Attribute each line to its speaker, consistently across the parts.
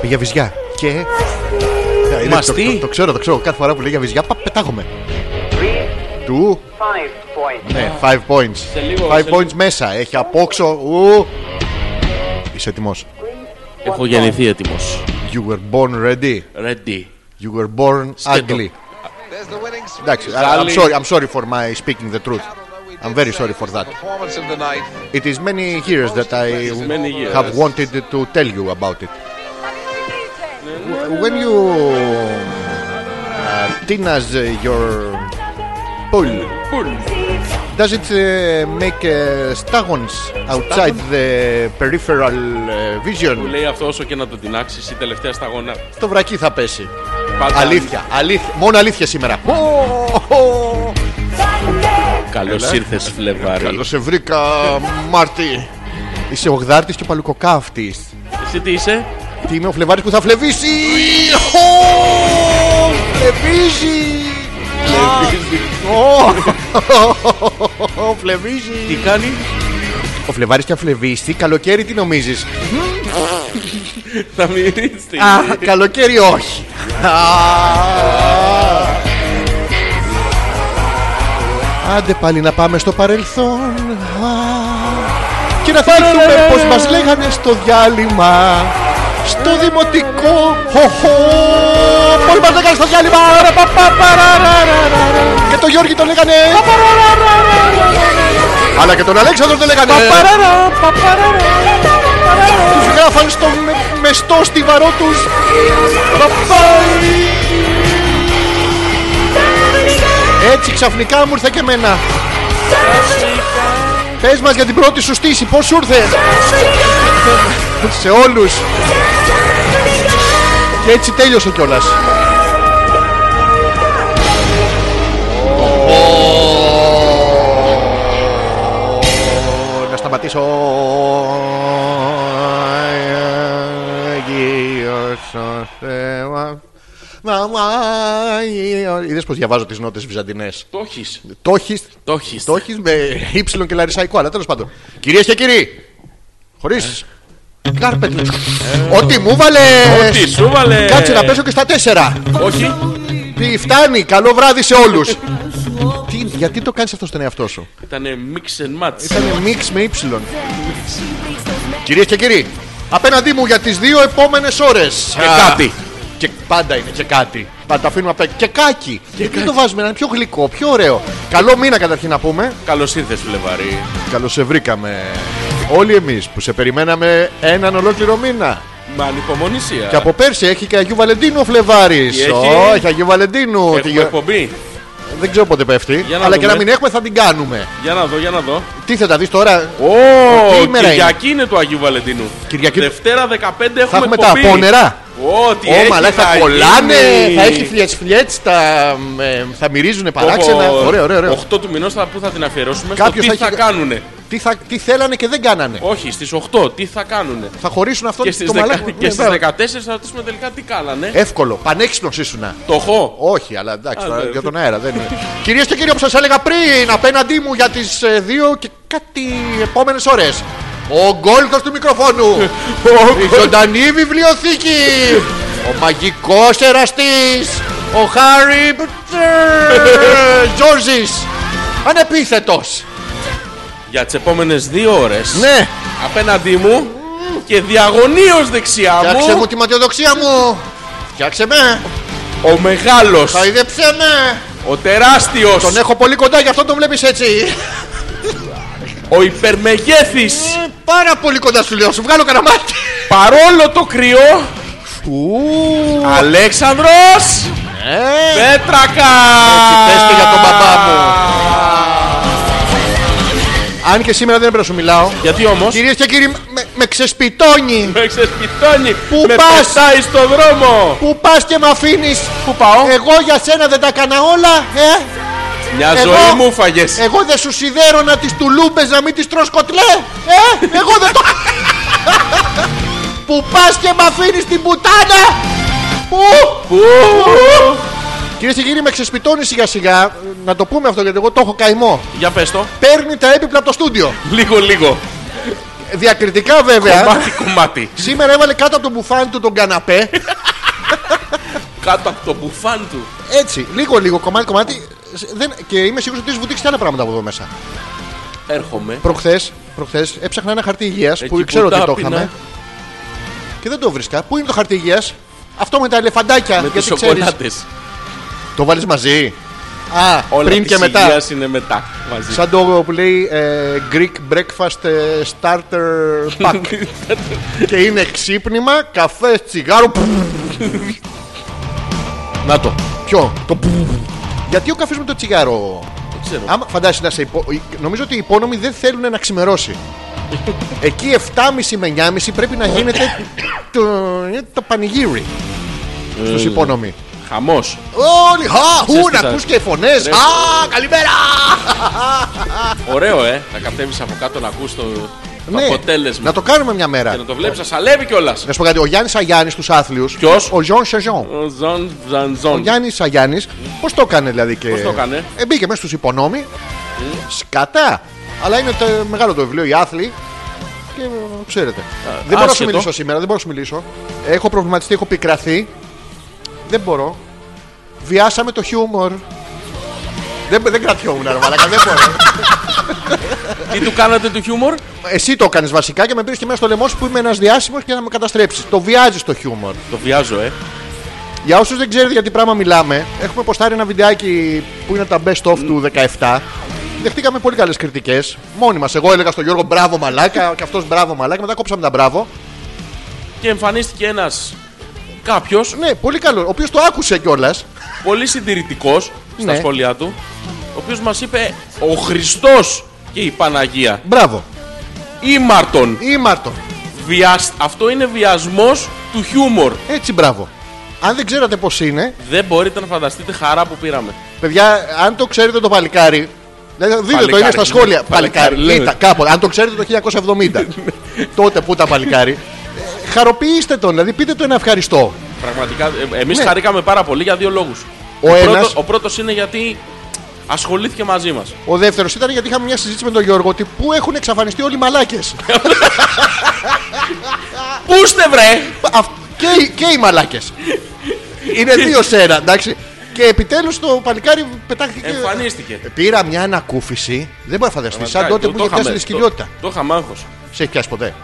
Speaker 1: Πήγε βυζιά. Και. Ε, είναι-
Speaker 2: Μαστί.
Speaker 1: Το, το, το ξέρω, το ξέρω. Κάθε φορά που λέει για βυζιά, πα, πετάγομαι. Του.
Speaker 3: Five points.
Speaker 1: Ναι, 5 points.
Speaker 2: Σε λίγο,
Speaker 1: 5
Speaker 2: σε
Speaker 1: points μέσα. Έχει απόξω. Ου. Είσαι έτοιμος.
Speaker 2: Έχω γεννηθεί έτοιμος.
Speaker 1: You were born ready.
Speaker 2: Ready.
Speaker 1: You were born
Speaker 2: Σκέτο.
Speaker 1: ugly. Εντάξει, I'm
Speaker 2: Ζάλι.
Speaker 1: sorry, I'm sorry for my speaking the truth. I'm very sorry for that. It is many years that I
Speaker 2: Many years.
Speaker 1: have wanted to tell you about it. When you uh, teenage uh, your pool, does it uh, make uh, stagons outside the peripheral uh,
Speaker 2: Που
Speaker 1: vision?
Speaker 2: λέει αυτό όσο και να το τεινάξεις, η τελευταία σταγόνα.
Speaker 1: Το βρακί θα πέσει.
Speaker 2: Πάντα-
Speaker 1: Αλήθεια, αλήθεια, μόνο αλήθεια σήμερα.
Speaker 2: Καλώ ήρθε, Φλεβάρι.
Speaker 1: Καλώς σε βρήκα, Μάρτι. Είσαι ογδάρτης και παλουκοκάφτης.
Speaker 2: Εσύ τι είσαι,
Speaker 1: Τι είμαι ο Φλεβάρης που θα φλεβήσει. Χω! Φλεβίζει. Ω!
Speaker 2: τι
Speaker 1: Φλεβίζει.
Speaker 2: κάνει.
Speaker 1: Ο Φλεβάρης και αν φλεβίσει, καλοκαίρι τι νομίζεις.
Speaker 2: Θα μυρίσει.
Speaker 1: Α, καλοκαίρι όχι. Α. Άντε πάλι να πάμε στο παρελθόν Α. Και να θυμηθούμε πως μας λέγανε στο διάλειμμα Στο δημοτικό Χωχώ Πως μας λέγανε στο διάλειμμα Ρε, πα, πα, παραραραραρα. Και το Γιώργη το λέγανε παραραραραρα. Αλλά και τον Αλέξανδρο το λέγανε Παπαραρα, παπαραρα. Τους γράφαν στο με- μεστό στιβαρό τους Παπάρι. Έτσι ξαφνικά μου ήρθε και εμένα Πες μας για την πρώτη σου στήση Πώς σου ήρθες Σε όλους Και έτσι τέλειωσε κιόλας Να σταματήσω Άγιος ο Θεός Να μου Άγιος Είδες πως διαβάζω τις νότες βυζαντινές
Speaker 2: Το έχεις.
Speaker 1: Το έχεις
Speaker 2: Το έχεις.
Speaker 1: το έχεις με ύψιλον και λαρισαϊκό, αλλά τέλος πάντων. Κυρίες και κύριοι, χωρίς. Κάρπετ. Ό,τι μου βάλες.
Speaker 2: Τι σου βάλες.
Speaker 1: Ε, Κάτσε να πέσω και στα τέσσερα.
Speaker 2: Όχι.
Speaker 1: Τι φτάνει, καλό βράδυ σε όλους. γιατί το κάνεις αυτό στον εαυτό σου.
Speaker 2: Ήτανε mix and match.
Speaker 1: Ήταν μίξ με ύψιλον. Κυρίες και κύριοι, απέναντί μου για τις δύο επόμενες ώρες.
Speaker 2: Και κάτι.
Speaker 1: Και πάντα είναι και κάτι. Πάντα τα αφήνουμε απ' έξω. Και κάκι. Γιατί το βάζουμε να είναι πιο γλυκό, πιο ωραίο. Καλό μήνα καταρχήν να πούμε.
Speaker 2: Καλώς ήρθες, Φλεβάρι.
Speaker 1: Καλώς σε βρήκαμε. Όλοι εμείς που σε περιμέναμε έναν ολόκληρο μήνα.
Speaker 2: Με ανυπομονησία.
Speaker 1: Και από πέρσι έχει και Αγίου Βαλεντίνου ο Φλεβάρης.
Speaker 2: Τι έχει?
Speaker 1: Όχι, Αγίου Βαλεντίνου. Τη
Speaker 2: Έχουμε
Speaker 1: γε-
Speaker 2: εκπομπή.
Speaker 1: Δεν ξέρω πότε πέφτει.
Speaker 2: Για να
Speaker 1: Αλλά και
Speaker 2: δούμε.
Speaker 1: να μην έχουμε θα την κάνουμε.
Speaker 2: Για να δω, για να δω.
Speaker 1: Τι θα τα δεις τώρα. τι
Speaker 2: Ω,
Speaker 1: ημέρα
Speaker 2: Κυριακή είναι του Αγίου Βαλεντίνου.
Speaker 1: Κυριακή-
Speaker 2: Δευτέρα 15 έχουμε
Speaker 1: Θα έχουμε τα
Speaker 2: εκπομπή.
Speaker 1: απόνερα.
Speaker 2: Ω, τι έχει
Speaker 1: Ω, αλλά θα
Speaker 2: να
Speaker 1: κολλάνε,
Speaker 2: γίνει.
Speaker 1: θα έχει φιλιές τα, ε, θα μυρίζουν
Speaker 2: Πω, πω,
Speaker 1: παράξενα. Ωραίο, ωραίο, ωραίο.
Speaker 2: 8 του μηνός θα, που θα την αφιερώσουμε. στο
Speaker 1: Κάποιος
Speaker 2: τι
Speaker 1: θα
Speaker 2: θα,
Speaker 1: έχει-
Speaker 2: κάνουνε.
Speaker 1: Τι, θα, τι θέλανε και δεν κάνανε.
Speaker 2: Όχι, στις 8 τι θα κάνουνε.
Speaker 1: Θα χωρίσουν αυτό
Speaker 2: Και στις
Speaker 1: το μαλάκι. Ναι, μπράβο.
Speaker 2: 14 θα ρωτήσουμε τελικά τι κάνανε.
Speaker 1: Εύκολο, πανέξυπνος ήσουνα.
Speaker 2: Το έχω.
Speaker 1: Όχι, αλλά εντάξει,
Speaker 2: Α,
Speaker 1: τώρα
Speaker 2: ναι.
Speaker 1: για τον αέρα δεν είναι. Κυρίες και κύριοι, όπως σας έλεγα πριν, απέναντί μου για τις δύο και κάτι επόμενες ώρες. Ο γκόλκος του μικροφόνου. η ζωντανή βιβλιοθήκη. ο μαγικός εραστής. Ο Χάρι Τζόρζης. Ανεπίθετος.
Speaker 2: Για τις επόμενες δύο ώρες.
Speaker 1: Ναι,
Speaker 2: Απέναντί μου και διαγωνίως δεξιά
Speaker 1: φτιάξε
Speaker 2: μου,
Speaker 1: μου τη ματιοδοξία μου. Φτιάξε με.
Speaker 2: ο μεγάλος,
Speaker 1: Χαϊδέψε με.
Speaker 2: ο τεράστιος,
Speaker 1: Τον έχω πολύ κοντά, γι' αυτό τον βλέπεις έτσι.
Speaker 2: ο υπερμεγέθης
Speaker 1: Ε, Πάρα πολύ κοντά σου λέω, σου βγάλω καραμάτι.
Speaker 2: παρόλο το κρυό, Αλέξανδρος
Speaker 1: Ε,
Speaker 2: Πέτρακα!
Speaker 1: πες και για τον μπαμπά μου. Αν και σήμερα δεν έπρεπε να σου μιλάω.
Speaker 2: Γιατί όμως
Speaker 1: Κυρίες και κύριοι, με, με ξεσπιτώνει.
Speaker 2: με ξεσπιτώνει,
Speaker 1: Πού
Speaker 2: με
Speaker 1: πας?
Speaker 2: πετάει στον δρόμο.
Speaker 1: Που πας και με αφήνεις.
Speaker 2: Πού πάω?
Speaker 1: Εγώ για σένα δεν τα έκανα όλα, ε.
Speaker 2: Μια
Speaker 1: εγώ-
Speaker 2: ζωή μου φαγες.
Speaker 1: Εγώ δεν σου σιδέρωνα τις τουλούμπες να μην τις τρως κοτλέ. Ε, εγώ δεν το. Που πας και με αφήνεις την πουτάνα. Πού.
Speaker 2: Πού?
Speaker 1: Κυρίες και κύριοι, με ξεσπιτώνει σιγά σιγά. Να το πούμε αυτό γιατί εγώ το έχω καημό.
Speaker 2: Για πες το.
Speaker 1: Παίρνει τα έπιπλα από το στούντιο.
Speaker 2: Λίγο λίγο.
Speaker 1: Διακριτικά βέβαια.
Speaker 2: Κομμάτι, κομμάτι.
Speaker 1: Σήμερα έβαλε κάτω από το μπουφάν του τον καναπέ.
Speaker 2: Κάτω από το μπουφάν του.
Speaker 1: Έτσι, λίγο λίγο, κομμάτι κομμάτι. Σ- Δεν, και είμαι σίγουρος ότι έχει βουτήξει και άλλα πράγματα από εδώ μέσα.
Speaker 2: Έρχομαι.
Speaker 1: Προχθές προχθές, έψαχνα ένα χαρτί υγείας
Speaker 2: Εκεί
Speaker 1: που ξέρω ότι το
Speaker 2: τάπινα,
Speaker 1: είχαμε και δεν το βρίσκα. Πού είναι το χαρτί υγείας, αυτό με τα ελεφαντάκια.
Speaker 2: Με τις
Speaker 1: γιατί ξέρεις.
Speaker 2: σοκολάτες.
Speaker 1: Το βάλεις μαζί. Α,
Speaker 2: Όλα
Speaker 1: πριν
Speaker 2: της
Speaker 1: και μετά.
Speaker 2: υγείας είναι μετά. Μαζί.
Speaker 1: Σαν το που λέει ε, Greek Breakfast ε, Starter Pack. και είναι ξύπνημα, καφέ, τσιγάρο.
Speaker 2: Να το.
Speaker 1: Ποιο? Το Γιατί ο καφές με το τσιγάρο.
Speaker 2: Δεν ξέρω.
Speaker 1: Άμα φαντάσου να σε υπο... Νομίζω ότι οι υπόνομοι δεν θέλουν να ξημερώσει. Εκεί 7.30 με 9.30 πρέπει να γίνεται το, το πανηγύρι στους υπόνομοι.
Speaker 2: Χαμός.
Speaker 1: Όλοι! Χα! Χου!
Speaker 2: Ξέρεις Ε. τι
Speaker 1: Να
Speaker 2: θα-
Speaker 1: ακούς και φωνές!
Speaker 2: Ρε.
Speaker 1: Α! Καλημέρα!
Speaker 2: Ωραίο, ε. Να κατέβεις από κάτω να ακούς το, το
Speaker 1: Ναι.
Speaker 2: αποτέλεσμα.
Speaker 1: Να το κάνουμε μια μέρα.
Speaker 2: Και να το βλέπεις, να σαλεύει κιόλας.
Speaker 1: Να σου πω κάτι, ο Γιάννης Αγιάννης τους άθλιους.
Speaker 2: Ποιος?
Speaker 1: Ο Ζων Σεζόν.
Speaker 2: Ο Ζαν Ζαν
Speaker 1: Ο
Speaker 2: Ζαν.
Speaker 1: Γιάννης Αγιάννης, πώς το έκανε δηλαδή και.
Speaker 2: Πώς το έκανε?
Speaker 1: Ε, μπήκε μέσα στους υπονόμοι. Σκατά! Αλλά είναι το, μεγάλο το βιβλίο, οι άθλοι. Και ε, ξέρετε. δεν μπορώ να σου
Speaker 2: άσχετο.
Speaker 1: μιλήσω σήμερα, δεν μπορώ να σου μιλήσω. Έχω προβληματιστεί, έχω πικραθεί. Δεν μπορώ. Βιάσαμε το χιούμορ. Δεν, δεν κρατιόμουν, ρε μαλάκα, δεν μπορώ.
Speaker 2: Τι του κάνατε του χιούμορ.
Speaker 1: Εσύ το έκανε βασικά και με πήρες και μέσα στο λαιμό σου που είμαι ένας διάσημος και να με καταστρέψεις. Το βιάζεις το χιούμορ.
Speaker 2: Το βιάζω, ε.
Speaker 1: Για όσους δεν ξέρετε για τι πράγμα μιλάμε, έχουμε ποστάρει ένα βιντεάκι που είναι τα best of του 17. Δεχτήκαμε πολύ καλές κριτικές. Μόνοι μας. Εγώ έλεγα στον Γιώργο μπράβο μαλάκα, και αυτός μπράβο μαλάκα. Μετά κόψαμε τα μπράβο.
Speaker 2: Και εμφανίστηκε ένας κάποιος
Speaker 1: Ναι, πολύ καλό. Ο οποίος το άκουσε κιόλας.
Speaker 2: πολύ συντηρητικός στα
Speaker 1: Ναι.
Speaker 2: σχόλιά του, ο οποίος μας είπε ο Χριστός και η Παναγία.
Speaker 1: Μπράβο.
Speaker 2: Ήμαρτον.
Speaker 1: Ήμαρτο.
Speaker 2: Βιασ... Αυτό είναι βιασμός του χιούμορ.
Speaker 1: Έτσι μπράβο. Αν δεν ξέρατε πώς είναι,
Speaker 2: Δεν μπορείτε να φανταστείτε χαρά που πήραμε.
Speaker 1: παιδιά, αν το ξέρετε το παλικάρι. Δηλαδή, δείτε το,
Speaker 2: Παλικάρι,
Speaker 1: είναι στα σχόλια.
Speaker 2: ναι. Παλικάρι,
Speaker 1: Παλικάρι.
Speaker 2: λέμε.
Speaker 1: Ήταν κάπου. Αν το ξέρετε το 1970. τότε που ήταν παλικάρι. Ε, Χαροποιήστε τον, δηλαδή πείτε του ένα ευχαριστώ.
Speaker 2: Πραγματικά, ε, εμείς
Speaker 1: Ναι.
Speaker 2: χαρήκαμε πάρα πολύ για δύο λόγους.
Speaker 1: Ο ένας-
Speaker 2: ο πρώτος είναι γιατί ασχολήθηκε μαζί μας.
Speaker 1: Ο δεύτερος ήταν γιατί είχαμε μια συζήτηση με τον Γιώργο ότι πού έχουν εξαφανιστεί όλοι οι μαλάκες.
Speaker 2: Πού είστε βρε!
Speaker 1: και, οι- και οι μαλάκες. Είναι δύο σε ένα, εντάξει. Και επιτέλους το παλικάρι πετάχθηκε. Ε,
Speaker 2: Εμφανίστηκε.
Speaker 1: Πήρα μια ανακούφιση. Δεν μπορεί να φανταστεί. Σαν
Speaker 2: Πραγματικά,
Speaker 1: τότε
Speaker 2: το-
Speaker 1: που
Speaker 2: το
Speaker 1: είχε πιάσει
Speaker 2: είχαμε-
Speaker 1: τη σκυλιότητα.
Speaker 2: Το, το είχαμε άγχος.
Speaker 1: Σε έχει πιάσει ποτέ.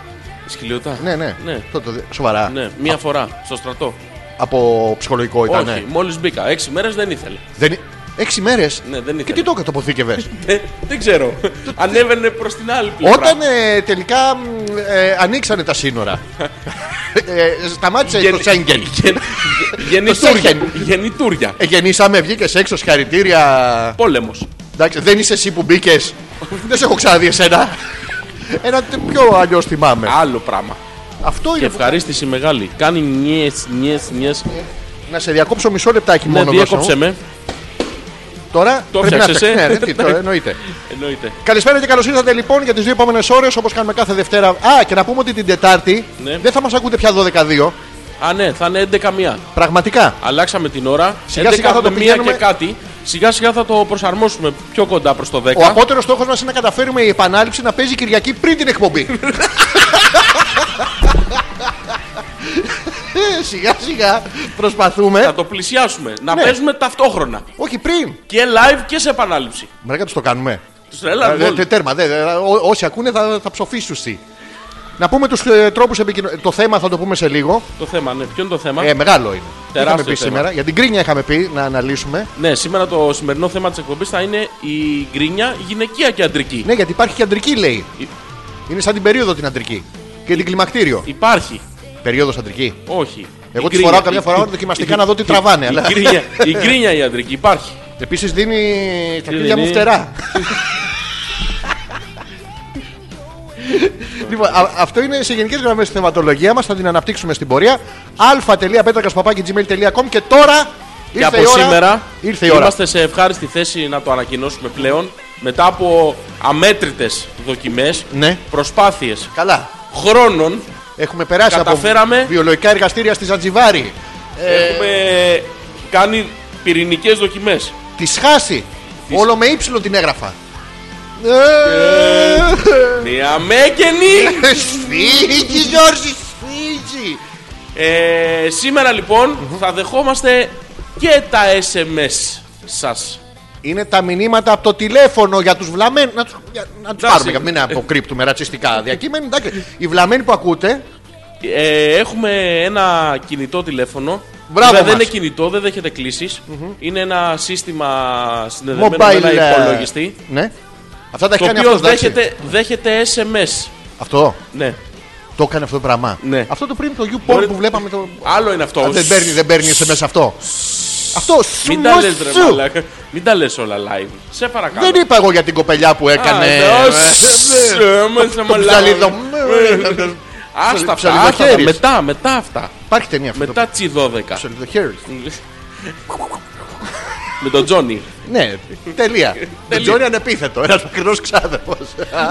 Speaker 2: Σκυλιότητα.
Speaker 1: Ναι, ναι.
Speaker 2: ναι.
Speaker 1: Τότε, δε- σοβαρά.
Speaker 2: Ναι, μία φορά στο στρατό.
Speaker 1: Από ψυχολογικό ήταν.
Speaker 2: Όχι,
Speaker 1: ναι.
Speaker 2: μόλις μπήκα. Έξι μέρες δεν ήθελε.
Speaker 1: Δεν... Έξι μέρες.
Speaker 2: Ναι, δεν
Speaker 1: Και
Speaker 2: ήθελε.
Speaker 1: τι το αποθήκευε.
Speaker 2: Ε, δεν ξέρω. Ανέβαινε προς την άλλη πλευρά.
Speaker 1: Όταν ε, τελικά μ, ε, ανοίξανε τα σύνορα. ε, σταμάτησε
Speaker 2: Γεν-
Speaker 1: το Σέγγεν.
Speaker 2: Γεν- γεννητούρια.
Speaker 1: Σούργεν.
Speaker 2: γεννητούρια.
Speaker 1: Ε, γεννήσαμε, βγήκες έξω, συγχαρητήρια.
Speaker 2: Πόλεμος.
Speaker 1: Εντάξει, δεν είσαι εσύ που μπήκες. δεν σε έχω ξαναδεί εσένα. Ένα τε- πιο αλλιώς θυμάμαι.
Speaker 2: Άλλο πράγμα.
Speaker 1: Αυτό
Speaker 2: Και
Speaker 1: είναι. που-
Speaker 2: ευχαρίστηση μεγάλη. Κάνει νιέ, νιέ, νιέ.
Speaker 1: Να σε διακόψω μισό λεπτάκι
Speaker 2: Ναι,
Speaker 1: μόνο. Κώστα μου.
Speaker 2: διέκοψε με.
Speaker 1: Τώρα
Speaker 2: Το
Speaker 1: πρέπει να
Speaker 2: φτιάξες, ε.
Speaker 1: Ναι, ρε, τι, το εννοείται.
Speaker 2: Εννοείται.
Speaker 1: Καλησπέρα και καλώς ήρθατε λοιπόν για τις δύο επόμενες ώρες όπως κάνουμε κάθε Δευτέρα. Α, και να πούμε ότι την Τετάρτη
Speaker 2: Ναι.
Speaker 1: δεν θα μας ακούτε πια 12-2.
Speaker 2: Α, ναι, θα είναι 11 μία.
Speaker 1: Πραγματικά.
Speaker 2: Αλλάξαμε την ώρα.
Speaker 1: Σιγά
Speaker 2: 11
Speaker 1: σιγά θα το
Speaker 2: με μία
Speaker 1: πηγαίνουμε.
Speaker 2: και κάτι. Σιγά σιγά θα το προσαρμόσουμε πιο κοντά προς το 10.
Speaker 1: Ο απότερος στόχος μας είναι να καταφέρουμε η επανάληψη να παίζει Κυριακή πριν την εκπομπή. Ε, σιγά σιγά προσπαθούμε.
Speaker 2: Θα το πλησιάσουμε. Να
Speaker 1: Ναι.
Speaker 2: παίζουμε ταυτόχρονα.
Speaker 1: Όχι πριν.
Speaker 2: Και live και σε επανάληψη.
Speaker 1: Μαρακα τους το κάνουμε.
Speaker 2: Τους τρελάζουμε
Speaker 1: Ε,
Speaker 2: όλους.
Speaker 1: τε- Τέρμα. δε- δε- ό- Όσοι ακούνε θα, θα ψοφήσουν σοι. Να πούμε τους ε, τρόπους επικοινωνία. Το θέμα θα το πούμε σε λίγο.
Speaker 2: Το θέμα, ναι. Ποιο είναι το θέμα.
Speaker 1: Ε, μεγάλο είναι. Τι είχαμε
Speaker 2: Τεράστιο
Speaker 1: πει
Speaker 2: θέμα.
Speaker 1: σήμερα. Για την κρίνια είχαμε πει να αναλύσουμε.
Speaker 2: Ναι, σήμερα το σημερινό θέμα της εκπομπής θα είναι η γκρίνια γυναικεία και αντρική.
Speaker 1: Ναι, γιατί υπάρχει και αντρική λέει.
Speaker 2: Υ-
Speaker 1: Είναι σαν την περίοδο την αντρική. Και την κλιμακτήριο.
Speaker 2: Υπάρχει.
Speaker 1: Περίοδος αντρική.
Speaker 2: Όχι.
Speaker 1: Εγώ
Speaker 2: Η
Speaker 1: τη
Speaker 2: γκρίνια.
Speaker 1: φοράω καμιά φορά
Speaker 2: Η-
Speaker 1: δοκιμαστικά να δω τι τραβάνε.
Speaker 2: Η
Speaker 1: αλλά...
Speaker 2: γκρίνια, η γκρίνια η αντρική υπάρχει.
Speaker 1: Επίσης δίνει τα κλειδιά μου
Speaker 2: δίνει?
Speaker 1: φτερά. λοιπόν, α- αυτό είναι σε γενικές γραμμές η θεματολογία μας. Θα την αναπτύξουμε στην πορεία. α.πέτρακα.gmail.com και τώρα.
Speaker 2: και
Speaker 1: ήρθε
Speaker 2: από
Speaker 1: η ώρα-
Speaker 2: σήμερα
Speaker 1: Ήρθε η ώρα.
Speaker 2: είμαστε σε ευχάριστη θέση να το ανακοινώσουμε πλέον μετά από αμέτρητες δοκιμές,
Speaker 1: Ναι.
Speaker 2: προσπάθειες
Speaker 1: Καλά.
Speaker 2: χρόνων.
Speaker 1: Έχουμε περάσει
Speaker 2: Καταφέραμε.
Speaker 1: από βιολογικά εργαστήρια στη Ζαντζιβάρη. Ε.
Speaker 2: Έχουμε κάνει πυρηνικές δοκιμές.
Speaker 1: Τη χάσει.
Speaker 2: Τις-
Speaker 1: Όλο με ύψιλο την έγραφα.
Speaker 2: Ε. Μια μέκενη!
Speaker 1: Σφίγγι, Ε, Γιώργη, σφίγγι.
Speaker 2: Ε, σήμερα λοιπόν θα δεχόμαστε και τα SMS σας.
Speaker 1: Είναι τα μηνύματα από το τηλέφωνο για τους βλαμμένους. Να τους πάρουμε, για να μην αποκρύπτουμε ρατσιστικά διακείμενα. Εντάξει, οι βλαμμένοι που ακούτε,
Speaker 2: Ε, έχουμε ένα κινητό τηλέφωνο.
Speaker 1: Μπράβο
Speaker 2: Βέβαια, δεν
Speaker 1: μας.
Speaker 2: είναι κινητό, δεν δέχεται κλήσεις. Είναι ένα σύστημα συνδεδεμένο
Speaker 1: mobile.
Speaker 2: με ένα
Speaker 1: ε,
Speaker 2: υπολογιστή.
Speaker 1: Ναι. Αυτά τα έχει
Speaker 2: Το
Speaker 1: κάνει
Speaker 2: οποίο
Speaker 1: αυτός. εντάξει.
Speaker 2: δέχεται, δέχεται SMS.
Speaker 1: Αυτό.
Speaker 2: Ναι.
Speaker 1: Το έκανε αυτό το πράγμα.
Speaker 2: Ναι.
Speaker 1: Αυτό το πριν το YouPorn
Speaker 2: Μπορεί-
Speaker 1: που βλέπαμε. Το...
Speaker 2: Άλλο είναι αυτό.
Speaker 1: Α, δεν παίρνει, δεν παίρνει σε μέσα αυτό. Αυτό σου
Speaker 2: Μην τα λες ρε
Speaker 1: σου.
Speaker 2: μαλάκα. Μην τα λες όλα live. Σε παρακαλώ.
Speaker 1: Δεν είπα εγώ για την κοπελιά που έκανε.
Speaker 2: Α, ναι,
Speaker 1: ε,
Speaker 2: σ-
Speaker 1: ε,
Speaker 2: ε, μα, σε μαλάκα.
Speaker 1: ψαλίδο.
Speaker 2: Άστα αυτά,
Speaker 1: Ψαλιδοχέρις.
Speaker 2: άστα τα. μετά, μετά αυτά.
Speaker 1: Υπάρχει ταινία αυτό.
Speaker 2: Μετά τσι 12.
Speaker 1: Ψαλιδοχέρις.
Speaker 2: Με τον Τζόνι.
Speaker 1: Ναι, τελεία.
Speaker 2: Τελεία.
Speaker 1: Τζόνι ανεπίθετο, ένας μικρός ξάδερφος.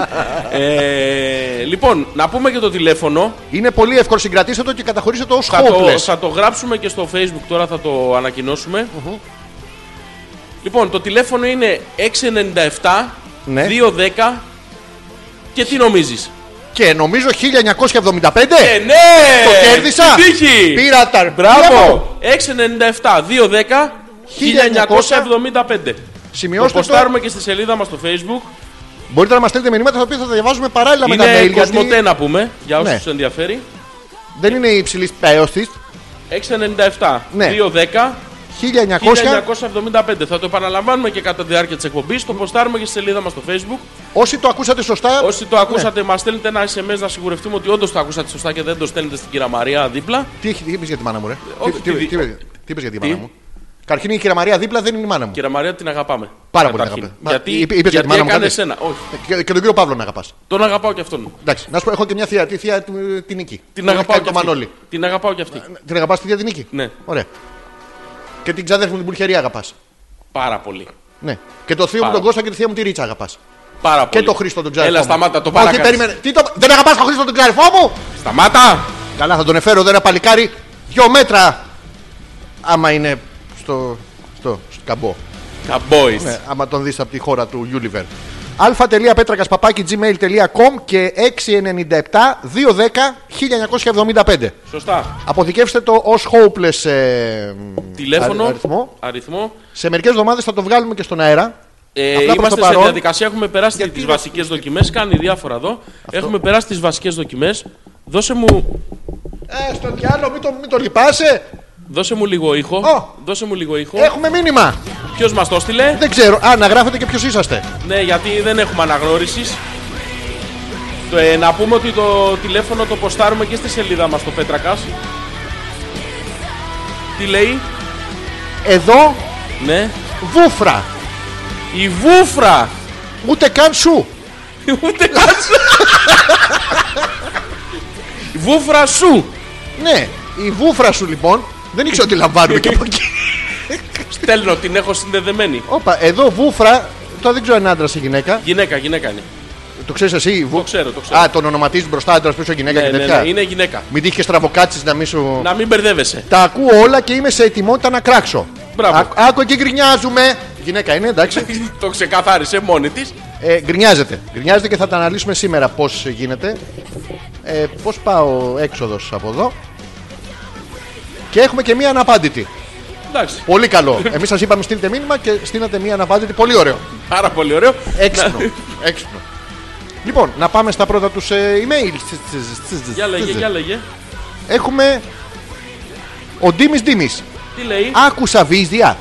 Speaker 2: Ε, λοιπόν, να πούμε και το τηλέφωνο.
Speaker 1: Είναι πολύ εύκολο, συγκρατήστε το και καταχωρήστε το ως
Speaker 2: Θα το,
Speaker 1: χόμπλε.
Speaker 2: θα το γράψουμε και στο facebook τώρα, θα το ανακοινωσουμε Λοιπόν, το τηλέφωνο είναι 697
Speaker 1: Ναι.
Speaker 2: 210 και τι νομίζεις.
Speaker 1: Και νομίζω 1975
Speaker 2: Ε, ναι!
Speaker 1: το κέρδισα.
Speaker 2: Την τύχη!
Speaker 1: Πήρα τα
Speaker 2: Μπράβο! 697 210 1975. Το
Speaker 1: Σημειώστε το.
Speaker 2: ποστάρουμε και στη σελίδα μας στο facebook.
Speaker 1: Μπορείτε να μας στέλνετε μηνύματα τα οποία θα διαβάζουμε παράλληλα με τα
Speaker 2: Είναι
Speaker 1: mail. γιατί
Speaker 2: κοσμοτέ να πούμε, για όσους
Speaker 1: Ναι.
Speaker 2: τους ενδιαφέρει.
Speaker 1: Δεν είναι υψηλή πέωση.
Speaker 2: 697
Speaker 1: Ναι.
Speaker 2: 210
Speaker 1: 1900.
Speaker 2: 1975. Θα το επαναλαμβάνουμε και κατά τη διάρκεια της εκπομπής. Το ποστάρουμε και στη σελίδα μας στο Facebook.
Speaker 1: Όσοι το Ναι. ακούσατε σωστά.
Speaker 2: Όσοι το ακούσατε, μας μα στέλνετε ένα SMS να σιγουρευτούμε ότι όντως το ακούσατε σωστά και δεν το στέλνετε στην κυρία Μαρία δίπλα.
Speaker 1: Τι έχει- τι είπες για τη μάνα μου, ρε.
Speaker 2: Ε, όχι,
Speaker 1: Τι-
Speaker 2: τι
Speaker 1: Τι
Speaker 2: δι-
Speaker 1: τι είπες- τι είπες για τη μάνα
Speaker 2: Τι?
Speaker 1: μου. Καταρχήν η κυρία Μαρία δίπλα δεν είναι η μάνα μου.
Speaker 2: Κυρία Μαρία την αγαπάμε.
Speaker 1: Πάρα πολύ
Speaker 2: Καταρχήν.
Speaker 1: αγαπάμε. Μα,
Speaker 2: Γιατί,
Speaker 1: είπε- είπες για τη
Speaker 2: γιατί
Speaker 1: μάνα μου
Speaker 2: έκανε
Speaker 1: κάτι?
Speaker 2: εσένα. Όχι.
Speaker 1: Και, και τον κύριο Παύλο να αγαπάς.
Speaker 2: Τον αγαπάω και αυτόν.
Speaker 1: Εντάξει, να σου πω, έχω και μια θεία, τη θεία του- την Νίκη.
Speaker 2: Την αγαπάω
Speaker 1: Κάνει
Speaker 2: και
Speaker 1: το
Speaker 2: αυτή.
Speaker 1: Μανώλη. Ναι,
Speaker 2: Την αγαπάω και αυτή.
Speaker 1: Την αγαπάς τη θεία την Νίκη.
Speaker 2: Ναι,
Speaker 1: Ωραία. Και την ξαδέρφη μου την Πουλχερία αγαπάς.
Speaker 2: πάρα πολύ.
Speaker 1: Ναι. Και το θείο μου
Speaker 2: Πάρα.
Speaker 1: τον Κώστα και τη θεία μου τη Ρίτσα αγαπάς.
Speaker 2: Πάρα
Speaker 1: Και
Speaker 2: πολύ.
Speaker 1: το Χρήστο τον ξαδερφό.
Speaker 2: Έλα,
Speaker 1: μου.
Speaker 2: σταμάτα, το
Speaker 1: Όχι,
Speaker 2: παρακάτω.
Speaker 1: περίμενε. Τι το... Δεν αγαπάς τον Χρήστο τον ξαδερφό μου!
Speaker 2: Σταμάτα!
Speaker 1: Καλά, θα τον εφέρω εδώ ένα παλικάρι δυο μέτρα. Άμα είναι στο, στο, στο καμπό.
Speaker 2: Καμπόι.
Speaker 1: Ναι, άμα τον δεις από τη χώρα του Univer. αλφα.πέτρακας παπάκι gmail.com και 697 210 1975. Ναι.
Speaker 2: Σωστά.
Speaker 1: Αποθηκεύστε το ως hopeless ε,
Speaker 2: Τηλέφωνο.
Speaker 1: αρι- αριθμό.
Speaker 2: αριθμό.
Speaker 1: Σε μερικές εβδομάδες θα το βγάλουμε και στον αέρα.
Speaker 2: Ε,
Speaker 1: Απλά προς το
Speaker 2: είμαστε σε
Speaker 1: παρόν.
Speaker 2: διαδικασία, έχουμε περάσει
Speaker 1: Γιατί
Speaker 2: τις
Speaker 1: ρε,
Speaker 2: βασικέ δοκιμές. Κάνει διάφορα εδώ. Έχουμε περάσει τις βασικές δοκιμές. Δώσε μου,
Speaker 1: Ε, στο διάλογο, μην το, μην το λυπάσαι.
Speaker 2: δώσε μου λίγο ήχο.
Speaker 1: Ω.
Speaker 2: Δώσε μου λίγο ήχο.
Speaker 1: Έχουμε μήνυμα.
Speaker 2: Ποιος μας το έστειλε.
Speaker 1: Δεν ξέρω. Α, να γράφετε και ποιος είσαστε.
Speaker 2: Ναι, γιατί δεν έχουμε αναγνώρισης. Το, ε, να πούμε ότι το τηλέφωνο το ποστάρουμε και στη σελίδα μας το Πέτρακας. Τι λέει,
Speaker 1: Εδώ,
Speaker 2: Ναι.
Speaker 1: βούφρα.
Speaker 2: Η βούφρα!
Speaker 1: Ούτε καν σου.
Speaker 2: Ούτε κάτσε. Η βούφρα σου!
Speaker 1: Ναι, η βούφρα σου λοιπόν δεν ήξερα ότι λαμβάνουμε και από εκεί.
Speaker 2: Στέλνω, την έχω συνδεδεμένη.
Speaker 1: Όπα, εδώ βούφρα, τώρα δεν ξέρω αν άντρας ή γυναίκα.
Speaker 2: Γυναίκα, γυναίκα είναι.
Speaker 1: Το ξέρεις εσύ, η βου...
Speaker 2: Το ξέρω, το ξέρω.
Speaker 1: Α, τον ονοματίζεις μπροστά, άντρα πίσω γυναίκα
Speaker 2: Ναι,
Speaker 1: και
Speaker 2: ναι,
Speaker 1: τέτοια.
Speaker 2: ναι, είναι γυναίκα.
Speaker 1: Μην τύχεις και στραβοκάτσει να μην σου.
Speaker 2: Να μην μπερδεύεσαι.
Speaker 1: Τα ακούω όλα και είμαι σε ετοιμότητα να κράξω.
Speaker 2: Μπράβο.
Speaker 1: Άκ- Άκου και γκρινιάζουμε. Γυναίκα είναι, εντάξει.
Speaker 2: το ξεκαθάρισε μόνη της.
Speaker 1: ε, γκρινιάζεται. Γκρινιάζεται και θα τα αναλύσουμε σήμερα πώς γίνεται. Ε, πώς πάω έξοδος από εδώ. Και έχουμε και μία αναπάντητη.
Speaker 2: Εντάξει.
Speaker 1: Πολύ καλό. Εμείς σας είπαμε στείλτε μήνυμα και στείλατε μία αναπάντητη. Πολύ ωραίο.
Speaker 2: Πάρα πολύ ωραίο. Ε,
Speaker 1: Έξυπνο.
Speaker 2: Να-
Speaker 1: Έξυπνο. Λοιπόν, να πάμε στα πρώτα τους email.
Speaker 2: Για λέγε, για λέγε.
Speaker 1: Έχουμε. Ο Ντίμης Ντίμης.
Speaker 2: Τι λέει,
Speaker 1: Άκουσα βίζδια.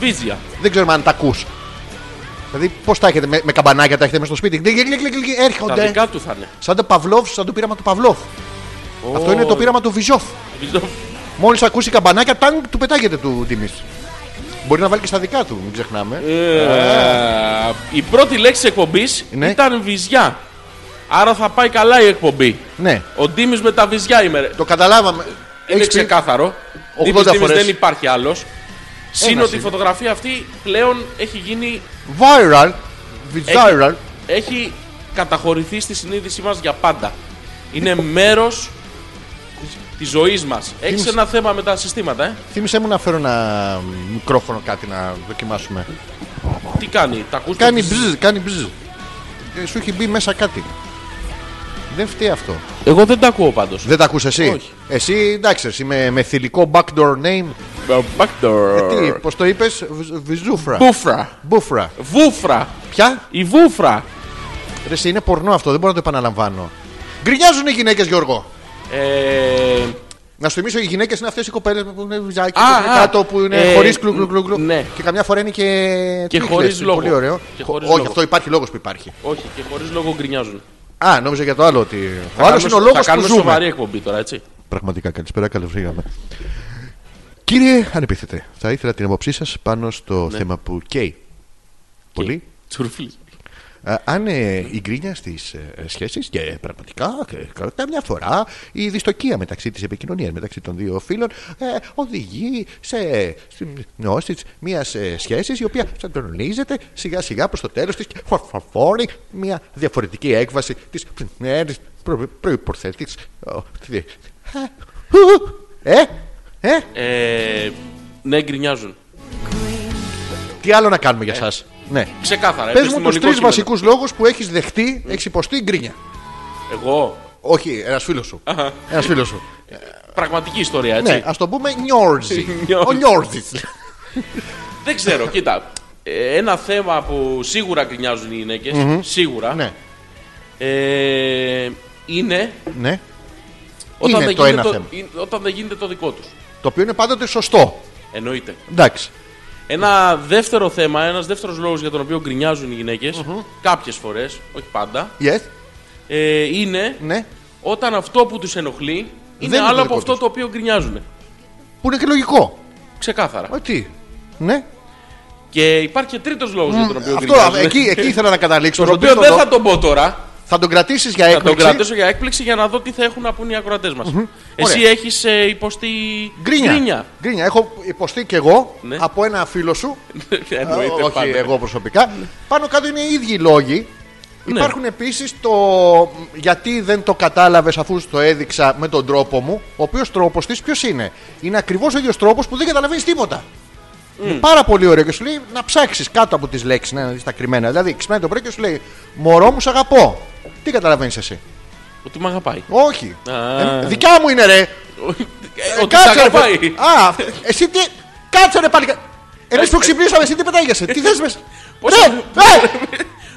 Speaker 2: Βίζια.
Speaker 1: Δεν ξέρουμε αν τα ακούς. Δηλαδή, πώς τα έχετε με, με καμπανάκια, τα έχετε μέσα στο σπίτι. Κλικ, κλικ, κλικ, κλικ,
Speaker 2: Τα
Speaker 1: Έρχονται.
Speaker 2: δικά του θα είναι.
Speaker 1: Σαν το Παυλόφ, σαν το πείραμα του Παυλόφ. Αυτό είναι το πείραμα του Βυζόφ.
Speaker 2: Βίζο-
Speaker 1: Μόλις ακούσει καμπανάκια, τάγκ, του πετάγεται του Ντίμη. Μπορεί να βάλει και στα δικά του, μην ξεχνάμε.
Speaker 2: Ε, Η πρώτη λέξη εκπομπής
Speaker 1: Ναι.
Speaker 2: ήταν βυζιά. Άρα θα πάει καλά η εκπομπή.
Speaker 1: Ναι,
Speaker 2: Ο Ντίμης με τα βυζιά είμαι. ρε.
Speaker 1: το καταλάβαμε.
Speaker 2: Είναι
Speaker 1: Έχεις πει-
Speaker 2: ξεκάθαρο.
Speaker 1: 80
Speaker 2: Ντίμης Ντίμης
Speaker 1: φορές.
Speaker 2: δεν υπάρχει άλλος. Συν
Speaker 1: Ένας
Speaker 2: ότι η
Speaker 1: είναι.
Speaker 2: φωτογραφία αυτή πλέον έχει γίνει.
Speaker 1: Viral. Viral.
Speaker 2: έχει καταχωρηθεί στη συνείδησή μας για πάντα. Είναι μέρος της ζωής μας. Έχεις
Speaker 1: Θύμισε-
Speaker 2: ένα θέμα με τα συστήματα, ε.
Speaker 1: Θύμησέ μου να φέρω ένα μικρόφωνο κάτι να δοκιμάσουμε.
Speaker 2: Τι κάνει, τα ακούς
Speaker 1: Κάνει
Speaker 2: το-
Speaker 1: μπζζ, κάνει μπζζ. ε, σου έχει μπει μέσα κάτι. Δεν φταίει αυτό.
Speaker 2: Εγώ δεν τα ακούω πάντως.
Speaker 1: Δεν τα ακούς εσύ.
Speaker 2: Όχι.
Speaker 1: Εσύ εντάξει, εσύ με, με θηλυκό backdoor name. Τι,
Speaker 2: Backdoor.
Speaker 1: πώς το είπες, Βιζούφρα.
Speaker 2: Μπούφρα.
Speaker 1: Μπούφρα.
Speaker 2: Βούφρα.
Speaker 1: Ποια?
Speaker 2: Η βούφρα.
Speaker 1: Ρε, σε είναι πορνό αυτό, δεν μπορώ να το επαναλαμβάνω. Γκρινιάζουν οι γυναίκες, Γιώργο.
Speaker 2: Ε,
Speaker 1: Να σου θυμίσω, οι γυναίκες είναι αυτές οι κοπέλες που είναι βυζάκι,
Speaker 2: Α,
Speaker 1: που είναι
Speaker 2: α,
Speaker 1: κάτω, που είναι
Speaker 2: ε,
Speaker 1: χωρίς κλου, κλου, κλου, κλου.
Speaker 2: ναι.
Speaker 1: Και καμιά φορά είναι και. τρίχλες.
Speaker 2: χωρίς
Speaker 1: Είναι
Speaker 2: λόγο.
Speaker 1: Πολύ ωραίο.
Speaker 2: Και χωρίς
Speaker 1: Όχι,
Speaker 2: λόγο.
Speaker 1: αυτό υπάρχει λόγος που υπάρχει.
Speaker 2: όχι, και χωρίς λόγο γκρινιάζουν.
Speaker 1: Α, νόμιζα για το άλλο ότι. Ο άλλος είναι ο λόγος
Speaker 2: Θα
Speaker 1: που
Speaker 2: κάνουμε
Speaker 1: ζούμε.
Speaker 2: σοβαρή εκπομπή τώρα, έτσι.
Speaker 1: Πραγματικά, καλησπέρα, καλώς ήρθατε. Κύριε Ανεπίθετε, θα ήθελα την άποψή σας πάνω στο
Speaker 2: Ναι.
Speaker 1: θέμα που καίει. Πολύ.
Speaker 2: Τσουρφλής.
Speaker 1: Α, αν ε, η γκρίνια στις σχέσεις και πραγματικά ε, κα- καμιά φορά η δυστοκία μεταξύ της επικοινωνίας μεταξύ των δύο φίλων ε, οδηγεί σε γνώση μια σχέσης η οποία σαντονίζεται σιγά σιγά προς το τέλος της και φορφόρει μια διαφορετική έκβαση της προποθέτηση. Ε, ε,
Speaker 2: Ε, ναι, γκρινιάζουν.
Speaker 1: τι άλλο να κάνουμε για σας Ναι.
Speaker 2: Ξεκάθαρα.
Speaker 1: Πες μου τους
Speaker 2: Ε. επιστημονικό
Speaker 1: τρεις
Speaker 2: κείμενο.
Speaker 1: βασικούς λόγους που έχεις δεχτεί, έχεις υποστεί γκρίνια.
Speaker 2: Εγώ.
Speaker 1: Όχι, ένας φίλος σου. Ένας φίλος σου.
Speaker 2: Πραγματική ιστορία, έτσι.
Speaker 1: ναι, ας το πούμε Νιόρζι.
Speaker 2: Νιόρζι.
Speaker 1: Ο Νιόρζις.
Speaker 2: Δεν ξέρω, κοίτα. Ε, Ένα θέμα που σίγουρα γκρινιάζουν οι γυναικες σίγουρα,
Speaker 1: ναι,
Speaker 2: ε, είναι
Speaker 1: ναι.
Speaker 2: όταν,
Speaker 1: Είναι
Speaker 2: δεν
Speaker 1: το
Speaker 2: γίνεται
Speaker 1: ένα θέμα.
Speaker 2: είναι- όταν δεν γίνεται το δικό τους.
Speaker 1: Το οποίο είναι πάντοτε σωστό.
Speaker 2: Εννοείται.
Speaker 1: Εντάξει.
Speaker 2: Ένα δεύτερο θέμα, ένας δεύτερος λόγος για τον οποίο γκρινιάζουν οι γυναικες κάποιες φορές, όχι πάντα,
Speaker 1: Yes,
Speaker 2: ε, είναι
Speaker 1: ναι.
Speaker 2: όταν αυτό που τους ενοχλεί είναι
Speaker 1: είναι το
Speaker 2: άλλο από
Speaker 1: δικό
Speaker 2: αυτό
Speaker 1: τους.
Speaker 2: το οποίο γκρινιάζουν.
Speaker 1: Που είναι και λογικό.
Speaker 2: Ξεκάθαρα.
Speaker 1: Μα τι. Ναι.
Speaker 2: Και υπάρχει και τρίτος λόγος για τον οποίο
Speaker 1: Αυτό,
Speaker 2: γκρινιάζουν.
Speaker 1: εκεί, εκεί ήθελα να καταλήξω.
Speaker 2: τον
Speaker 1: στον
Speaker 2: οποίο δεν
Speaker 1: τρίτο
Speaker 2: θα
Speaker 1: το-
Speaker 2: τον πω τώρα.
Speaker 1: θα τον κρατήσεις για
Speaker 2: Θα τον
Speaker 1: έκπληξη.
Speaker 2: κρατήσω για έκπληξη για να δω τι θα έχουν να πούν οι ακροατές μας. Εσύ
Speaker 1: Ωραία.
Speaker 2: έχεις ε, υποστεί.
Speaker 1: Γκρίνια. Γκρίνια. Έχω υποστεί κι εγώ
Speaker 2: Ναι.
Speaker 1: από ένα φίλο σου.
Speaker 2: Εννοείται
Speaker 1: όχι ε.
Speaker 2: πάντα.
Speaker 1: εγώ προσωπικά. Πάνω κάτω είναι οι ίδιοι λόγοι.
Speaker 2: Ναι.
Speaker 1: Υπάρχουν επίσης το γιατί δεν το κατάλαβες αφού σου το έδειξα με τον τρόπο μου. Ο οποίος τρόπος της ποιος είναι. Είναι ακριβώς ο ίδιος τρόπος που δεν καταλαβαίνεις τίποτα. Είναι πάρα πολύ ωραίο και σου λέει να ψάξεις κάτω από τις λέξεις, να δεις τα κρυμμένα. Δηλαδή ξυπνάει το πρωί και σου λέει Μωρό μου, σ' αγαπώ. Τι καταλαβαίνεις εσύ.
Speaker 2: Ότι μ' αγαπάει.
Speaker 1: Όχι.
Speaker 2: Α.
Speaker 1: Ε, δικιά μου είναι ρε.
Speaker 2: Ε,
Speaker 1: Ε,
Speaker 2: Ότι σ'
Speaker 1: κάτσε, ρε,
Speaker 2: αγαπάει.
Speaker 1: παι- Α, αυ- εσύ τι. Κάτσε ρε πάλι. Εμείς που ξυπνήσαμε, εσύ τι πετάγεσαι. Τι θε με.
Speaker 2: Πώς-
Speaker 1: Ρε, ε,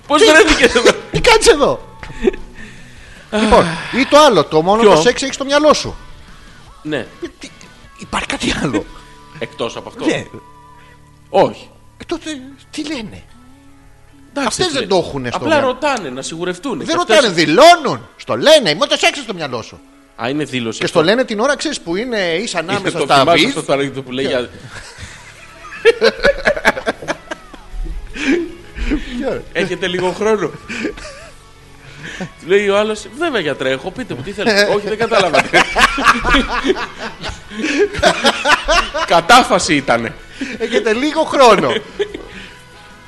Speaker 2: Πώ
Speaker 1: τι-
Speaker 2: βρέθηκες εδώ.
Speaker 1: Τι κάνεις εδώ. λοιπόν, ή το άλλο, το μόνο
Speaker 2: Ποιο?
Speaker 1: το σεξ έχεις στο μυαλό σου.
Speaker 2: Ναι,
Speaker 1: Ε, τι- Υπάρχει κάτι άλλο.
Speaker 2: εκτός από αυτό.
Speaker 1: ναι.
Speaker 2: Όχι.
Speaker 1: Ε, τότε τι λένε.
Speaker 2: Εντάξει,
Speaker 1: Αυτές
Speaker 2: τι
Speaker 1: δεν
Speaker 2: λένε.
Speaker 1: το έχουνε στο
Speaker 2: Απλά
Speaker 1: μυαλό.
Speaker 2: ρωτάνε να σιγουρευτούν.
Speaker 1: Δεν ρωτάνε, δηλώνουν. Στο λένε, μόνο το σεξ έχει στο μυαλό σου.
Speaker 2: Α, είναι δήλωση.
Speaker 1: Και στο λένε την ώρα, ξέρεις που είναι είσαι ανάμεσα
Speaker 2: Το
Speaker 1: στα
Speaker 2: θυμάσαι
Speaker 1: βυζ.
Speaker 2: αυτό το ανέκδοτο που λέει για. Έχετε λίγο χρόνο. Του λέει ο άλλος, βέβαια γιατρέ, έχω πείτε μου τι θέλετε. Όχι, δεν καταλάβατε. Κατάφαση ήταν.
Speaker 1: Έχετε λίγο χρόνο.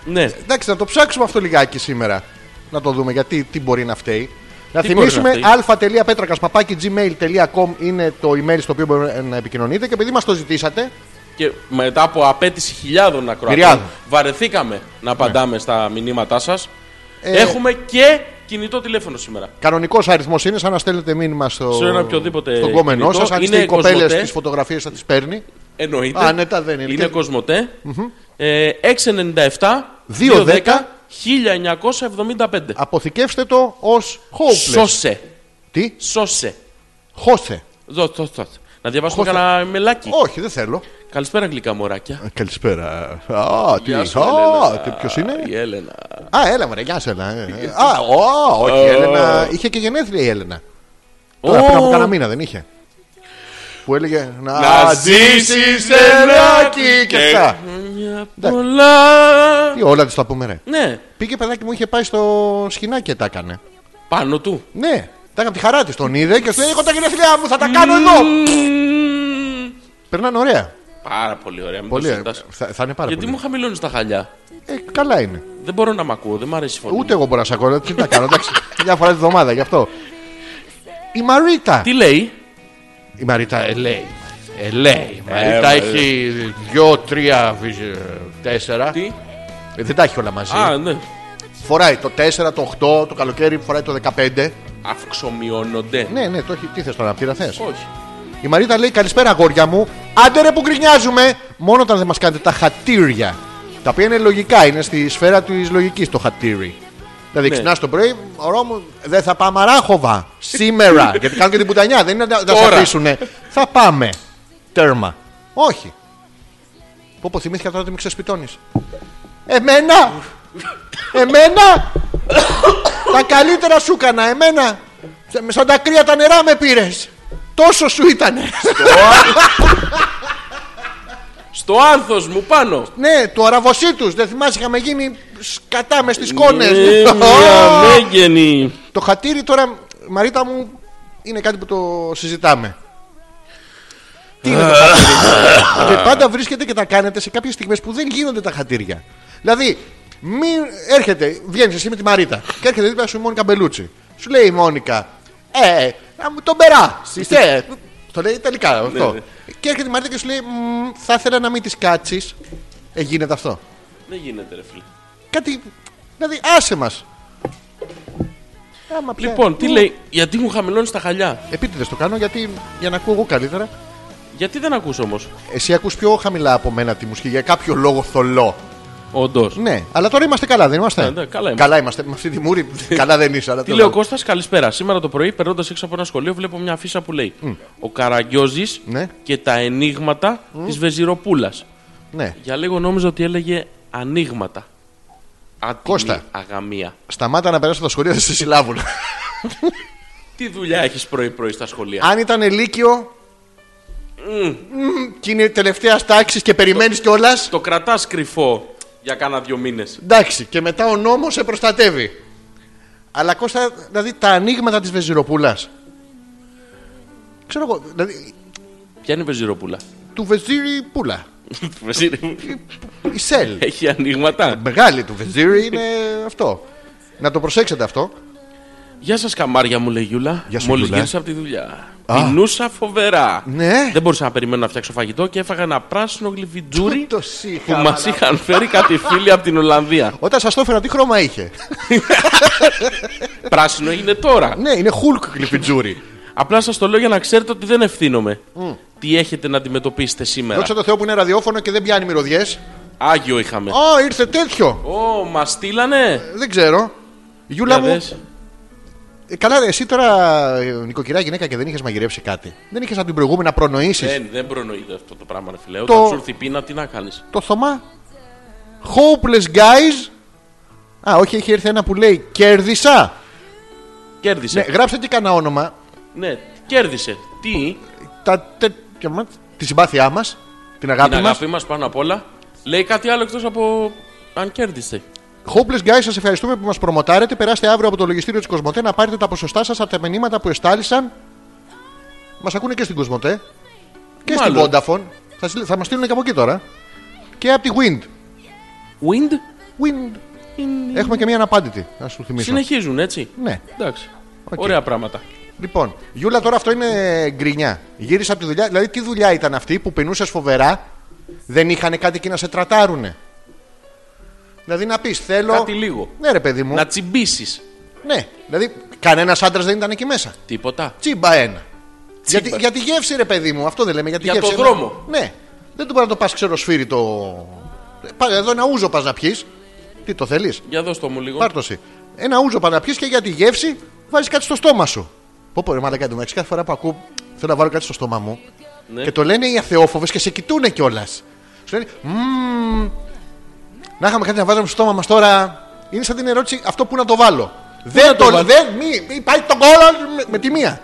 Speaker 2: Ναι,
Speaker 1: Εντάξει, να το ψάξουμε αυτό λιγάκι σήμερα. Να το δούμε γιατί τι μπορεί να φταίει. Να
Speaker 2: Τι
Speaker 1: θυμίσουμε
Speaker 2: μπορεί να
Speaker 1: α.πέτρακα.gmail.com είναι το email στο οποίο μπορείτε να επικοινωνείτε και επειδή μας το ζητήσατε,
Speaker 2: και μετά από απέτηση χιλιάδων ακροατών,
Speaker 1: Μυριάδων.
Speaker 2: βαρεθήκαμε να απαντάμε στα μηνύματά σας.
Speaker 1: ε,
Speaker 2: Έχουμε και κινητό τηλέφωνο σήμερα.
Speaker 1: Κανονικός αριθμός είναι σαν να στέλνετε μήνυμα στο,
Speaker 2: Σε ένα οποιοδήποτε
Speaker 1: στον κόμενό
Speaker 2: κινητό.
Speaker 1: σας. Αν
Speaker 2: Είναι
Speaker 1: είστε οι κοπέλες
Speaker 2: Κοσμοτέ.
Speaker 1: τι φωτογραφίε θα τις παίρνει.
Speaker 2: Εννοείται.
Speaker 1: Άνετα ναι, δεν είναι.
Speaker 2: Είναι
Speaker 1: Και-
Speaker 2: Κοσμοτέ. Ε, 697
Speaker 1: 210,
Speaker 2: 1975.
Speaker 1: Αποθηκεύστε το ως hopeless.
Speaker 2: Σώσε.
Speaker 1: Τι,
Speaker 2: Σώσε.
Speaker 1: χώσε.
Speaker 2: Δω, δω, δω. Να διαβάσουμε
Speaker 1: Χώστε.
Speaker 2: κανένα μελάκι.
Speaker 1: Όχι, δεν θέλω.
Speaker 2: Καλησπέρα, γλυκά μωράκια.
Speaker 1: Ε, Καλησπέρα. Α, τι,
Speaker 2: Γεια σου,
Speaker 1: α,
Speaker 2: Έλενα.
Speaker 1: τι ποιος είναι.
Speaker 2: Η Έλενα.
Speaker 1: Α, έλα, μωρέ, γεια σου, έλα. Ε, Α, ω, όχι, η
Speaker 2: Ε,
Speaker 1: Έλενα. Είχε και γενέθλια η Έλενα. Τώρα
Speaker 2: Ω.
Speaker 1: πριν από κανένα μήνα δεν είχε. Που έλεγε Να,
Speaker 2: Να
Speaker 1: ζήσεις
Speaker 2: ζήσεις
Speaker 1: ελάκι και
Speaker 2: και-
Speaker 1: αυτά.
Speaker 2: Μια πολλά.
Speaker 1: Τι όλα της τα πούμε, ρε.
Speaker 2: Ναι,
Speaker 1: Πήγε παιδάκι μου, είχε πάει στο σκηνάκι και τα έκανε.
Speaker 2: πάνω του.
Speaker 1: Ναι, τα έκανε από τη χαρά της. Τον είδε και σου λέει: Έχω τα γενέθλιά μου, θα τα κάνω εδώ.
Speaker 2: Μμμ.
Speaker 1: Περνάνε ωραία.
Speaker 2: Πάρα πολύ ωραία. Μην
Speaker 1: Πολύ
Speaker 2: το
Speaker 1: ωραία.
Speaker 2: συζητάς.
Speaker 1: Θα, θα είναι πάρα
Speaker 2: Γιατί
Speaker 1: πολύ.
Speaker 2: μου χαμηλώνεις τα χαλιά.
Speaker 1: Ε, καλά είναι.
Speaker 2: Δεν μπορώ να μ' ακούω, δεν μ' αρέσει η φωνή.
Speaker 1: Ούτε εγώ μπορώ να σε ακούω. Τι να κάνω, εντάξει. Μια φορά τη βδομάδα γι' αυτό. Η Μαρίτα.
Speaker 2: Τι λέει,
Speaker 1: Η Μαρίτα ε, λέει. Ε, λέει. Η
Speaker 2: Ε,
Speaker 1: Μαρίτα
Speaker 2: μα-
Speaker 1: έχει δυο, τρία, βυζ- τέσσερα.
Speaker 2: τι.
Speaker 1: Ε, δεν τα έχει όλα μαζί.
Speaker 2: Α, ναι.
Speaker 1: Φοράει το 4, το 8, το καλοκαίρι φοράει το 15.
Speaker 2: Αυξομειώνονται.
Speaker 1: Ναι, ναι, το έχει. Τι θες τώρα, πήρα θε.
Speaker 2: Όχι.
Speaker 1: Η Μαρίτα λέει καλησπέρα αγόρια μου. Άντε ρε που γκρινιάζουμε! Μόνο όταν δεν μας κάνετε τα χατήρια. Τα οποία είναι λογικά, είναι στη σφαίρα της λογικής το χατήρι. Δηλαδή
Speaker 2: Ναι.
Speaker 1: ξυπνάς το πρωί, ωραίο μου, δεν θα πάμε αράχοβα σήμερα. γιατί κάνουν και την πουτανιά, δεν είναι να τα
Speaker 2: Τώρα.
Speaker 1: αφήσουνε. θα πάμε. Τέρμα. Όχι. Πω πω θυμήθηκα τώρα ότι με ξεσπιτώνεις. Εμένα! εμένα! τα καλύτερα σου έκανα, εμένα! Σα- Σαν τα κρύα τα νερά με πήρες! Τόσο σου ήτανε!
Speaker 2: Στο άνθος μου πάνω.
Speaker 1: ναι, του αραβοσί του. Δεν θυμάσαι, είχαμε γίνει σκατά μες στις κόνες.
Speaker 2: Ε, μια μέγενη.
Speaker 1: το χατήρι τώρα, Μαρίτα μου, είναι κάτι που το συζητάμε. Τι είναι το χατήρι. και πάντα βρίσκεται και τα κάνετε σε κάποιες στιγμές που δεν γίνονται τα χατήρια. Δηλαδή, μην έρχεται, βγαίνεις εσύ με τη Μαρίτα και έρχεται δίπλα σου η Μόνικα Μπελούτσι. Σου λέει η Μόνικα, Ε, να μου τον περά. Ε, το λέει τελικά αυτό.
Speaker 2: ναι.
Speaker 1: Και έρχεται η Μαρίτα και σου λέει, «Μμ, Θα ήθελα να μην της κάτσεις. Ε, γίνεται αυτό.
Speaker 2: Δεν γίνεται ρε φίλε.
Speaker 1: Κάτι. Δηλαδή, άσε μας.
Speaker 2: Λοιπόν,
Speaker 1: Ναι.
Speaker 2: τι λέει, γιατί μου χαμηλώνεις τα χαλιά.
Speaker 1: Επίτηδες το κάνω γιατί για να ακούω εγώ καλύτερα.
Speaker 2: Γιατί δεν ακούς όμως.
Speaker 1: Εσύ ακούς πιο χαμηλά από μένα τη μουσική για κάποιο λόγο θολό.
Speaker 2: Όντως.
Speaker 1: Ναι, αλλά τώρα είμαστε καλά, δεν είμαστε.
Speaker 2: Ναι, ναι, καλά είμαστε.
Speaker 1: καλά είμαστε. Με αυτή τη μούρη καλά δεν είσαι. Αλλά
Speaker 2: Τι
Speaker 1: τέλος.
Speaker 2: λέει ο Κώστας, καλησπέρα. Σήμερα το πρωί, περνώντας έξω από ένα σχολείο, βλέπω μια αφίσα που λέει Ο Καραγκιόζης
Speaker 1: Ναι.
Speaker 2: και τα ενίγματα της Βεζιροπούλας.
Speaker 1: Ναι,
Speaker 2: Για λίγο νόμιζα ότι έλεγε ανοίγματα. Άτιμη
Speaker 1: Κώστα.
Speaker 2: Αγαμία.
Speaker 1: σταμάτα να περάσω τα σχολεία, δεν σε συλλάβουν.
Speaker 2: Τι δουλειά έχεις πρωί-πρωί στα σχολεία.
Speaker 1: Αν ήταν λύκειο. μμ, και είναι τελευταία τάξη και περιμένεις κιόλας.
Speaker 2: Το κρατάς κρυφό για κάνα δύο μήνες.
Speaker 1: Εντάξει, και μετά ο νόμος σε προστατεύει. Αλλά Κώστα, δηλαδή τα ανοίγματα της Βεζιροπούλας. Ξέρω εγώ, δηλαδή
Speaker 2: Ποια είναι η Βεζιροπούλα.
Speaker 1: του Βεζίρι Πούλα.
Speaker 2: Βεζίρι-
Speaker 1: Η Σέλ.
Speaker 2: έχει ανοίγματα.
Speaker 1: Μεγάλη του Βεζίρι είναι αυτό. Να το προσέξετε αυτό.
Speaker 2: Γεια σας, καμάρια μου, λέει η Γιούλα.
Speaker 1: Γεια σου,
Speaker 2: Μόλις
Speaker 1: Γιούλα.
Speaker 2: γύρισα από τη δουλειά. Πεινούσα φοβερά.
Speaker 1: Ναι.
Speaker 2: Δεν μπορούσα να περιμένω να φτιάξω φαγητό και έφαγα ένα πράσινο γλυφιτζούρι
Speaker 1: Το
Speaker 2: που
Speaker 1: σύγχαμα.
Speaker 2: μας είχαν φέρει κάτι φίλοι από την Ολλανδία.
Speaker 1: Όταν σας το έφερα, τι χρώμα είχε.
Speaker 2: Πράσινο είναι τώρα.
Speaker 1: ναι, είναι Hulk
Speaker 2: Ναι.
Speaker 1: κλειφιτζούρι.
Speaker 2: Απλά σας το λέω για να ξέρετε ότι δεν ευθύνομαι. Τι έχετε να αντιμετωπίσετε σήμερα.
Speaker 1: Δόξα τω Θεώ που είναι ραδιόφωνο και δεν πιάνει μυρωδιές.
Speaker 2: Άγιο είχαμε.
Speaker 1: Α, ήρθε τέτοιο.
Speaker 2: Ω, μας στείλανε.
Speaker 1: Δεν ξέρω. Γιούλα
Speaker 2: Για
Speaker 1: μου,
Speaker 2: δες.
Speaker 1: ε, καλά, ρε, εσύ τώρα ε, νοικοκυρά γυναίκα και δεν είχες μαγειρέψει κάτι. Δεν είχες από την προηγούμενα προνοήσεις.
Speaker 2: Δεν, δεν προνοείται αυτό το πράγμα, ρε φίλε.
Speaker 1: Το-
Speaker 2: Όταν σου έρθει η πείνα, τι να κάνεις.
Speaker 1: το Θωμά. Hopeless guys. Α, όχι, έχει έρθει ένα που λέει Κέρδισα. Ναι,
Speaker 2: Κέρδισε.
Speaker 1: γράψτε και κανένα όνομα.
Speaker 2: Ναι. κέρδισε. Τι,
Speaker 1: Τα τέτοια μας, τη συμπάθειά μας, την αγάπη,
Speaker 2: την
Speaker 1: μας.
Speaker 2: αγάπη μας πάνω απ' όλα. Λέει κάτι άλλο εκτός από αν κέρδισε.
Speaker 1: Hopeless guys, σας ευχαριστούμε που μας προμοτάρετε. Περάστε αύριο από το λογιστήριο της Κοσμοτέ να πάρετε τα ποσοστά σας από τα μηνύματα που εστάλησαν. Μας ακούνε και στην Κοσμοτέ. Και
Speaker 2: Μάλλον.
Speaker 1: στην Vodafone. Θα, συλλε- θα μας στείλουν και από εκεί τώρα. Και από τη Wind.
Speaker 2: Wind.
Speaker 1: Wind. Έχουμε και μία αναπάντητη, να σου θυμίσω.
Speaker 2: Συνεχίζουν έτσι.
Speaker 1: Ναι.
Speaker 2: Εντάξει. Ωραία πράγματα.
Speaker 1: Λοιπόν, Γιούλα, τώρα αυτό είναι γκρινιά. Γύρισα από τη δουλειά. Δηλαδή, τι δουλειά ήταν αυτή που πεινούσες φοβερά, δεν είχαν κάτι εκεί να σε τρατάρουνε. Δηλαδή, να πεις, θέλω.
Speaker 2: Κάτι λίγο.
Speaker 1: Ναι, ρε παιδί μου.
Speaker 2: Να τσιμπήσεις.
Speaker 1: Ναι, δηλαδή, κανένας άντρας δεν ήταν εκεί μέσα.
Speaker 2: Τίποτα.
Speaker 1: Τσίμπα ένα. Γιατί, για τη γεύση, ρε παιδί μου, αυτό δεν λέμε. Για, τη
Speaker 2: Για
Speaker 1: γεύση,
Speaker 2: το
Speaker 1: ένα-
Speaker 2: δρόμο.
Speaker 1: Ναι. Δεν του μπορεί να το πας ξεροσφύρι το. Πα, εδώ ένα ούζο πας να πιεις. Τι το θέλεις.
Speaker 2: Για δώστο μου λίγο.
Speaker 1: Πάρτωση. Ένα ούζο πας να πιεις και για τη γεύση βάζεις κάτι στο στόμα σου. Πω πω ρε μαλακά, το κάθε φορά που ακούω θέλω να βάλω κάτι στο στόμα μου
Speaker 2: Ναι.
Speaker 1: και το λένε οι αθεόφοβες και σε κοιτούνε κιόλας. Σου λένε «Μμμ, να είχαμε κάτι να βάζαμε στο στόμα μας τώρα. Είναι σαν την ερώτηση αυτό που να το βάλω. δεν
Speaker 2: το
Speaker 1: το,
Speaker 2: βάλω?
Speaker 1: δεν, μη, μη πάει τον κόλλο με, με τη μία.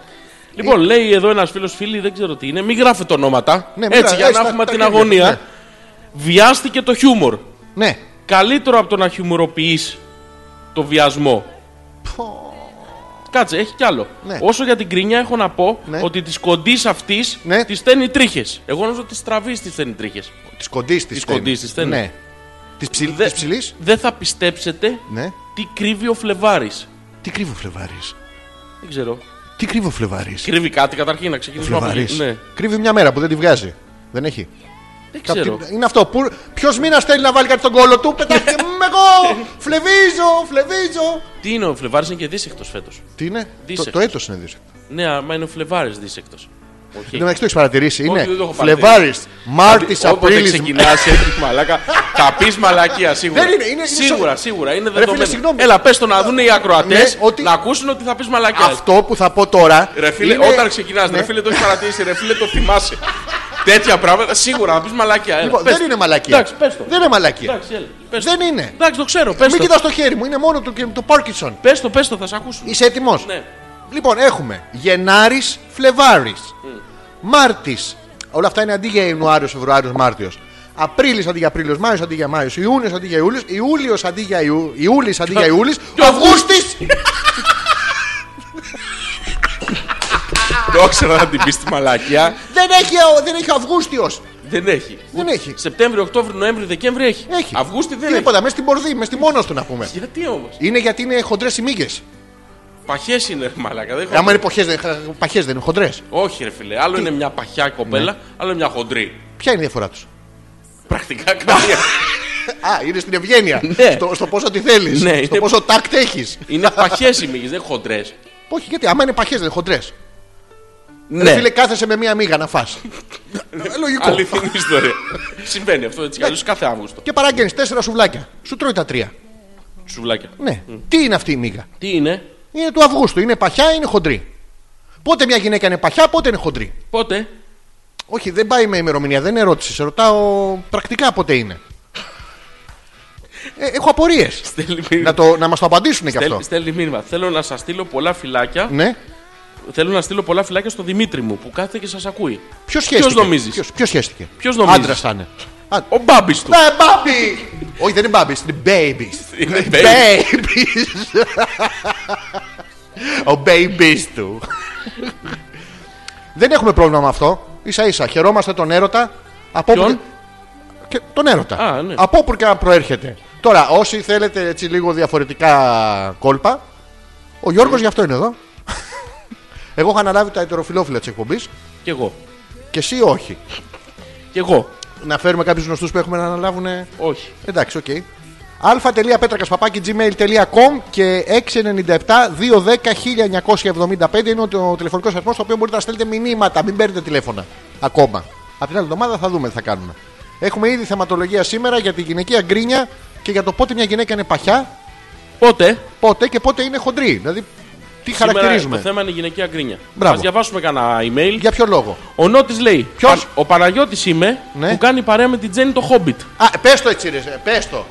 Speaker 2: Λοιπόν,
Speaker 1: Ε.
Speaker 2: λέει εδώ ένας φίλος φίλη, δεν ξέρω τι είναι, μην γράφετε ονόματα.
Speaker 1: Ναι, μην γράφετε,
Speaker 2: έτσι, για να
Speaker 1: τα-
Speaker 2: έχουμε
Speaker 1: τα
Speaker 2: την
Speaker 1: ίδια,
Speaker 2: αγωνία.
Speaker 1: ναι.
Speaker 2: Βιάστηκε το χιούμορ.
Speaker 1: Ναι.
Speaker 2: Καλύτερο από το να χιουμοροποιείς το βιασμό. Κάτσε, έχει κι άλλο.
Speaker 1: Ναι.
Speaker 2: Όσο για την κρίνια, έχω να πω
Speaker 1: Ναι.
Speaker 2: ότι της κοντής αυτής
Speaker 1: Ναι.
Speaker 2: της στέλνει τρίχες. Εγώ νομίζω ότι της τραβής της στέλνει τρίχες.
Speaker 1: Της κοντής της.
Speaker 2: Της κοντής της στέλνει.
Speaker 1: Ναι. Της ψηλή.
Speaker 2: Δε-
Speaker 1: ψηλής.
Speaker 2: Δεν θα πιστέψετε
Speaker 1: Ναι.
Speaker 2: τι κρύβει ο Φλεβάρης.
Speaker 1: Τι κρύβω φλεβάρι.
Speaker 2: Δεν ξέρω.
Speaker 1: Τι κρύβω φλεβάρι.
Speaker 2: Κρύβει κάτι καταρχήν, να ξεκινήσουμε από
Speaker 1: Φλεβάρι.
Speaker 2: εκεί. Ναι.
Speaker 1: Κρύβει μια μέρα που δεν τη βγάζει. Δεν έχει.
Speaker 2: Δεν ξέρω.
Speaker 1: Κάποιο- Είναι αυτό. Ποιος μήνας θέλει να βάλει κάτι στον κόλο του, πετάχτε είμαι εγώ! Φλεβίζω, φλεβίζω!
Speaker 2: Τι είναι ο Φλεβάρης, είναι και δύσεκτο φέτος.
Speaker 1: Τι είναι, το,
Speaker 2: Δίσεκτος.
Speaker 1: το έτος είναι δύσκολο.
Speaker 2: Ναι, άμα είναι ο Φλεβάρης δύσεκτο. Όχι.
Speaker 1: Εν τω μεταξύ το έχεις παρατηρήσει. Είναι
Speaker 2: δεν το έχω
Speaker 1: Φλεβάρης, Μάρτης,
Speaker 2: Όποτε
Speaker 1: Απρίλης.
Speaker 2: ξεκινάς έτσι, μαλάκα, θα πεις μαλακία σίγουρα.
Speaker 1: Δεν είναι, είναι- είναι
Speaker 2: σίγουρα,
Speaker 1: σο-
Speaker 2: σίγουρα. Είναι
Speaker 1: φίλε,
Speaker 2: δεδομένο.
Speaker 1: συγγνώμη.
Speaker 2: Έλα, πες το να δουν οι ακροατές
Speaker 1: Ναι, ότι-
Speaker 2: να ακούσουν ότι θα πεις μαλακία.
Speaker 1: Αυτό που θα πω τώρα.
Speaker 2: Ρε φίλε,
Speaker 1: είναι-
Speaker 2: όταν ξεκινάς,
Speaker 1: Ναι.
Speaker 2: ρε φίλε, το έχεις παρατηρήσει, ρε φίλε, το θυμάσαι. Τέτοια πράγματα σίγουρα θα πεις μαλακία. Έλα,
Speaker 1: Λοιπόν,
Speaker 2: πες
Speaker 1: δεν
Speaker 2: το.
Speaker 1: είναι μαλακία.
Speaker 2: Εντάξει, πες το.
Speaker 1: Δεν είναι μαλακία.
Speaker 2: Εντάξει, έλα, πες
Speaker 1: Δεν
Speaker 2: το.
Speaker 1: είναι.
Speaker 2: Εντάξει, το ξέρω, πες
Speaker 1: Μην
Speaker 2: το.
Speaker 1: κοιτάς το χέρι μου, είναι μόνο του και το Πάρκινσον.
Speaker 2: Πες το, πες το, θα σε ακούσουν.
Speaker 1: Είσαι έτοιμος.
Speaker 2: Ναι.
Speaker 1: Λοιπόν, έχουμε Γενάρης, Φλεβάρης,
Speaker 2: Mm.
Speaker 1: Μάρτης. Όλα αυτά είναι αντί για Ιανουάριος, Φεβρουάριος, Μάρτιος. Απρίλης αντί για Απρίλιος, Μάιος αντί για Μάιος, Ιούνιος αντί για Ιούλιος, Ιούλιος αντί για Ιού, Ιούλης αντί για Ιούλη,
Speaker 2: Και ο
Speaker 1: Αυγούστης!
Speaker 2: Το ξέρω να την πεις τη μαλακία.
Speaker 1: δεν έχει, ο- δεν έχει Αυγούστιος!
Speaker 2: Δεν έχει.
Speaker 1: Δεν έχει.
Speaker 2: Σεπτέμβριο, Οκτώβριο, Νοέμβριο, Δεκέμβριο έχει.
Speaker 1: Έχει.
Speaker 2: Αυγούστη δεν έχει.
Speaker 1: Τίποτα, μες στην πορδί, μες στη μόνος του να πούμε.
Speaker 2: Γιατί όμως.
Speaker 1: Είναι γιατί είναι χοντρές οι μύγες.
Speaker 2: Παχές είναι, ρε μαλακά. Δεν έχω-
Speaker 1: Άμα είναι παχέ, δεν, παχές δεν είναι χοντρές.
Speaker 2: Όχι, ρε φίλε. Άλλο είναι μια παχιά
Speaker 1: Ναι.
Speaker 2: κοπέλα, άλλο είναι μια χοντρή.
Speaker 1: Ποια είναι η διαφορά τους.
Speaker 2: Πρακτικά καμία.
Speaker 1: Α, είναι στην ευγένεια.
Speaker 2: Ναι.
Speaker 1: στο, στο πόσο τη θέλεις.
Speaker 2: Ναι,
Speaker 1: στο
Speaker 2: είναι-
Speaker 1: πόσο τάκτ έχεις.
Speaker 2: είναι παχές οι μύγες, δεν χοντρές.
Speaker 1: Όχι, γιατί άμα είναι παχές δεν είναι χοντρές.
Speaker 2: Ναι.
Speaker 1: Φίλε, κάθεσαι με μία μίγα να φά. Λογικό.
Speaker 2: Αληθινή ιστορία. Συμβαίνει αυτό έτσι κι αλλιώς κάθε Αύγουστο.
Speaker 1: Και παράγγενει τέσσερα σουβλάκια. Σου τρώει τα τρία.
Speaker 2: Σουβλάκια.
Speaker 1: Ναι. Τι είναι αυτή η μίγα.
Speaker 2: Τι είναι,
Speaker 1: Είναι του Αυγούστου. Είναι παχιά, είναι χοντρή. Πότε μια γυναίκα είναι παχιά, πότε είναι χοντρή.
Speaker 2: πότε.
Speaker 1: Όχι, δεν πάει με ημερομηνία, δεν είναι ερώτηση. Σε ρωτάω πρακτικά πότε είναι. Ε, έχω απορίες.
Speaker 2: Στέλνει μήνυμα.
Speaker 1: να το, να μας το απαντήσουν και αυτό.
Speaker 2: Στέλνει- Στέλνει μήνυμα. Θέλω να σας στείλω πολλά φυλάκια.
Speaker 1: Ναι.
Speaker 2: Θέλω να στείλω πολλά φυλάκια στο Δημήτρη μου που κάθεται και σας ακούει.
Speaker 1: Ποιος σχέστηκε.
Speaker 2: νομίζεις?
Speaker 1: Ποιος- ποιος σχέστηκε.
Speaker 2: Ποιος νομίζεις?
Speaker 1: Άντρας θα είναι. Α,
Speaker 2: Ο μπάμπης του.
Speaker 1: Ναι, μπάμπι! Όχι, δεν είναι μπάμπι, είναι baby.
Speaker 2: Είναι
Speaker 1: babies. Ο babies του. Δεν έχουμε πρόβλημα με αυτό. σα ίσα χαιρόμαστε τον έρωτα. Από όπου
Speaker 2: Ποιον?
Speaker 1: Και τον έρωτα.
Speaker 2: Α, ναι.
Speaker 1: Από όπου και να προέρχεται. Τώρα, όσοι θέλετε έτσι λίγο διαφορετικά κόλπα, ο Γιώργος γι' αυτό είναι εδώ. Εγώ είχα αναλάβει τα ετεροφιλόφιλα της εκπομπής
Speaker 2: Κι εγώ.
Speaker 1: και εσύ όχι.
Speaker 2: Κι εγώ.
Speaker 1: Να φέρουμε κάποιους γνωστούς που έχουμε να αναλάβουν
Speaker 2: Όχι.
Speaker 1: Εντάξει, οκ. Okay. αλφα.πέτρακα.gmail.com και 697-210-1975 είναι το τηλεφωνικό αριθμό στο οποίο μπορείτε να στέλνετε μηνύματα. Μην παίρνετε τηλέφωνα ακόμα. Από την άλλη εβδομάδα θα δούμε τι θα κάνουμε. Έχουμε ήδη θεματολογία σήμερα για τη γυναικεία γκρίνια και για το πότε μια γυναίκα είναι παχιά,
Speaker 2: Πότε.
Speaker 1: πότε και πότε είναι χοντρή. Δηλαδή, τι χαρακτηρίζουμε.
Speaker 2: Σήμερα Το θέμα είναι η γυναικεία γκρίνια.
Speaker 1: Μπράβο.
Speaker 2: Ας διαβάσουμε κανένα email.
Speaker 1: Για ποιο λόγο.
Speaker 2: Ο Νότης λέει:
Speaker 1: Ποιος?
Speaker 2: «Πα- Ο Παναγιώτης είμαι
Speaker 1: Ναι.
Speaker 2: που κάνει παρέα με την Τζέννη το Χόμπιτ.
Speaker 1: Α, πες το έτσι, ρε. Πες το.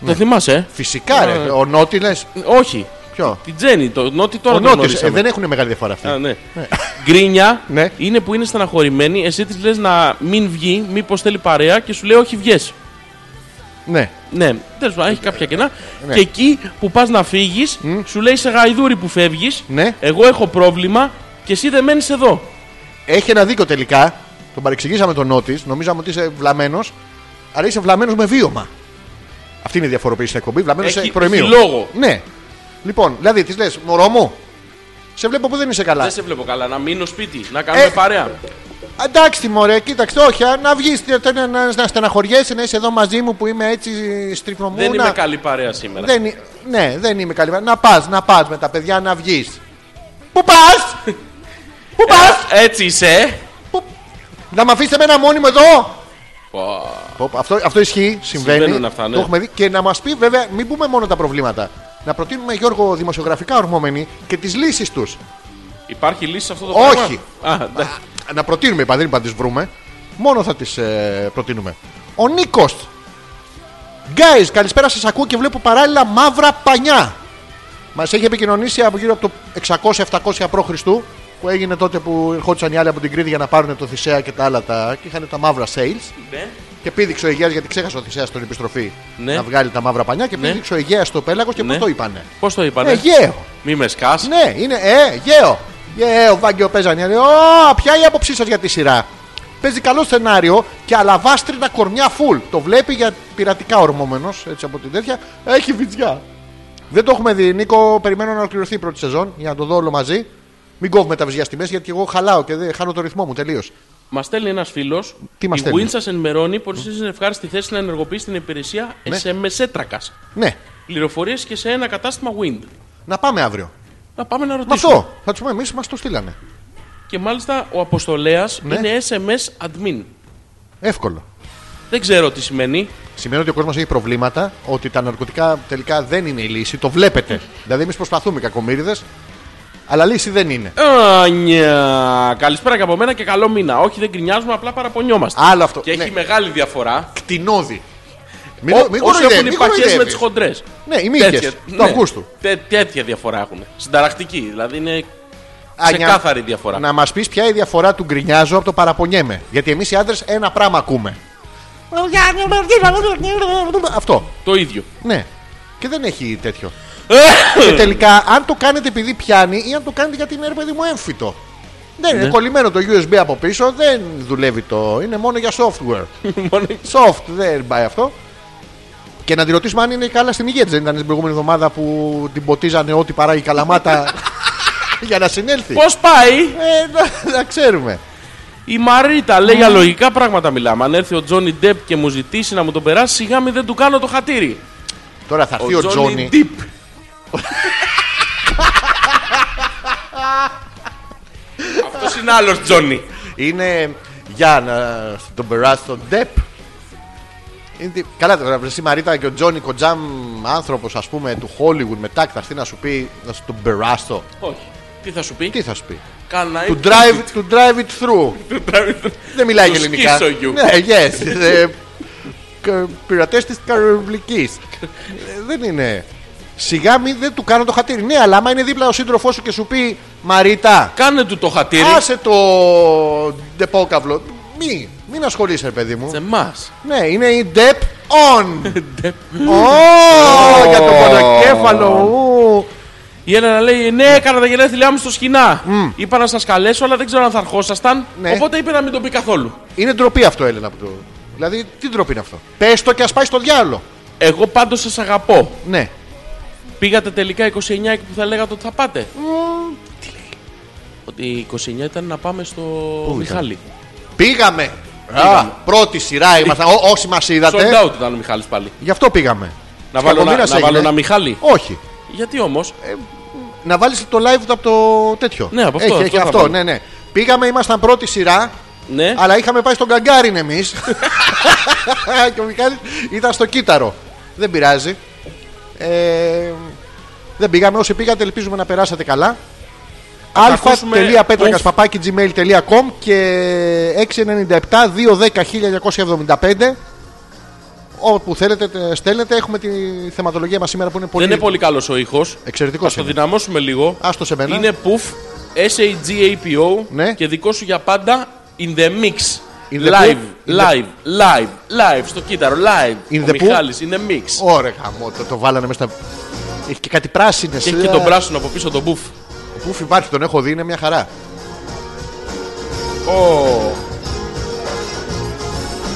Speaker 1: Ναι.
Speaker 2: Το θυμάσαι, ε?
Speaker 1: Φυσικά, ρε. Ο Νότι λες.
Speaker 2: Όχι.
Speaker 1: Ποιο.
Speaker 2: Την Τζέννη, το Νότι τώρα
Speaker 1: Ο
Speaker 2: το
Speaker 1: Νότι.
Speaker 2: γνωρίσαμε.
Speaker 1: δεν έχουν μεγάλη διαφορά αυτή.
Speaker 2: Α, ναι. Γκρίνια
Speaker 1: Ναι.
Speaker 2: είναι που είναι στεναχωρημένη. Εσύ της λες να μην βγει, μήπως θέλει παρέα και σου λέει όχι βγες.
Speaker 1: Ναι.
Speaker 2: Ναι, τέλος πάντων, έχει κάποια κενά.
Speaker 1: Ναι.
Speaker 2: Και εκεί που πας να φύγεις, σου λέει σε γαϊδούρι που φεύγεις.
Speaker 1: Ναι.
Speaker 2: Εγώ έχω πρόβλημα και εσύ δεν μένεις εδώ.
Speaker 1: Έχει ένα δίκιο τελικά. Τον παρεξηγήσαμε τον Νότι. Νομίζαμε ότι είσαι βλαμμένος. Αλλά είσαι βλαμμένος με βίωμα. Αυτή είναι η διαφοροποίηση στην εκπομπή. Βλαμμένος
Speaker 2: Έχει-
Speaker 1: σε προημίου.
Speaker 2: έχει λόγο.
Speaker 1: Ναι. Λοιπόν, δηλαδή τη λες, Μωρό μου, σε βλέπω που δεν είσαι καλά.
Speaker 2: Δεν σε βλέπω καλά. Να μείνω σπίτι, να κάνουμε
Speaker 1: Ε.
Speaker 2: παρέα.
Speaker 1: Εντάξει, μωρέ, κοίταξε, όχι, α, να βγεις, να, να, να στεναχωριέσαι, να είσαι εδώ μαζί μου που είμαι έτσι στριφνομούνα.
Speaker 2: Δεν είμαι καλή παρέα σήμερα.
Speaker 1: Δεν εί- ναι, δεν είμαι καλή. Να πας, να πας με τα παιδιά να βγεις. Πού πας! Πού πας!
Speaker 2: Έτσι είσαι. ε.
Speaker 1: Να με αφήσετε εμένα μόνιμο εδώ!
Speaker 2: Πω.
Speaker 1: Πω, πω, Αυτό, αυτό ισχύει, συμβαίνει.
Speaker 2: Συμβαίνουν αυτά, ναι.
Speaker 1: Το έχουμε δει. Και να μας πει, βέβαια, μην πούμε μόνο τα προβλήματα. Να προτείνουμε, Γιώργο, δημοσιογραφικά ορμόμενοι και τις λύσεις τους.
Speaker 2: Υπάρχει λύση σε αυτό το πράγμα.
Speaker 1: Όχι.
Speaker 2: Α, ναι. εντάξει.
Speaker 1: Να προτείνουμε, είπα, δεν είπα να τις βρούμε. Μόνο θα τις προτείνουμε. Ο Νίκος. Guys, καλησπέρα σας. Ακούω και βλέπω παράλληλα μαύρα πανιά. Μας έχει επικοινωνήσει από γύρω από το 600-700 π.Χ. που έγινε τότε που ερχόντουσαν οι άλλοι από την Κρήτη για να πάρουν το Θησέα και τα άλλα τα. και είχαν τα μαύρα sales.
Speaker 2: Ναι.
Speaker 1: Και πήδηξε ο Αιγαίας γιατί ξέχασε ο Θησέας στον επιστροφή
Speaker 2: Ναι.
Speaker 1: να βγάλει τα μαύρα πανιά και πήδηξε ο Αιγαίας στο πέλαγος και
Speaker 2: Ναι.
Speaker 1: πώ το είπανε.
Speaker 2: Πώς το είπανε.
Speaker 1: Ε, Αιγαίο.
Speaker 2: Μη με σκάς.
Speaker 1: Ναι, είναι ε, Αιγαίο. Αιγαίο, Βάγκιο παίζανε. Ω, ποια είναι η άποψή σας για τη σειρά. Παίζει καλό σενάριο και αλαβάστρινα κορμιά φουλ. Το βλέπει για πειρατικά ορμόμενος, έτσι από την τέτοια. Έχει βιτζιά. Δεν το έχουμε δει. Νίκο, περιμένω να ολοκληρωθεί η πρώτη σεζόν για να το δω όλο μαζί. Μην κόβουμε τα βυζιά στη μέση γιατί εγώ χαλάω και δεν χάνω το ρυθμό μου τελείως.
Speaker 2: Μας στέλνει ένας φίλος.
Speaker 1: Τι μας
Speaker 2: Η
Speaker 1: στέλνει?
Speaker 2: Win σας ενημερώνει πως είστε στην ευχάριστη θέση να ενεργοποιήσει την υπηρεσία
Speaker 1: Ναι.
Speaker 2: SMS έτρακα.
Speaker 1: Ναι,
Speaker 2: Πληροφορίες και σε ένα κατάστημα Wind.
Speaker 1: να πάμε αύριο.
Speaker 2: Να πάμε να
Speaker 1: Με
Speaker 2: ρωτήσουμε.
Speaker 1: αυτό θα τους πούμε εμείς, μας το στείλανε.
Speaker 2: Και μάλιστα ο αποστολέας
Speaker 1: Ναι.
Speaker 2: είναι SMS admin.
Speaker 1: Εύκολο.
Speaker 2: Δεν ξέρω τι σημαίνει.
Speaker 1: Σημαίνει ότι ο κόσμος έχει προβλήματα, ότι τα ναρκωτικά τελικά δεν είναι η λύση, το βλέπετε. δηλαδή, εμείς προσπαθούμε κακομίριδε, αλλά λύση δεν είναι.
Speaker 2: Άνια. Καλησπέρα και από μένα και καλό μήνα. Όχι, δεν γκρινιάζουμε, απλά παραπονιόμαστε.
Speaker 1: Άλλο αυτό.
Speaker 2: Και έχει
Speaker 1: ναι.
Speaker 2: μεγάλη διαφορά.
Speaker 1: Κτηνώδη. Μην,
Speaker 2: Ό,
Speaker 1: μην
Speaker 2: όσο
Speaker 1: κοροϊδεύεις,
Speaker 2: έχουν οι
Speaker 1: μην
Speaker 2: παχέ με
Speaker 1: κοροϊδεύεις.
Speaker 2: τι χοντρές.
Speaker 1: Ναι, οι μύχες του Αυγούστου.
Speaker 2: τέτοια διαφορά έχουν. Συνταρακτική. Δηλαδή είναι
Speaker 1: Άνια,
Speaker 2: ξεκάθαρη διαφορά.
Speaker 1: Να μας πεις ποια είναι η διαφορά του γκρινιάζω από το παραπονιέμαι. Γιατί εμείς οι άντρες ένα πράγμα ακούμε. Αυτό.
Speaker 2: Το ίδιο.
Speaker 1: Ναι. Και δεν έχει τέτοιο.
Speaker 2: Ε,
Speaker 1: και Ε, τελικά, αν το κάνετε επειδή πιάνει ή αν το κάνετε γιατί είναι ρε παιδί μου έμφυτο. Δεν είναι κολλημένο το USB από πίσω, δεν δουλεύει το. Είναι μόνο για software.
Speaker 2: Μόνο-
Speaker 1: Soft, δεν πάει αυτό. Και να τη ρωτήσουμε αν είναι καλά στην υγεία της. Δεν ήταν την προηγούμενη εβδομάδα που την ποτίζανε ό,τι παράγει η καλαμάτα για να συνέλθει.
Speaker 2: Πώς πάει
Speaker 1: Ε, να, να ξέρουμε.
Speaker 2: η Μαρίτα,
Speaker 1: Ναι.
Speaker 2: λέει για λογικά πράγματα μιλάμε. Αν έρθει ο Τζόνι Ντεπ και μου ζητήσει να μου τον περάσει, σιγά μη δεν του κάνω το χατήρι.
Speaker 1: Τώρα θα έρθει ο, Τζόνι.
Speaker 2: Ντεπ. Αυτός είναι άλλος Τζόνι.
Speaker 1: Είναι για να τον περάσει τον Ντεπ. Είναι τι- Καλά, τώρα βρε, εσύ Μαρίτα και ο Τζόνι Κοτζάμ, άνθρωπος ας πούμε του Χόλιγουντ, μετά θα έρθει να σου πει να σου τον περάσω.
Speaker 2: Όχι. Τι θα σου πει,
Speaker 1: Τι θα σου πει.
Speaker 2: Κάνα
Speaker 1: To drive, to drive it through. Δεν μιλάει
Speaker 2: To
Speaker 1: και ελληνικά.
Speaker 2: σκίσω you.
Speaker 1: Ναι, yes. Πειρατές της Καραβλική. Ε, Δεν είναι. Σιγά μη δεν του κάνω το χατήρι. Ναι, αλλά άμα είναι δίπλα ο σύντροφός σου και σου πει Μαρίτα,
Speaker 2: Κάνε του το χατήρι.
Speaker 1: άσε το ντεπόκαυλο. Μη, μην ασχολείσαι, ρε παιδί μου.
Speaker 2: Σε εμάς.
Speaker 1: Ναι, είναι η Dep On. Ω, Για το πονοκέφαλο. ου.
Speaker 2: Η Έλενα λέει: Ναι, έκανα τα γενέθλιά μου στο σκηνά. Είπα να σας καλέσω, αλλά δεν ξέρω αν θα ερχόσασταν.
Speaker 1: Ναι.
Speaker 2: Οπότε είπε να μην το πει καθόλου.
Speaker 1: Είναι ντροπή αυτό, Έλενα. που το- Δηλαδή, τι ντροπή είναι αυτό. Πες το και ας πάει στο διάλογο.
Speaker 2: Εγώ πάντως σας αγαπώ.
Speaker 1: Ναι.
Speaker 2: Πήγατε τελικά 29 εκεί που θα λέγατε ότι θα πάτε. Ότι 29 ήταν να πάμε στο Μιχάλη.
Speaker 1: Πήγαμε.
Speaker 2: Πήγαμε.
Speaker 1: Α, πρώτη σειρά ήμασταν. Ό, όσοι μας
Speaker 2: Sold
Speaker 1: είδατε.
Speaker 2: out ήταν ο Μιχάλης πάλι.
Speaker 1: Γι' αυτό πήγαμε.
Speaker 2: Να βάλω, να,
Speaker 1: Κακομοίρας
Speaker 2: να βάλω
Speaker 1: έγινε. Ε,
Speaker 2: ένα Μιχάλη.
Speaker 1: Όχι.
Speaker 2: Γιατί όμως.
Speaker 1: Να βάλεις το live του από το τέτοιο.
Speaker 2: Ναι, από αυτό,
Speaker 1: Έχει,
Speaker 2: αυτό
Speaker 1: έχει
Speaker 2: θα
Speaker 1: αυτό.
Speaker 2: βάλω.
Speaker 1: Ναι, ναι. Πήγαμε, ήμασταν πρώτη σειρά.
Speaker 2: ναι.
Speaker 1: Αλλά είχαμε πάει στον Καγκάριν εμείς. και ο Μιχάλης ήταν στο κύτταρο. Δεν πειράζει. Ε, δεν πήγαμε. Όσοι πήγατε, ελπίζουμε να περάσατε καλά.
Speaker 2: ακούσουμε
Speaker 1: αλφα.πέτρακα
Speaker 2: πώς-
Speaker 1: παπάκι gmail.com και 697-210-1975. Όπου θέλετε, τε- στέλνετε. Έχουμε τη θεματολογία μας σήμερα που είναι πολύ,
Speaker 2: Δεν είναι πολύ καλός ο ήχος.
Speaker 1: εξαιρετικός.
Speaker 2: Το δυναμώσουμε λίγο.
Speaker 1: Άστο σε μένα.
Speaker 2: Είναι πουφ, S-A-G-A-P-O
Speaker 1: Ναι.
Speaker 2: και δικό σου για πάντα in the mix.
Speaker 1: In the
Speaker 2: live,
Speaker 1: poof. In the-
Speaker 2: live, live, live, στο κύτταρο, live.
Speaker 1: In
Speaker 2: ο
Speaker 1: the poof.
Speaker 2: Μιχάλης, in the mix.
Speaker 1: Ωραία, γαμό, το, το βάλανε μέσα στα. Έχει και κάτι πράσινες.
Speaker 2: Και έχει και τον πράσινο από πίσω τον μπουφ.
Speaker 1: Πού υπάρχει, τον έχω δει, είναι μια χαρά.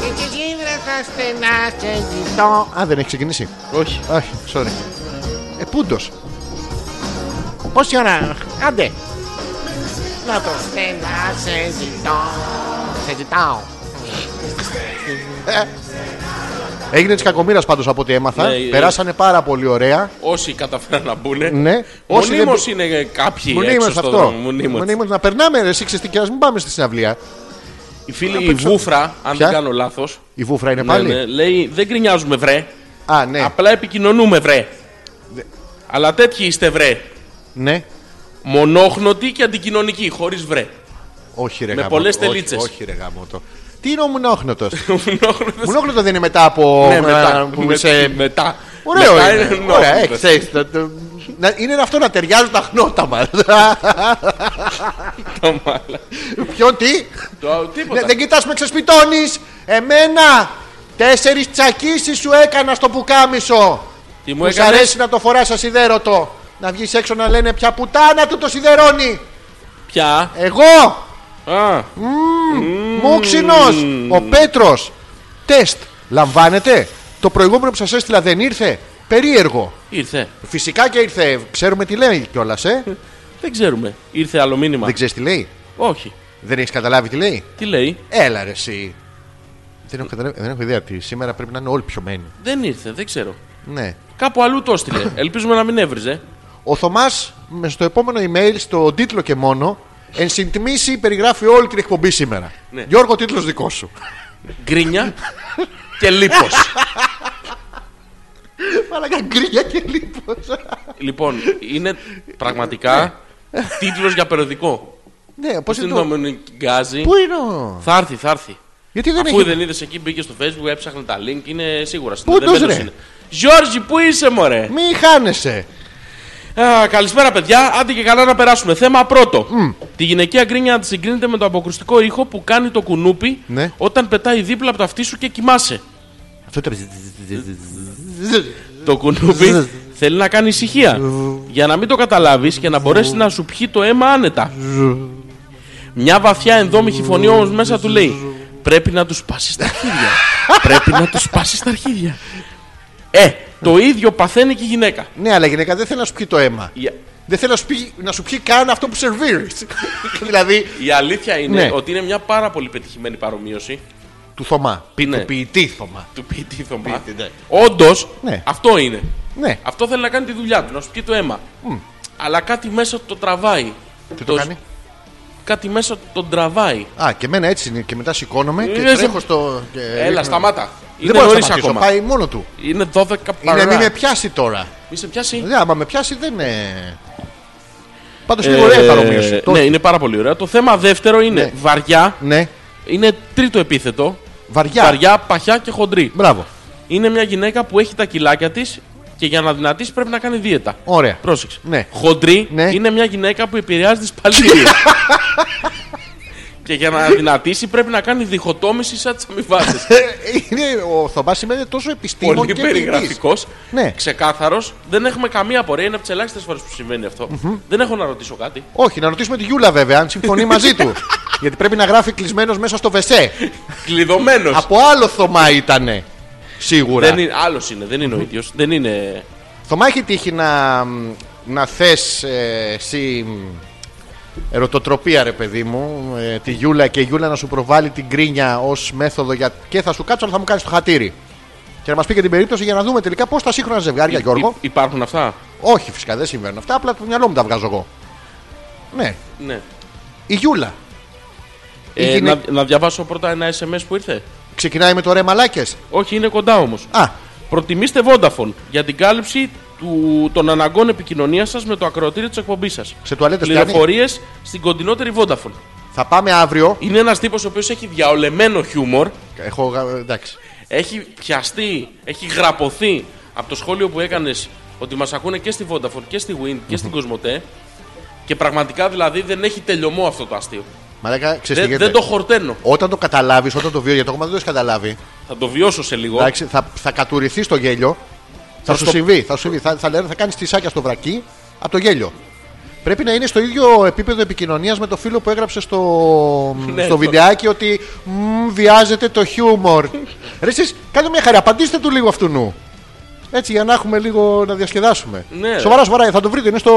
Speaker 3: Και γύβρα θα στενά σε ζητώ
Speaker 1: Α, δεν έχει ξεκινήσει.
Speaker 2: Όχι.
Speaker 1: Όχι, sorry. Ε, πούντος.
Speaker 3: Πόση ώρα, άντε Να το στενά σε ζητώ Σε ζητάω
Speaker 1: Έγινε της κακομοίρας πάντως από ό,τι έμαθα.
Speaker 2: Ναι, ε,
Speaker 1: Περάσανε πάρα πολύ ωραία.
Speaker 2: Όσοι καταφέραν να μπουν.
Speaker 1: Ναι. Όσοι δεν-
Speaker 2: Μονίμω είναι κάποιοι
Speaker 1: Μονίμως
Speaker 2: έξω στο
Speaker 1: αυτό.
Speaker 2: δρόμο. Μονίμως.
Speaker 1: Μονίμως να περνάμε ρε, εσύ ξέρεις τι, και α μην πάμε στη συναυλία.
Speaker 2: Η φίλη η Βούφρα, αν
Speaker 1: Ποια?
Speaker 2: δεν κάνω λάθος.
Speaker 1: Η βούφρα
Speaker 2: Ναι,
Speaker 1: είναι πάλι.
Speaker 2: λέει δεν γκρινιάζουμε βρε.
Speaker 1: Α, ναι.
Speaker 2: Απλά επικοινωνούμε βρε. Αλλά τέτοιοι είστε βρε.
Speaker 1: Ναι.
Speaker 2: Μονόχνοτοι και αντικοινωνικοί, χωρίς βρε.
Speaker 1: Όχι, ρε
Speaker 2: Με
Speaker 1: γαμώτο.
Speaker 2: πολλές
Speaker 1: Όχι,
Speaker 2: τελίτσες.
Speaker 1: Όχι, ρε γαμώτο. Τι είναι ο μουνόχνοτος.
Speaker 2: Μονόχνοτες.
Speaker 1: μουνόχνοτο δεν είναι μετά από.
Speaker 2: Ναι, μετά.
Speaker 1: που είσαι-
Speaker 2: με- μετά.
Speaker 1: Ωραίο
Speaker 2: Μετά
Speaker 1: είναι.
Speaker 2: είναι
Speaker 1: Ωραία,
Speaker 2: νόμιμο.
Speaker 1: ε, ξέρεις, το- το- να- Είναι αυτό να ταιριάζουν τα χνότα μας.
Speaker 2: Τα μάλα.
Speaker 1: Ποιο τι.
Speaker 2: Το-
Speaker 1: Ναι,
Speaker 2: Τίποτα.
Speaker 1: δεν κοιτάς με ξεσπιτώνεις Εμένα τέσσερις τσακίσεις σου έκανα στο πουκάμισο
Speaker 2: Τι μου
Speaker 1: Μου σ'
Speaker 2: έκανες.
Speaker 1: αρέσει να το φοράς σαν σιδέρωτο Να βγεις έξω να λένε πια πουτάνα του το σιδερώνει
Speaker 2: Πια.
Speaker 1: Εγώ
Speaker 2: Α,
Speaker 1: Μούξινος Ο Πέτρος Τεστ λαμβάνετε Το προηγούμενο που σας έστειλα δεν ήρθε Περίεργο
Speaker 2: ήρθε.
Speaker 1: Φυσικά και ήρθε Ξέρουμε τι λέει κιόλας ε
Speaker 2: Δεν ξέρουμε. Ήρθε άλλο μήνυμα.
Speaker 1: Δεν ξέρεις τι λέει
Speaker 2: Όχι.
Speaker 1: Δεν έχεις καταλάβει τι λέει.
Speaker 2: Τι λέει,
Speaker 1: Έλα ρε εσύ. Δεν έχω, καταλάβει, δεν έχω ιδέα τι. Σήμερα πρέπει να είναι όλοι πιωμένοι.
Speaker 2: δεν ήρθε, δεν ξέρω.
Speaker 1: Ναι.
Speaker 2: Κάπου αλλού το έστειλε. Ελπίζουμε να μην έβριζε.
Speaker 1: Ο Θωμάς με στο επόμενο email, στο τίτλο και μόνο, εν συντμήσει περιγράφει όλη την εκπομπή σήμερα.
Speaker 2: Ναι.
Speaker 1: Γιώργο, τίτλος δικός σου.
Speaker 2: Γκρίνια και λίπος.
Speaker 1: Μαλάκα γκρίνια και λίπος.
Speaker 2: λοιπόν, είναι πραγματικά τίτλος για περιοδικό.
Speaker 1: ναι, πώς
Speaker 2: Πώ
Speaker 1: είναι
Speaker 2: την
Speaker 1: το...
Speaker 2: γκάζει.
Speaker 1: Πού είναι ο...
Speaker 2: Θα έρθει, θα έρθει.
Speaker 1: Γιατί δεν
Speaker 2: Αφού
Speaker 1: έχει.
Speaker 2: δεν είδες εκεί, μπήκε στο facebook, έψαχνε τα link, είναι σίγουρα στην
Speaker 1: Πού
Speaker 2: δεν
Speaker 1: τους,
Speaker 2: πέτρος
Speaker 1: ρε?
Speaker 2: είναι. Γιώργη, πού είσαι, μωρέ.
Speaker 1: Μη χάνεσαι.
Speaker 2: Α, καλησπέρα, παιδιά. Άντε και καλά να περάσουμε. Θέμα πρώτο. Τη γυναικεία γκρίνια τη συγκρίνεται με το αποκρουστικό ήχο που κάνει το κουνούπι
Speaker 1: Ναι.
Speaker 2: όταν πετάει δίπλα από το αυτί σου και κοιμάσαι.
Speaker 1: Αυτό το.
Speaker 2: Το
Speaker 1: Ναι.
Speaker 2: κουνούπι θέλει να κάνει ησυχία. Για να μην το καταλάβεις και να
Speaker 1: Ναι.
Speaker 2: μπορέσει να σου πιει το αίμα άνετα. Μια βαθιά ενδόμηχη φωνή όμως μέσα του λέει:
Speaker 1: Ναι.
Speaker 2: Πρέπει να τους πάσεις τα αρχίδια. Πρέπει να τους πάσεις τα αρχίδια. Ε, το ίδιο παθαίνει και η γυναίκα.
Speaker 1: Ναι, αλλά η γυναίκα δεν θέλει να σου πιει το αίμα.
Speaker 2: Η-
Speaker 1: Δεν θέλει να σου, πιει, να σου πιει καν αυτό που σερβίρεις. δηλαδή
Speaker 2: Η αλήθεια είναι
Speaker 1: Ναι.
Speaker 2: ότι είναι μια πάρα πολύ πετυχημένη παρομοίωση
Speaker 1: του Θωμά.
Speaker 2: Πίνε.
Speaker 1: Του ποιητή Θωμά.
Speaker 2: του ποιητή Θωμά.
Speaker 1: Ποιητή, ναι.
Speaker 2: Όντως,
Speaker 1: Ναι.
Speaker 2: αυτό είναι.
Speaker 1: Ναι.
Speaker 2: Αυτό θέλει να κάνει τη δουλειά του, να σου πιει το αίμα. Αλλά κάτι μέσα του το τραβάει.
Speaker 1: Τι το κάνει.
Speaker 2: Κάτι μέσα του τον τραβάει.
Speaker 1: Α, και εμένα έτσι είναι. Και μετά σηκώνομαι και
Speaker 2: Λες,
Speaker 1: τρέχω στο. και ρίχνω-
Speaker 2: Έλα, σταμάτα.
Speaker 1: Ε, Δεν
Speaker 2: Είναι
Speaker 1: μπορώ να
Speaker 2: νωρίς
Speaker 1: σταματήσω.
Speaker 2: ακόμα.
Speaker 1: Πάει μόνο του.
Speaker 2: Είναι 12
Speaker 1: Είναι
Speaker 2: παρά.
Speaker 1: μη με πιάσει τώρα.
Speaker 2: Μη σε πιάσει.
Speaker 1: Ναι, άμα με πιάσει δεν είναι. Πάντως
Speaker 2: Ε,
Speaker 1: είναι ωραία η παρομοίωση. Το-
Speaker 2: ναι, είναι πάρα πολύ ωραία. Το θέμα δεύτερο είναι
Speaker 1: Ναι.
Speaker 2: βαριά.
Speaker 1: ναι.
Speaker 2: Είναι τρίτο επίθετο.
Speaker 1: Βαριά.
Speaker 2: Βαριά, παχιά και χοντρή.
Speaker 1: Μπράβο.
Speaker 2: Είναι μια γυναίκα που έχει τα κιλάκια της και για να δυνατήσει πρέπει να κάνει δίαιτα.
Speaker 1: Ωραία.
Speaker 2: Πρόσεξε.
Speaker 1: Ναι.
Speaker 2: Χοντρή
Speaker 1: Ναι.
Speaker 2: είναι μια γυναίκα που επηρεάζει τις παλίε. και για να δυνατήσει πρέπει να κάνει διχοτόμηση σαν τις αμοιβάσεις.
Speaker 1: Ε, είναι, ο Θωμάς σήμερα είναι τόσο επιστήμον
Speaker 2: Πολύ
Speaker 1: και ποιητής.
Speaker 2: περιγραφικός.
Speaker 1: Ναι.
Speaker 2: Ξεκάθαρος. Δεν έχουμε καμία απορία. Είναι από τις ελάχιστες φορές που συμβαίνει αυτό. Δεν έχω να ρωτήσω κάτι.
Speaker 1: Όχι, να ρωτήσουμε τη Γιούλα βέβαια, αν συμφωνεί μαζί του. Γιατί πρέπει να γράφει κλεισμένος μέσα στο βεσέ.
Speaker 2: Κλειδωμένος.
Speaker 1: Από άλλο Θωμά ήτανε. Σίγουρα.
Speaker 2: Δεν είναι, άλλος είναι, δεν είναι ο ίδιος. Δεν είναι.
Speaker 1: Θωμά έχει τύχει να, να θες ε, εσύ μ, ερωτοτροπία ρε παιδί μου ε, τη Γιούλα και η Γιούλα να σου προβάλλει την κρίνια ως μέθοδο για... και θα σου κάτσω αλλά θα μου κάνεις το χατήρι. Και να μας πει και την περίπτωση για να δούμε τελικά πώς τα σύγχρονα ζευγάρια Γιώργο.
Speaker 2: Υ- Υπάρχουν αυτά.
Speaker 1: Όχι φυσικά δεν συμβαίνουν αυτά, απλά το μυαλό μου τα βγάζω εγώ. Ναι,
Speaker 2: Ναι.
Speaker 1: η Γιούλα Η
Speaker 2: Ε,
Speaker 1: γυναι-
Speaker 2: να, να διαβάσω πρώτα ένα SMS που ήρθε.
Speaker 1: ξεκινάει με το ρε μαλάκες.
Speaker 2: Όχι, είναι κοντά όμως.
Speaker 1: Α,
Speaker 2: Προτιμήστε Vodafone για την κάλυψη του, των αναγκών επικοινωνίας σας με το ακροατήριο της εκπομπής σας.
Speaker 1: Σε τουαλέτες κάνει.
Speaker 2: Πληροφορίες στην κοντινότερη Vodafone.
Speaker 1: θα πάμε αύριο.
Speaker 2: Είναι ένας τύπος ο οποίος έχει διαολεμένο χιούμορ,
Speaker 1: Έχω, γα- εντάξει.
Speaker 2: έχει πιαστεί, έχει γραπωθεί από το σχόλιο που έκανες ότι μας ακούνε και στη Vodafone και στη Wind και στην Κοσμοτέ. Και πραγματικά δηλαδή δεν έχει τελειωμό αυτό το αστείο.
Speaker 1: Μαλάκα, ξέρεις τι
Speaker 2: Δεν,
Speaker 1: γίνεται.
Speaker 2: δεν το χορταίνω.
Speaker 1: Όταν το καταλάβεις, όταν το βιώσεις, γιατί το έχουμε δεν το έχεις καταλάβει.
Speaker 2: Θα το βιώσω σε λίγο.
Speaker 1: Εντάξει, θα, θα κατουρηθεί στο γέλιο. Θα σου
Speaker 2: στο-
Speaker 1: συμβεί. Θα, σου συμβεί. θα, θα λένε θα κάνεις τη σάκια στο βρακί από το γέλιο. Πρέπει να είναι στο ίδιο επίπεδο επικοινωνίας με το φίλο που έγραψε στο,
Speaker 2: Ναι,
Speaker 1: στο
Speaker 2: το-
Speaker 1: βιντεάκι ότι «Μμμ, βιάζεται το χιούμορ. Ρε εσείς, κάντε μια χαρά, απαντήστε του λίγο αυτού νου. Έτσι, για να έχουμε λίγο να διασκεδάσουμε.
Speaker 2: Ναι, ρε.
Speaker 1: σοβαρά, σοβαρά, θα το βρείτε. Είναι στο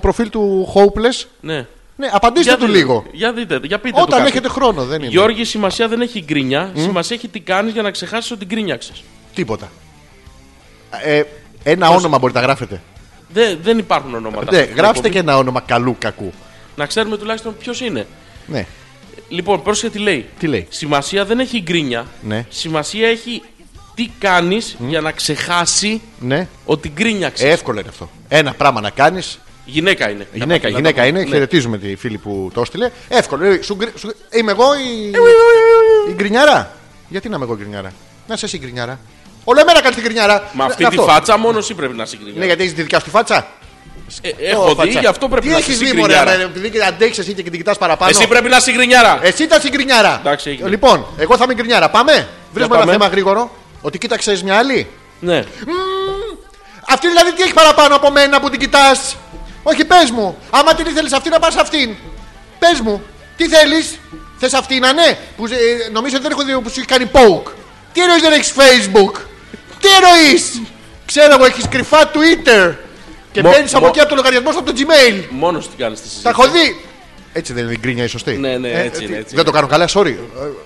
Speaker 1: προφίλ του Hopeless.
Speaker 2: Ναι.
Speaker 1: Ναι, απαντήστε του
Speaker 2: δείτε-
Speaker 1: λίγο.
Speaker 2: Για δείτε, για πείτε του
Speaker 1: Όταν
Speaker 2: κάτι.
Speaker 1: έχετε χρόνο, δεν είναι.
Speaker 2: Γιώργη, σημασία δεν έχει γκρίνια. Σημασία έχει τι κάνεις για να ξεχάσεις ότι γκρίνιαξε.
Speaker 1: Τίποτα. Ε, ένα όνομα μπορείτε να γράφετε.
Speaker 2: Δε, δεν υπάρχουν ονόματα.
Speaker 1: Ναι,
Speaker 2: στην
Speaker 1: γράψτε
Speaker 2: εκπομπή.
Speaker 1: και ένα όνομα καλού κακού.
Speaker 2: Να ξέρουμε τουλάχιστον ποιος είναι.
Speaker 1: Ναι.
Speaker 2: Λοιπόν, πρόσεχε τι λέει.
Speaker 1: Τι λέει?
Speaker 2: Σημασία δεν έχει γκρίνια.
Speaker 1: Ναι.
Speaker 2: Σημασία έχει τι κάνεις για να ξεχάσει
Speaker 1: Ναι.
Speaker 2: ότι γκρίνιαξε.
Speaker 1: Ε, εύκολο είναι αυτό. Ένα πράγμα να κάνεις.
Speaker 2: Γυναίκα είναι.
Speaker 1: Γυναίκα,
Speaker 2: Κατά
Speaker 1: γυναίκα
Speaker 2: τα-
Speaker 1: είναι.
Speaker 2: Ναι.
Speaker 1: Χαιρετίζουμε τη φίλη που το έστειλε. Εύκολο. Ε, σου γκρι- σου- Είμαι εγώ η. η γκρινιάρα. Γιατί να είμαι εγώ γκρινιάρα. Να είσαι εσύ γκρινιάρα. Όλα εμένα κάνει την γκρινιάρα.
Speaker 2: Με
Speaker 1: Να-
Speaker 2: αυτή
Speaker 1: να
Speaker 2: τη
Speaker 1: Ναι, αυτό.
Speaker 2: φάτσα μόνος εσύ πρέπει να συγκρίνει. Ε,
Speaker 1: Ναι, γιατί έχεις τη δικιά σου τη φάτσα. Ω,
Speaker 2: έχω δει,
Speaker 1: φάτσα.
Speaker 2: γι' αυτό πρέπει
Speaker 1: Τι
Speaker 2: να
Speaker 1: έχεις
Speaker 2: είσαι
Speaker 1: δει, μωρέ,
Speaker 2: συγκρινιάρα.
Speaker 1: ρε, Ε. επειδή αντέξεις εσύ και την κοιτάς παραπάνω.
Speaker 2: Εσύ πρέπει να συγκρινιάρα.
Speaker 1: Εσύ ήταν συγκρινιάρα.
Speaker 2: Εντάξει, έγινε.
Speaker 1: Λοιπόν, εγώ θα είμαι γκρινιάρα. Πάμε. Βρίσκουμε ένα
Speaker 2: πάμε.
Speaker 1: θέμα γρήγορο. Ότι κοίταξες μια άλλη.
Speaker 2: Ναι.
Speaker 1: Αυτή δηλαδή τι έχει παραπάνω από μένα που την κοιτάς. Όχι, πες μου. Άμα την ήθελες αυτή να πας αυτήν. Πες μου, τι θέλεις. Θες αυτή να ναι. Που, ζε- ε, νομίζω ότι δεν έχω δει που σου έχει κάνει poke. Τι εννοείς δεν έχεις Facebook. Τι εννοείς. Ξέρω εγώ, έχεις κρυφά Twitter. Και
Speaker 2: Μο-
Speaker 1: μπαίνεις από
Speaker 2: μο-
Speaker 1: εκεί από το λογαριασμό σου από το Gmail.
Speaker 2: Μόνος την κάνεις τη συζήτηση.
Speaker 1: Τα έχω δει. Έτσι δεν είναι η γκρίνια η σωστή.
Speaker 2: Ναι, ναι,
Speaker 1: Ε,
Speaker 2: έτσι
Speaker 1: τι-
Speaker 2: είναι, έτσι
Speaker 1: Δεν το κάνω καλά, sorry. Ε,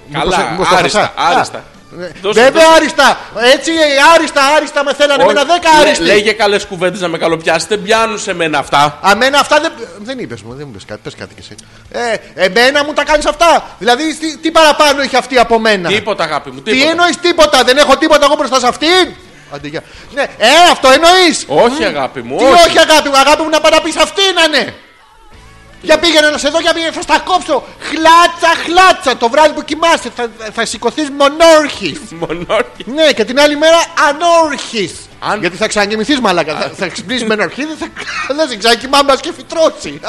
Speaker 1: μήπως-
Speaker 2: Καλά,
Speaker 1: μήπως το
Speaker 2: άριστα,
Speaker 1: χάσα.
Speaker 2: άριστα.
Speaker 1: Α, ε,
Speaker 2: Δώσε,
Speaker 1: Βέβαια
Speaker 2: δώσε.
Speaker 1: άριστα! Έτσι ε, άριστα, άριστα με θέλανε
Speaker 2: Όχι.
Speaker 1: εμένα δέκα
Speaker 2: Λέ-
Speaker 1: άριστη.
Speaker 2: Λέγε καλές κουβέντες να με καλοπιάσετε. Πιάνουν σε μένα αυτά.
Speaker 1: Αμένα αυτά δεν. Δεν είπες μου, δεν μου πες κάτι, πες κάτι κι εσύ. Ε, εμένα μου τα κάνεις αυτά. Δηλαδή, τι, τι παραπάνω έχει αυτή από μένα.
Speaker 2: Τίποτα, αγάπη μου.
Speaker 1: Ναι. Τι
Speaker 2: Τίποτα.
Speaker 1: εννοείς τίποτα, δεν έχω τίποτα εγώ μπροστά σε αυτήν. Αντί για- Ναι, ε, αυτό εννοείς.
Speaker 2: Όχι, αγάπη μου.
Speaker 1: Τι όχι, αγάπη μου, αγάπη μου να πάει να πεις αυτή να είναι. Για πήγαινε να σε δω, για πήγαινε, θα στα κόψω. Χλάτσα, χλάτσα. Το βράδυ που κοιμάσαι θα, θα σηκωθείς μονόρχης.
Speaker 2: Μονόρχης.
Speaker 1: Ναι, και την άλλη μέρα ανόρχης.
Speaker 2: Αν-
Speaker 1: Γιατί θα ξανακοιμηθεί μαλάκα. θα, θα ξυπνήσεις με ανορχή, δεν θα, δεν σε ξανακοιμά, μας και φυτρώσει.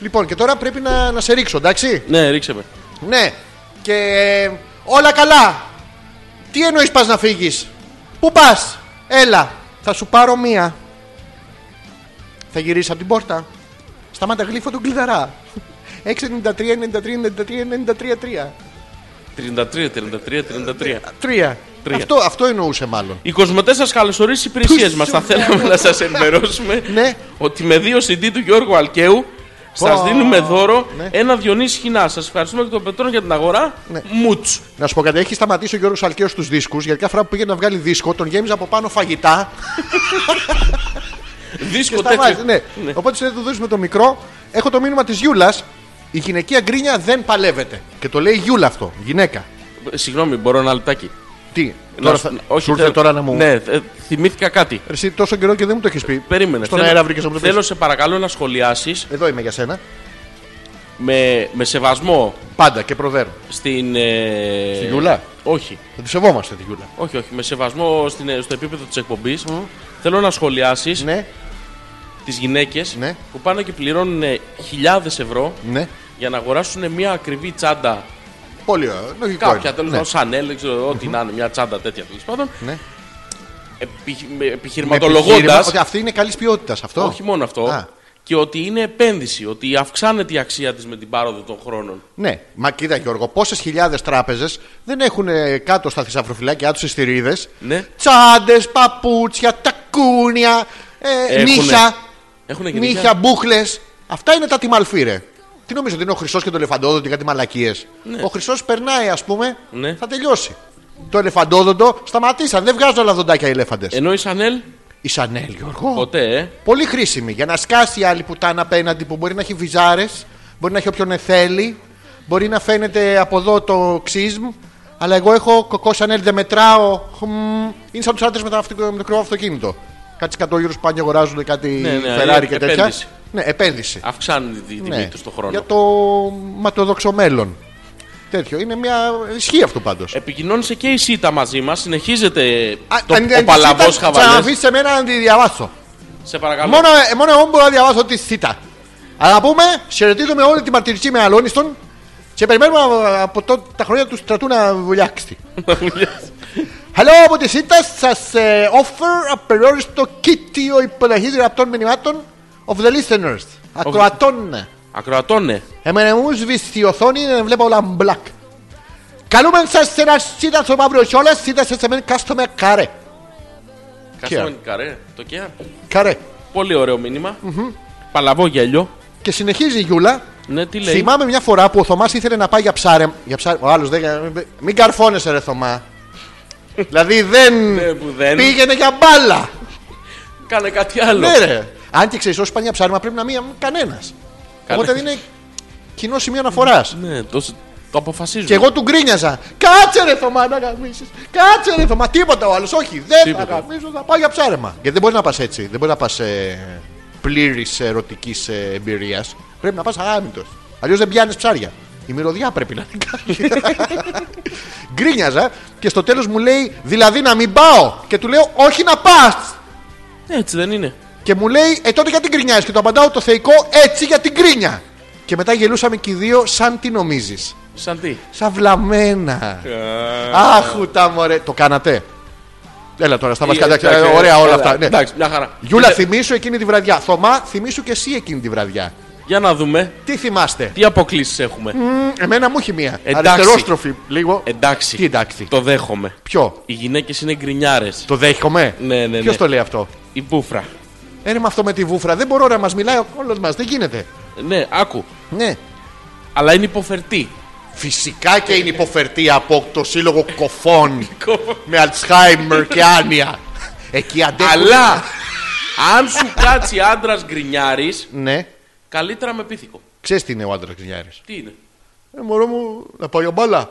Speaker 1: λοιπόν, και τώρα πρέπει να, να σε ρίξω, εντάξει.
Speaker 2: Ναι, ρίξε με.
Speaker 1: Ναι. Και ε, όλα καλά. Τι εννοείς πας να φύγεις. Πού πας. Έλα. Θα σου πάρω μία. Θα γυρίσεις από την πόρτα. Σταμάτα γλύφω τον κλειδαρά. 693 93 93 93
Speaker 2: 33, 33, 33.
Speaker 1: 3.
Speaker 2: Τρία.
Speaker 1: Αυτό, αυτό εννοούσε μάλλον.
Speaker 2: Οι κοσμοτέ σα καλωσορίζει στι υπηρεσίε μας. Θα θέλαμε να σας ενημερώσουμε
Speaker 1: Ναι.
Speaker 2: ότι με δύο CD του Γιώργου Αλκαίου σα
Speaker 1: Πω.
Speaker 2: δίνουμε δώρο
Speaker 1: Ναι.
Speaker 2: ένα Διονύσης Χινάς. Σας ευχαριστούμε και τον Πετρόν για την αγορά.
Speaker 1: Ναι.
Speaker 2: Μουτς.
Speaker 1: Να σου πω κάτι, έχει σταματήσει ο Γιώργος Αλκαίος στους δίσκους γιατί κάθε φορά που πήγαινε να βγάλει δίσκο τον γέμιζε από πάνω φαγητά και
Speaker 2: Δίσκο
Speaker 1: σταμάτησε.
Speaker 2: τέτοιο.
Speaker 1: Ναι. Οπότε σε δούλευε με το μικρό. Έχω το μήνυμα της Γιούλας. Η γυναικεία γκρίνια δεν παλεύεται. Και το λέει η Γιούλα αυτό. Γυναίκα.
Speaker 2: Συγγνώμη, μπορώ ένα λεπτάκι.
Speaker 1: Τι.
Speaker 2: Να
Speaker 1: Τώρα
Speaker 2: σου-
Speaker 1: θα...
Speaker 2: να-
Speaker 1: σου ήρθε
Speaker 2: θέλω-
Speaker 1: τώρα να μου.
Speaker 2: Ναι, ε, θυμήθηκα κάτι.
Speaker 1: Ρε, Εσύ τόσο καιρό και δεν μου το έχεις πει.
Speaker 2: Περίμενε.
Speaker 1: Στον
Speaker 2: Θέλω-
Speaker 1: αέρα βρήκες από το
Speaker 2: Θέλω
Speaker 1: πίσω.
Speaker 2: σε παρακαλώ να σχολιάσεις
Speaker 1: Εδώ είμαι για σένα.
Speaker 2: με, με σεβασμό
Speaker 1: Πάντα και προδέρω.
Speaker 2: στην. Ε...
Speaker 1: Στη Γιούλα?
Speaker 2: Όχι.
Speaker 1: Θα τη σεβόμαστε τη Γιούλα.
Speaker 2: Όχι, όχι. Με σεβασμό στην, ε, στο επίπεδο της εκπομπής. Θέλω να σχολιάσεις
Speaker 1: Ναι,
Speaker 2: τις γυναίκες
Speaker 1: Ναι.
Speaker 2: που πάνε και πληρώνουν χιλιάδες ευρώ
Speaker 1: ναι.
Speaker 2: για να αγοράσουν μια ακριβή τσάντα.
Speaker 1: Πολύ ωραία. Λογικό.
Speaker 2: Κάποια
Speaker 1: είναι.
Speaker 2: τέλος
Speaker 1: Ναι.
Speaker 2: πάντων, σαν έλεξε, ό,τι να είναι, μια τσάντα τέτοια τέλος πάντων.
Speaker 1: Ναι.
Speaker 2: Επι,
Speaker 1: Με
Speaker 2: Επιχειρηματολογώντας.
Speaker 1: επιχείρημα Ότι αυτή είναι καλής ποιότητας αυτό.
Speaker 2: Όχι μόνο αυτό.
Speaker 1: Α.
Speaker 2: Και ότι είναι επένδυση, ότι αυξάνεται η αξία της με την πάροδο των χρόνων.
Speaker 1: Ναι, μα κοίτα Γιώργο, πόσες χιλιάδες τράπεζες δεν έχουν ε, κάτω στα θησαυροφυλάκια τους ιστηρίδε
Speaker 2: Ναι.
Speaker 1: τσάντες, παπούτσια, τακούνια, ε,
Speaker 2: Έχουνε.
Speaker 1: νύχια,
Speaker 2: Έχουν γενικά.
Speaker 1: νύχια μπούχλες. Αυτά είναι τα τιμαλφύρε. Τι νομίζω ότι είναι ο Χρυσό και το Ελεφαντόδοντο κάτι μαλακίε. Ο Χρυσό περνάει, ας πούμε,
Speaker 2: Ναι.
Speaker 1: θα τελειώσει. Το Ελεφαντόδοντο σταματήσαν, δεν βγάζουν άλλα δοντάκια οι ελέφαντες.
Speaker 2: Ενώ η Σανέλ
Speaker 1: Η Σανέλ, Γιώργο.
Speaker 2: Ε, ποτέ, ε.
Speaker 1: Πολύ χρήσιμη για να σκάσει η άλλη πουτάνα απέναντι που μπορεί να έχει βυζάρες, μπορεί να έχει όποιον θέλει, μπορεί να φαίνεται από εδώ το ξύσμ. Αλλά εγώ έχω κοκό σανέλ, δεν μετράω. χμ. Είναι σαν τους άντρες με, τα αυτοκ- με το μικρό αυτοκίνητο. Κάτι σκατόγυρου που πάνε και αγοράζουν κάτι
Speaker 2: Ναι, ναι,
Speaker 1: Ferrari και
Speaker 2: επένδυση.
Speaker 1: τέτοια. Ναι, επένδυση.
Speaker 2: Αυξάνει τη τιμή
Speaker 1: ναι.
Speaker 2: του στον χρόνο.
Speaker 1: Για το ματαιοδόξο μέλλον. Τέτοιο. Είναι μια. Ισχύει αυτό πάντως.
Speaker 2: Επικοινώνησε και η ΣΥΤΑ μαζί μας. Συνεχίζεται
Speaker 1: Α,
Speaker 2: Ε, το,
Speaker 1: αν-
Speaker 2: ο
Speaker 1: αν-
Speaker 2: παλαβό
Speaker 1: ήταν-
Speaker 2: χαβαλές.
Speaker 1: ξαναβείς σε μένα να τη διαβάσω.
Speaker 2: Σε παρακαλώ.
Speaker 1: Μόνο, ε, μόνο εγώ μπορώ να διαβάσω τη θήτα. Αλλά πούμε, χαιρετίζουμε όλη τη μαρτυρική με αλόνιστον και περιμένουμε α- από το, τα χρόνια του στρατού να βουλιάξει. Hello από τη θήτα, σα ε, offer απεριόριστο κίτιο υποδοχή γραπτών μηνυμάτων of the listeners. Ακροατών.
Speaker 2: Ακροατώνε.
Speaker 1: Εμένα μου σβήσει η οθόνη, δεν βλέπω όλα μπλακ. Καλούμε σας σε ένα σίτα στο μαύρο κιόλας, σίτα σε σεμέν κάστομε καρέ.
Speaker 2: Καστόνι καρέ. Το ΚΕΑ.
Speaker 1: Καρέ.
Speaker 2: Πολύ ωραίο μήνυμα. Παλαβό γέλιο.
Speaker 1: Και συνεχίζει η Γιούλα,
Speaker 2: Ναι, τι λέει.
Speaker 1: Θυμάμαι μια φορά που ο Θωμάς ήθελε να πάει για ψάρε. Για ψάρε ο άλλος δεν. Μην καρφώνεσαι, ρε Θωμά. δηλαδή δεν.
Speaker 2: Ναι, που δεν.
Speaker 1: Πήγαινε για μπάλα.
Speaker 2: Κάνε κάτι άλλο.
Speaker 1: ναι, ρε. Αν και ξέρεις, όσοι πάνε για ψάρεμα πρέπει να μην κανένα. Οπότε δεν είναι κοινό σημείο αναφοράς.
Speaker 2: Ναι, το, το αποφασίζουμε.
Speaker 1: Και εγώ του γκρίνιαζα. Κάτσε ρε Θωμά να γαμίσεις. Κάτσε ρε Θωμά. Τίποτα ο άλλος. Όχι, δεν θα
Speaker 2: Τίποτα.
Speaker 1: γαμίσω, θα πάω για ψάρεμα. Γιατί δεν μπορεί να πας έτσι. Δεν μπορεί να πας ε, πλήρης ερωτικής εμπειρία. ε, Πρέπει να πας άμυτο. Αλλιώς δεν πιάνεις ψάρια. Η μυρωδιά πρέπει να την κάνει. Γκρίνιαζα και στο τέλος μου λέει Δηλαδή να μην πάω. Και του λέω Όχι να πας.
Speaker 2: Έτσι δεν είναι.
Speaker 1: Και μου λέει, ε τότε γιατί γκρινιάζεις. Και του απαντάω το θεϊκό έτσι για την γκρίνια. Και μετά γελούσαμε και οι δύο σαν τι νομίζεις.
Speaker 2: Σαν τι.
Speaker 1: Σαν βλαμμένα. Άχου τα μωρέ. Το κάνατε. Έλα τώρα, στα βασικά.
Speaker 2: Εντάξει,
Speaker 1: εντάξει, ε, Ωραία όλα
Speaker 2: καλά,
Speaker 1: αυτά. ναι.
Speaker 2: Εντάξει, μια χαρά.
Speaker 1: Γιούλα,
Speaker 2: Κοίτα,
Speaker 1: θυμίσου εκείνη τη βραδιά. Θωμά, θυμίσου και εσύ εκείνη τη βραδιά.
Speaker 2: Για να δούμε
Speaker 1: Τι θυμάστε.
Speaker 2: τι αποκλήσει έχουμε.
Speaker 1: Μμμ, Εμένα μου έχει μία.
Speaker 2: Ε, Εντάξει. Ε,
Speaker 1: Αριστερόστροφη λίγο.
Speaker 2: Εντάξει.
Speaker 1: Τι εντάξει.
Speaker 2: Το δέχομαι.
Speaker 1: Ποιο.
Speaker 2: Οι γυναίκες είναι γκρινιάρες.
Speaker 1: Το δέχομαι.
Speaker 2: Ναι, ναι, ναι.
Speaker 1: Ποιο το λέει αυτό.
Speaker 2: Η μπούφρα.
Speaker 1: Έρε με αυτό με τη βούφρα. Δεν μπορώ να μας μιλάει ο κόλλο μας. Δεν γίνεται.
Speaker 2: Ναι, άκου.
Speaker 1: Ναι.
Speaker 2: Αλλά είναι υποφερτή.
Speaker 1: Φυσικά και είναι υποφερτή από το σύλλογο κοφών με Αλτσχάιμερ και Άνια. Εκεί αντέχουν.
Speaker 2: Αλλά αν σου κάτσει άντρας γκρινιάρης,
Speaker 1: Ναι.
Speaker 2: καλύτερα με πίθηκο.
Speaker 1: Ξέρεις τι είναι ο άντρας Γκρινιάρης.
Speaker 2: Τι είναι.
Speaker 1: Ε, μωρό μου, να πάω για μπάλα.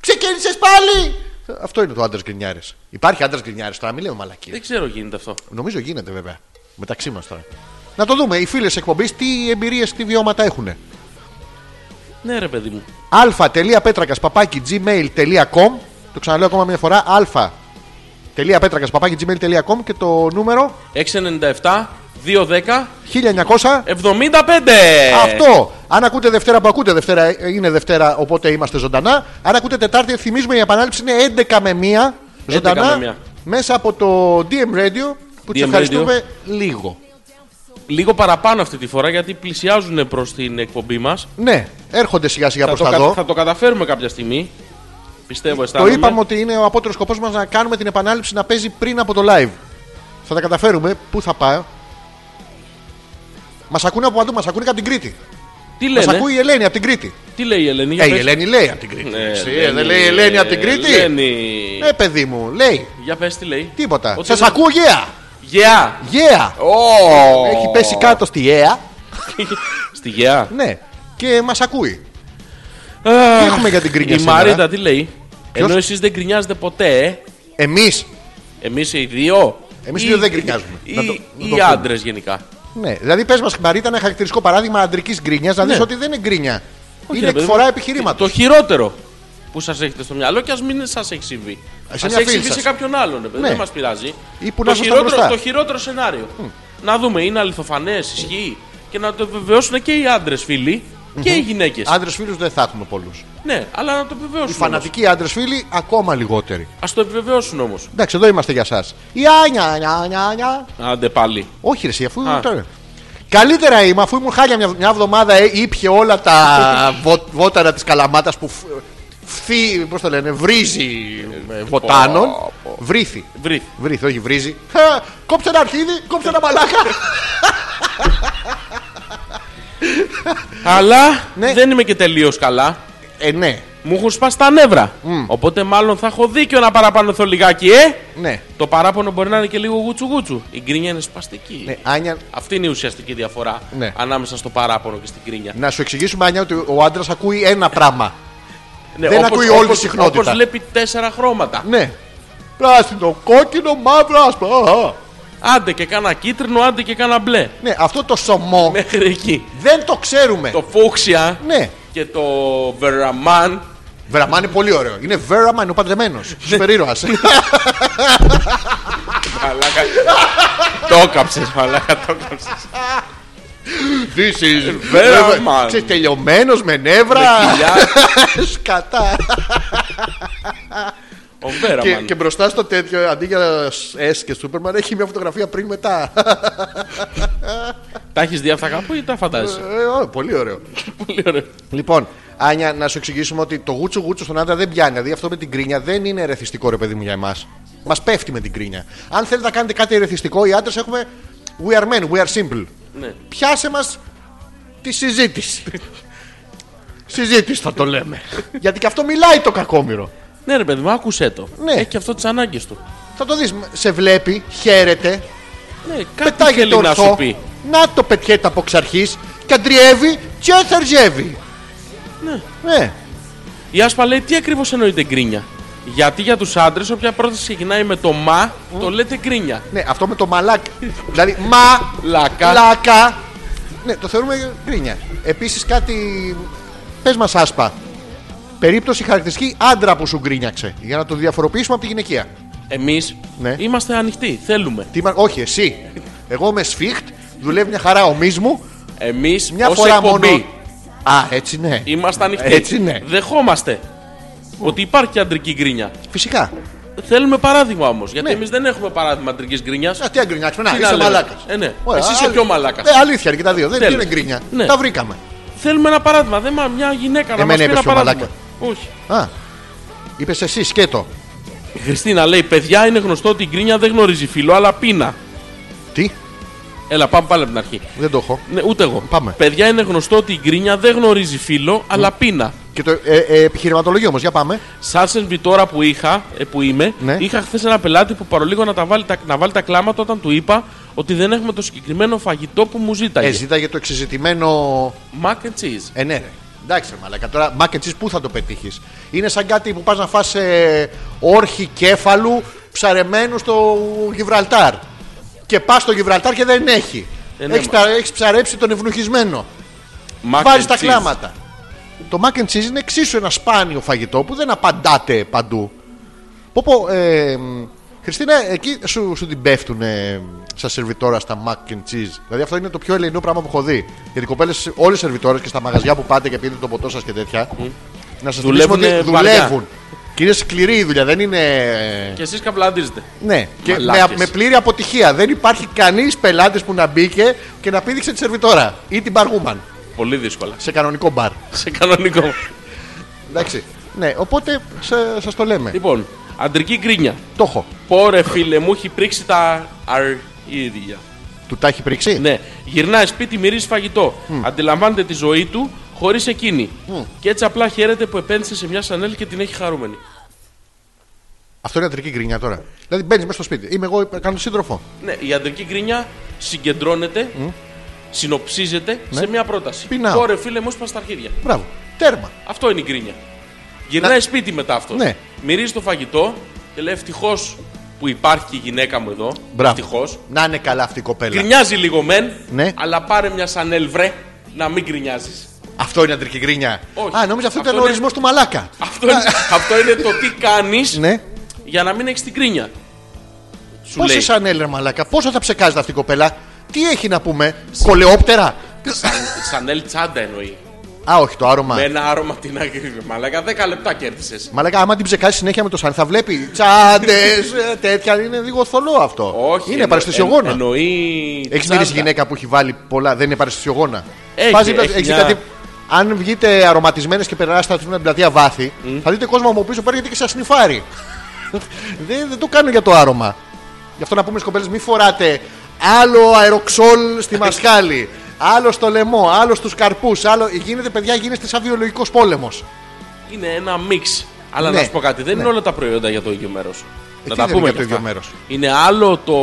Speaker 1: Ξεκίνησες πάλι! Αυτό είναι το άντρας Γκρινιάρης. Υπάρχει άντρας Γκρινιάρης τώρα, μην λέμε μαλακή.
Speaker 2: Δεν ξέρω γίνεται αυτό.
Speaker 1: Νομίζω γίνεται βέβαια. Μεταξύ μας τώρα. Να το δούμε. Οι φίλες εκπομπής τι εμπειρίες, τι βιώματα έχουν.
Speaker 2: Ναι, ρε παιδί μου.
Speaker 1: αλφα.πέτρακα παπάκι gmail.com Το ξαναλέω ακόμα μια φορά. αλφα.πέτρακα παπάκι gmail.com και το νούμερο
Speaker 2: 697 210
Speaker 1: 1900.
Speaker 2: 75!
Speaker 1: Αυτό! Αν ακούτε Δευτέρα που ακούτε, Δευτέρα ε, είναι Δευτέρα, οπότε είμαστε ζωντανά. Αν ακούτε Τετάρτη, θυμίζουμε η επανάληψη είναι 11 με 1 ζωντανά
Speaker 2: με 1.
Speaker 1: μέσα από το DM Radio που του
Speaker 2: DM
Speaker 1: ευχαριστούμε λίγο.
Speaker 2: Λίγο παραπάνω αυτή τη φορά γιατί πλησιάζουν προς την εκπομπή μας.
Speaker 1: Ναι, έρχονται σιγά σιγά
Speaker 2: Θα,
Speaker 1: προς
Speaker 2: το
Speaker 1: τα
Speaker 2: κα-
Speaker 1: δω.
Speaker 2: θα το καταφέρουμε κάποια στιγμή. Πιστεύω,
Speaker 1: Το
Speaker 2: αισθάνομαι.
Speaker 1: είπαμε ότι είναι ο απότερος σκοπός μας να κάνουμε την επανάληψη να παίζει πριν από το live. Θα τα καταφέρουμε. Πού θα πάω. Μας ακούνε από παντού, μας ακούνε και από την Κρήτη.
Speaker 2: Τι
Speaker 1: Μας
Speaker 2: λένε,
Speaker 1: ακούει η Ελένη από την Κρήτη.
Speaker 2: τι λέει η Ελένη. για
Speaker 1: Ε, η
Speaker 2: πες.
Speaker 1: Ελένη λέει από την Κρήτη.
Speaker 2: Ναι,
Speaker 1: Εσύ, ε, Δεν λέει η Ελένη από την Κρήτη.
Speaker 2: Ελένη.
Speaker 1: Ναι, παιδί μου, λέει.
Speaker 2: Για πες τι λέει.
Speaker 1: Τίποτα.
Speaker 2: Ότι
Speaker 1: Σας
Speaker 2: δεν-
Speaker 1: ακούω, γεια!
Speaker 2: Γεια!
Speaker 1: Γεια! Έχει πέσει κάτω στη γέα.
Speaker 2: Στη γεια.
Speaker 1: Ναι. Και μας ακούει.
Speaker 2: Τι
Speaker 1: έχουμε για την κρίνια
Speaker 2: Η
Speaker 1: σήμερα?
Speaker 2: Μαρίτα τι λέει.
Speaker 1: Ποιος?
Speaker 2: Ενώ εσείς δεν κρινιάζετε ποτέ, ε.
Speaker 1: Εμείς.
Speaker 2: Εμείς οι δύο.
Speaker 1: Εμείς
Speaker 2: Ή-
Speaker 1: οι δύο δεν κρινιάζουμε.
Speaker 2: Ή,
Speaker 1: Να το- να
Speaker 2: ή
Speaker 1: το πούμε.
Speaker 2: οι άντρες γενικά.
Speaker 1: Ναι. Δηλαδή, πες μας, Μαρίτα, ένα χαρακτηριστικό παράδειγμα αντρικής γκρίνιας, να δει
Speaker 2: Ναι.
Speaker 1: ότι δεν είναι γκρίνια.
Speaker 2: Όχι,
Speaker 1: είναι
Speaker 2: ρε παιδί
Speaker 1: εκφορά
Speaker 2: μου.
Speaker 1: επιχειρήματος.
Speaker 2: Το χειρότερο που σας έχετε στο μυαλό και ας μην σας έχει συμβεί.
Speaker 1: Ε, σε
Speaker 2: Σα
Speaker 1: μια
Speaker 2: έχει
Speaker 1: φίλη
Speaker 2: συμβεί σε
Speaker 1: σας.
Speaker 2: κάποιον άλλον, ρε παιδί,
Speaker 1: Ναι.
Speaker 2: δεν μας πειράζει.
Speaker 1: Ή που να
Speaker 2: το,
Speaker 1: ήσασταν μπροστά.
Speaker 2: χειρότερο, το χειρότερο σενάριο. Να δούμε, είναι αληθοφανές, ισχύει. Και να το επιβεβαιώσουν και οι άντρες φίλοι και οι γυναίκες.
Speaker 1: Άντρες φίλους δεν θα έχουμε πολλούς.
Speaker 2: Ναι, αλλά να το
Speaker 1: Οι
Speaker 2: επιβεβαιώσουν. Α
Speaker 1: φανατικοί άντρες φίλοι ακόμα λιγότεροι.
Speaker 2: το επιβεβαιώσουν όμως.
Speaker 1: Εντάξει, εδώ είμαστε για εσά. Η Άνια, νια, νια, νια.
Speaker 2: Άντε πάλι.
Speaker 1: Όχι, ρε, εσύ, αφού.
Speaker 2: Α.
Speaker 1: τώρα. Καλύτερα είμαι, αφού ήμουν χάλια μια, μια εβδομάδα, ε, ήπια όλα τα βο- βόταρα της καλαμάτας που φ- φθή, πώς το λένε, βρίζει ε, βοτάνων.
Speaker 2: πω, πω.
Speaker 1: Βρήθη.
Speaker 2: Βρήθη.
Speaker 1: Βρήθη, όχι βρίζει. Χα, Κόψε ένα αρχίδι, κόψε ένα μαλάκα.
Speaker 2: Αλλά
Speaker 1: Ναι.
Speaker 2: δεν είμαι και τελείως καλά.
Speaker 1: ε, ναι,
Speaker 2: Μου έχουν σπάσει τα νεύρα. Οπότε μάλλον θα έχω δίκιο να παραπάνω λιγάκι, ε!
Speaker 1: ναι.
Speaker 2: Το παράπονο μπορεί να είναι και λίγο γούτσου γούτσου. Η γκρίνια είναι σπαστική.
Speaker 1: ναι. Άνια,
Speaker 2: Αυτή είναι η ουσιαστική διαφορά
Speaker 1: Ναι.
Speaker 2: ανάμεσα στο παράπονο και στην κρίνια.
Speaker 1: να σου εξηγήσουμε, Άνια, ότι ο άντρας ακούει ένα πράγμα.
Speaker 2: Ναι,
Speaker 1: Δεν ακούει όλη τη συχνότητα.
Speaker 2: Όπως βλέπει τέσσερα χρώματα.
Speaker 1: Ναι. Πράσινο, κόκκινο, μαύρο, άσπρο. Α, α.
Speaker 2: Άντε και κάνα κίτρινο, άντε και κάνα μπλε.
Speaker 1: Ναι, αυτό το σωμό
Speaker 2: Μέχρι εκεί.
Speaker 1: δεν το ξέρουμε.
Speaker 2: Το φούξια
Speaker 1: Ναι.
Speaker 2: και το βεραμάν.
Speaker 1: Βεραμά είναι πολύ ωραίο. Είναι Βέραμα, είναι ο παντρεμένος.
Speaker 2: Ναι.
Speaker 1: Σούπερ ήρωα.
Speaker 2: Μαλάκα. το κάψες, μαλάκα, το κάψες.
Speaker 1: This is
Speaker 2: Βέραμα.
Speaker 1: Ξέρεις, τελειωμένος με νεύρα.
Speaker 2: Με κοιλιά.
Speaker 1: Σκατά.
Speaker 2: Ο
Speaker 1: και,
Speaker 2: βεραμάν.
Speaker 1: και μπροστά στο τέτοιο, αντί για S και Σούπερμαν, έχει μια φωτογραφία πριν μετά.
Speaker 2: Τα έχεις δει αυτά κάπου ή τα φαντάζεσαι.
Speaker 1: Ε, ω, πολύ ωραίο.
Speaker 2: Πολύ ωραίο.
Speaker 1: Λοιπόν, Άνια, να σου εξηγήσουμε ότι το γούτσου γούτσου στον άντρα δεν πιάνει. Δηλαδή αυτό με την κρίνια δεν είναι ερεθιστικό, ρε παιδί μου, για εμάς. Μας πέφτει με την κρίνια. Αν θέλετε να κάνετε κάτι ερεθιστικό, οι άντρες έχουμε. We are men, we are simple.
Speaker 2: Ναι.
Speaker 1: Πιάσε μας τη συζήτηση. συζήτηση θα το λέμε. Γιατί και αυτό μιλάει το κακόμοιρο.
Speaker 2: Ναι, ρε παιδί μου, άκουσέ το.
Speaker 1: Ναι.
Speaker 2: Έχει και αυτό τις ανάγκες του.
Speaker 1: Θα το δεις. Σε βλέπει, χαίρεται,
Speaker 2: Ναι, κάτι
Speaker 1: πετάγεται
Speaker 2: θέλει να σου
Speaker 1: ορθό.
Speaker 2: πει.
Speaker 1: Να το πετιέται από εξ αρχής και αντριεύει και θερζεύει. Ναι. ναι.
Speaker 2: Η Άσπα λέει τι ακριβώς εννοείται γκρίνια. Γιατί για τους άντρες, όποια πρόταση ξεκινάει με το μα, το λέτε γκρίνια.
Speaker 1: Ναι, αυτό με το μαλάκ. δηλαδή, μα,
Speaker 2: Λάκα.
Speaker 1: λάκα. Ναι, το θεωρούμε γκρίνια. Επίσης κάτι. Πες μας, άσπα. Περίπτωση χαρακτηριστική άντρα που σου γκρίνιαξε. Για να το διαφοροποιήσουμε από τη γυναικεία.
Speaker 2: Εμείς
Speaker 1: Ναι.
Speaker 2: είμαστε ανοιχτοί, θέλουμε.
Speaker 1: Τι μα- Όχι, εσύ. Εγώ είμαι σφίχτ, δουλεύει μια χαρά ο μης μου.
Speaker 2: Εμείς
Speaker 1: Μια
Speaker 2: ως
Speaker 1: φορά
Speaker 2: εκπομπή
Speaker 1: μόνο. Α, έτσι ναι.
Speaker 2: είμαστε ανοιχτοί.
Speaker 1: Έτσι ναι.
Speaker 2: Δεχόμαστε ότι υπάρχει και αντρική γκρίνια.
Speaker 1: Φυσικά.
Speaker 2: Θέλουμε παράδειγμα όμως. Γιατί
Speaker 1: Ναι.
Speaker 2: εμείς εμεί δεν έχουμε παράδειγμα αντρικής γκρίνιας.
Speaker 1: Α, τι να γκρινιάξουμε, να
Speaker 2: Τι
Speaker 1: είσαι
Speaker 2: να λέμε.
Speaker 1: μαλάκα.
Speaker 2: Ε, ναι. Εσύ είσαι πιο μαλάκας.
Speaker 1: Ναι, αλήθεια είναι και τα δύο. Δεν
Speaker 2: Τέλος.
Speaker 1: είναι γκρίνια.
Speaker 2: Ναι.
Speaker 1: Τα βρήκαμε.
Speaker 2: Θέλουμε ένα παράδειγμα. Δεν μα- μια γυναίκα να
Speaker 1: Εμένα
Speaker 2: μας πει
Speaker 1: είπες
Speaker 2: ένα
Speaker 1: πιο
Speaker 2: παράδειγμα.
Speaker 1: μαλάκα.
Speaker 2: Όχι.
Speaker 1: Α, είπες εσύ σκέτο.
Speaker 2: Η Χριστίνα λέει: Παιδιά, είναι γνωστό ότι η γκρίνια δεν γνωρίζει φίλο, αλλά πείνα.
Speaker 1: Τι,
Speaker 2: Έλα, πάμε πάλι από την αρχή.
Speaker 1: Δεν το έχω.
Speaker 2: Ναι, ούτε εγώ.
Speaker 1: Πάμε. Ναι.
Speaker 2: Παιδιά, είναι γνωστό ότι η γκρίνια δεν γνωρίζει φίλο, αλλά πείνα.
Speaker 1: Και το ε, ε, επιχειρηματολογείο όμως, για πάμε.
Speaker 2: Σαν σενβι τώρα που είχα, ε, που είμαι,
Speaker 1: Ναι.
Speaker 2: είχα χθες ένα πελάτη που παρολίγο να, τα βάλει, τα, να βάλει τα κλάματα όταν του είπα ότι δεν έχουμε το συγκεκριμένο φαγητό που μου ζήταγε.
Speaker 1: Ε, ζήταγε το εξεζητημένο.
Speaker 2: Mac and cheese.
Speaker 1: Ε, ναι, ρε. Εντάξει, ρε μαλακά. Τώρα, mac and cheese πού θα το πετύχεις. Είναι σαν κάτι που πας να φας ε, όρχη κέφαλου ψαρεμένου στο Γιβραλτάρ. Και πας στο Γιβραλτάρ και δεν έχει.
Speaker 2: Ε, ναι,
Speaker 1: Έχεις
Speaker 2: μα.
Speaker 1: τα- έχεις ψαρέψει τον ευνουχισμένο.
Speaker 2: Mac
Speaker 1: Βάζει
Speaker 2: and
Speaker 1: Ε, τα
Speaker 2: cheese.
Speaker 1: κλάματα. Το mac and cheese είναι εξίσου ένα σπάνιο φαγητό που δεν απαντάτε παντού. Πω πω, ε, μ, Χριστίνα, εκεί σου, σου την πέφτουν στα σερβιτόρα στα mac and cheese. Δηλαδή αυτό είναι το πιο ελληνικό πράγμα που έχω δει. Γιατί κοπέλε, όλε οι σερβιτόρες και στα μαγαζιά που πάτε και πίνετε το ποτό σας και τέτοια. Να σας
Speaker 2: Δουλεύουνε βαριά.
Speaker 1: δουλεύουν. Και είναι σκληρή η δουλειά, δεν είναι.
Speaker 2: Και εσείς καπλαντίζετε.
Speaker 1: Ναι, και με,
Speaker 2: Μαλάκες.
Speaker 1: με πλήρη αποτυχία. Δεν υπάρχει κανείς πελάτης που να μπήκε και να πήδηξε τη σερβιτόρα ή την μπαργούμαν
Speaker 2: Πολύ δύσκολα.
Speaker 1: σε κανονικό μπαρ.
Speaker 2: Σε κανονικό.
Speaker 1: Εντάξει. Ναι, οπότε σα το λέμε.
Speaker 2: λοιπόν, αντρική γκρίνια.
Speaker 1: Το έχω.
Speaker 2: Πόρε φίλε μου, έχει πρίξει τα αρχίδια.
Speaker 1: Του τα έχει πρίξει.
Speaker 2: Ναι, γυρνάει σπίτι, μυρίζει φαγητό. Αντιλαμβάνεται τη ζωή του χωρίς εκείνη. Και έτσι απλά χαίρεται που επένδυσε σε μια Σανέλ και την έχει χαρούμενη.
Speaker 1: Αυτό είναι ιατρική γκρινιά τώρα. Δηλαδή μπαίνεις μέσα στο σπίτι. Είμαι εγώ, κάνω σύντροφο.
Speaker 2: Ναι, η αντρική γκρίνια συγκεντρώνεται, συνοψίζεται σε μια πρόταση.
Speaker 1: Ναι. Πεινάω.
Speaker 2: Πόρε φίλε μου, σπα τα αρχίδια.
Speaker 1: Μπράβο. Τέρμα.
Speaker 2: Αυτό είναι η γκρίνια. Γυρνάει σπίτι μετά αυτός.
Speaker 1: Ναι.
Speaker 2: Μυρίζει το φαγητό και λέει ευτυχώς που υπάρχει και η γυναίκα μου εδώ.
Speaker 1: Μπράβο.
Speaker 2: Ευτυχώς.
Speaker 1: Να είναι καλά αυτή η κοπέλα.
Speaker 2: Γκρινιάζει λίγο μεν,
Speaker 1: Ναι.
Speaker 2: αλλά πάρε μια Σανέλ βρε να μην γκρινιάζεις.
Speaker 1: Αυτό είναι ιατρική γκρινιά.
Speaker 2: Όχι.
Speaker 1: Α, νόμιζα αυτό,
Speaker 2: Αυτό
Speaker 1: ήταν ο
Speaker 2: είναι-
Speaker 1: ορισμός του μαλάκα.
Speaker 2: Αυτό είναι, αυτό είναι το τι κάνεις
Speaker 1: Ναι.
Speaker 2: για να μην έχεις την κρίνια. Σου
Speaker 1: Πόσε
Speaker 2: λέει.
Speaker 1: σαν ρε μαλάκα, πόσο θα ψεκάζεται αυτή η κοπέλα, τι έχει να πούμε, κολεόπτερα.
Speaker 2: Σανέλ τσάντα εννοεί.
Speaker 1: Α, όχι το άρωμα.
Speaker 2: Με ένα άρωμα την άκρη. Μαλάκα 10 λεπτά κέρδισες.
Speaker 1: Μαλάκα, άμα την ψεκάσεις συνέχεια με το σαν, θα βλέπει τσάντες, τέτοια. Είναι λίγο θολό αυτό.
Speaker 2: Όχι.
Speaker 1: Είναι παρεστησιογόνα.
Speaker 2: εν- εννοεί.
Speaker 1: Έχεις
Speaker 2: τσάντα.
Speaker 1: μυρίσει γυναίκα που έχει βάλει πολλά, δεν είναι παρεστησιογόνα.
Speaker 2: Έχει,
Speaker 1: Πας δίπλα-
Speaker 2: έχει
Speaker 1: έχεις
Speaker 2: μια-
Speaker 1: δει κάτι- Αν βγείτε αρωματισμένες και περάσετε από την πλατεία βάθη, δηλαδή θα δείτε κόσμο από πίσω που έρχεται και σας σνιφάρει. δεν, δεν το κάνω για το άρωμα. Γι' αυτό να πούμε στι κοπέλε, μην φοράτε άλλο αεροξόλ στη μασχάλη, άλλος στο λαιμό, άλλος στους καρπούς. Άλλο... Γίνεται, παιδιά, γίνεται σαν βιολογικός πόλεμος.
Speaker 2: Είναι ένα μίξ. Αλλά
Speaker 1: Ναι,
Speaker 2: να σου πω κάτι, δεν
Speaker 1: ναι. Ε,
Speaker 2: είναι όλα τα προϊόντα για το ίδιο μέρος.
Speaker 1: τι δεν είναι για το
Speaker 2: και
Speaker 1: ίδιο
Speaker 2: αυτά.
Speaker 1: μέρος.
Speaker 2: Είναι άλλο το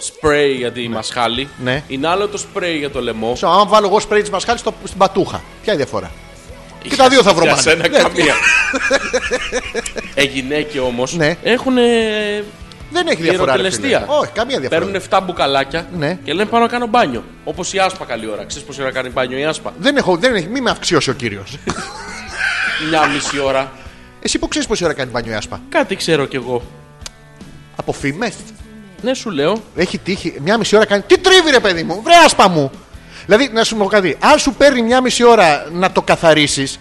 Speaker 2: σπρέι για τη μασχάλη.
Speaker 1: Ναι.
Speaker 2: Είναι άλλο το σπρέι για το λαιμό.
Speaker 1: Ξέρω, αν βάλω εγώ σπρέι της μασχάλης στο- στην πατούχα, ποια η διαφορά. Και τα δύο θα βρω
Speaker 2: Για
Speaker 1: μάνα.
Speaker 2: σένα
Speaker 1: Ναι.
Speaker 2: καμία. ε, γυναίκε όμως
Speaker 1: Ναι.
Speaker 2: έχουν.
Speaker 1: Δεν έχει διαφορά. ρε φίλε.
Speaker 2: Ιεροτελεστία.
Speaker 1: Όχι, καμία διαφορά.
Speaker 2: Παίρνουν 7 μπουκαλάκια
Speaker 1: Ναι.
Speaker 2: και λένε πάω να κάνω μπάνιο. Όπως η Άσπα καλή ώρα. Ξέρεις πόση ώρα κάνει μπάνιο η Άσπα.
Speaker 1: Δεν έχω, δεν έχει, μη με αυξιώσει ο κύριος.
Speaker 2: Μια μισή ώρα.
Speaker 1: Εσύ που ξέρεις πόση ώρα κάνει μπάνιο η άσπα.
Speaker 2: Κάτι ξέρω κι εγώ.
Speaker 1: Από φήμες.
Speaker 2: Ναι, σου λέω.
Speaker 1: Έχει τύχει. Μια μισή ώρα κάνει. Τι τρίβει ρε παιδί μου, βρε άσπα μου. Δηλαδή να σου πω κάτι. Αν σου παίρνει μια μισή ώρα να το καθαρίσεις,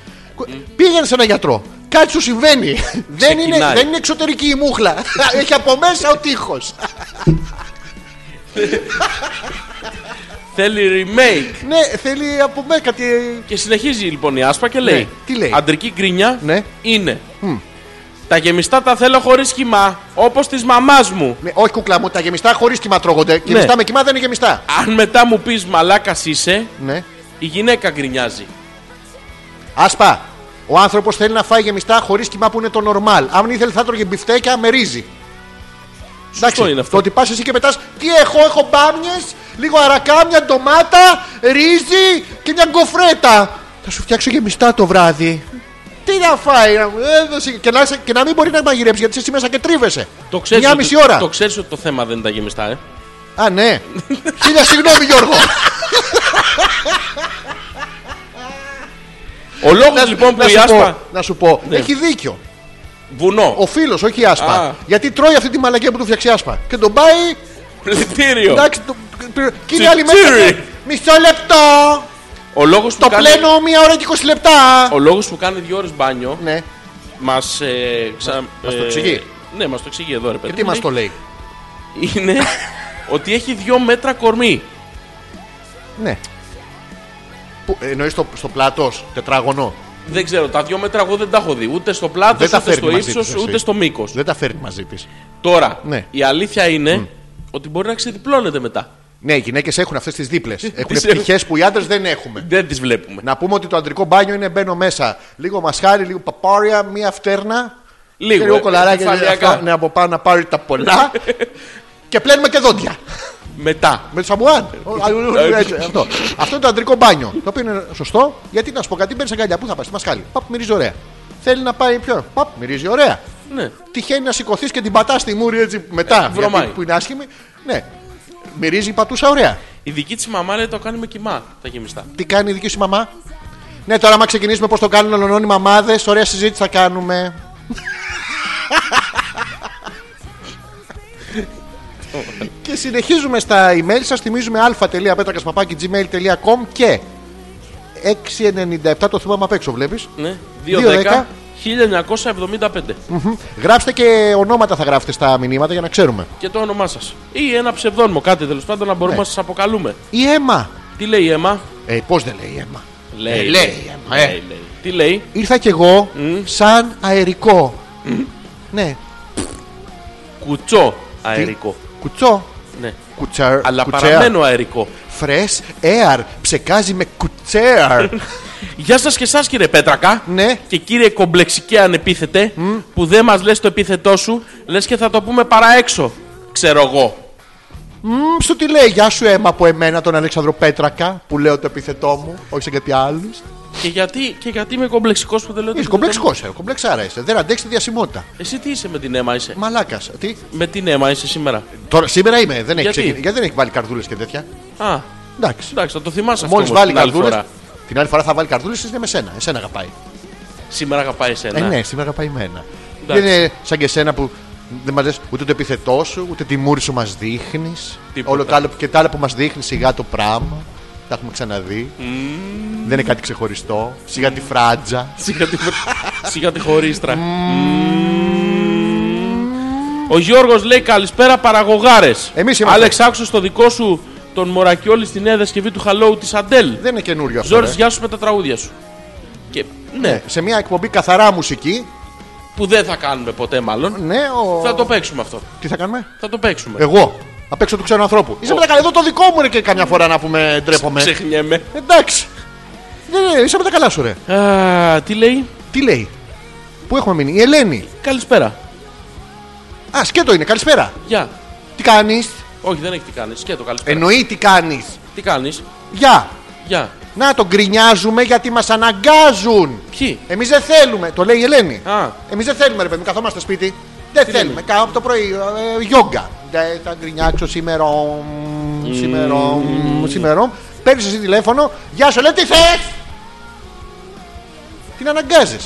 Speaker 1: πήγαινε σε έναν γιατρό. Κάτι σου συμβαίνει. δεν, είναι,
Speaker 2: Ξεκινάει.
Speaker 1: δεν είναι εξωτερική η μούχλα. έχει από μέσα ο τείχος.
Speaker 2: Θέλει remake.
Speaker 1: ναι, θέλει από μέσα κάτι.
Speaker 2: Και συνεχίζει λοιπόν η Άσπα και λέει:
Speaker 1: Ναι, τι λέει?
Speaker 2: Αντρική γκρινιά
Speaker 1: Ναι.
Speaker 2: είναι. Τα γεμιστά τα θέλω χωρίς χυμά, όπως της μαμάς μου.
Speaker 1: Ναι, όχι κουκλά μου, τα γεμιστά χωρίς κύμα τρώγονται. Γεμιστά με κύμα δεν είναι γεμιστά.
Speaker 2: Αν μετά μου πεις μαλάκας είσαι,
Speaker 1: Ναι.
Speaker 2: η γυναίκα γκρινιάζει.
Speaker 1: Άσπα. Ο άνθρωπος θέλει να φάει γεμιστά χωρίς κοιμά που είναι το normal. Αν ήθελε θα τρώγε μπιφτέκια με ρύζι. Εντάξει,
Speaker 2: είναι αυτό.
Speaker 1: Το ότι πας εσύ και πετάς. Τι έχω, έχω μπάμιες, λίγο αρακά, μια ντομάτα, ρύζι και μια γκοφρέτα. Θα σου φτιάξω γεμιστά το βράδυ. Τι να φάει, να μου έδωσε. Και να, είσαι- και να μην μπορεί να μαγειρέψεις γιατί είσαι μέσα και τρίβεσαι.
Speaker 2: Το ξέρεις
Speaker 1: Μια
Speaker 2: ότι-
Speaker 1: μισή ώρα.
Speaker 2: Το ξέρεις ότι το θέμα δεν είναι τα γεμιστά, ε.
Speaker 1: Α, ναι. Χίλια συγγνώμη, Γιώργο.
Speaker 2: Ο λόγος λοιπόν που
Speaker 1: να,
Speaker 2: η
Speaker 1: σου
Speaker 2: Άσπα.
Speaker 1: πω, να σου πω,
Speaker 2: Ναι.
Speaker 1: έχει δίκιο.
Speaker 2: Βουνό.
Speaker 1: Ο φίλος, όχι η άσπα.
Speaker 2: Α.
Speaker 1: Γιατί τρώει αυτή τη μαλακία που του φτιάξει η άσπα. Και τον πάει.
Speaker 2: Πλητήριο.
Speaker 1: Εντάξει, το- και είναι άλλη μέσα.
Speaker 2: Τσιτσίρι.
Speaker 1: λέει, Μισό λεπτό.
Speaker 2: Ο λόγος που,
Speaker 1: Το
Speaker 2: κάνει...
Speaker 1: πλένω μία ώρα και 20 λεπτά.
Speaker 2: ο λόγος που κάνει δύο ώρες μπάνιο
Speaker 1: Ναι,
Speaker 2: μας. Ε, ξα...
Speaker 1: μας το
Speaker 2: ε,
Speaker 1: εξηγεί.
Speaker 2: Ναι, μας το εξηγεί εδώ, ρε παιδί.
Speaker 1: και Ε, τι
Speaker 2: μου,
Speaker 1: μας το λέει.
Speaker 2: Είναι ότι έχει δύο μέτρα κορμί.
Speaker 1: Ναι. Που, εννοείς στο, στο πλάτος, τετράγωνο.
Speaker 2: Δεν ξέρω, τα δύο μέτρα εγώ δεν τα έχω δει. Ούτε στο πλάτος,
Speaker 1: Δεν τα
Speaker 2: ούτε
Speaker 1: φέρνει
Speaker 2: στο
Speaker 1: μαζί
Speaker 2: ύψος,
Speaker 1: της,
Speaker 2: ούτε
Speaker 1: εσύ.
Speaker 2: στο μήκος.
Speaker 1: Δεν τα φέρνει μαζί της.
Speaker 2: Τώρα,
Speaker 1: Ναι.
Speaker 2: η αλήθεια είναι ότι μπορεί να ξεδιπλώνεται μετά.
Speaker 1: Ναι, οι γυναίκες έχουν αυτές τις δίπλες. Έχουν
Speaker 2: Τις έχουν.
Speaker 1: πτυχέ που οι άντρες δεν έχουμε.
Speaker 2: Δεν τις βλέπουμε.
Speaker 1: Να πούμε ότι το αντρικό μπάνιο είναι μπαίνω μέσα. Λίγο μασχάρι, λίγο παπάρια, μία φτέρνα.
Speaker 2: Λίγο,
Speaker 1: Λίγο
Speaker 2: ε,
Speaker 1: κολαράκι
Speaker 2: κεφαλιακά.
Speaker 1: ναι, από πάνω να πάρει τα πολλά. και πλένουμε και δόντια.
Speaker 2: Μετά.
Speaker 1: Με το σαμπουάν. Έτσι, ε, αυτό. αυτό είναι το αντρικό μπάνιο. Το οποίο είναι σωστό, γιατί να σου πω κάτι, μπαίνεις αγκαλιά. Πού θα πας, στη μασκάλη. Παπ, μυρίζει ωραία. Θέλει να πάει πιο. Παπ, μυρίζει ωραία.
Speaker 2: Ναι.
Speaker 1: Τυχαίνει να σηκωθείς και την πατάς στη μούρη έτσι μετά.
Speaker 2: βρωμάει.
Speaker 1: γιατί που είναι άσχημη. Ναι. Μυρίζει η πατούσα ωραία.
Speaker 2: Η δική της μαμά λέει το κάνει με κοιμά τα γεμιστά.
Speaker 1: Τι κάνει η δική σου μαμά. Ναι, τώρα άμα ξεκινήσουμε πώς το κάνουν ολονών οι μαμάδε, ωραία συζήτηση θα κάνουμε. και συνεχίζουμε στα email σας θυμίζουμε α.πέτρακας.gmail.com και 697 το θυμάμαι απ' έξω βλέπεις
Speaker 2: Ναι.
Speaker 1: 2-10.
Speaker 2: 2-10. 1975.
Speaker 1: Γράψτε και ονόματα θα γράφετε στα μηνύματα για να ξέρουμε
Speaker 2: Και το όνομά σας. Ή ένα ψευδόνυμο, κάτι τέλος πάντων να μπορούμε
Speaker 1: Ναι.
Speaker 2: να σας αποκαλούμε.
Speaker 1: Η αίμα
Speaker 2: Τι λέει η αίμα.
Speaker 1: Ε, πώς δεν λέει η αίμα
Speaker 2: Λέει.
Speaker 1: Ε, λέει η αίμα ε.
Speaker 2: Λέει, λέει. Τι λέει.
Speaker 1: Ήρθα κι εγώ σαν αερικό Ναι
Speaker 2: Κουτσό αερικό.
Speaker 1: Κουτσό
Speaker 2: Ναι.
Speaker 1: Κουτσέρ,
Speaker 2: Αλλά
Speaker 1: κουτσέα.
Speaker 2: παραμένω αερικό.
Speaker 1: Fresh air. Ψεκάζει με κουτσέρ.
Speaker 2: Γεια σας και εσά κύριε Πέτρακα.
Speaker 1: Ναι.
Speaker 2: Και κύριε κομπλεξικέ ανεπίθετε, που δεν μας λες το επίθετό σου, λες και θα το πούμε παραέξω. Ξέρω εγώ.
Speaker 1: Μμμ, Σου τι λέει, Γεια σου αίμα από εμένα τον Αλέξανδρο Πέτρακα που λέω το επιθετό μου, όχι σε κάτι άλλου.
Speaker 2: Και γιατί, και γιατί είμαι κομπλεξικός που δεν λέω το
Speaker 1: Είσαι
Speaker 2: επίθετό
Speaker 1: κομπλεξικός, ε, κομπλεξάρα είσαι. Δεν αντέξει τη διασημότητα.
Speaker 2: μου. Εσύ τι είσαι με την αίμα είσαι.
Speaker 1: Μαλάκας. Τι.
Speaker 2: Με την αίμα είσαι σήμερα.
Speaker 1: Τώρα σήμερα είμαι, δεν έχεις
Speaker 2: Γιατί?
Speaker 1: ξεκινήσει. Γιατί δεν έχεις βάλει καρδούλες και τέτοια.
Speaker 2: Α,
Speaker 1: Εντάξει.
Speaker 2: εντάξει, θα το θυμάσαι
Speaker 1: Μόλι
Speaker 2: αυτό. όμως
Speaker 1: βάλει
Speaker 2: την άλλη
Speaker 1: καρδούλες.
Speaker 2: φορά.
Speaker 1: Την άλλη φορά θα βάλει καρδούλες, είναι με σένα. Εσένα αγαπάει.
Speaker 2: Σήμερα αγαπάει εσένα.
Speaker 1: Ε, ναι, σήμερα αγαπάει εμένα. Δεν
Speaker 2: Εντάξει.
Speaker 1: είναι σαν και εσένα που δεν μα ούτε το επιθετό σου, ούτε τη μούρη σου μας δείχνεις.
Speaker 2: Τίποτα.
Speaker 1: Όλο το άλλο και τα άλλα που μας δείχνει σιγά το πράγμα. Τα έχουμε ξαναδεί. Δεν είναι κάτι ξεχωριστό. Σιγά τη φράτζα.
Speaker 2: Σιγά τη, σιγά τη χωρίστρα. Ο Γιώργος λέει καλησπέρα παραγωγάρες.
Speaker 1: Εμείς είμαστε.
Speaker 2: Άλεξ άκουσες το δικό σου τον Μωρακιόλη στη νέα διασκευή του Χαλόου της Αντέλ.
Speaker 1: Δεν είναι καινούριο αυτό.
Speaker 2: Ζόρις
Speaker 1: ρε.
Speaker 2: γεια σου με τα τραγούδια σου. Και ναι,
Speaker 1: Ναι, σε μια εκπομπή καθαρά μουσική.
Speaker 2: που δεν θα κάνουμε ποτέ μάλλον.
Speaker 1: Ναι, ο...
Speaker 2: Θα το παίξουμε αυτό.
Speaker 1: Τι θα κάνουμε.
Speaker 2: Θα το παίξουμε.
Speaker 1: Εγώ. Απ' έξω του ξένου ανθρώπου. Είσαι
Speaker 2: Ο-
Speaker 1: μετακαλέ εδώ το δικό μου ρε και καμιά φορά να πούμε ντρέπομαι.
Speaker 2: Ξεχνιέμαι.
Speaker 1: Εντάξει. Ναι, ναι, είσαι με τα καλά σου ρε.
Speaker 2: Α, τι λέει.
Speaker 1: Τι λέει. Πού έχουμε μείνει. Η Ελένη.
Speaker 2: Καλησπέρα.
Speaker 1: Α, σκέτο είναι. Καλησπέρα.
Speaker 2: Γεια.
Speaker 1: Τι κάνεις.
Speaker 2: Όχι, δεν έχει τι κάνεις. Σκέτο, καλησπέρα.
Speaker 1: Εννοεί τι κάνεις.
Speaker 2: Τι κάνεις.
Speaker 1: Γεια!
Speaker 2: Γεια.
Speaker 1: Να τον γκρινιάζουμε γιατί μας αναγκάζουν.
Speaker 2: Ποιοι.
Speaker 1: Εμείς δεν θέλουμε. Το λέει η Ελένη.
Speaker 2: Α.
Speaker 1: Εμείς δεν θέλουμε, ρε παιδί μου, καθόμαστε σπίτι. Δεν θέλουμε. Κάνω από το πρωί ε, γιόγκα. Δεν θα γκρινιάξω σήμερα. μ, Σήμερα. μ, Σήμερα. Παίρνεις εσύ τηλέφωνο. Γεια σου, λέει τι θες! Την αναγκάζεις.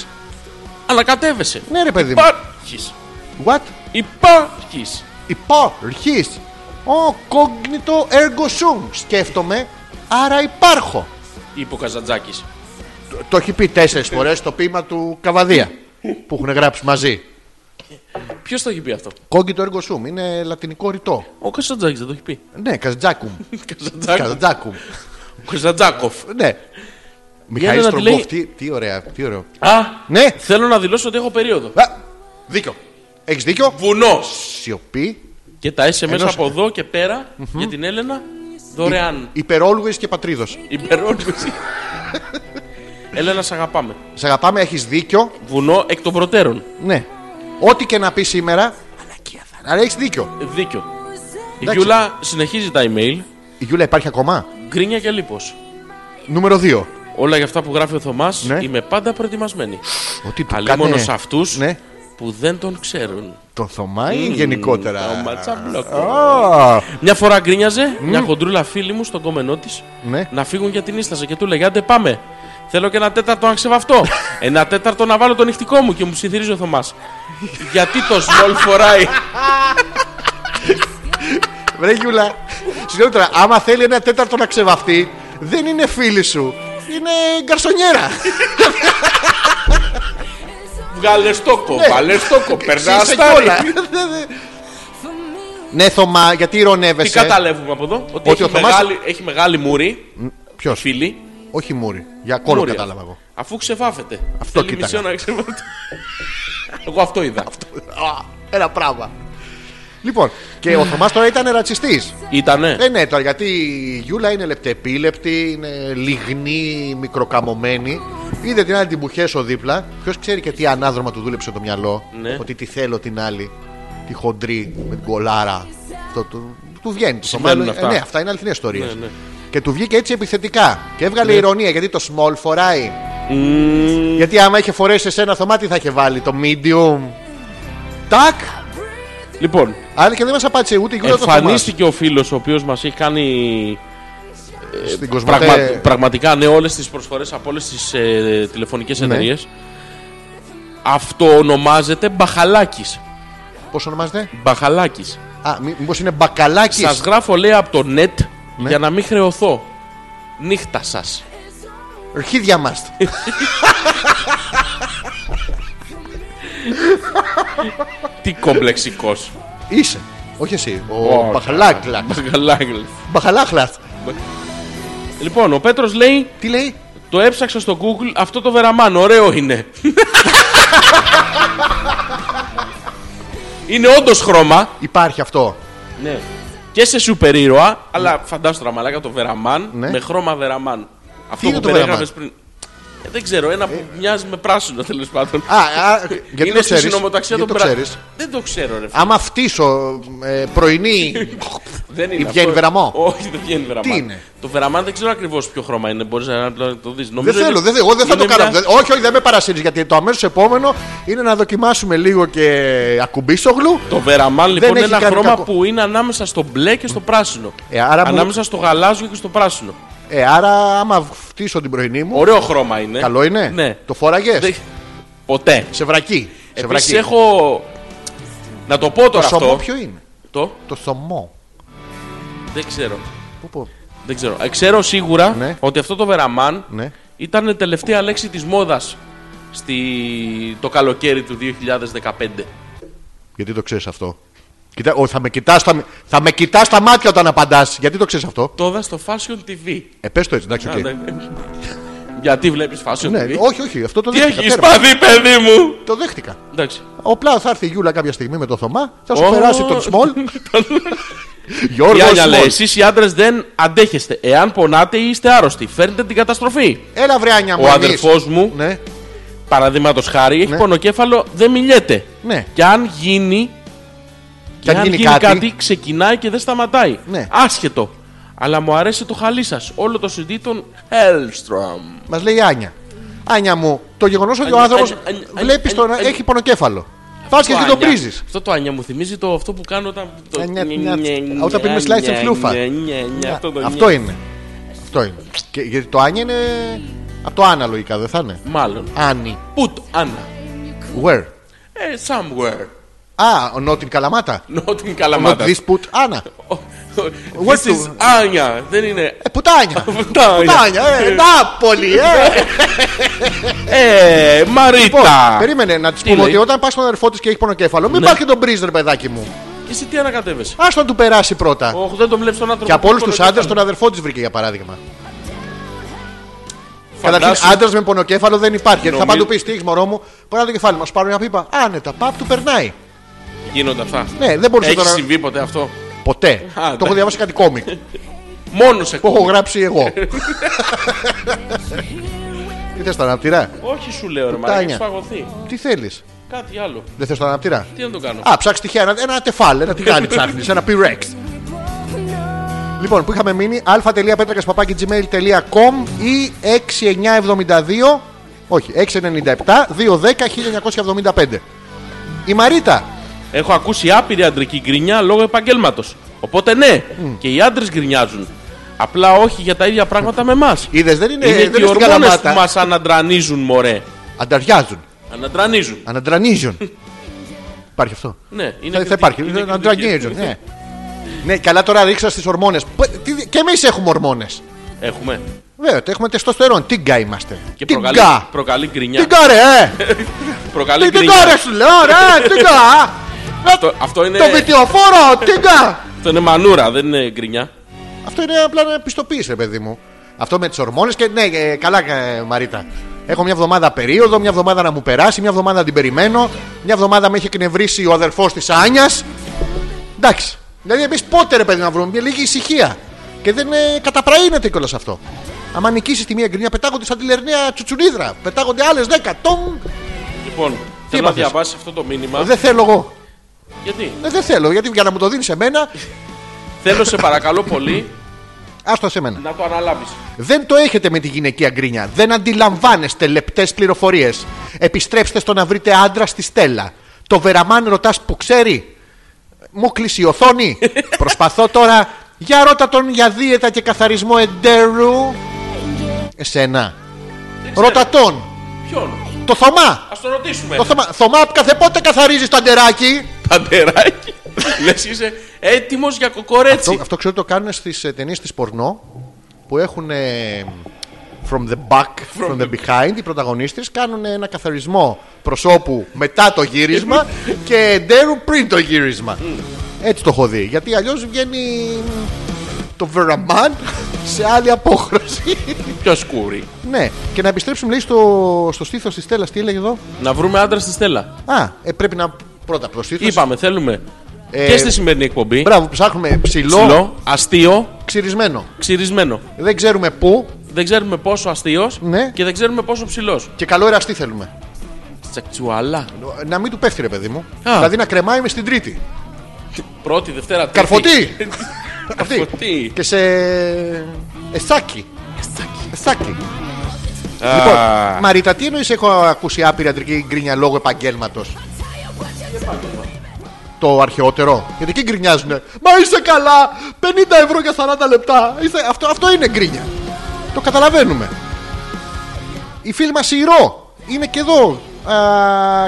Speaker 2: Ανακατεύεσαι.
Speaker 1: Ναι, ρε παιδί μου.
Speaker 2: Υπάρχεις.
Speaker 1: What?
Speaker 2: Υπάρχεις.
Speaker 1: Υπάρχεις. Ο κόγνητο ergo sum. Σκέφτομαι. Άρα υπάρχω.
Speaker 2: είπε ο Καζαντζάκης.
Speaker 1: Το έχει πει τέσσερις φορές το ποίημα του Καβαδία που έχουν γράψει μαζί.
Speaker 2: Ποιος το έχει πει αυτό.
Speaker 1: Κόγκιτο έργο σουμ είναι λατινικό ρητό.
Speaker 2: Ο Καζαντζάκης δεν το έχει πει.
Speaker 1: Ναι, καζτζάκουμ.
Speaker 2: Καζαντζάκοφ.
Speaker 1: Καζτζάκουμ.
Speaker 2: Καζαντζάκοφ.
Speaker 1: Ναι. Μιχαήλ
Speaker 2: να τη λέει.
Speaker 1: Στρογκόφ, τι, τι ωραία, τι ωραίο.
Speaker 2: Α,
Speaker 1: Ναι,
Speaker 2: θέλω να δηλώσω ότι έχω περίοδο.
Speaker 1: Α, δίκιο. Έχεις δίκιο.
Speaker 2: Βουνός.
Speaker 1: Σιωπή,
Speaker 2: Και τα SMS
Speaker 1: Ενός-
Speaker 2: από εδώ και πέρα για την Έλενα δωρεάν.
Speaker 1: υπερόλογε και πατρίδος.
Speaker 2: Υπερόρμηση. Έλενα, σ' αγαπάμε.
Speaker 1: Σε αγαπάμε, έχεις δίκιο.
Speaker 2: Βουνό εκ των προτέρων.
Speaker 1: Ναι. Ό,τι και να πει σήμερα. Αλλά έχεις δίκιο.
Speaker 2: Δίκιο. Η Γιούλα συνεχίζει τα email.
Speaker 1: Η Γιούλα υπάρχει ακόμα.
Speaker 2: Γκρίνια και λίπος.
Speaker 1: Νούμερο 2.
Speaker 2: Όλα για αυτά που γράφει ο Θωμάς
Speaker 1: Ναι.
Speaker 2: είμαι πάντα προετοιμασμένη.
Speaker 1: Ότι του
Speaker 2: Αλλά μόνο
Speaker 1: κάνε
Speaker 2: σε αυτούς
Speaker 1: Ναι.
Speaker 2: που δεν τον ξέρουν.
Speaker 1: τον Θωμά ή
Speaker 2: Μμμ,
Speaker 1: γενικότερα.
Speaker 2: ο Ματσαμπλόκο.
Speaker 1: Α,
Speaker 2: Μια φορά γκρίνιαζε μια χοντρούλα φίλη μου στον κόμενό της
Speaker 1: Ναι.
Speaker 2: να φύγουν για την ίσταση και του λέγε Άντε πάμε. Θέλω και ένα τέταρτο να ξεβαυτώ. ένα τέταρτο να βάλω το νυχτικό μου και μου συνθυρίζει ο Θωμάς. Γιατί το σμολ φοράει.
Speaker 1: Βρε Γιούλα, συγγνώμη τώρα, άμα θέλει ένα τέταρτο να ξεβαφτεί, δεν είναι φίλη σου. Είναι γκαρσονιέρα.
Speaker 2: Βγάλε στόκο,
Speaker 1: Ναι.
Speaker 2: βάλε στόκο, περνά
Speaker 1: Ξύσε
Speaker 2: στα
Speaker 1: κιόλα. Ναι, Θωμά, γιατί
Speaker 2: Τι
Speaker 1: ηρωνεύεσαι.
Speaker 2: καταλαβαίνουμε από εδώ,
Speaker 1: Ότι
Speaker 2: ότι,
Speaker 1: ο
Speaker 2: έχει,
Speaker 1: Θωμάς-
Speaker 2: μεγάλη, έχει μεγάλη μούρη,
Speaker 1: Ποιος,
Speaker 2: φίλη.
Speaker 1: όχι Μούρη. Για κόλλο
Speaker 2: μούρη,
Speaker 1: κατάλαβα εγώ.
Speaker 2: Αφού ξεβάφεται.
Speaker 1: Αυτό
Speaker 2: Θέλει
Speaker 1: κοίταγα.
Speaker 2: μισό να ξεβάφεται. εγώ αυτό είδα.
Speaker 1: Α, Ένα πράγμα. Λοιπόν, και ο Θωμάς τώρα ήταν ρατσιστής.
Speaker 2: Ήτανε.
Speaker 1: Ε, ναι, τώρα γιατί η Γιούλα είναι λεπτεπίλεπτη, είναι λιγνή, μικροκαμωμένη. Είδε την άλλη την μπουχέσω δίπλα. Ποιος ξέρει και τι ανάδρομα του δούλεψε το μυαλό.
Speaker 2: Ναι.
Speaker 1: Ότι τη θέλω την άλλη. Τη χοντρή με την κολάρα. Αυτό του, του βγαίνει. Το
Speaker 2: Συμβαίνουν
Speaker 1: μάλλον-
Speaker 2: αυτά.
Speaker 1: Ε, ναι, αυτά είναι αληθινές ιστορίες.
Speaker 2: Ναι, ναι.
Speaker 1: Και του βγήκε έτσι επιθετικά. Και έβγαλε ηρωνία γιατί το small φοράει.
Speaker 2: Μμμ.
Speaker 1: Γιατί άμα είχε φορέσει εσένα Θωμά, τι θα είχε βάλει το medium. Τάκ!
Speaker 2: Λοιπόν,
Speaker 1: Άρα και δεν μας απάντησε ούτε η Γιούλα ούτε ο Θωμάς.
Speaker 2: εμφανίστηκε ο φίλος ο οποίος μας έχει κάνει
Speaker 1: στην Κοσμοτέ.
Speaker 2: Πραγμα- πραγματικά ναι, όλες τις προσφορές από όλες τις ε, τηλεφωνικές
Speaker 1: Ναι.
Speaker 2: εταιρείες. Αυτό ονομάζεται μπαχαλάκι.
Speaker 1: Πώς ονομάζεται?
Speaker 2: Μπαχαλάκι.
Speaker 1: Α, μήπως είναι μπακαλάκι.
Speaker 2: Σας γράφω λέει από το net
Speaker 1: Ναι.
Speaker 2: για να μην χρεωθώ. Νύχτα σας.
Speaker 1: Αρχίδια μας.
Speaker 2: Τι κομπλεξικός.
Speaker 1: Είσαι. Όχι εσύ. Ο
Speaker 2: Όχι.
Speaker 1: Μπαχαλάκλα. Μπαχαλάχλα.
Speaker 2: λοιπόν, ο Πέτρος λέει
Speaker 1: Τι λέει?
Speaker 2: Το έψαξα στο Google αυτό το βεραμάν. Ωραίο είναι. είναι όντως χρώμα.
Speaker 1: Υπάρχει αυτό.
Speaker 2: Ναι. Και σε σούπερ ήρωα, αλλά φαντάσου τώρα μαλάκα το βεραμάν
Speaker 1: Ναι.
Speaker 2: με χρώμα βεραμάν. Αυτό
Speaker 1: είναι
Speaker 2: που
Speaker 1: το
Speaker 2: περιέγραφε
Speaker 1: βεραμάν?
Speaker 2: πριν. Ε, δεν ξέρω, ένα που μοιάζει με πράσινο τέλος πάντων.
Speaker 1: Α, α, γιατί
Speaker 2: είναι
Speaker 1: το
Speaker 2: στη
Speaker 1: ξέρεις?
Speaker 2: συνομοταξία
Speaker 1: Γιατί
Speaker 2: των
Speaker 1: το
Speaker 2: πρα-
Speaker 1: ξέρεις?
Speaker 2: Δεν το ξέρω, ρε. φίλε.
Speaker 1: Άμα φτύσω ε, πρωινή.
Speaker 2: δεν είναι
Speaker 1: βγαίνει
Speaker 2: αυτό.
Speaker 1: βεραμό?
Speaker 2: Όχι, δεν βγαίνει βεραμάν.
Speaker 1: Τι είναι?
Speaker 2: Το βεραμάν δεν ξέρω ακριβώς ποιο χρώμα είναι. Μπορείς να να το δεις.
Speaker 1: δεν θέλω, δεν, θέλω, εγώ δεν θα το κάνω. Δεν- Όχι, όχι, δεν με παρασύρεις. Γιατί το αμέσως επόμενο είναι να δοκιμάσουμε λίγο και ακουμπίσογλου.
Speaker 2: Το βεραμάν λοιπόν είναι
Speaker 1: έχει
Speaker 2: ένα
Speaker 1: κάνει
Speaker 2: χρώμα
Speaker 1: κακό.
Speaker 2: που είναι ανάμεσα στο μπλε και στο πράσινο.
Speaker 1: Ε, άρα μου-
Speaker 2: ανάμεσα στο γαλάζιο και στο πράσινο.
Speaker 1: Ε, άρα, άμα φτύσω την πρωινή μου.
Speaker 2: Ωραίο χρώμα είναι.
Speaker 1: Καλό είναι.
Speaker 2: Ναι.
Speaker 1: Το φοράγες.
Speaker 2: Δεν- Ποτέ.
Speaker 1: Σε βρακή. Σε
Speaker 2: Επίσης
Speaker 1: βρακή.
Speaker 2: έχω. Να το πω
Speaker 1: Το
Speaker 2: τώρα
Speaker 1: σωμό
Speaker 2: αυτό.
Speaker 1: ποιο είναι.
Speaker 2: Το.
Speaker 1: Το σωμό.
Speaker 2: Δεν ξέρω.
Speaker 1: Πού, πού.
Speaker 2: Δεν ξέρω. Ε, Ξέρω σίγουρα
Speaker 1: Ναι.
Speaker 2: ότι αυτό το βεραμάν
Speaker 1: Ναι.
Speaker 2: ήταν η τελευταία λέξη της μόδας στη... το καλοκαίρι του 2015.
Speaker 1: Γιατί το ξέρεις αυτό. Κοίτα, ο, θα με κοιτάς θα, με- θα με κοιτάς στα μάτια όταν απαντάς. Γιατί το ξέρεις αυτό.
Speaker 2: Το είδα στο Fashion TV.
Speaker 1: Ε, πες το έτσι, εντάξει, οκ.
Speaker 2: Α, δεν- Γιατί βλέπεις Fashion
Speaker 1: Ναι,
Speaker 2: TV.
Speaker 1: όχι, όχι, αυτό το
Speaker 2: Τι
Speaker 1: δέχτηκα.
Speaker 2: έχεις
Speaker 1: τέρμα.
Speaker 2: πάθει παιδί μου.
Speaker 1: Το δέχτηκα.
Speaker 2: Εντάξει.
Speaker 1: Οπλά θα έρθει η Γιούλα κάποια στιγμή με το Θωμά, θα σου
Speaker 2: Ω.
Speaker 1: περάσει τον Σμολ.
Speaker 2: Η
Speaker 1: Γιώργο
Speaker 2: Άνια λέει,
Speaker 1: Σμολ.
Speaker 2: εσείς οι άντρες δεν αντέχεστε. Εάν πονάτε ή είστε άρρωστοι, φέρνετε την καταστροφή.
Speaker 1: Έλα βρε Άνια μου.
Speaker 2: Ο
Speaker 1: εμείς.
Speaker 2: αδερφός μου
Speaker 1: Ναι,
Speaker 2: Παραδείγματος χάρη, έχει
Speaker 1: Ναι.
Speaker 2: πονοκέφαλο, δεν μιλιέται.
Speaker 1: Ναι.
Speaker 2: Και αν γίνει.
Speaker 1: αν γίνει κάτι-
Speaker 2: ξεκινάει και δεν σταματάει.
Speaker 1: Ναι.
Speaker 2: Άσχετο. Αλλά μου αρέσει το χαλί σας. Όλο το CD των Hellstrom.
Speaker 1: μας λέει η Άνια. Άνια μου, το γεγονός ότι ο
Speaker 2: Άνια,
Speaker 1: άνθρωπος
Speaker 2: Άνια, Άνια, Άνια,
Speaker 1: βλέπει τον.
Speaker 2: Άνια.
Speaker 1: έχει πονοκέφαλο. Πα και
Speaker 2: Το
Speaker 1: δεν το
Speaker 2: Άνια.
Speaker 1: πρίζεις.
Speaker 2: Αυτό το Άνια μου θυμίζει το αυτό που κάνω όταν. το-
Speaker 1: Νια, νια,
Speaker 2: νια, νια,
Speaker 1: όταν πίνουμε
Speaker 2: νια,
Speaker 1: slice and φλούφα.
Speaker 2: νια, νια, νια, Ναι, το
Speaker 1: Αυτό
Speaker 2: νια.
Speaker 1: είναι. Αυτό είναι. Και, γιατί το Άνια είναι. Από το Άννα λογικά δεν θα είναι.
Speaker 2: Μάλλον.
Speaker 1: Άνι.
Speaker 2: Put Άννα.
Speaker 1: Where?
Speaker 2: Ε, somewhere.
Speaker 1: Α, ο Νότιν Καλαμάτα.
Speaker 2: Not in
Speaker 1: Not
Speaker 2: Kalamata.
Speaker 1: this put Άννα.
Speaker 2: This is Άνια. Δεν είναι.
Speaker 1: Ε, πουτάνια.
Speaker 2: Πουτάνια.
Speaker 1: πουτάνια, ε, Νάπολη, ε.
Speaker 2: Ε,
Speaker 1: Λοιπόν,
Speaker 2: Μαρίτα.
Speaker 1: περίμενε να της
Speaker 2: Τι
Speaker 1: πούμε
Speaker 2: λέει?
Speaker 1: ότι όταν πας στον αδερφό της και έχεις πονοκέφαλο, μην
Speaker 2: Ναι.
Speaker 1: πάρει και τον μπριζ, ρε παιδάκι μου.
Speaker 2: Και εσύ τι ανακατεύεσαι.
Speaker 1: Ας τον του περάσει πρώτα.
Speaker 2: Όχι, δεν το βλέπεις τον άνθρωπο.
Speaker 1: Και από
Speaker 2: που
Speaker 1: όλους τους
Speaker 2: πονοκέφαλο.
Speaker 1: άντρες, τον αδερφό της βρήκε για παράδειγμα.
Speaker 2: Φαντάσου-
Speaker 1: Καταρχήν, άντρα με πονοκέφαλο δεν υπάρχει. Γιατί θα
Speaker 2: Νομι-
Speaker 1: πάνε του πεις: Τι έχεις μωρό μου, πέρα το κεφάλι μας, πάρω μια πίπα. Άνετα, παπ του περνάει.
Speaker 2: Γίνονται αυτά.
Speaker 1: Ναι, δεν μπορούσε
Speaker 2: Έχει
Speaker 1: τώρα.
Speaker 2: συμβεί ποτέ αυτό.
Speaker 1: Ποτέ.
Speaker 2: Α,
Speaker 1: Το έχω
Speaker 2: ναι.
Speaker 1: διαβάσει κάτι κόμικ
Speaker 2: Μόνος σε
Speaker 1: που έχω γράψει εγώ. Τι θες, τα αναπτυρά.
Speaker 2: Όχι σου λέω, ρε
Speaker 1: Πουτάνια.
Speaker 2: Μαρία, έχεις φαγωθεί.
Speaker 1: Τι θέλεις.
Speaker 2: Κάτι άλλο.
Speaker 1: Δεν θες τα αναπτυρά.
Speaker 2: Τι να το κάνω.
Speaker 1: Α, ψάξει τυχαία ένα, ένα τεφάλ, ένα τηγάνι ψάχνεις, ένα P-Rex. λοιπόν, που είχαμε μείνει α.πέτρακα.gmail.com ή 6972, όχι, 697-210-1975. Η Μαρίτα.
Speaker 2: Έχω ακούσει άπειρη αντρική γκρινιά λόγω επαγγέλματος. Οπότε ναι, και οι άντρες γκρινιάζουν. Απλά όχι για τα ίδια πράγματα με εμάς.
Speaker 1: Είδες, δεν είναι,
Speaker 2: Είναι
Speaker 1: δεν
Speaker 2: και οι
Speaker 1: είναι στην
Speaker 2: ορμόνες που
Speaker 1: καλαμάτα.
Speaker 2: μας αναντρανίζουν, μωρέ.
Speaker 1: Ανταριάζουν.
Speaker 2: Αναντρανίζουν.
Speaker 1: Αναντρανίζουν. υπάρχει αυτό.
Speaker 2: Ναι, είναι
Speaker 1: θα,
Speaker 2: κριτική-
Speaker 1: θα υπάρχει.
Speaker 2: είναι
Speaker 1: Αντρανίζουν,
Speaker 2: κριτική.
Speaker 1: ναι. ναι, καλά τώρα ρίξα στις ορμόνες. Και εμείς έχουμε ορμόνες.
Speaker 2: Έχουμε.
Speaker 1: Βέβαια, το έχουμε τεστοστερόν. Τίγκα είμαστε.
Speaker 2: Και
Speaker 1: Τίγκα.
Speaker 2: προκαλεί, προκαλεί γκρινιά.
Speaker 1: Τίγκα, ρε! ε!
Speaker 2: Προκαλεί
Speaker 1: Τι την
Speaker 2: γκρινιά.
Speaker 1: κάρε σου λέω, ρε! Τι κα!
Speaker 2: Αυτό- Αυτό είναι,
Speaker 1: Το βιτιοφόρο, τι κα!
Speaker 2: αυτό είναι μανούρα, δεν είναι γκρινιά.
Speaker 1: Αυτό είναι απλά να πιστοποίησε, παιδί μου. Αυτό με τις ορμόνες και ναι, ε, καλά, ε, Μαρίτα. Έχω μια εβδομάδα περίοδο, μια εβδομάδα να μου περάσει, μια εβδομάδα να την περιμένω. Μια εβδομάδα με έχει εκνευρίσει ο αδερφός της Άνιας. Εντάξει. Δηλαδή, εμείς πότε ρε παιδί να βρούμε μια λίγη ησυχία. Και δεν ε, καταπραίνεται κιόλας αυτό. Άμα νικήσεις τη μία γκρινιά, πετάγονται σαν τη λερνέα τσουτσουνίδρα. Πετάγονται ναι, άλλε 10. Τον.
Speaker 2: Λοιπόν, θέλω να
Speaker 1: είπατε?
Speaker 2: διαβάσει αυτό το μήνυμα.
Speaker 1: Δεν θέλω εγώ.
Speaker 2: Γιατί
Speaker 1: Ε, δεν θέλω, γιατί για να μου το δίνεις εμένα,
Speaker 2: θέλω σε παρακαλώ πολύ
Speaker 1: άστο σε μένα.
Speaker 2: να το αναλάβεις.
Speaker 1: Δεν το έχετε με τη γυναικεία γκρίνια. Δεν αντιλαμβάνεστε λεπτές πληροφορίες. Επιστρέψτε στο να βρείτε άντρα στη στέλα. Το βεραμάν ρωτάς που ξέρει. Μου κλείσει η οθόνη. Προσπαθώ τώρα. Για ρώτα τον για δίαιτα και καθαρισμό εντέρου. Εσένα. Ρώτα τον.
Speaker 2: Ποιον,
Speaker 1: Το Θωμά.
Speaker 2: ας το ρωτήσουμε.
Speaker 1: Το Θωμά, Θωμά απ' κάθε πότε καθαρίζεις το αντεράκι.
Speaker 2: Παντεράκι, λες είσαι έτοιμος για
Speaker 1: Αυτό,
Speaker 2: κοκορέτσι.
Speaker 1: αυτό ξέρω ότι το κάνουν στις ε, ταινίες της πορνό που έχουν. ε, from the back, from, the behind, οι πρωταγωνίστες κάνουν ε, ένα καθαρισμό προσώπου μετά το γύρισμα και εντέρου πριν το γύρισμα. Έτσι το έχω δει. Γιατί αλλιώς βγαίνει το βεραμάν σε άλλη απόχρωση.
Speaker 2: Πιο σκούρι.
Speaker 1: ναι, και να επιστρέψουμε λέει στο, στο στήθος της Στέλλας. Τι έλεγε εδώ.
Speaker 2: Να βρούμε άντρα στη Στέλλα.
Speaker 1: Α, ε, πρέπει να. Πρώτα προς στήθος.
Speaker 2: Είπαμε, θέλουμε.
Speaker 1: Ε,
Speaker 2: Και στη σημερινή εκπομπή.
Speaker 1: Μπράβο, ψάχνουμε ψηλό,
Speaker 2: Ψηλό, αστείο,
Speaker 1: ξυρισμένο.
Speaker 2: ξυρισμένο.
Speaker 1: Δεν ξέρουμε πού
Speaker 2: Δεν ξέρουμε πόσο αστείος
Speaker 1: Ναι.
Speaker 2: και δεν ξέρουμε πόσο ψηλός.
Speaker 1: και καλό εραστή θέλουμε.
Speaker 2: Τσακτσουάλα.
Speaker 1: Να μην του πέφτει ρε παιδί μου. Δηλαδή να κρεμάει με στην τρίτη.
Speaker 2: Πρώτη, Δευτέρα, Τρίτη.
Speaker 1: Καρφωτή! Αυτή.
Speaker 2: Καρφωτή.
Speaker 1: Και σε. ε, Εσάκι. Εσάκι.
Speaker 2: Α,
Speaker 1: Λοιπόν, Μαρίτα, τι εννοείς έχω ακούσει άπειρη αντρική γκρίνια λόγω επαγγέλματος. Το αρχαιότερο. Γιατί εκεί γκρινιάζουνε. Μα είσαι καλά! 50 ευρώ για 40 λεπτά. Είσαι- Αυτό, αυτό είναι γκρίνια. Το καταλαβαίνουμε. Η φίλη μας η Ρο είναι και εδώ. Α,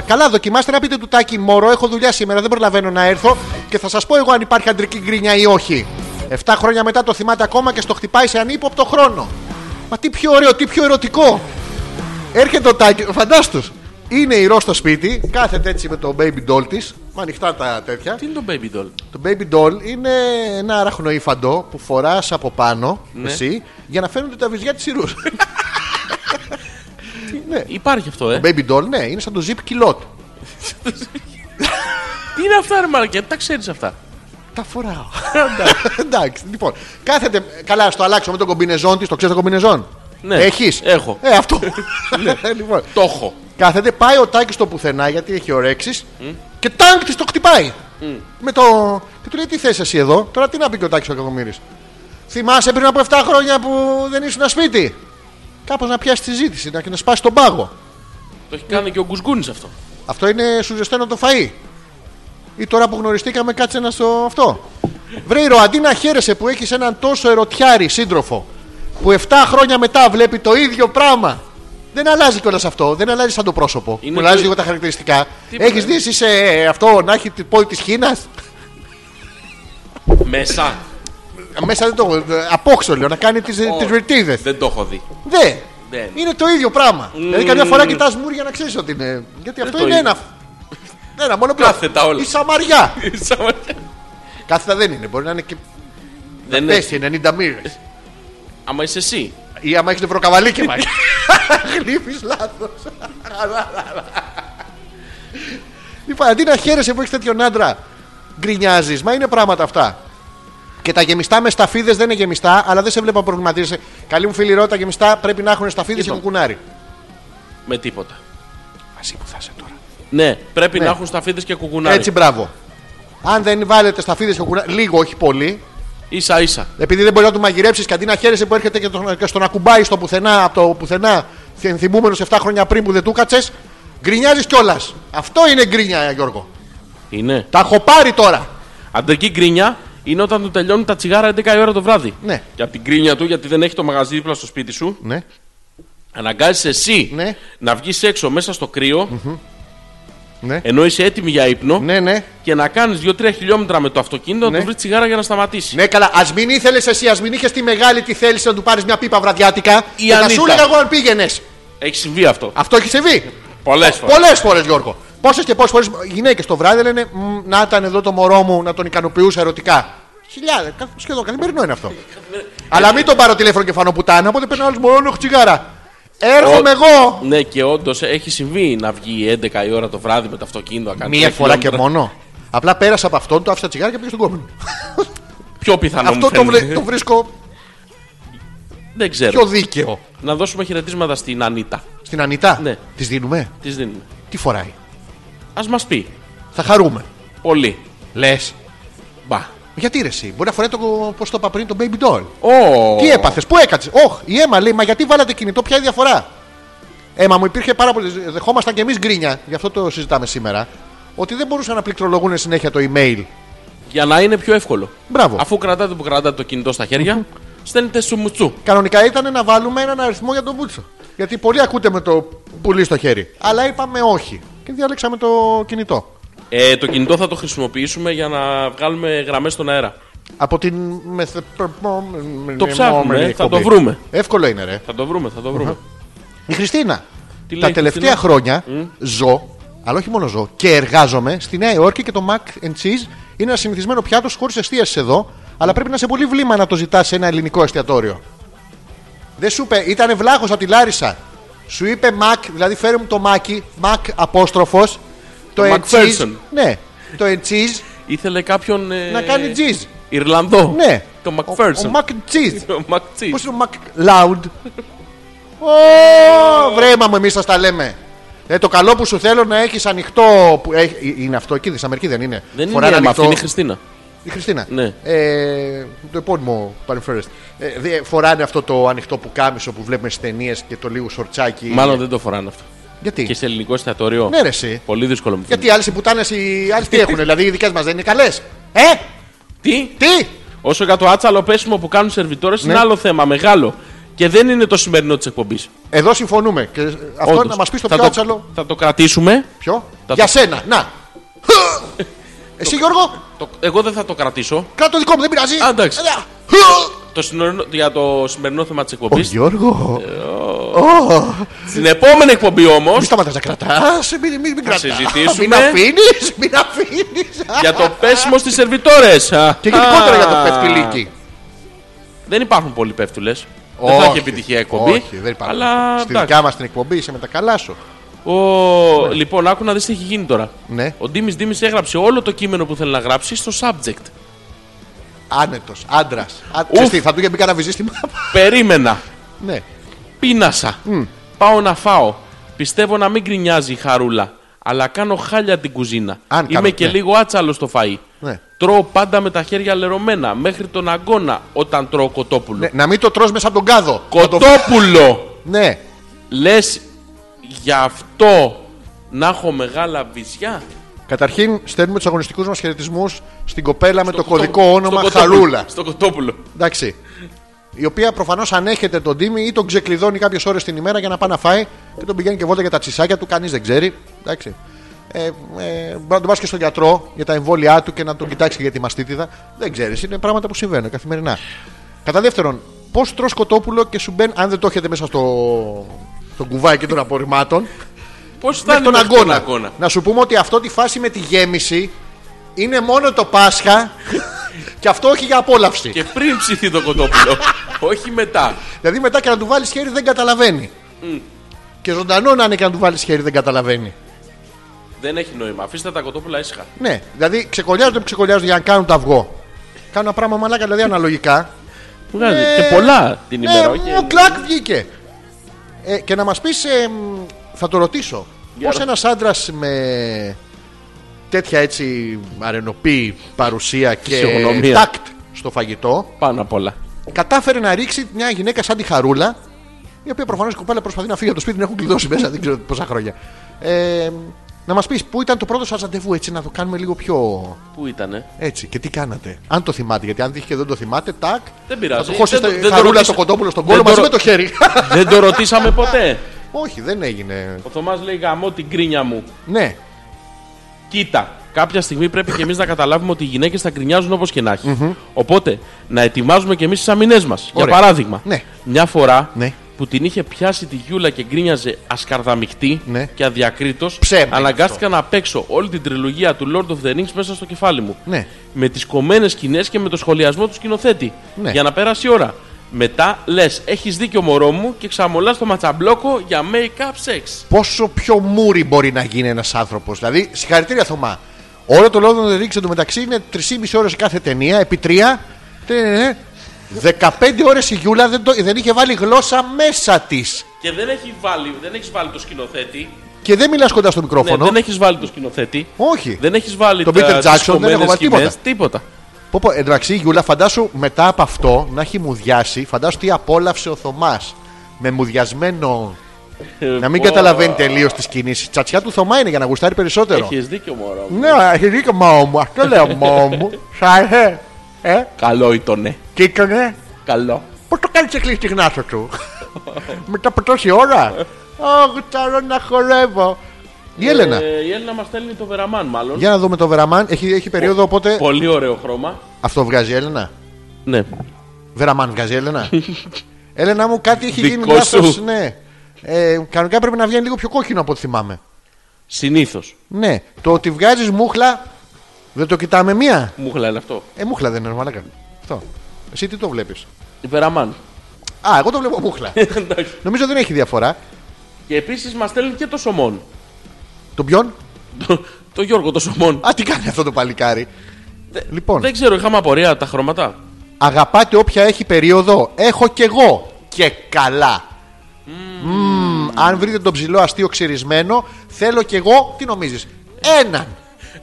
Speaker 1: καλά, δοκιμάστε να πείτε του τάκι Μωρό. Έχω δουλειά σήμερα, δεν προλαβαίνω να έρθω και θα σας πω εγώ αν υπάρχει αντρική γκρίνια ή όχι. 7 χρόνια μετά το θυμάται ακόμα και στο χτυπάει σε ανύποπτο χρόνο. Μα τι πιο ωραίο, τι πιο ερωτικό. Έρχεται ο Τάκη, φαντάστος. Είναι η Ρο στο σπίτι, κάθεται έτσι με το baby doll της, με ανοιχτά τα τέτοια.
Speaker 2: Τι είναι το baby doll.
Speaker 1: Το baby doll είναι ένα αραχνοϊφαντό που φοράς από πάνω, εσύ, για να φαίνονται τα βυζιά της Ιρούς.
Speaker 2: Υπάρχει αυτό, ε.
Speaker 1: baby doll, ναι, είναι σαν το zip kilot.
Speaker 2: Τι είναι αυτά, ρε Μαρκέ, τα ξέρεις αυτά.
Speaker 1: Τα φοράω. Εντάξει, λοιπόν. Κάθεται. Καλά, στο αλλάξω με τον κομπινεζόν της. Το ξέρεις το κομπινεζόν.
Speaker 2: Ναι,
Speaker 1: Έχεις.
Speaker 2: έχω. Ναι.
Speaker 1: Ε, αυτό. λοιπόν.
Speaker 2: Το έχω.
Speaker 1: Κάθεται, πάει ο Τάκης στο πουθενά γιατί έχει ωρέξεις και τάγκ της το χτυπάει. Με το. Και του λέει τι θες εσύ εδώ. Τώρα τι να πει και ο Τάκης ο Κακομοίρης. Θυμάσαι πριν από 7 χρόνια που δεν ήσουν σπίτι. Κάπως να πιάσει τη ζήτηση, να, να σπάσει τον πάγο.
Speaker 2: Το έχει κάνει και ο Γκουσγκούνη αυτό.
Speaker 1: Αυτό είναι σου ζεσταίνω το φαΐ. Ή τώρα που γνωριστήκαμε κάτσε να στο αυτό. Βρε Ρο, αντί να χαίρεσαι που έχεις έναν τόσο ερωτιάρη σύντροφο που 7 χρόνια μετά βλέπει το ίδιο πράγμα. Δεν αλλάζει κιόλας αυτό. Δεν αλλάζει σαν το πρόσωπο.
Speaker 2: Είναι
Speaker 1: Μου αλλάζει
Speaker 2: το-
Speaker 1: λίγο τα χαρακτηριστικά.
Speaker 2: Τίποτα.
Speaker 1: Έχει δει, είσαι ε, αυτό να έχει την πόλη της Κίνα.
Speaker 2: Μέσα.
Speaker 1: Μέσα δεν το έχω. ε, Απόξω λέω, να κάνει τις
Speaker 2: Ω,
Speaker 1: oh. ρητίδες.
Speaker 2: Δεν το έχω δει.
Speaker 1: Δε.
Speaker 2: Δεν.
Speaker 1: Είναι το ίδιο πράγμα. Δηλαδή καμιά φορά κοιτάς μουρ για να ξέρεις ότι είναι. Γιατί αυτό
Speaker 2: το
Speaker 1: είναι
Speaker 2: είναι.
Speaker 1: ένα. Ένα μόνο πράγμα.
Speaker 2: Κάθετα όλα.
Speaker 1: Η Σαμαριά.
Speaker 2: Σαν-
Speaker 1: Κάθετα δεν είναι. Μπορεί να είναι και
Speaker 2: Δεν είναι.
Speaker 1: πέσει 90 μοίρες.
Speaker 2: Άμα είσαι εσύ.
Speaker 1: Ή άμα έχεις νευροκαβαλή και πάει. Χλείφει λάθος. Λοιπόν, αντί να χαίρεσαι που έχεις τέτοιον άντρα, γκρινιάζεις. Μα είναι πράγματα αυτά. Και τα γεμιστά με σταφίδες δεν είναι γεμιστά, αλλά δεν σε βλέπω να προβληματίζεσαι. Καλή μου φίλη, ρώτα, τα γεμιστά πρέπει να έχουν σταφίδες και
Speaker 2: Είπαμε.
Speaker 1: κουκουνάρι.
Speaker 2: Με τίποτα.
Speaker 1: Μαζί που θα είσαι τώρα.
Speaker 2: Ναι, πρέπει
Speaker 1: Ναι.
Speaker 2: να έχουν σταφίδες και κουκουνάρι.
Speaker 1: Έτσι, μπράβο. Αν δεν βάλετε σταφίδες και κουκουνάρι, λίγο, όχι πολύ,
Speaker 2: σα ίσα.
Speaker 1: Επειδή δεν μπορεί να του μαγειρέψεις και αντί να χαίρεσαι που έρχεται και, τον, και στον ακουμπάει στο πουθενά, από το πουθενά, θυμούμενο 7 χρόνια πριν που δεν του κάτσε, γκρινιάζεις κιόλας. Αυτό είναι γκρίνια, Γιώργο.
Speaker 2: Είναι.
Speaker 1: Τα έχω πάρει τώρα.
Speaker 2: Αντρική γκρίνια είναι όταν του τελειώνουν τα τσιγάρα 11 η ώρα το βράδυ.
Speaker 1: Ναι.
Speaker 2: Και από την γκρίνια του, γιατί δεν έχει το μαγαζί δίπλα στο σπίτι σου,
Speaker 1: Ναι.
Speaker 2: αναγκάζει εσύ
Speaker 1: Ναι.
Speaker 2: να βγεις έξω μέσα στο κρύο,
Speaker 1: Ναι.
Speaker 2: ενώ είσαι έτοιμη για ύπνο,
Speaker 1: Ναι, ναι.
Speaker 2: και να κάνεις 2-3 χιλιόμετρα με το αυτοκίνητο
Speaker 1: Ναι.
Speaker 2: να του βρεις τσιγάρα για να σταματήσει.
Speaker 1: Ναι, καλά. Ας μην ήθελες εσύ, ας μην είχες τη μεγάλη τη θέληση να του πάρεις μια πίπα βραδιάτικα.
Speaker 2: Η
Speaker 1: και θα
Speaker 2: Ανίτα.
Speaker 1: σου έλεγα εγώ αν πήγαινες.
Speaker 2: Έχει συμβεί αυτό.
Speaker 1: Αυτό έχει συμβεί.
Speaker 2: Πολλές φορές.
Speaker 1: Πολλές φορές, Γιώργο. Πόσες και πόσες φορές γυναίκες το βράδυ λένε «Μ, Να ήταν εδώ το μωρό μου να τον ικανοποιούσα ερωτικά. Χιλιάδες, κα- σχεδόν καθημερινό είναι αυτό. Αλλά μην τον πάρω τηλέφωνο και φανώ πουτάνα, οπότε παίρνω άλλο μωρό, έχω τσιγάρα. Έρχομαι
Speaker 2: Ο-
Speaker 1: εγώ!
Speaker 2: ε, Ναι, και όντως έχει συμβεί να βγει 11 η ώρα το βράδυ με το αυτοκίνητο. να κάνει
Speaker 1: Μία
Speaker 2: 3
Speaker 1: φορά και
Speaker 2: χιλιόμετρα.
Speaker 1: μόνο. Απλά πέρασα από αυτόν, το άφησα τσιγάρο και πήγα στον κόμενο.
Speaker 2: Πιο πιθανό
Speaker 1: Αυτό
Speaker 2: μου
Speaker 1: το,
Speaker 2: φαίνεται.
Speaker 1: βρε- το βρίσκω
Speaker 2: Δεν ξέρω.
Speaker 1: πιο δίκαιο.
Speaker 2: Να δώσουμε χαιρετίσματα στην Ανίτα.
Speaker 1: Στην Ανιτά.
Speaker 2: Ναι.
Speaker 1: Της δίνουμε.
Speaker 2: Της δίνουμε.
Speaker 1: Τι φοράει.
Speaker 2: Ας μας πει.
Speaker 1: Θα χαρούμε.
Speaker 2: Πολύ.
Speaker 1: Λες.
Speaker 2: Μπα.
Speaker 1: Γιατί ρε, εσύ, μπορεί να φοράει το, πώς το είπα πριν, το baby doll.
Speaker 2: Ω.
Speaker 1: Τι έπαθες, πού έκατσε. Όχ, η αίμα λέει, μα γιατί βάλατε κινητό, ποια είναι η διαφορά. Έμα μου υπήρχε πάρα πολύ. Δεχόμασταν και εμείς γκρίνια, γι' αυτό το συζητάμε σήμερα. Ότι δεν μπορούσαν να πληκτρολογούν συνέχεια το email.
Speaker 2: Για να είναι πιο εύκολο.
Speaker 1: Μπράβο.
Speaker 2: Αφού κρατάτε που κρατάτε το κινητό στα χέρια, στέλνετε σου μουτσού.
Speaker 1: Κανονικά ήταν να βάλουμε έναν αριθμό για τον Μπούτσο. Γιατί πολλοί ακούτε με το πουλί στο χέρι. Αλλά είπαμε όχι. Και διάλεξαμε το κινητό.
Speaker 2: Ε, το κινητό θα το χρησιμοποιήσουμε για να βγάλουμε γραμμές στον αέρα.
Speaker 1: Από την. μεθε-
Speaker 2: Το ψάχνουμε,
Speaker 1: εκπομπή.
Speaker 2: θα το βρούμε.
Speaker 1: Εύκολο είναι, ρε.
Speaker 2: Θα το βρούμε, θα το βρουμε
Speaker 1: Η Χριστίνα.
Speaker 2: Τι λέει
Speaker 1: τα
Speaker 2: η
Speaker 1: τελευταία
Speaker 2: Χριστίνα?
Speaker 1: χρόνια ζω, αλλά όχι μόνο ζω, και εργάζομαι στη Νέα Υόρκη και το mac and cheese είναι ένα συνηθισμένο πιάτο χωρίς εστίασης εδώ, αλλά πρέπει να σε πολύ βλήμα να το ζητάς σε ένα ελληνικό εστιατόριο. Δεν σου είπε, ήταν βλάχος από τη Λάρισα. Σου είπε mac, δηλαδή φέρε μου το μάκι, mac απόστροφος, το, and cheese.
Speaker 2: McPherson.
Speaker 1: Ναι, το and cheese
Speaker 2: Ήθελε κάποιον. ε,
Speaker 1: να κάνει cheese.
Speaker 2: Ιρλανδό.
Speaker 1: Ναι.
Speaker 2: Το
Speaker 1: Ο-
Speaker 2: McPherson.
Speaker 1: Ο, mac and cheese.
Speaker 2: Το McCheese.
Speaker 1: Πώς είναι ο Mac Loud. Ω, βρέμα μου, εμείς σας τα λέμε. Ε, το καλό που σου θέλω να έχεις ανοιχτό. Που έχει, είναι αυτό εκεί, στην Αμερική δεν είναι.
Speaker 2: Δεν είναι
Speaker 1: Φοράνε
Speaker 2: η Άννα, αυτή είναι η Χριστίνα.
Speaker 1: Η Χριστίνα.
Speaker 2: Ναι.
Speaker 1: Ε, το επώνυμο παρεμφέρεστε. Ε, δε- φοράνε αυτό το ανοιχτό πουκάμισο που βλέπουμε στις ταινίες και το λίγο σορτσάκι.
Speaker 2: Μάλλον δεν το φοράνε αυτό.
Speaker 1: Γιατί.
Speaker 2: Και σε ελληνικό εστιατόριο.
Speaker 1: Ναι, ρε, εσύ.
Speaker 2: Πολύ δύσκολο μου
Speaker 1: Γιατί
Speaker 2: φαίνεται.
Speaker 1: οι άλλε οι πουτάνε, οι άλλε τι έχουν, δηλαδή οι δικές μας δεν είναι καλές. Ε,
Speaker 2: Τι?
Speaker 1: τι! Ναι.
Speaker 2: Όσο για το άτσαλο πέσιμο που κάνουν σερβιτόρες είναι άλλο θέμα, μεγάλο. Και δεν είναι το σημερινό της εκπομπής.
Speaker 1: Εδώ συμφωνούμε. Και αυτό να μας πεις το πιο άτσαλο.
Speaker 2: Θα το κρατήσουμε.
Speaker 1: Ποιο?
Speaker 2: Τα-
Speaker 1: Για σένα, να. Εσύ Γιώργο,
Speaker 2: Το- εγώ δεν θα το κρατήσω.
Speaker 1: κάτω δικό μου, δεν πειράζει.
Speaker 2: Α, εντάξει.
Speaker 1: Ε, ναι.
Speaker 2: Το συνορινό- για το σημερινό θέμα της
Speaker 1: Ο
Speaker 2: εκπομπή.
Speaker 1: Γιώργο.
Speaker 2: Ε, Στην επόμενη εκπομπή όμως.
Speaker 1: Μην σταματάς να κρατάς, μην, μην, μην κρατάς.
Speaker 2: συζητήσουμε.
Speaker 1: Μην αφήνεις, μην αφήνεις.
Speaker 2: για το πέσιμο στις σερβιτόρες.
Speaker 1: Και γενικότερα για το πεφτυλίκι.
Speaker 2: Δεν υπάρχουν πολλοί πέφτουλες. Δεν θα έχει επιτυχία εκπομπή.
Speaker 1: Όχι, δεν υπάρχει.
Speaker 2: Αλλά
Speaker 1: Στη
Speaker 2: εντάξει.
Speaker 1: δικιά μας την εκπομπή είσαι με τα καλά σου.
Speaker 2: Ο... Λοιπόν, άκου να δεις τι έχει γίνει τώρα.
Speaker 1: Ναι.
Speaker 2: Ο Ντίμης Ντίμης έγραψε όλο το κείμενο που θέλει να γράψει στο subject.
Speaker 1: Άνετος, άντρας. Α, ξέρεις τι, θα του είχε μπει κανένα βυζί στη μάπα.
Speaker 2: Περίμενα.
Speaker 1: Ναι.
Speaker 2: Πίνασα. Πάω να φάω. Πιστεύω να μην γκρινιάζει η χαρούλα. Αλλά κάνω χάλια την κουζίνα.
Speaker 1: Αν
Speaker 2: Είμαι
Speaker 1: κάνω,
Speaker 2: και
Speaker 1: ναι.
Speaker 2: λίγο άτσαλος στο φαΐ.
Speaker 1: Ναι.
Speaker 2: Τρώω πάντα με τα χέρια λερωμένα μέχρι τον αγκώνα όταν τρώω κοτόπουλο.
Speaker 1: Ναι, Να μην το τρως μέσα από τον κάδο.
Speaker 2: Κοτόπουλο!
Speaker 1: Ναι.
Speaker 2: Λες γι' αυτό να έχω μεγάλα βυζιά.
Speaker 1: Καταρχήν, στέλνουμε τους αγωνιστικούς μας χαιρετισμούς στην κοπέλα με το
Speaker 2: κοτόπουλο.
Speaker 1: κωδικό όνομα
Speaker 2: Στο κοτόπουλο.
Speaker 1: Χαρούλα.
Speaker 2: Στο κοτόπουλο.
Speaker 1: Εντάξει. Η οποία προφανώς ανέχεται τον τίμη ή τον ξεκλειδώνει κάποιες ώρες την ημέρα για να πάει να φάει και τον πηγαίνει και βόλτα για τα τσισάκια του, κανείς δεν ξέρει. Εντάξει. Ε, ε, μπορεί να τον πας και στον γιατρό για τα εμβόλια του και να τον κοιτάξει και για τη μαστίτιδα. Δεν ξέρεις, είναι πράγματα που συμβαίνουν καθημερινά. Κατά δεύτερον, πώς τρώ κοτόπουλο και σου μπαίνει, αν δεν το έχετε μέσα στο, στο κουβάκι των απορριμμάτων,
Speaker 2: Πώς θα
Speaker 1: μέχρι
Speaker 2: είναι
Speaker 1: τον αγώνα. Να σου πούμε ότι αυτό τη φάση με τη γέμιση είναι μόνο το Πάσχα και αυτό όχι για απόλαυση.
Speaker 2: Και πριν ψηθεί το κοτόπουλο. Όχι μετά.
Speaker 1: Δηλαδή μετά και να του βάλεις χέρι δεν καταλαβαίνει.
Speaker 2: Mm.
Speaker 1: Και ζωντανό να είναι και να του βάλεις χέρι δεν καταλαβαίνει.
Speaker 2: Δεν έχει νόημα. Αφήστε τα κοτόπουλα ήσυχα.
Speaker 1: Ναι, δηλαδή ξεκολλιάζονται που ξεκολλιάζονται για να κάνουν το αυγό. Κάνουν ένα πράγμα μαλάκα, δηλαδή αναλογικά.
Speaker 2: Βγάζει
Speaker 1: Ε,
Speaker 2: και πολλά την
Speaker 1: ναι,
Speaker 2: ημέρα.
Speaker 1: ο
Speaker 2: όχι-
Speaker 1: κλακ βγήκε. Ε, και να μας πεις, θα το ρωτήσω,
Speaker 2: Για
Speaker 1: πώς
Speaker 2: ρώτα.
Speaker 1: ένας άντρας με τέτοια έτσι αρενοπή παρουσία και
Speaker 2: Φυσιογνωμία.
Speaker 1: τάκτ στο φαγητό
Speaker 2: Πάνω απ' όλα.
Speaker 1: κατάφερε να ρίξει μια γυναίκα σαν τη Χαρούλα, η οποία προφανώς η κοπέλα προσπαθεί να φύγει από το σπίτι, την έχουν κλειδώσει μέσα, δεν ξέρω πόσα χρόνια. Ε, να μας πεις πού ήταν το πρώτο σας ραντεβού, έτσι να το κάνουμε λίγο πιο
Speaker 2: Πού ήτανε.
Speaker 1: έτσι και τι κάνατε. Αν το θυμάται, γιατί αν τύχει και δεν το θυμάται, τάκ.
Speaker 2: Δεν πειράζει.
Speaker 1: Θα του χώσει
Speaker 2: Δηλαδή, Δεν
Speaker 1: τη
Speaker 2: το- δεν το
Speaker 1: χαρούλα στο
Speaker 2: ρωτήσα-
Speaker 1: κοντόπουλο στον
Speaker 2: δεν
Speaker 1: κόλλο
Speaker 2: το
Speaker 1: μαζί
Speaker 2: ρω-
Speaker 1: με το χέρι.
Speaker 2: Δεν το ρωτήσαμε ποτέ.
Speaker 1: Όχι, δεν έγινε.
Speaker 2: Ο Θωμάς λέει γαμώ την κρίνια μου.
Speaker 1: Ναι.
Speaker 2: Κοίτα, κάποια στιγμή πρέπει και εμείς να καταλάβουμε ότι οι γυναίκες θα γκρινιάζουν όπως και να έχει. Οπότε, να ετοιμάζουμε και εμείς τις αμυνές μας. Για
Speaker 1: Ωραία.
Speaker 2: παράδειγμα,
Speaker 1: Ναι.
Speaker 2: μια φορά
Speaker 1: Ναι.
Speaker 2: που την είχε πιάσει τη Γιούλα και γκρίνιαζε ασκαρδαμιχτή
Speaker 1: Ναι.
Speaker 2: και αδιακρίτως,
Speaker 1: Ψέμα
Speaker 2: αναγκάστηκα να παίξω όλη την τριλογία του Lord of the Rings μέσα στο κεφάλι μου.
Speaker 1: Ναι.
Speaker 2: Με τις κομμένες σκηνές και με το σχολιασμό του σκηνοθέτη.
Speaker 1: Ναι.
Speaker 2: Για να περάσει η ώρα. Μετά λες: Έχεις δίκιο, μωρό μου, και ξαμολάς το ματσαμπλόκο για make-up sex.
Speaker 1: Πόσο πιο μούρι μπορεί να γίνει ένας άνθρωπος. Δηλαδή, συγχαρητήρια Θωμά. Όλο το London Ρίξ εντωμεταξύ είναι 3,5 ώρε κάθε ταινία, επί ε, 3. 15 ώρες η Γιούλα δεν, το- δεν είχε βάλει γλώσσα μέσα της.
Speaker 2: Και δεν έχει βάλει, δεν έχεις βάλει το σκηνοθέτη.
Speaker 1: Και δεν μιλάς κοντά στο
Speaker 2: Ναι,
Speaker 1: μικρόφωνο.
Speaker 2: δεν έχεις βάλει το σκηνοθέτη.
Speaker 1: Όχι.
Speaker 2: Δεν έχεις βάλει
Speaker 1: Τον
Speaker 2: τα-
Speaker 1: Peter
Speaker 2: τις
Speaker 1: Jackson δεν
Speaker 2: κομμένες
Speaker 1: έχω βάλει
Speaker 2: σκηνές,
Speaker 1: τίποτα.
Speaker 2: τίποτα.
Speaker 1: Πω, πω, εντάξει, Γιούλα, φαντάσου μετά από αυτό να έχει μουδιάσει, φαντάσου τι απόλαυσε ο Θωμάς. Με μουδιασμένο. να μην
Speaker 2: Ε, Πω,
Speaker 1: καταλαβαίνει τελείως τις κινήσεις. Τσατσιά του Θωμά είναι για να γουστάρει περισσότερο.
Speaker 2: Έχεις δίκιο μωρό μου.
Speaker 1: Ναι, έχεις δίκιο μάο μου, αυτό λέω μάο μου. Σάιχε, ε,
Speaker 2: Καλό ήταν, ναι.
Speaker 1: κοίτανε.
Speaker 2: Καλό.
Speaker 1: Πώς το κάνεις κλείσει τη γνάσο του. Μετά από τόση ώρα. Ω, γουστάρω να χορεύω. Η Έλενα.
Speaker 2: Ε, η Έλενα μας στέλνει το Βεραμάν μάλλον.
Speaker 1: Για να δούμε το Βεραμάν. Έχει, έχει περίοδο οπότε.
Speaker 2: Πολύ ωραίο χρώμα.
Speaker 1: Αυτό βγάζει η Έλενα.
Speaker 2: Ναι.
Speaker 1: Βεραμάν βγάζει η Έλενα. Έλενα μου, κάτι έχει γίνει
Speaker 2: Δικό σου.
Speaker 1: λάθο. Ναι. Ε, κανονικά πρέπει να βγαίνει λίγο πιο κόκκινο από ό,τι θυμάμαι.
Speaker 2: Συνήθως.
Speaker 1: Ναι. Το ότι βγάζεις μούχλα. Δεν το κοιτάμε μία.
Speaker 2: Μου χλάει αυτό.
Speaker 1: Ε, μούχλα δεν είναι, μαλάκα. Αυτό. Εσύ τι το βλέπεις.
Speaker 2: Η Βεραμάν.
Speaker 1: Α, εγώ το βλέπω μούχλα.
Speaker 2: Ε, Εντάξει.
Speaker 1: Νομίζω δεν έχει διαφορά.
Speaker 2: Και επίσης μας στέλνει και το Σωμόν.
Speaker 1: Τον ποιον.
Speaker 2: Το- το Γιώργο το Σωμόν.
Speaker 1: Α, τι κάνει αυτό το παλικάρι. λοιπόν,
Speaker 2: Δεν ξέρω, είχαμε απορία τα χρώματα.
Speaker 1: αγαπάτε όποια έχει περίοδο. Έχω κι εγώ. Και καλά. Μμμ, αν βρείτε τον ψηλό αστείο ξυρισμένο, θέλω κι εγώ, τι νομίζεις. Έναν.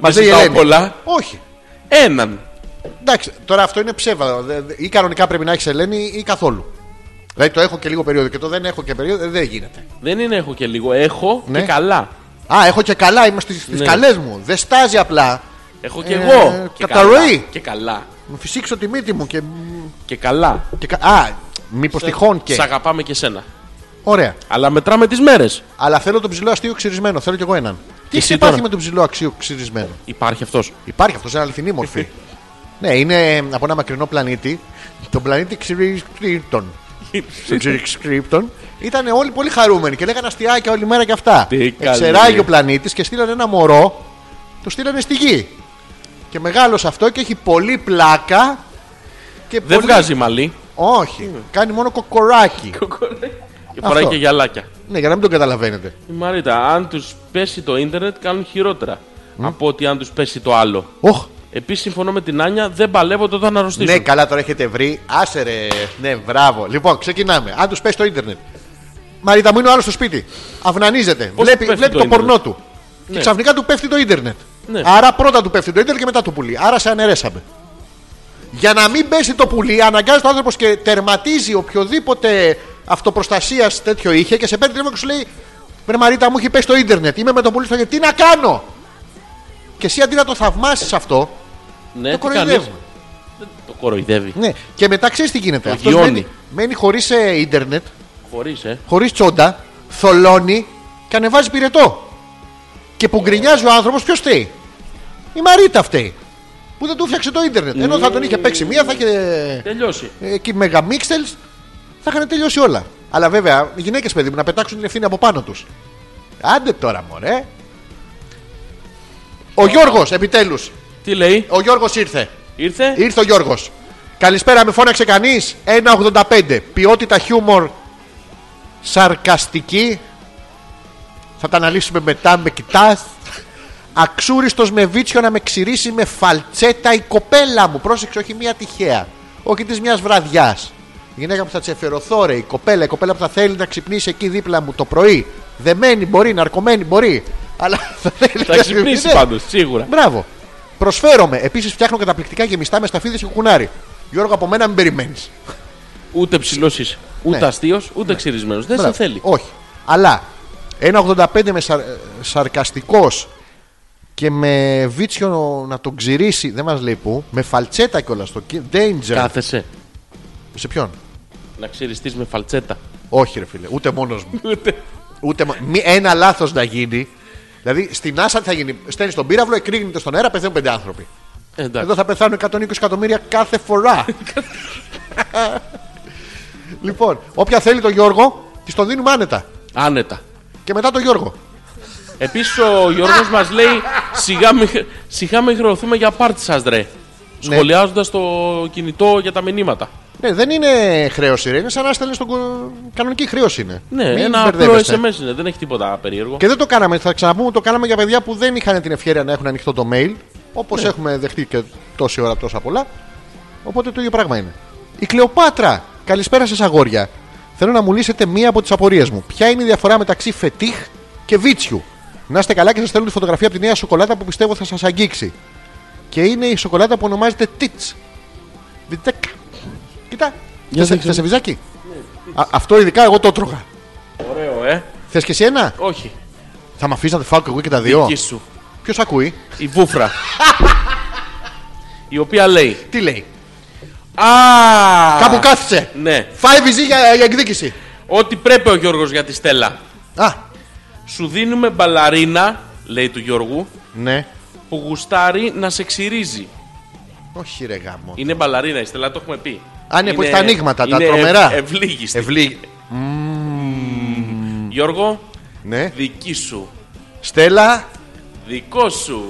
Speaker 1: Μας λέει η
Speaker 2: ζητάω
Speaker 1: Ελένη.
Speaker 2: πολλά.
Speaker 1: Όχι.
Speaker 2: Έναν.
Speaker 1: Εντάξει, τώρα αυτό είναι ψεύδα. Δε- δε- Ή κανονικά πρέπει να έχεις Ελένη ή καθόλου. Δηλαδή το έχω και λίγο περίοδο και το δεν έχω και περίοδο, ε, δεν γίνεται.
Speaker 2: Δεν είναι έχω και λίγο. Έχω
Speaker 1: Ναι.
Speaker 2: και καλά.
Speaker 1: Α, έχω και καλά, είμαι στις, στις
Speaker 2: Ναι.
Speaker 1: καλές μου. Δεν στάζει απλά.
Speaker 2: Έχω και
Speaker 1: Ε,
Speaker 2: εγώ. Και
Speaker 1: καταρροή.
Speaker 2: καλά. Και καλά.
Speaker 1: Μου φυσήξω τη μύτη μου και.
Speaker 2: Και καλά.
Speaker 1: και κα- α, μήπως τυχόν και.
Speaker 2: Ε, Σ' αγαπάμε και σένα.
Speaker 1: Ωραία.
Speaker 2: Αλλά μετράμε τις μέρες.
Speaker 1: Αλλά θέλω τον ψηλό αστείο ξυρισμένο. Θέλω κι εγώ έναν. Τι
Speaker 2: εσύ
Speaker 1: υπάρχει
Speaker 2: τώρα?
Speaker 1: με τον ψηλό αξίο ξυρισμένο.
Speaker 2: Υπάρχει αυτός.
Speaker 1: Υπάρχει αυτός, είναι αληθινή μορφή. ναι, είναι από ένα μακρινό πλανήτη. Τον πλανήτη Ξυρισκρίπτον. Στον Ξυρισκρίπτον. Ήταν όλοι πολύ χαρούμενοι και λέγανε αστιάκια όλη μέρα και αυτά.
Speaker 2: Τι καλή.
Speaker 1: Εξεράγει ο πλανήτης και στείλανε ένα μωρό. Το στείλανε στη γη. Και μεγάλο αυτό και έχει πολύ πλάκα. Και
Speaker 2: Δεν
Speaker 1: πολύ-
Speaker 2: βγάζει μαλλί.
Speaker 1: Όχι, κάνει μόνο κοκοράκι.
Speaker 2: Και φοράει
Speaker 1: Αυτό.
Speaker 2: και γυαλάκια.
Speaker 1: ναι, για να μην τον καταλαβαίνετε.
Speaker 2: Η Μαρίτα, αν τους πέσει το ίντερνετ κάνουν χειρότερα από ότι αν τους πέσει το άλλο.
Speaker 1: Οχ,
Speaker 2: Επίσης συμφωνώ με την Άνια, δεν παλεύονται όταν αρρωστήσουν.
Speaker 1: Ναι, καλά, τώρα έχετε βρει. Άσε ρε. Ναι, μπράβο. Λοιπόν, ξεκινάμε. Αν τους πέσει το ίντερνετ. Μαρίτα μου είναι ο άλλος στο σπίτι. Αυνανίζεται.
Speaker 2: Πώς
Speaker 1: βλέπει
Speaker 2: του πέφτει
Speaker 1: βλέπει το,
Speaker 2: το
Speaker 1: πορνό
Speaker 2: ίντερνετ?
Speaker 1: του. Και
Speaker 2: Ναι.
Speaker 1: ξαφνικά του πέφτει το ίντερνετ.
Speaker 2: Ναι.
Speaker 1: Άρα πρώτα του πέφτει το ίντερνετ και μετά το πουλί. Άρα σε αναιρέσαμε. Για να μην πέσει το πουλί, αναγκάζει το άνθρωπος και τερματίζει οποιοδήποτε αυτοπροστασίας τέτοιο είχε και σε παίρνει τηλέφωνο και σου λέει Βρε Μαρίτα, μου έχει πέσει το ίντερνετ. Είμαι με το πουλί στο χέρι. Τι να κάνω. Και εσύ αντί να το θαυμάσεις αυτό,
Speaker 2: Ναι,
Speaker 1: το
Speaker 2: τι κάνεις?
Speaker 1: κοροϊδεύουμε.
Speaker 2: Το κοροϊδεύει.
Speaker 1: Ναι. Και μετά ξέρεις τι γίνεται.
Speaker 2: Το
Speaker 1: Αυτός
Speaker 2: γιώνει.
Speaker 1: μένει, μένει χωρίς ίντερνετ,
Speaker 2: Χωρίς, ε.
Speaker 1: χωρίς τσόντα, θολώνει και ανεβάζει πυρετό. Και που γκρινιάζει ο άνθρωπος, ποιος φταίει. Η Μαρίτα φταίει. Που δεν του φτιάξε το ίντερνετ. Ενώ θα τον είχε παίξει μία, θα είχε.
Speaker 2: Τελειώσει.
Speaker 1: ε, εκεί μεγαμίξτελ, θα είχαν τελειώσει όλα. Αλλά βέβαια, οι γυναίκες παιδί μου να πετάξουν την ευθύνη από πάνω τους. Άντε τώρα, μωρέ. Ο Γιώργος, επιτέλους.
Speaker 2: Τι λέει,
Speaker 1: Ο Γιώργος ήρθε.
Speaker 2: ήρθε.
Speaker 1: Ήρθε ο Γιώργος. Καλησπέρα, με φώναξε κανείς. 1,85. Ποιότητα χιούμορ σαρκαστική. Θα τα αναλύσουμε μετά. Με κοιτάς. Αξούριστος με βίτσιο να με ξυρίσει με φαλτσέτα η κοπέλα μου. Πρόσεξε, όχι μία τυχαία. Όχι της μιας βραδιάς. Η γυναίκα που θα τσεφερωθώ, ρε, η κοπέλα, η κοπέλα που θα θέλει να ξυπνήσει εκεί δίπλα μου το πρωί. Δεμένη μπορεί, ναρκωμένη μπορεί. Αλλά θα θέλει
Speaker 2: Θα
Speaker 1: να
Speaker 2: ξυπνήσει
Speaker 1: Ναι.
Speaker 2: πάντως, σίγουρα.
Speaker 1: Μπράβο. Προσφέρομαι. Επίσης φτιάχνω καταπληκτικά γεμιστά με σταφίδες και κουκουνάρι. Γιώργο, από μένα μην περιμένεις.
Speaker 2: Ε, Ούτε ψηλός είσαι. Ούτε
Speaker 1: Ναι.
Speaker 2: αστείος, ούτε ξυρισμένος. Δεν σε θέλει.
Speaker 1: Όχι. Αλλά 1,85 με σαρ, σαρκαστικός και με βίτσιο να τον ξυρίσει, δεν μας λέει πού, με φαλτσέτα κιόλας στο κι- danger.
Speaker 2: Κάθεσαι
Speaker 1: Σε ποιον.
Speaker 2: να ξυριστεί με φαλτσέτα.
Speaker 1: Όχι, ρε φίλε, ούτε μόνος μου.
Speaker 2: Ούτε.
Speaker 1: ούτε, μο- μη- ένα λάθος να γίνει. Δηλαδή στην Άσα τι θα γίνει. Στέλνεις τον πύραυλο, εκρήγνεται στον αέρα, πεθαίνουν πέντε άνθρωποι.
Speaker 2: Εντάξει.
Speaker 1: Εδώ θα πεθάνουν 120 εκατομμύρια κάθε φορά. λοιπόν, όποια θέλει τον Γιώργο, της τον δίνουμε άνετα.
Speaker 2: Άνετα.
Speaker 1: Και μετά τον Γιώργο.
Speaker 2: Επίσης ο Γιώργος μας λέει σιγά, μη, σιγά με χρεωθούμε για πάρτι σας, ρε. Σχολιάζοντας το κινητό για τα μηνύματα.
Speaker 1: Ναι, δεν είναι χρέωση, ρε. Είναι σαν να στέλνεις τον. κο- Κανονική χρέωση είναι.
Speaker 2: Ναι,
Speaker 1: Μην
Speaker 2: ένα απλό
Speaker 1: μπερδεύεστε.
Speaker 2: SMS είναι, δεν έχει τίποτα περίεργο.
Speaker 1: Και δεν το κάναμε. Θα ξαναπούμε, το κάναμε για παιδιά που δεν είχαν την ευκαιρία να έχουν ανοιχτό το mail. Όπως
Speaker 2: Ναι.
Speaker 1: έχουμε δεχτεί και τόση ώρα τόσα πολλά. Οπότε το ίδιο πράγμα είναι. Η Κλεοπάτρα. Καλησπέρα σας, αγόρια. Θέλω να μου λύσετε μία από τις απορίες μου. Ποια είναι η διαφορά μεταξύ φετίχ και βίτσιου. Να είστε καλά και σας στέλνω τη φωτογραφία από τη νέα σοκολάτα που πιστεύω θα σας αγγίξει. Και είναι η σοκολάτα που ονομάζεται Τίτ. Βιτσέκα. Κοίτα.
Speaker 2: Για
Speaker 1: Θες
Speaker 2: δείξε μου.
Speaker 1: σε βυζάκι. Α, Αυτό ειδικά εγώ το τρώγα.
Speaker 2: Ωραίο, ε.
Speaker 1: Θες και εσύ ένα.
Speaker 2: Όχι.
Speaker 1: Θα με αφήσεις να τη φάω και εγώ και τα δύο.
Speaker 2: Δική σου.
Speaker 1: Ποιος ακούει,
Speaker 2: Η βούφρα. η οποία λέει.
Speaker 1: τι λέει.
Speaker 2: Α!
Speaker 1: Κάπου κάθισε.
Speaker 2: Ναι.
Speaker 1: Five is για, για εκδίκηση.
Speaker 2: Ό,τι πρέπει ο Γιώργος για τη Στέλλα.
Speaker 1: Α,
Speaker 2: Σου δίνουμε μπαλαρίνα, λέει του Γιώργου,
Speaker 1: ναι.
Speaker 2: που γουστάρει να σε ξυρίζει.
Speaker 1: Όχι, ρε γάμο.
Speaker 2: Είναι μπαλαρίνα η Στέλλα, το έχουμε πει.
Speaker 1: Α, ναι, που έχει τα ανοίγματα, τα
Speaker 2: είναι ευ-
Speaker 1: τρομερά.
Speaker 2: ευλίγιστη.
Speaker 1: Ευλή.
Speaker 2: Γιώργο,
Speaker 1: Ναι.
Speaker 2: δική σου.
Speaker 1: Στέλλα,
Speaker 2: Δικό σου.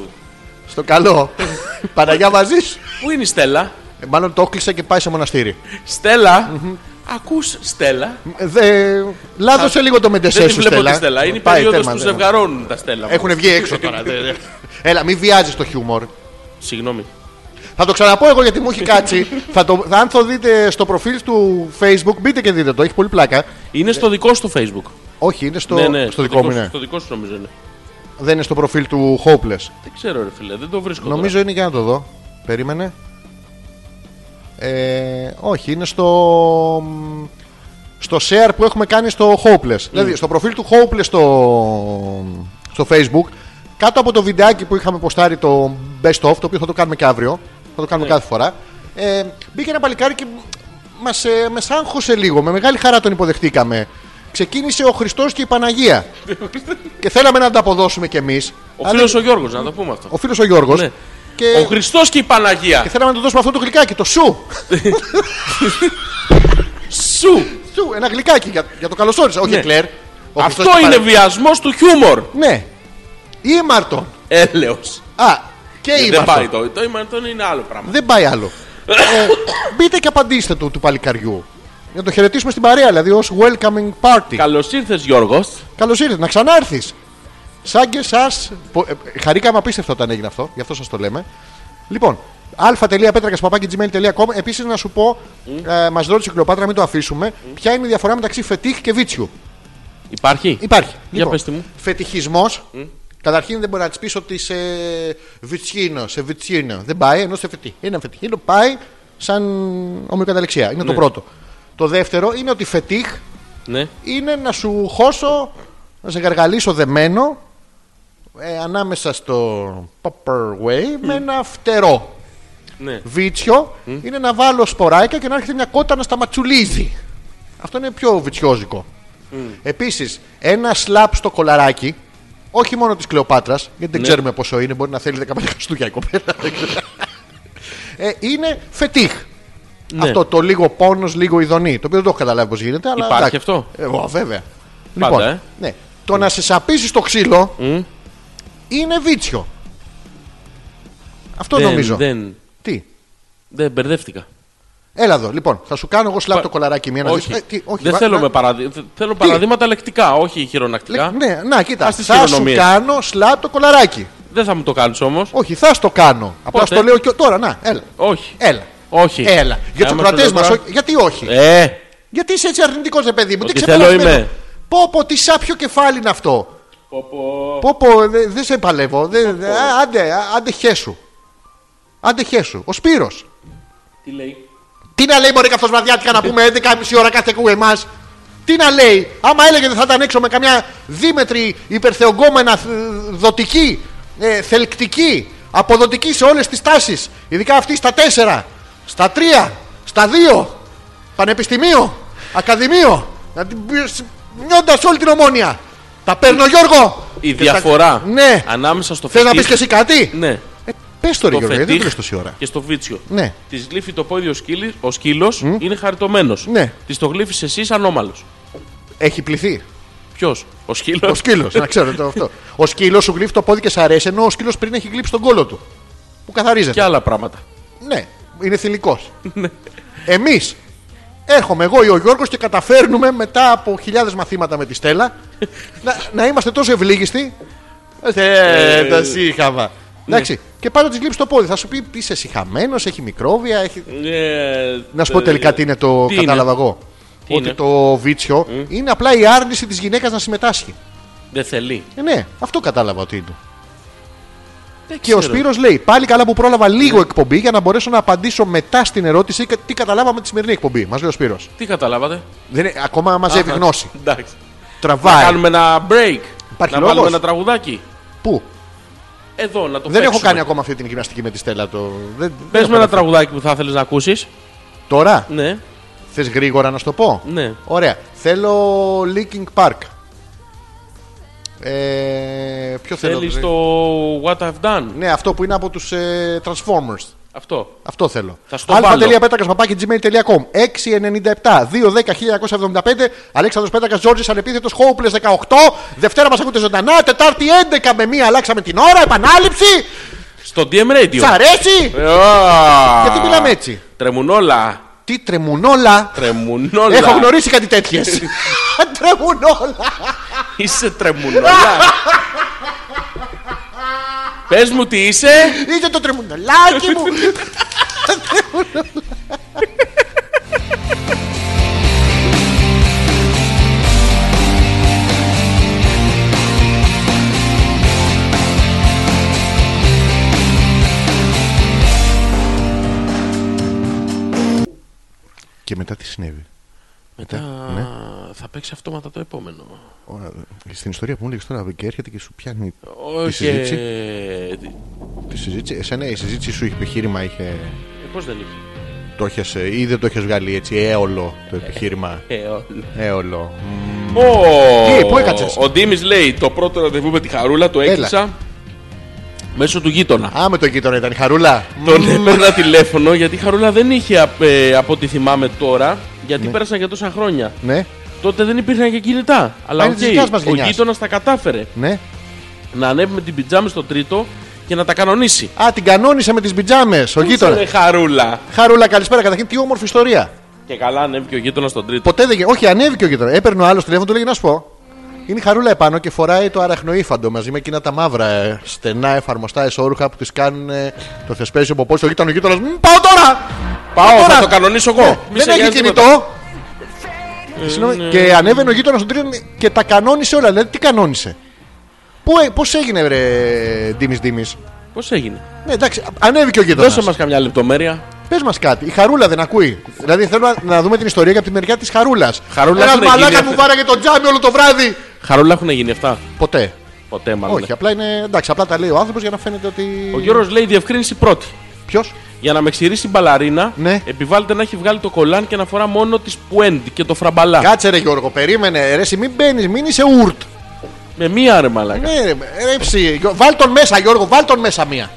Speaker 1: στο καλό. Παναγιά μαζί σου.
Speaker 2: Πού είναι η Στέλλα?
Speaker 1: Ε, Μάλλον το κλείσε και πάει σε μοναστήρι.
Speaker 2: Στέλλα. Ακούς, Στέλλα.
Speaker 1: Ε, Δε... Λάδωσε λίγο το μεντεσέ
Speaker 2: Δεν τη
Speaker 1: σου,
Speaker 2: βλέπω
Speaker 1: Στέλλα. Ε,
Speaker 2: τη Στέλλα. Είναι η
Speaker 1: Πάει,
Speaker 2: περίοδος
Speaker 1: τέρμα,
Speaker 2: που
Speaker 1: τέρμα.
Speaker 2: ζευγαρώνουν τα Στέλλα.
Speaker 1: Έχουν βγει έξω τώρα. δε- δε. Ε, Έλα, μην βιάζεις το χιούμορ.
Speaker 2: Συγγνώμη.
Speaker 1: Θα το ξαναπώ εγώ γιατί μου έχει κάτσει. θα το, θα- αν το δείτε στο προφίλ του Facebook, μπείτε και δείτε το. Έχει πολύ πλάκα.
Speaker 2: Είναι στο δικό σου το Facebook.
Speaker 1: Όχι, είναι στο, Ναι. στο δικό, μου.
Speaker 2: σου-
Speaker 1: Ναι.
Speaker 2: Στο δικό σου νομίζω είναι.
Speaker 1: Δεν είναι στο προφίλ του Hopeless.
Speaker 2: Δεν ξέρω, ρε φίλε, δεν το βρίσκω.
Speaker 1: Νομίζω είναι για να το δω. Περίμενε. Ε, όχι, είναι στο. μ, Στο share που έχουμε κάνει στο Hopeless. Δηλαδή
Speaker 2: Mm.
Speaker 1: στο προφίλ του Hopeless στο, στο Facebook. Κάτω από το βιντεάκι που είχαμε ποστάρει το Best of, το οποίο θα το κάνουμε και αύριο. Θα το
Speaker 2: Ναι.
Speaker 1: κάνουμε κάθε φορά. Ε, μπήκε ένα παλικάρι και μας ε, μες άγχωσε λίγο. Με μεγάλη χαρά τον υποδεχτήκαμε. Ξεκίνησε ο Χριστός και η Παναγία. και θέλαμε να τα αποδώσουμε κι εμείς.
Speaker 2: τώρα. Ο φίλο
Speaker 1: ναι.
Speaker 2: ο Γιώργος, να το πούμε αυτό.
Speaker 1: Ο φίλος ο Γιώργος.
Speaker 2: Ναι.
Speaker 1: Και...
Speaker 2: Ο Χριστός και η
Speaker 1: και
Speaker 2: Παναγία.
Speaker 1: θέλαμε να του δώσουμε αυτό το γλυκάκι, το σου.
Speaker 2: Σου!
Speaker 1: σου ένα γλυκάκι για, για το καλωσόρισα. Όχι,
Speaker 2: Ναι.
Speaker 1: Εκλέρ. Ο Χριστός
Speaker 2: Αυτό
Speaker 1: και
Speaker 2: είναι
Speaker 1: παρα-
Speaker 2: βιασμός του χιούμορ.
Speaker 1: Ναι. Ήμαρτον.
Speaker 2: Έλεος.
Speaker 1: Α, και
Speaker 2: Ε, Δεν
Speaker 1: ήμαρτον.
Speaker 2: πάει το. Το ήμαρτον είναι άλλο πράγμα.
Speaker 1: Δεν πάει άλλο. ε, μπείτε και απαντήστε του, του παλικαριού. Για να το χαιρετήσουμε στην παρέα, δηλαδή ως welcoming party.
Speaker 2: Καλώς ήρθες, Γιώργος.
Speaker 1: Καλώς ήρθες, να ξανάρθεις. Σαν και εσά. ε, Χαρήκαμε απίστευτα όταν έγινε αυτό, γι' αυτό σας το λέμε. Λοιπόν, α.πέτρακα.gmail.com Επίσης να σου πω,
Speaker 2: Mm.
Speaker 1: ε, μας ρώτησε η Κλεοπάτρα, μην το αφήσουμε, ποια είναι η διαφορά μεταξύ φετίχ και βίτσιου.
Speaker 2: Υπάρχει.
Speaker 1: Υπάρχει. Λοιπόν.
Speaker 2: Για πες τη μου. Mm.
Speaker 1: Φετιχισμός. Καταρχήν δεν μπορεί να τη πει ότι σε βιτσίνο, σε βιτσίνο. Δεν πάει, ενώ σε φετί. Ένα φετιχίνο πάει σαν ομοιοκαταληξία. Είναι το πρώτο. Το δεύτερο είναι ότι φετίχ
Speaker 2: Ναι.
Speaker 1: είναι να σου χώσω, να σε γαργαλίσω δεμένο ε, ανάμεσα στο popper way με ένα φτερό.
Speaker 2: ναι.
Speaker 1: Βίτσιο είναι να βάλω σποράκια και να έρχεται μια κότα να σταματσουλίζει. Αυτό είναι πιο βιτσιόζικο. Επίσης, ένα σλαπ στο κολαράκι, όχι μόνο της Κλεοπάτρας, γιατί δεν ξέρουμε πόσο είναι, μπορεί να θέλει 15 Χριστούγεννα η κοπέλα. δεν ξέρω. ε, είναι φετίχ.
Speaker 2: Ναι.
Speaker 1: Αυτό το λίγο πόνος, λίγο ειδονή. Το οποίο δεν το έχω καταλάβει πώς γίνεται. Αλλά
Speaker 2: Υπάρχει
Speaker 1: εντάξει.
Speaker 2: αυτό?
Speaker 1: Εγώ, βέβαια.
Speaker 2: Πάντα,
Speaker 1: λοιπόν,
Speaker 2: ε.
Speaker 1: ναι. Το να σε σαπίσει το ξύλο είναι βίτσιο. Αυτό
Speaker 2: δεν,
Speaker 1: νομίζω.
Speaker 2: Δεν,
Speaker 1: Τι.
Speaker 2: δεν μπερδεύτηκα.
Speaker 1: Έλα εδώ, λοιπόν, θα σου κάνω εγώ σλάπ το κολαράκι μία να
Speaker 2: όχι.
Speaker 1: δεις. Ε, τι, όχι,
Speaker 2: δεν
Speaker 1: βα-
Speaker 2: θέλω,
Speaker 1: να-
Speaker 2: με παραδει... θ- θέλω παραδείγματα λεκτικά, όχι χειρονακτικά.
Speaker 1: Λε- Ναι, να κοίτα.
Speaker 2: Ας τις
Speaker 1: Θα σου
Speaker 2: χειρονομίες.
Speaker 1: κάνω σλάπ το κολαράκι.
Speaker 2: Δεν θα μου το κάνεις όμως.
Speaker 1: Όχι, θα στο κάνω. Απλά
Speaker 2: Πότε?
Speaker 1: στο λέω και τώρα, να, έλα.
Speaker 2: Όχι.
Speaker 1: Έλα.
Speaker 2: Όχι.
Speaker 1: Έλα. Για τους
Speaker 2: Άμα
Speaker 1: κρατέ
Speaker 2: θέλω τώρα-
Speaker 1: μα, γιατί όχι.
Speaker 2: Ε,
Speaker 1: Γιατί είσαι έτσι αρνητικός, ρε παιδί μου.
Speaker 2: Ότι
Speaker 1: Τι
Speaker 2: θέλω
Speaker 1: ξεπερασμένο.
Speaker 2: είμαι.
Speaker 1: Πω, πω, τι σάπιο κεφάλι είναι αυτό. Πω, πω, δε- δεν σε παλεύω. Δε, δε- α, άντε, α, άντε χέσου. Άντε χέσου. Ο Σπύρος.
Speaker 2: Τι λέει.
Speaker 1: Τι να λέει μπορεί καυτοσβραδιάτικα να πούμε 11.30 ώρα κάθε ακούει εμάς. Τι να λέει, άμα έλεγε δεν θα ήταν έξω με καμιά δίμετρη υπερθεωγκόμενα θ- δοτική, ε, θελκτική, αποδοτική σε όλες τις τάσεις. Ειδικά αυτή στα 4, στα 3, στα 2, πανεπιστημίο, ακαδημίο. Να την πεις- νιώντας όλη την ομόνια. Τα παίρνω Γιώργο.
Speaker 2: Η
Speaker 1: Και στα-
Speaker 2: διαφορά
Speaker 1: Ναι.
Speaker 2: ανάμεσα στο
Speaker 1: Θες να πεις
Speaker 2: φετίχ-
Speaker 1: και εσύ κάτι.
Speaker 2: Ναι.
Speaker 1: Ε, πες το, ρε Γιώργο,
Speaker 2: Το
Speaker 1: γιατί
Speaker 2: φετίχ
Speaker 1: δεν το λες τόση ώρα.
Speaker 2: Και στο βίτσιο.
Speaker 1: Ναι.
Speaker 2: Της γλύφει το πόδι ο σκύλο, ο σκύλος είναι χαριτωμένος.
Speaker 1: Ναι.
Speaker 2: Της το γλύφεις εσύ ανώμαλος.
Speaker 1: Έχει πληθεί.
Speaker 2: Ποιος, ο σκύλος.
Speaker 1: Ο σκύλος, να ξέρω το αυτό. Ο σκύλος σου γλύφει το πόδι και σ' αρέσει, ενώ ο σκύλος πριν έχει γλύψει τον κόλο του. Που καθαρίζεται.
Speaker 2: Και άλλα πράγματα.
Speaker 1: Ναι, είναι θηλυκός.
Speaker 2: Ναι.
Speaker 1: Εμείς έρχομαι εγώ ή ο Γιώργος και καταφέρνουμε μετά από χιλιάδες μαθήματα με τη Στέλλα
Speaker 2: Ναι.
Speaker 1: να, να είμαστε τόσο ευλίγιστοι. Ε, τα σύγχαμα. Ε, Εντάξει. Και πάνω της λείψει το πόδι. Θα σου πει είσαι συχαμένος, έχει μικρόβια. Έχει...
Speaker 2: Ε,
Speaker 1: Να σου πω τελικά τι είναι το.
Speaker 2: τι είναι.
Speaker 1: κατάλαβα εγώ.
Speaker 2: Τι
Speaker 1: ότι
Speaker 2: είναι.
Speaker 1: το βίτσιο είναι απλά η άρνηση της γυναίκας να συμμετάσχει.
Speaker 2: Δεν θέλει.
Speaker 1: Ε, ναι, αυτό κατάλαβα ότι είναι.
Speaker 2: Δεν
Speaker 1: Και ο
Speaker 2: ξέρω. Ναι.
Speaker 1: Σπύρος λέει: Πάλι καλά που πρόλαβα λίγο εκπομπή για να μπορέσω να απαντήσω μετά στην ερώτηση κα- τι καταλάβαμε τη σημερινή εκπομπή. Μας λέει ο Σπύρος.
Speaker 2: Τι καταλάβατε.
Speaker 1: Δεν είναι, ακόμα μαζεύει
Speaker 2: Α,
Speaker 1: γνώση.
Speaker 2: Εντάξει. Να
Speaker 1: Τραβάει.
Speaker 2: κάνουμε ένα break.
Speaker 1: Υπάρχει
Speaker 2: να
Speaker 1: λόγος?
Speaker 2: βάλουμε ένα τραγουδάκι.
Speaker 1: Πού?
Speaker 2: Εδώ να το
Speaker 1: Δεν έχω
Speaker 2: παίξουμε.
Speaker 1: κάνει ακόμα αυτή την γυμναστική με τη Στέλλα. Το... Δεν... δεν
Speaker 2: Πες
Speaker 1: έχω
Speaker 2: με ένα
Speaker 1: καταφέρει.
Speaker 2: τραγουδάκι που θα ήθελες να ακούσεις.
Speaker 1: Τώρα
Speaker 2: Ναι.
Speaker 1: θες γρήγορα να σου το πω.
Speaker 2: Ναι.
Speaker 1: Ωραία. Θέλω Leaking Park. Ε, ποιο θέλω.
Speaker 2: Θέλεις
Speaker 1: ρε.
Speaker 2: το What I've Done.
Speaker 1: Ναι, αυτό που είναι από τους Transformers.
Speaker 2: Αυτό.
Speaker 1: Αυτό θέλω.
Speaker 2: Θα στο βάλω.
Speaker 1: αλφα.πέτρακα.gmail.com 697-210-1975 Αλέξανδρος Πέτρακας Τζόρτζης ανεπίθετος Χόουπλες 18 Δευτέρα μας ακούτε ζωντανά Τετάρτη 11 με μία αλλάξαμε την ώρα Επανάληψη
Speaker 2: Στο DM Radio. Ε,
Speaker 1: Σ' αρέσει
Speaker 2: Α,
Speaker 1: Γιατί μιλάμε έτσι
Speaker 2: Τρεμουν όλα.
Speaker 1: Τι τρεμούν όλα
Speaker 2: Τρεμουν όλα.
Speaker 1: Έχω γνωρίσει κάτι τέτοιες Τρεμούν όλα
Speaker 2: Είσαι τρεμουνόλα. Πες μου τι είσαι.
Speaker 1: Είδε το τρεμουνολάκι μου Και μετά τι συνέβη.
Speaker 2: Μετά
Speaker 1: ναι.
Speaker 2: θα παίξει αυτόματα το επόμενο.
Speaker 1: Ωρα, ε, Στην ιστορία που μου έλεγες τώρα και έρχεται και σου πιάνει τη
Speaker 2: Όχι.
Speaker 1: συζήτηση.
Speaker 2: ε, τι-
Speaker 1: Τη συζήτηση. Εσένα η συζήτηση σου είχε επιχείρημα, είχε.
Speaker 2: ε, Πώς δεν είχε.
Speaker 1: Το είχες, ε, ή δεν το είχε βγάλει έτσι έολο το επιχείρημα.
Speaker 2: Ε, όλα.
Speaker 1: Έολο. Μμμ.
Speaker 2: Ο-
Speaker 1: Τι, πού έκατσες?
Speaker 2: Ο Ντίμης λέει το πρώτο ραντεβού με τη Χαρούλα το
Speaker 1: Έλα.
Speaker 2: έκλεισα μέσω του γείτονα.
Speaker 1: Α, Mm. με τον γείτονα ήταν η χαρούλα.
Speaker 2: Τον έπαιρνα τηλέφωνο γιατί η Χαρούλα δεν είχε απ- ε, από ό,τι θυμάμαι τώρα γιατί πέρασαν και τόσα χρόνια.
Speaker 1: Ναι,
Speaker 2: Τότε δεν υπήρχαν και κινητά. Αλλά
Speaker 1: είναι
Speaker 2: οκ,
Speaker 1: της δικιάς μας
Speaker 2: ο
Speaker 1: γενιάς.
Speaker 2: γείτονας τα κατάφερε
Speaker 1: ναι.
Speaker 2: να ανέβει με την πιτζάμι στο τρίτο και να τα κανονίσει.
Speaker 1: Α, την κανόνισε με τις πιτζάμες, ο
Speaker 2: Ρε
Speaker 1: γείτονα.
Speaker 2: χαρούλα.
Speaker 1: Χαρούλα, καλησπέρα. Καταρχήν, τι όμορφη ιστορία.
Speaker 2: Και καλά ανέβηκε ο γείτονας στον τρίτο.
Speaker 1: Ποτέ δεν γε- Όχι, ανέβηκε ο γείτονας. Έπαιρνε ο άλλος τηλέφωνο, του λέει να σου πω. Είναι η χαρούλα επάνω και φοράει το αραχνοήφαντο μαζί με εκείνα τα μαύρα ε, στενά εφαρμοστά εσόρουχα που τη κάνουν ε, το θεσπέσιο από πόσο γείτονα ο γείτονα. Πάω τώρα!
Speaker 2: Πάω,
Speaker 1: τώρα.
Speaker 2: θα το κανονίσω εγώ.
Speaker 1: Ναι,
Speaker 2: Μη σε
Speaker 1: δεν έχει
Speaker 2: νοιάζει τίποτα.
Speaker 1: κινητό. Ε, Συγγνώμη, Και ανέβαινε ο γείτονας στον τρίτο και τα κανόνισε όλα. Δηλαδή, τι κανόνισε. Πώς έγινε, ρε Ντίμης Ντίμης.
Speaker 2: Πώς έγινε.
Speaker 1: Ναι, εντάξει, ανέβηκε ο γείτονας.
Speaker 2: Δώσε μας καμιά λεπτομέρεια.
Speaker 1: Πες μας κάτι. Η Χαρούλα δεν ακούει. Δηλαδή θέλω να, να δούμε την ιστορία και από τη μεριά της Χαρούλας.
Speaker 2: Χαρούλα
Speaker 1: Ένα
Speaker 2: δεν έχει
Speaker 1: μαλάκα
Speaker 2: ενδιαφέρον.
Speaker 1: που βάραγε το τζάμι όλο το βράδυ.
Speaker 2: Χαρούλα έχουν γίνει αυτά.
Speaker 1: Ποτέ.
Speaker 2: Ποτέ μάλλον.
Speaker 1: Όχι, απλά είναι. Εντάξει, απλά τα λέει ο άνθρωπος για να φαίνεται ότι.
Speaker 2: Ο Γιώργο λέει διευκρίνηση πρώτη.
Speaker 1: Ποιος.
Speaker 2: Για να με ξηρίσει η μπαλαρίνα,
Speaker 1: Ναι.
Speaker 2: επιβάλλεται να έχει βγάλει το κολάν και να φορά μόνο της πουέντι και το φραμπαλά.
Speaker 1: Κάτσε ρε Γιώργο, περίμενε. Ρε, εσύ μην μπαίνεις, μην είσαι ουρτ.
Speaker 2: Με μία ρε μαλάκα.
Speaker 1: Ναι, ρε, ρε, ψι, Γιώ- βάλ τον μέσα, Γιώργο, βάλ τον μέσα μία.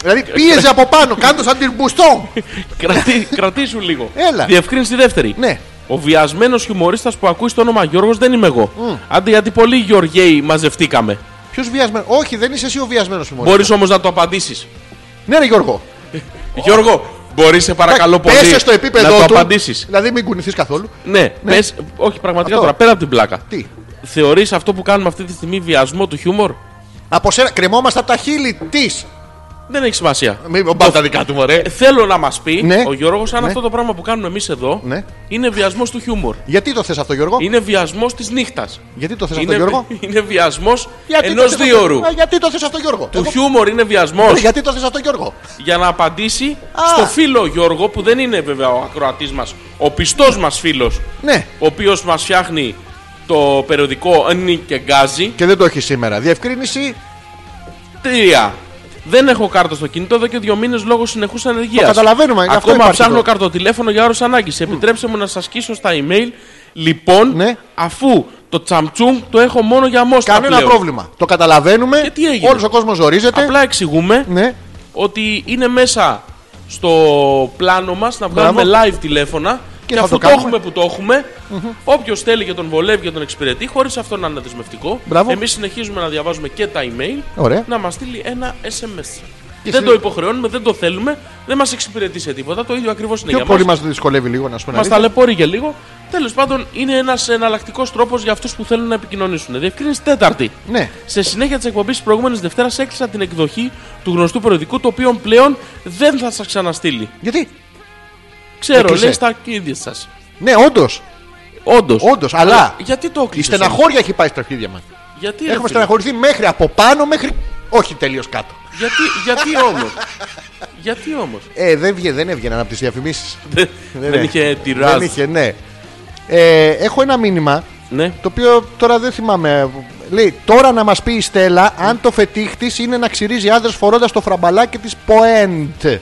Speaker 1: Δηλαδή
Speaker 2: Ε,
Speaker 1: πίεζε από πάνω, κάντος σαν την μπουστό.
Speaker 2: Κρατή, κρατήσου λίγο.
Speaker 1: Έλα.
Speaker 2: Διευκρίνηση δεύτερη.
Speaker 1: Ναι.
Speaker 2: Ο βιασμένος χιουμορίστας που ακούει το όνομα Γιώργος δεν είμαι εγώ. Άντε γιατί πολλοί Γεωργιαίοι μαζευτήκαμε.
Speaker 1: Ποιος βιασμένος. Όχι, δεν είσαι εσύ ο βιασμένος μου.
Speaker 2: Μπορείς όμως να το απαντήσεις.
Speaker 1: Ναι, ρε Γιώργο.
Speaker 2: Γιώργο, μπορείς σε παρακαλώ πολύ.
Speaker 1: Πέσε Ναι, στο επίπεδο
Speaker 2: να
Speaker 1: του.
Speaker 2: το απαντήσεις.
Speaker 1: Δηλαδή μην κουνηθείς καθόλου.
Speaker 2: Ναι, πες, όχι πραγματικά
Speaker 1: Αυτό.
Speaker 2: τώρα, πέρα από την πλάκα.
Speaker 1: Τι.
Speaker 2: Θεωρείς αυτό που κάνουμε αυτή τη στιγμή βιασμό του χιούμορ.
Speaker 1: Από σένα κρεμόμαστε από τα χείλη της.
Speaker 2: Δεν έχει σημασία.
Speaker 1: Μην πα τα δικά του, μωρέ.
Speaker 2: Ε, Θέλω να μας πει
Speaker 1: Ναι.
Speaker 2: ο Γιώργος αν
Speaker 1: Ναι.
Speaker 2: αυτό το πράγμα που κάνουμε εμείς εδώ
Speaker 1: Ναι.
Speaker 2: είναι βιασμός του χιούμορ.
Speaker 1: Γιατί το θες αυτό, Γιώργο.
Speaker 2: Είναι βιασμός της νύχτας.
Speaker 1: Γιατί το θες αυτό,
Speaker 2: Είναι,
Speaker 1: Γιώργο.
Speaker 2: είναι βιασμός
Speaker 1: Γιατί το
Speaker 2: ενός
Speaker 1: θες αυτό-
Speaker 2: διώρου.
Speaker 1: Α, Γιατί το θες αυτό, Γιώργο.
Speaker 2: Του
Speaker 1: Εγώ-
Speaker 2: χιούμορ είναι βιασμός
Speaker 1: Ναι, Γιατί το θες αυτό, Γιώργο.
Speaker 2: για να απαντήσει
Speaker 1: Α.
Speaker 2: στο φίλο Γιώργο που δεν είναι βέβαια ο ακροατής μας, ο πιστός μας φίλος,
Speaker 1: Ναι.
Speaker 2: ο οποίος μας φτιάχνει το περιοδικό Νίκ και Γκάζι.
Speaker 1: Και δεν το έχει σήμερα. Διευκρίνηση.
Speaker 2: Τρία. Δεν έχω κάρτα στο κινητό εδώ και δύο μήνες λόγω συνεχούς ανεργίας.
Speaker 1: Το καταλαβαίνουμε, γι' αυτό
Speaker 2: Ακόμα
Speaker 1: υπάρχει
Speaker 2: ψάχνω
Speaker 1: το-
Speaker 2: καρτοτηλέφωνο για όρους ανάγκης. Επιτρέψτε μου να σας σκίσω στα email. Λοιπόν,
Speaker 1: Ναι.
Speaker 2: αφού το τσαμτσούμ το έχω μόνο για μόστα.
Speaker 1: Κανένα
Speaker 2: πλέον.
Speaker 1: πρόβλημα. Το καταλαβαίνουμε.
Speaker 2: Και τι έγινε?
Speaker 1: Όλος ο κόσμος ζορίζεται.
Speaker 2: Απλά εξηγούμε
Speaker 1: Ναι.
Speaker 2: ότι είναι μέσα στο πλάνο μας να βγάλουμε live τηλέφωνα. Και,
Speaker 1: Και θα
Speaker 2: αφού
Speaker 1: το
Speaker 2: το,
Speaker 1: κάνουμε.
Speaker 2: έχουμε που το εχουμε όποιος θέλει και τον βολεύει και τον εξυπηρετεί, χωρίς αυτό να είναι δεσμευτικό,
Speaker 1: Μπράβο.
Speaker 2: εμείς συνεχίζουμε να διαβάζουμε και τα email.
Speaker 1: Ωραία.
Speaker 2: Να μας στείλει ένα SMS. Δεν το υποχρεώνουμε, δεν το θέλουμε, δεν μας εξυπηρετεί σε τίποτα. Το ίδιο ακριβώς είναι
Speaker 1: Πιο
Speaker 2: για
Speaker 1: πολύ
Speaker 2: μας.
Speaker 1: μας δυσκολεύει λίγο να σου πω. την
Speaker 2: Μας
Speaker 1: αλήθεια.
Speaker 2: ταλαιπωρεί για λίγο. Τέλος πάντων, είναι ένας εναλλακτικός τρόπος για αυτούς που θέλουν να επικοινωνήσουν. Διευκρίνηση τέταρτη.
Speaker 1: Ναι.
Speaker 2: Σε συνέχεια της εκπομπής της προηγούμενης Δευτέρας έκλεισα την εκδοχή του γνωστού περιοδικού, το οποίο πλέον δεν θα σας ξαναστείλει.
Speaker 1: Γιατί.
Speaker 2: Ξέρω,
Speaker 1: Έκλεισε.
Speaker 2: λέει στα αρχίδια σας.
Speaker 1: Ναι, όντως.
Speaker 2: Όντως.
Speaker 1: Όντως, αλλά-
Speaker 2: Ε, Γιατί το
Speaker 1: Η
Speaker 2: έκλεισε.
Speaker 1: στεναχώρια έχει πάει στα αρχίδια μας.
Speaker 2: Γιατί, ρε
Speaker 1: Έχουμε
Speaker 2: φίλε,
Speaker 1: στεναχωρηθεί μέχρι από πάνω μέχρι. Όχι τελείως κάτω.
Speaker 2: γιατί, γιατί όμως. γιατί όμως.
Speaker 1: Ε, δεν, βγε, δεν έβγαιναν από τις διαφημίσεις.
Speaker 2: δεν είχε τυράζ.
Speaker 1: Δεν είχε, ναι. Ε, έχω ένα μήνυμα
Speaker 2: Ναι.
Speaker 1: το οποίο τώρα δεν θυμάμαι. Λέει τώρα να μας πει η Στέλλα αν το φετίχ της είναι να ξυρίζει άντρε φορώντας το φραμπαλάκι της Ποέντ.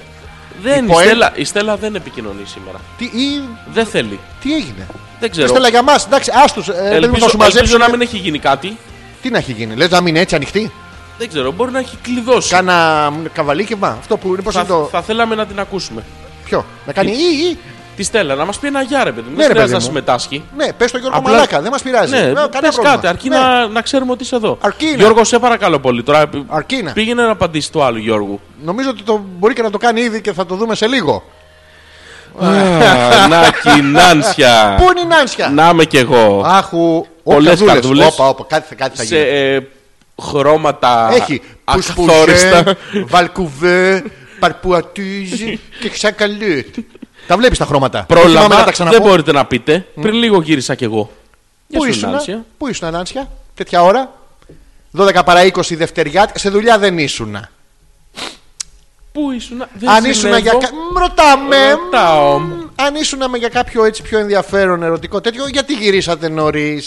Speaker 2: Δεν, η,
Speaker 1: Poet-
Speaker 2: Στέλλα, η Στέλλα δεν επικοινωνεί σήμερα.
Speaker 1: Τι, ή,
Speaker 2: Δεν θέλει.
Speaker 1: τι έγινε.
Speaker 2: Δεν ξέρω.
Speaker 1: Η Στέλλα για μας, εντάξει, άστου. Ε,
Speaker 2: ελπίζω,
Speaker 1: να σου
Speaker 2: ελπίζω
Speaker 1: μαζέψουν.
Speaker 2: να μην έχει γίνει κάτι.
Speaker 1: Τι να έχει γίνει, λες να μην είναι έτσι ανοιχτή.
Speaker 2: Δεν ξέρω, μπορεί να έχει κλειδώσει.
Speaker 1: Κάνα καβαλίκευμα. Αυτό που είναι, πώς
Speaker 2: Θα,
Speaker 1: είναι το.
Speaker 2: θα Ε, θέλαμε να την ακούσουμε.
Speaker 1: Ποιο, να κάνει ή, ή.
Speaker 2: Τη Στέλλα, να μας πει ένα γεια, ρε παιδί
Speaker 1: Ναι,
Speaker 2: μου. Δεν
Speaker 1: ρε,
Speaker 2: χρειάζεται να
Speaker 1: παιδί μου.
Speaker 2: συμμετάσχει.
Speaker 1: Ναι, πες το Γιώργο
Speaker 2: Απλά-
Speaker 1: Μαλάκα, δεν μας πειράζει.
Speaker 2: Ναι,
Speaker 1: Ε, κανένα
Speaker 2: πες
Speaker 1: πρόβλημα.
Speaker 2: κάτι, αρκεί
Speaker 1: Ναι.
Speaker 2: να, να ξέρουμε ότι είσαι εδώ.
Speaker 1: Αρκεί να-
Speaker 2: Γιώργο, σε παρακαλώ πολύ. Τώρα π-
Speaker 1: Αρκεί να.
Speaker 2: πήγαινε να απαντήσει του άλλου Γιώργου.
Speaker 1: Νομίζω ότι το μπορεί και να το κάνει ήδη και θα το δούμε σε λίγο.
Speaker 2: να κοινάνσια.
Speaker 1: Πού είναι η Νάνσια?
Speaker 2: Να είμαι κι εγώ.
Speaker 1: Άχου,
Speaker 2: Πολλές
Speaker 1: όπλες
Speaker 2: καρδούλες.
Speaker 1: Όπα, όπα, κάτι, θα- κάτι θα
Speaker 2: Σε
Speaker 1: γίνει.
Speaker 2: ε, χρώματα
Speaker 1: Έχει
Speaker 2: ακαθόριστα.
Speaker 1: πουσπουζέ, βαλκουβέ, παρπουατούζ και ξακαλούτ. Τα βλέπεις τα χρώματα. Θυμάμαι να
Speaker 2: Πρόλαβα,
Speaker 1: τα
Speaker 2: δεν
Speaker 1: ξαναπώ.
Speaker 2: μπορείτε να πείτε. Πριν λίγο γύρισα κι εγώ. Γεια
Speaker 1: Πού
Speaker 2: σου,
Speaker 1: ήσουν,
Speaker 2: Νάνσια.
Speaker 1: πού ήσουν, Νάνσια, τέτοια ώρα. 12 παρά 20 δευτεριά, σε δουλειά δεν ήσουν.
Speaker 2: Πού ήσουν, δεν
Speaker 1: Αν ήσουν
Speaker 2: ζηλεύω.
Speaker 1: για. κα- Μ, Ρωτάμε.
Speaker 2: Ρωτάω.
Speaker 1: Μ, Αν ήσουν για κάποιο έτσι πιο ενδιαφέρον ερωτικό τέτοιο, γιατί γυρίσατε νωρίς.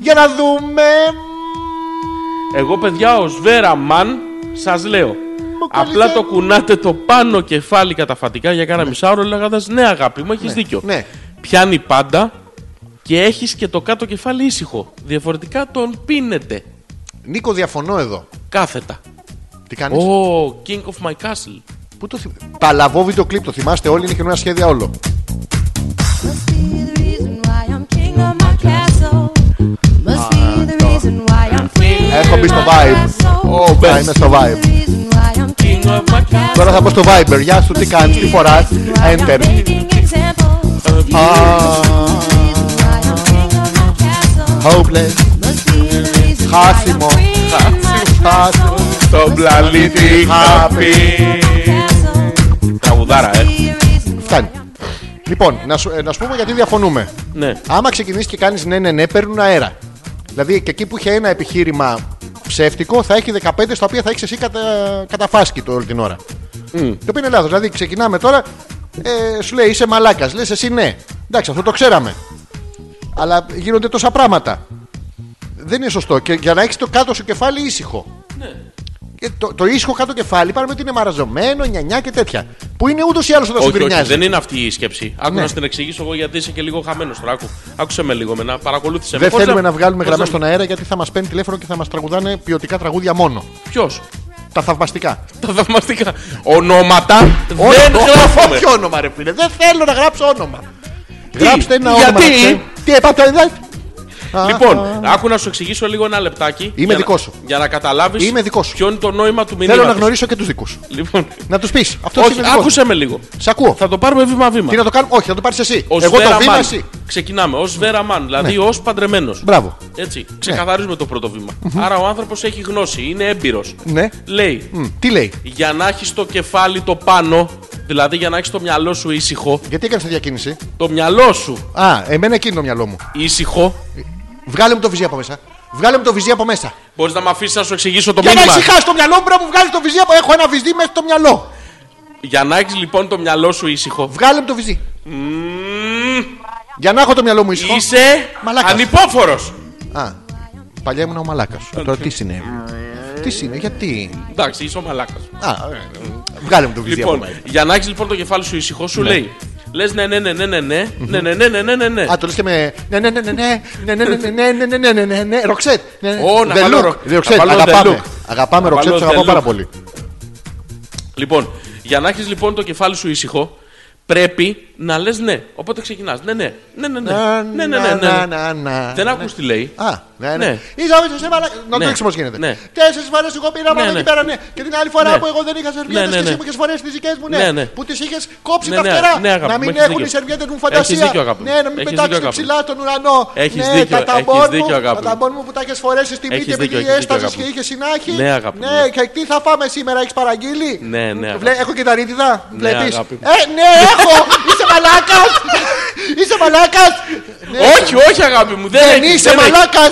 Speaker 1: Για να δούμε.
Speaker 2: Εγώ παιδιά ως Βέρα Μαν σας λέω Απλά
Speaker 1: κόλλησε.
Speaker 2: το κουνάτε το πάνω κεφάλι καταφατικά για κάνα μισάωρο λέγοντας Ναι αγάπη μου έχεις δίκιο
Speaker 1: ναι.
Speaker 2: Πιάνει πάντα και έχεις και το κάτω κεφάλι ήσυχο Διαφορετικά τον πίνετε
Speaker 1: Νίκο, διαφωνώ εδώ.
Speaker 2: κάθετα
Speaker 1: Τι κάνεις.
Speaker 2: Ω, King of my castle
Speaker 1: Πού το θυμ- Τα λαβό βίντεο κλιπ το θυμάστε όλοι, είναι καινούργια σχέδια όλο.
Speaker 4: Must be the reason why I'm king of my castle. Must
Speaker 1: Ah,
Speaker 4: be the
Speaker 1: tá.
Speaker 4: reason why
Speaker 1: É,
Speaker 4: I'm free.
Speaker 1: Έχω μπει στο vibe.
Speaker 4: Oh,
Speaker 1: Α, είμαι στο vibe.
Speaker 4: King of my castle.
Speaker 1: Τώρα θα πω στο Viber. Γεια σου, τι κάνεις, τι φοράς. Enter. Α, hopeless. Χάσιμο. Χάσιμο.
Speaker 2: Λοιπόν, Το πλανήτη Τραγουδάρα ε
Speaker 1: Φτάνει. Λοιπόν, να σου, ε, να σου πούμε γιατί διαφωνούμε.
Speaker 2: Ναι
Speaker 1: Άμα ξεκινήσεις και κάνεις ναι, ναι, ναι, παίρνουν αέρα. Δηλαδή και εκεί που είχε ένα επιχείρημα ψεύτικο, θα έχει 15 στα οποία θα έχεις εσύ κατα... καταφάσκει το όλη την ώρα. Το οποίο είναι λάθος. Δηλαδή ξεκινάμε τώρα, ε, σου λέει είσαι μαλάκας. Λες εσύ ναι. Εντάξει, αυτό το ξέραμε. Αλλά γίνονται τόσα πράγματα. Δεν είναι σωστό. Και για να έχεις το κάτω σου κεφάλι ήσυχο.
Speaker 2: Ναι.
Speaker 1: Και το, το ήσυχο κάτω κεφάλι πάρουμε ότι είναι μαραζωμένο, νιανιά και τέτοια. Που είναι ούτως ή άλλως όταν σου
Speaker 2: όχι, όχι,
Speaker 1: γκρινιάζει.
Speaker 2: δεν είναι αυτή η σκέψη. Άκου
Speaker 1: Ναι.
Speaker 2: να στην εξηγήσω εγώ γιατί είσαι και λίγο χαμένος τώρα. Άκου. Άκουσε με λίγο, με να παρακολούθησε
Speaker 1: Δεν θέλουμε να βγάλουμε γραμμές στον αέρα γιατί θα μας παίρνει τηλέφωνο και θα μας τραγουδάνε ποιοτικά τραγούδια μόνο.
Speaker 2: Ποιος.
Speaker 1: Τα θαυμαστικά.
Speaker 2: Τα θαυμαστικά. Ονόματα δεν
Speaker 1: Όνομα.
Speaker 2: γράφουμε.
Speaker 1: Ποιο όνομα ρε φίλε. Δεν θέλω να γράψω όνομα. Γράψτε ένα
Speaker 2: Γιατί?
Speaker 1: όνομα. να ξέρω. Τι έπατε.
Speaker 2: Λοιπόν, άκου να σου εξηγήσω λίγο ένα λεπτάκι. για να-
Speaker 1: δικός σου.
Speaker 2: Για να καταλάβεις
Speaker 1: Είμαι δικός σου.
Speaker 2: ποιο είναι το νόημα του μηνύματος.
Speaker 1: Θέλω να γνωρίσω και τους δικούς σου.
Speaker 2: Λοιπόν,
Speaker 1: Να τους πεις. Αυτό
Speaker 2: όχι,
Speaker 1: είναι δικός
Speaker 2: άκουσε με λίγο.
Speaker 1: σου. Σ' ακούω.
Speaker 2: Θα το πάρουμε βήμα-βήμα.
Speaker 1: Τι να το κάνω. Όχι, θα το πάρεις εσύ.
Speaker 2: Ως
Speaker 1: Εγώ το
Speaker 2: Βέρα
Speaker 1: βήμα
Speaker 2: Μαν.
Speaker 1: εσύ. Ναι.
Speaker 2: Ξεκινάμε. Ως Βέραμαν, δηλαδή ως ως παντρεμένος.
Speaker 1: Μπράβο. Ναι.
Speaker 2: Έτσι. Ξεκαθαρίζουμε το πρώτο βήμα. Άρα ο άνθρωπος έχει γνώση, είναι έμπειρος.
Speaker 1: Ναι.
Speaker 2: Λέει,
Speaker 1: Μμ, Τι λέει.
Speaker 2: για να έχεις το κεφάλι το πάνω, δηλαδή για να έχεις το μυαλό σου ήσυχο,
Speaker 1: Γιατί έκανες τη διακίνηση.
Speaker 2: το μυαλό σου
Speaker 1: Α, εμένα εκείνο το μυαλό μου.
Speaker 2: ήσυχο,
Speaker 1: Βγάλε μου το βυζί από μέσα. Βγάλε μου το βυζί από μέσα.
Speaker 2: μπορείς να με αφήσεις να σου εξηγήσω το
Speaker 1: Για να
Speaker 2: μήνυμα.
Speaker 1: ησυχάσει το μυαλό μου πρέπει να μου βγάλεις το βυζί από. Έχω ένα βυζί μέσα στο μυαλό.
Speaker 2: Για να έχεις λοιπόν το μυαλό σου ήσυχο,
Speaker 1: Βγάλε μου το βυζί.
Speaker 2: μμμ,
Speaker 1: Για να έχω το μυαλό μου ήσυχο.
Speaker 2: είσαι
Speaker 1: Μαλάκας.
Speaker 2: ανυπόφορος.
Speaker 1: Α, παλιά ήμουν ο μαλάκας. Τώρα τι είναι. Τι είναι, γιατί.
Speaker 2: Εντάξει, είσαι ο μαλάκας.
Speaker 1: Α, ε, βγάλε μου το βυζί από
Speaker 2: Λοιπόν,
Speaker 1: μένα.
Speaker 2: για να έχεις λοιπόν το κεφάλι σου ήσυχο, σου λέει, λες ναι ναι ναι ναι ναι ναι, ναι ναι ναι ναι ναι ναι ναι.
Speaker 1: Α, το λες και με. Ναι, ναι, ναι, ναι, ναι, ναι, ναι, ναι, ναι, ναι, ναι, ναι, ναι, ναι, ναι, Ροξέτ. Ναι, ναι.
Speaker 2: Ω, να
Speaker 1: The
Speaker 2: βάλω
Speaker 1: look,
Speaker 2: ρο-
Speaker 1: The Ροξέτ,
Speaker 2: να βάλω The
Speaker 1: αγαπάμε.
Speaker 2: look.
Speaker 1: Αγαπάμε
Speaker 2: Να
Speaker 1: Ροξέτ,
Speaker 2: βάλω
Speaker 1: τους
Speaker 2: The
Speaker 1: αγαπάω πάρα
Speaker 2: look.
Speaker 1: πολύ.
Speaker 2: Λοιπόν, για να έχεις λοιπόν το κεφάλι σου ήσυχο, πρέπει να λες ναι. Οπότε ξεκινάς. Ναι, ναι, ναι, ναι, ναι.
Speaker 1: Να,
Speaker 2: ναι, ναι, ναι,
Speaker 1: να,
Speaker 2: ναι.
Speaker 1: να, να, να.
Speaker 2: Δεν ακού τι λέει.
Speaker 1: Α, ναι, ναι.
Speaker 2: Ναι.
Speaker 1: Είδαμε στο σέμα, να
Speaker 2: Ναι.
Speaker 1: το έξω γίνεται.
Speaker 2: Ναι.
Speaker 1: Τέσσερις φορές εγώ πήρα
Speaker 2: Ναι,
Speaker 1: από εκεί
Speaker 2: ναι.
Speaker 1: πέρα, ναι. Και την άλλη φορά
Speaker 2: Ναι.
Speaker 1: που εγώ δεν είχα σερβιέτε
Speaker 2: Ναι, ναι,
Speaker 1: και
Speaker 2: ναι.
Speaker 1: εσύ μου είχε φορέσει τις δικές μου, ναι.
Speaker 2: Ναι, ναι.
Speaker 1: Που τις είχες κόψει
Speaker 2: Ναι,
Speaker 1: τα
Speaker 2: ναι,
Speaker 1: φτερά.
Speaker 2: ναι, αγάπη
Speaker 1: να
Speaker 2: μου,
Speaker 1: μην
Speaker 2: έχεις
Speaker 1: έχουν οι
Speaker 2: δίκιο.
Speaker 1: σερβιέτε μου φαντασία.
Speaker 2: δίκιο, αγάπη μου.
Speaker 1: Ναι, να μην
Speaker 2: Έχεις
Speaker 1: πετάξουν
Speaker 2: δίκιο,
Speaker 1: ψηλά
Speaker 2: αγάπη
Speaker 1: στον ουρανό.
Speaker 2: Έχεις
Speaker 1: Ναι,
Speaker 2: δίκιο,
Speaker 1: τα
Speaker 2: έχεις
Speaker 1: ταμπόν
Speaker 2: δίκιο,
Speaker 1: μου-
Speaker 2: αγάπη
Speaker 1: τα
Speaker 2: μου.
Speaker 1: ταμπόν μου που τα είχε φορέσει στη μύτη
Speaker 2: Έχεις
Speaker 1: επειδή
Speaker 2: δίκιο, έχεις δίκιο,
Speaker 1: έσταζες και
Speaker 2: αγάπη μου.
Speaker 1: είχες συνάχη.
Speaker 2: Ναι, αγάπη μου,
Speaker 1: Ναι,
Speaker 2: ναι.
Speaker 1: και τι θα φάμε σήμερα, έχεις παραγγείλει.
Speaker 2: Ναι, ναι,
Speaker 1: Βλέ-
Speaker 2: αγάπη.
Speaker 1: Έχω και τα ρίτιδα. Βλέπεις.
Speaker 2: αγάπη μου.
Speaker 1: Ε, ναι, έχω! Είσαι μαλάκας! Είσαι μαλάκας!
Speaker 2: Όχι, όχι, αγάπη μου. Ε, Δεν
Speaker 1: Ε, Δεν
Speaker 2: έχεις,
Speaker 1: είσαι
Speaker 2: δεν έχεις.
Speaker 1: μαλάκα!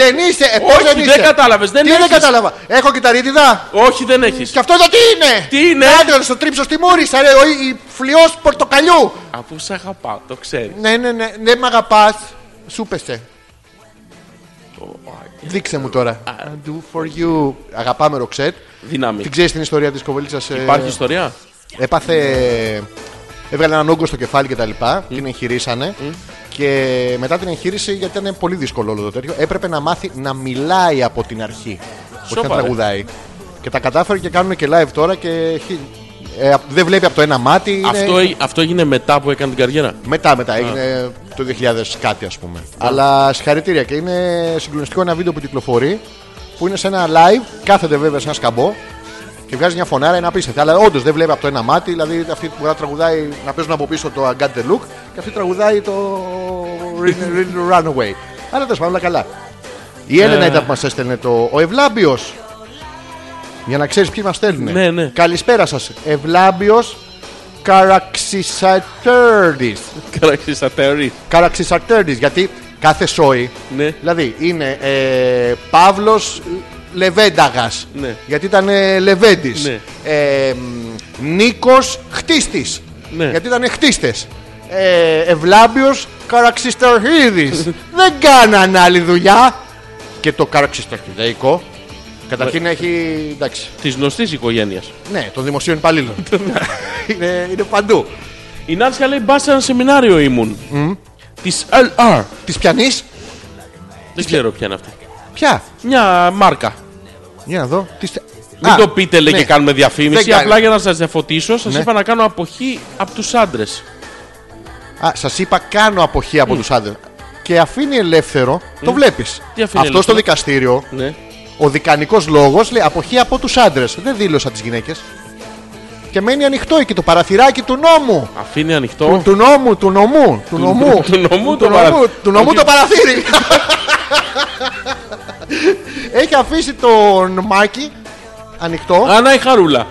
Speaker 1: Δεν είσαι! Ε, πώς
Speaker 2: Όχι,
Speaker 1: δεν
Speaker 2: δεν
Speaker 1: είσαι?
Speaker 2: κατάλαβες, δεν
Speaker 1: Τι δεν
Speaker 2: έχεις.
Speaker 1: κατάλαβα! Έχω κυταρίδιδα!
Speaker 2: Όχι, δεν έχεις.
Speaker 1: Και αυτό το τι είναι!
Speaker 2: Τι είναι?
Speaker 1: Άντε να στο τρίψω στη μούρη, σαν ρε, ο- η φλοιός πορτοκαλιού!
Speaker 2: Αφού σε αγαπάω, το ξέρεις.
Speaker 1: Ναι, ναι, ναι, δεν μ' αγαπάς. Σου πέσε. Δείξε μου τώρα. I do for you. Αγαπάμε Ροξέτ.
Speaker 2: Δύναμη.
Speaker 1: Την ξέρεις την ιστορία της κοβελίτσα.
Speaker 2: Υπάρχει ιστορία.
Speaker 1: Έπαθε. Έβγαλε έναν όγκο στο κεφάλι και τα λοιπά. Την εγχειρήσανε. Και μετά την εγχείρηση, γιατί ήταν πολύ δύσκολο όλο το τέτοιο, έπρεπε να μάθει να μιλάει από την αρχή. Όχι να
Speaker 2: Σοπα, ρε.
Speaker 1: τραγουδάει. Και τα κατάφερε και κάνουν και live τώρα και χι- ε, απ- δεν βλέπει από το ένα μάτι. είναι-
Speaker 2: Αυτό, έ- αυτό έγινε μετά που έκανε την καριέρα.
Speaker 1: Μετά, μετά, έγινε το 2000 κάτι ας πούμε.
Speaker 2: Ναι.
Speaker 1: Αλλά συγχαρητήρια και είναι συγκλονιστικό ένα βίντεο που κυκλοφορεί που είναι σε ένα live, κάθεται βέβαια σε ένα σκαμπό και βγάζει μια φωνάρα, είναι απίστευτη. Αλλά όντως δεν βλέπει από το ένα μάτι, δηλαδή αυτή που τραγουδάει να παίζουν από πίσω το I Got the Look και αυτή τραγουδάει το Real Runaway. Αλλά τέλος πάντων όλα καλά. Η
Speaker 2: Ε.
Speaker 1: Έλενα ήταν που μας έστελνε το. Ο Ευλάμπιος. Για να ξέρεις ποιοι μας στέλνουν.
Speaker 2: Ναι, ναι.
Speaker 1: Καλησπέρα σας. Ευλάμπιος Καραξισατέρνης.
Speaker 2: Καραξή, στα θεωρεί.
Speaker 1: Καραξισαρτέρνη. Γιατί κάθε σόι.
Speaker 2: Ναι.
Speaker 1: Δηλαδή είναι ε, Παύλος Λεβένταγας.
Speaker 2: Ναι.
Speaker 1: Γιατί ήταν ε, Λεβέντης.
Speaker 2: Ναι.
Speaker 1: Ε, Νίκος Χτίστης.
Speaker 2: Ναι.
Speaker 1: Γιατί ήταν χτίστες. Ε, Ευλάμπιος Καραξιστερχίδης. Δεν κάναν άλλη δουλειά. Και το Καραξιστερχιδέικο. Καταρχήν
Speaker 2: Ναι.
Speaker 1: έχει. Εντάξει.
Speaker 2: Της γνωστής οικογένειας.
Speaker 1: Ναι, των δημοσίων υπαλλήλων. είναι, είναι παντού.
Speaker 2: Η Νάνσια λέει: Μπα σε ένα σεμινάριο ήμουν. Τη LR.
Speaker 1: Της πιανής.
Speaker 2: Δεν ξέρω ποια είναι αυτή.
Speaker 1: Ποια.
Speaker 2: Μια μάρκα.
Speaker 1: Για να δω. Της...
Speaker 2: Μην
Speaker 1: Α,
Speaker 2: το πείτε, λέει,
Speaker 1: ναι.
Speaker 2: και κάνουμε
Speaker 1: Δεν
Speaker 2: διαφήμιση.
Speaker 1: κάνει.
Speaker 2: Απλά για να σας διαφωτίσω, σας
Speaker 1: Ναι.
Speaker 2: είπα να κάνω αποχή από τους άντρες.
Speaker 1: Α, σας είπα, κάνω αποχή από τους τους άντρες. Και αφήνει ελεύθερο, το βλέπεις.
Speaker 2: Τι αφήνει
Speaker 1: Αυτό στο
Speaker 2: ελεύθερο?
Speaker 1: δικαστήριο,
Speaker 2: Ναι.
Speaker 1: ο δικανικός λόγος λέει αποχή από τους άντρες. Δεν δήλωσα τις γυναίκες. Και μένει ανοιχτό εκεί το παραθυράκι του νόμου.
Speaker 2: Αφήνει
Speaker 1: Του,
Speaker 2: ανοιχτό.
Speaker 1: του νόμου, του νομού. Του νομού.
Speaker 2: του νομού το
Speaker 1: νομού,
Speaker 2: παρα-
Speaker 1: του νομού
Speaker 2: Όχι.
Speaker 1: το παραθύρι. Έχει αφήσει τον Μάκη ανοιχτό.
Speaker 2: Ανά η χαρούλα.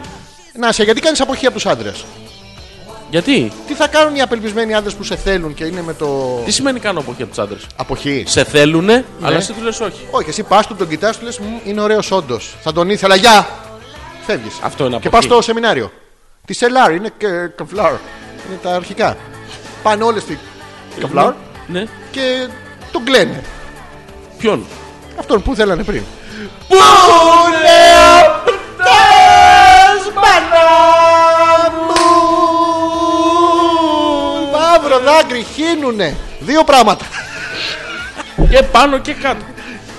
Speaker 1: Να σε, γιατί κάνεις αποχή από τους άντρες.
Speaker 2: Γιατί,
Speaker 1: Τι θα κάνουν οι απελπισμένοι άντρες που σε θέλουν και είναι με το.
Speaker 2: τι σημαίνει κάνω αποχή από τους άντρες.
Speaker 1: Αποχή.
Speaker 2: Σε θέλουνε,
Speaker 1: Ναι.
Speaker 2: αλλά εσύ του λες όχι.
Speaker 1: Όχι, εσύ πας του, τον κοιτάς, του λες είναι ωραίος όντως. Θα τον ήθελα, γεια! Φεύγεις.
Speaker 2: Αυτό είναι
Speaker 1: Και
Speaker 2: αποχή.
Speaker 1: πας στο σεμινάριο. Τη Σελάρ, είναι και καβλάρ. Είναι τα αρχικά. Πάνε όλες στην καβλάρ
Speaker 2: Ναι.
Speaker 1: και τον κλαίνε.
Speaker 2: Ποιον.
Speaker 1: Αυτόν που θέλανε πριν. Μαύρο δάκρυ, χύνουνε. Δύο πράγματα.
Speaker 2: Και πάνω και κάτω.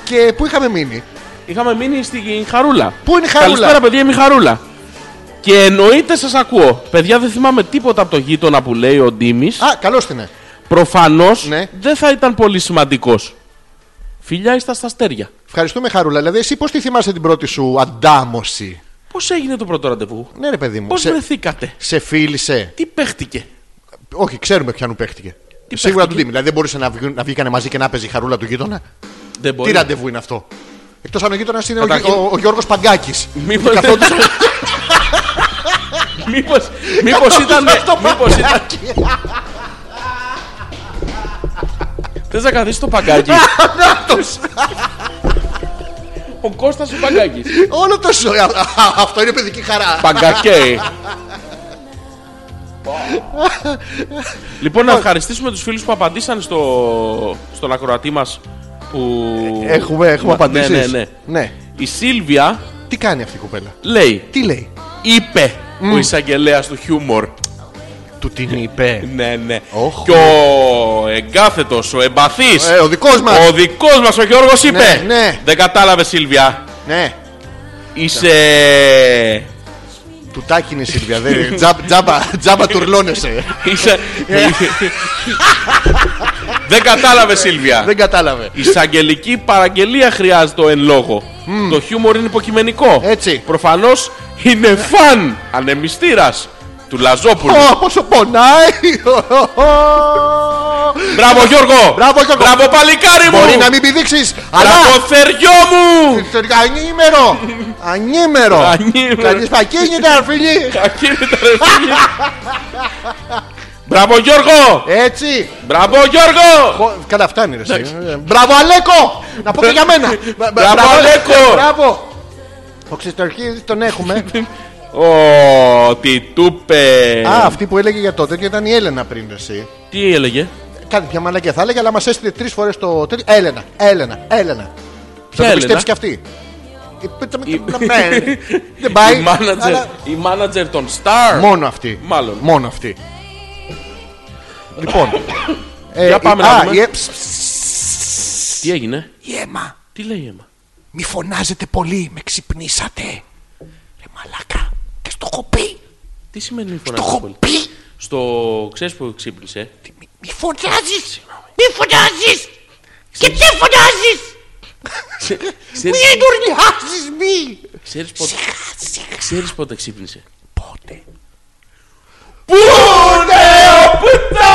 Speaker 1: Και πού είχαμε μείνει.
Speaker 2: Είχαμε μείνει στην Χαρούλα.
Speaker 1: Πού είναι η Χαρούλα?
Speaker 2: Καλησπέρα, παιδιά, είμαι η Χαρούλα. Και εννοείται σας ακούω. Παιδιά, δεν θυμάμαι τίποτα από το γείτονα που λέει ο Ντίμης.
Speaker 1: Α, καλώ την είναι.
Speaker 2: Προφανώς
Speaker 1: Ναι.
Speaker 2: δεν θα ήταν πολύ σημαντικός. Φιλιά, είστε στα αστέρια.
Speaker 1: Ευχαριστούμε, Χαρούλα. Δηλαδή, εσύ πώς τη θυμάσαι την πρώτη σου αντάμωση.
Speaker 2: Πώς έγινε το πρώτο ραντεβού,
Speaker 1: Ναι, ρε παιδί μου.
Speaker 2: Πώς
Speaker 1: σε-
Speaker 2: βρεθήκατε,
Speaker 1: σε φίλησε.
Speaker 2: Τι παίχτηκε.
Speaker 1: Όχι, ξέρουμε ποιανού παίχτηκε. Σίγουρα του
Speaker 2: παίχτηκε?
Speaker 1: Ντίμη. Δηλαδή δεν μπορούσε να, βγουν, να βγήκανε μαζί και να παίζει η χαρούλα του γείτονα.
Speaker 2: Δεν
Speaker 1: Τι
Speaker 2: μπορεί.
Speaker 1: ραντεβού είναι αυτό. Εκτός αν ο γείτονας είναι ο, Γι-
Speaker 2: Καταρχήν-
Speaker 1: ο, ο Γιώργος Παγκάκης.
Speaker 2: Μήπως. Μήπως, μήπως ήταν. Μήπως ήταν. Θες να καθίσεις το παγκάκι. Ο Κώστας ο παγκάκι.
Speaker 1: Όλο το σο... Α, α, Αυτό είναι παιδική χαρά.
Speaker 2: Παγκακέ. Λοιπόν, να ευχαριστήσουμε τους φίλους που απαντήσαν στο, στον ακροατή μας που...
Speaker 1: Έχουμε, έχουμε
Speaker 2: Μα-
Speaker 1: απαντήσεις.
Speaker 2: Ναι, ναι, ναι. Η Σίλβια
Speaker 1: Τι κάνει αυτή η κοπέλα.
Speaker 2: λέει,
Speaker 1: Τι λέει.
Speaker 2: είπε ο εισαγγελέας του χιούμορ.
Speaker 1: Του την είπε.
Speaker 2: Ναι, ναι.
Speaker 1: Όχ. ναι.
Speaker 2: Και ο εγκάθετος, ο εμπαθής.
Speaker 1: Ε, ο δικός μας.
Speaker 2: Ο δικός μας ο Γιώργος είπε.
Speaker 1: Ναι, ναι.
Speaker 2: Δεν κατάλαβε, Σίλβια.
Speaker 1: Ναι.
Speaker 2: Είσαι.
Speaker 1: Του τάκι είναι η Σίλβια. δεν- τζάμπα- τζάμπα- Τζάμπα τουρλώνεσαι.
Speaker 2: Είσαι-
Speaker 1: Ε.
Speaker 2: Δεν κατάλαβε Σίλβια.
Speaker 1: Δεν κατάλαβε.
Speaker 2: Εισαγγελική παραγγελία χρειάζεται ο εν λόγω. Το χιούμορ είναι υποκειμενικό.
Speaker 1: Έτσι.
Speaker 2: Προφανώς είναι φαν ανεμιστήρας του Λαζόπουλου.
Speaker 1: Ε. Ω, Πόσο πονάει.
Speaker 2: Μπράβο Γιώργο!
Speaker 1: Μπράβο, Γιώργο.
Speaker 2: Μπράβο παλικάρι μου!
Speaker 1: Μπορεί να μην πηδήξεις, αλλά
Speaker 2: Μπράβο θεριό μου!
Speaker 1: Ανήμερο! Ανήμερο!
Speaker 2: Ανήμερο.
Speaker 1: Κανείς πακίνητα, φίλοι!
Speaker 2: Ακίνητα ρε φίλε. Μπράβο Γιώργο!
Speaker 1: Έτσι!
Speaker 2: Μπράβο Γιώργο!
Speaker 1: Χω- Καλά, φτάνει ρε. εσύ. Ε, Μπράβο, Αλέκο! Να πω και για μένα! Μπρα- μπρα-
Speaker 2: Μπράβο, Αλέκο.
Speaker 1: Μπράβο! Ο Ξεστορχίδης τον έχουμε.
Speaker 2: Ω, τι τούπε!
Speaker 1: Α, αυτή που έλεγε για το τέτοιο ήταν η Έλενα πριν ρε, εσύ.
Speaker 2: Τι έλεγε?
Speaker 1: Κάτι πια μαλακία θα έλεγε, αλλά μας έστειλε τρεις φορές το τέτοιο. Έλενα, Έλενα, Έλενα. Θα το
Speaker 2: Έλενα?
Speaker 1: πιστέψει κι αυτή.
Speaker 2: Η-
Speaker 1: Ναι, Δεν πάει.
Speaker 2: Η manager,
Speaker 1: αλλά
Speaker 2: η manager των Star.
Speaker 1: Μόνο αυτή.
Speaker 2: Μάλλον.
Speaker 1: Μόνο αυτή. Λοιπόν. ε,
Speaker 2: Για πάμε
Speaker 1: η-
Speaker 2: να
Speaker 1: α,
Speaker 2: δούμε.
Speaker 1: η ε- ψ, ψ,
Speaker 2: Τι έγινε?
Speaker 1: Η αίμα.
Speaker 2: Τι λέει η Έμα?
Speaker 1: Μη φωνάζετε πολύ, με ξυπνήσατε. Ρε μαλάκα, και στο έχω πει,
Speaker 2: Τι σημαίνει η
Speaker 1: το
Speaker 2: φωνάζεις
Speaker 1: έχω
Speaker 2: πολύ.
Speaker 1: πει.
Speaker 2: Στο ξέρεις που ξύπνησε.
Speaker 1: Μη, μη φωνάζεις,
Speaker 5: Μη φωνάζεις! Και τι φωνάζεις!
Speaker 2: Ξέρεις,
Speaker 1: μη τουρνιάζεις, μη.
Speaker 2: ξέρεις πότε, ξέρεις πότε ξύπνησε.
Speaker 1: Πότε.
Speaker 2: Πού είναι ο πετασμένος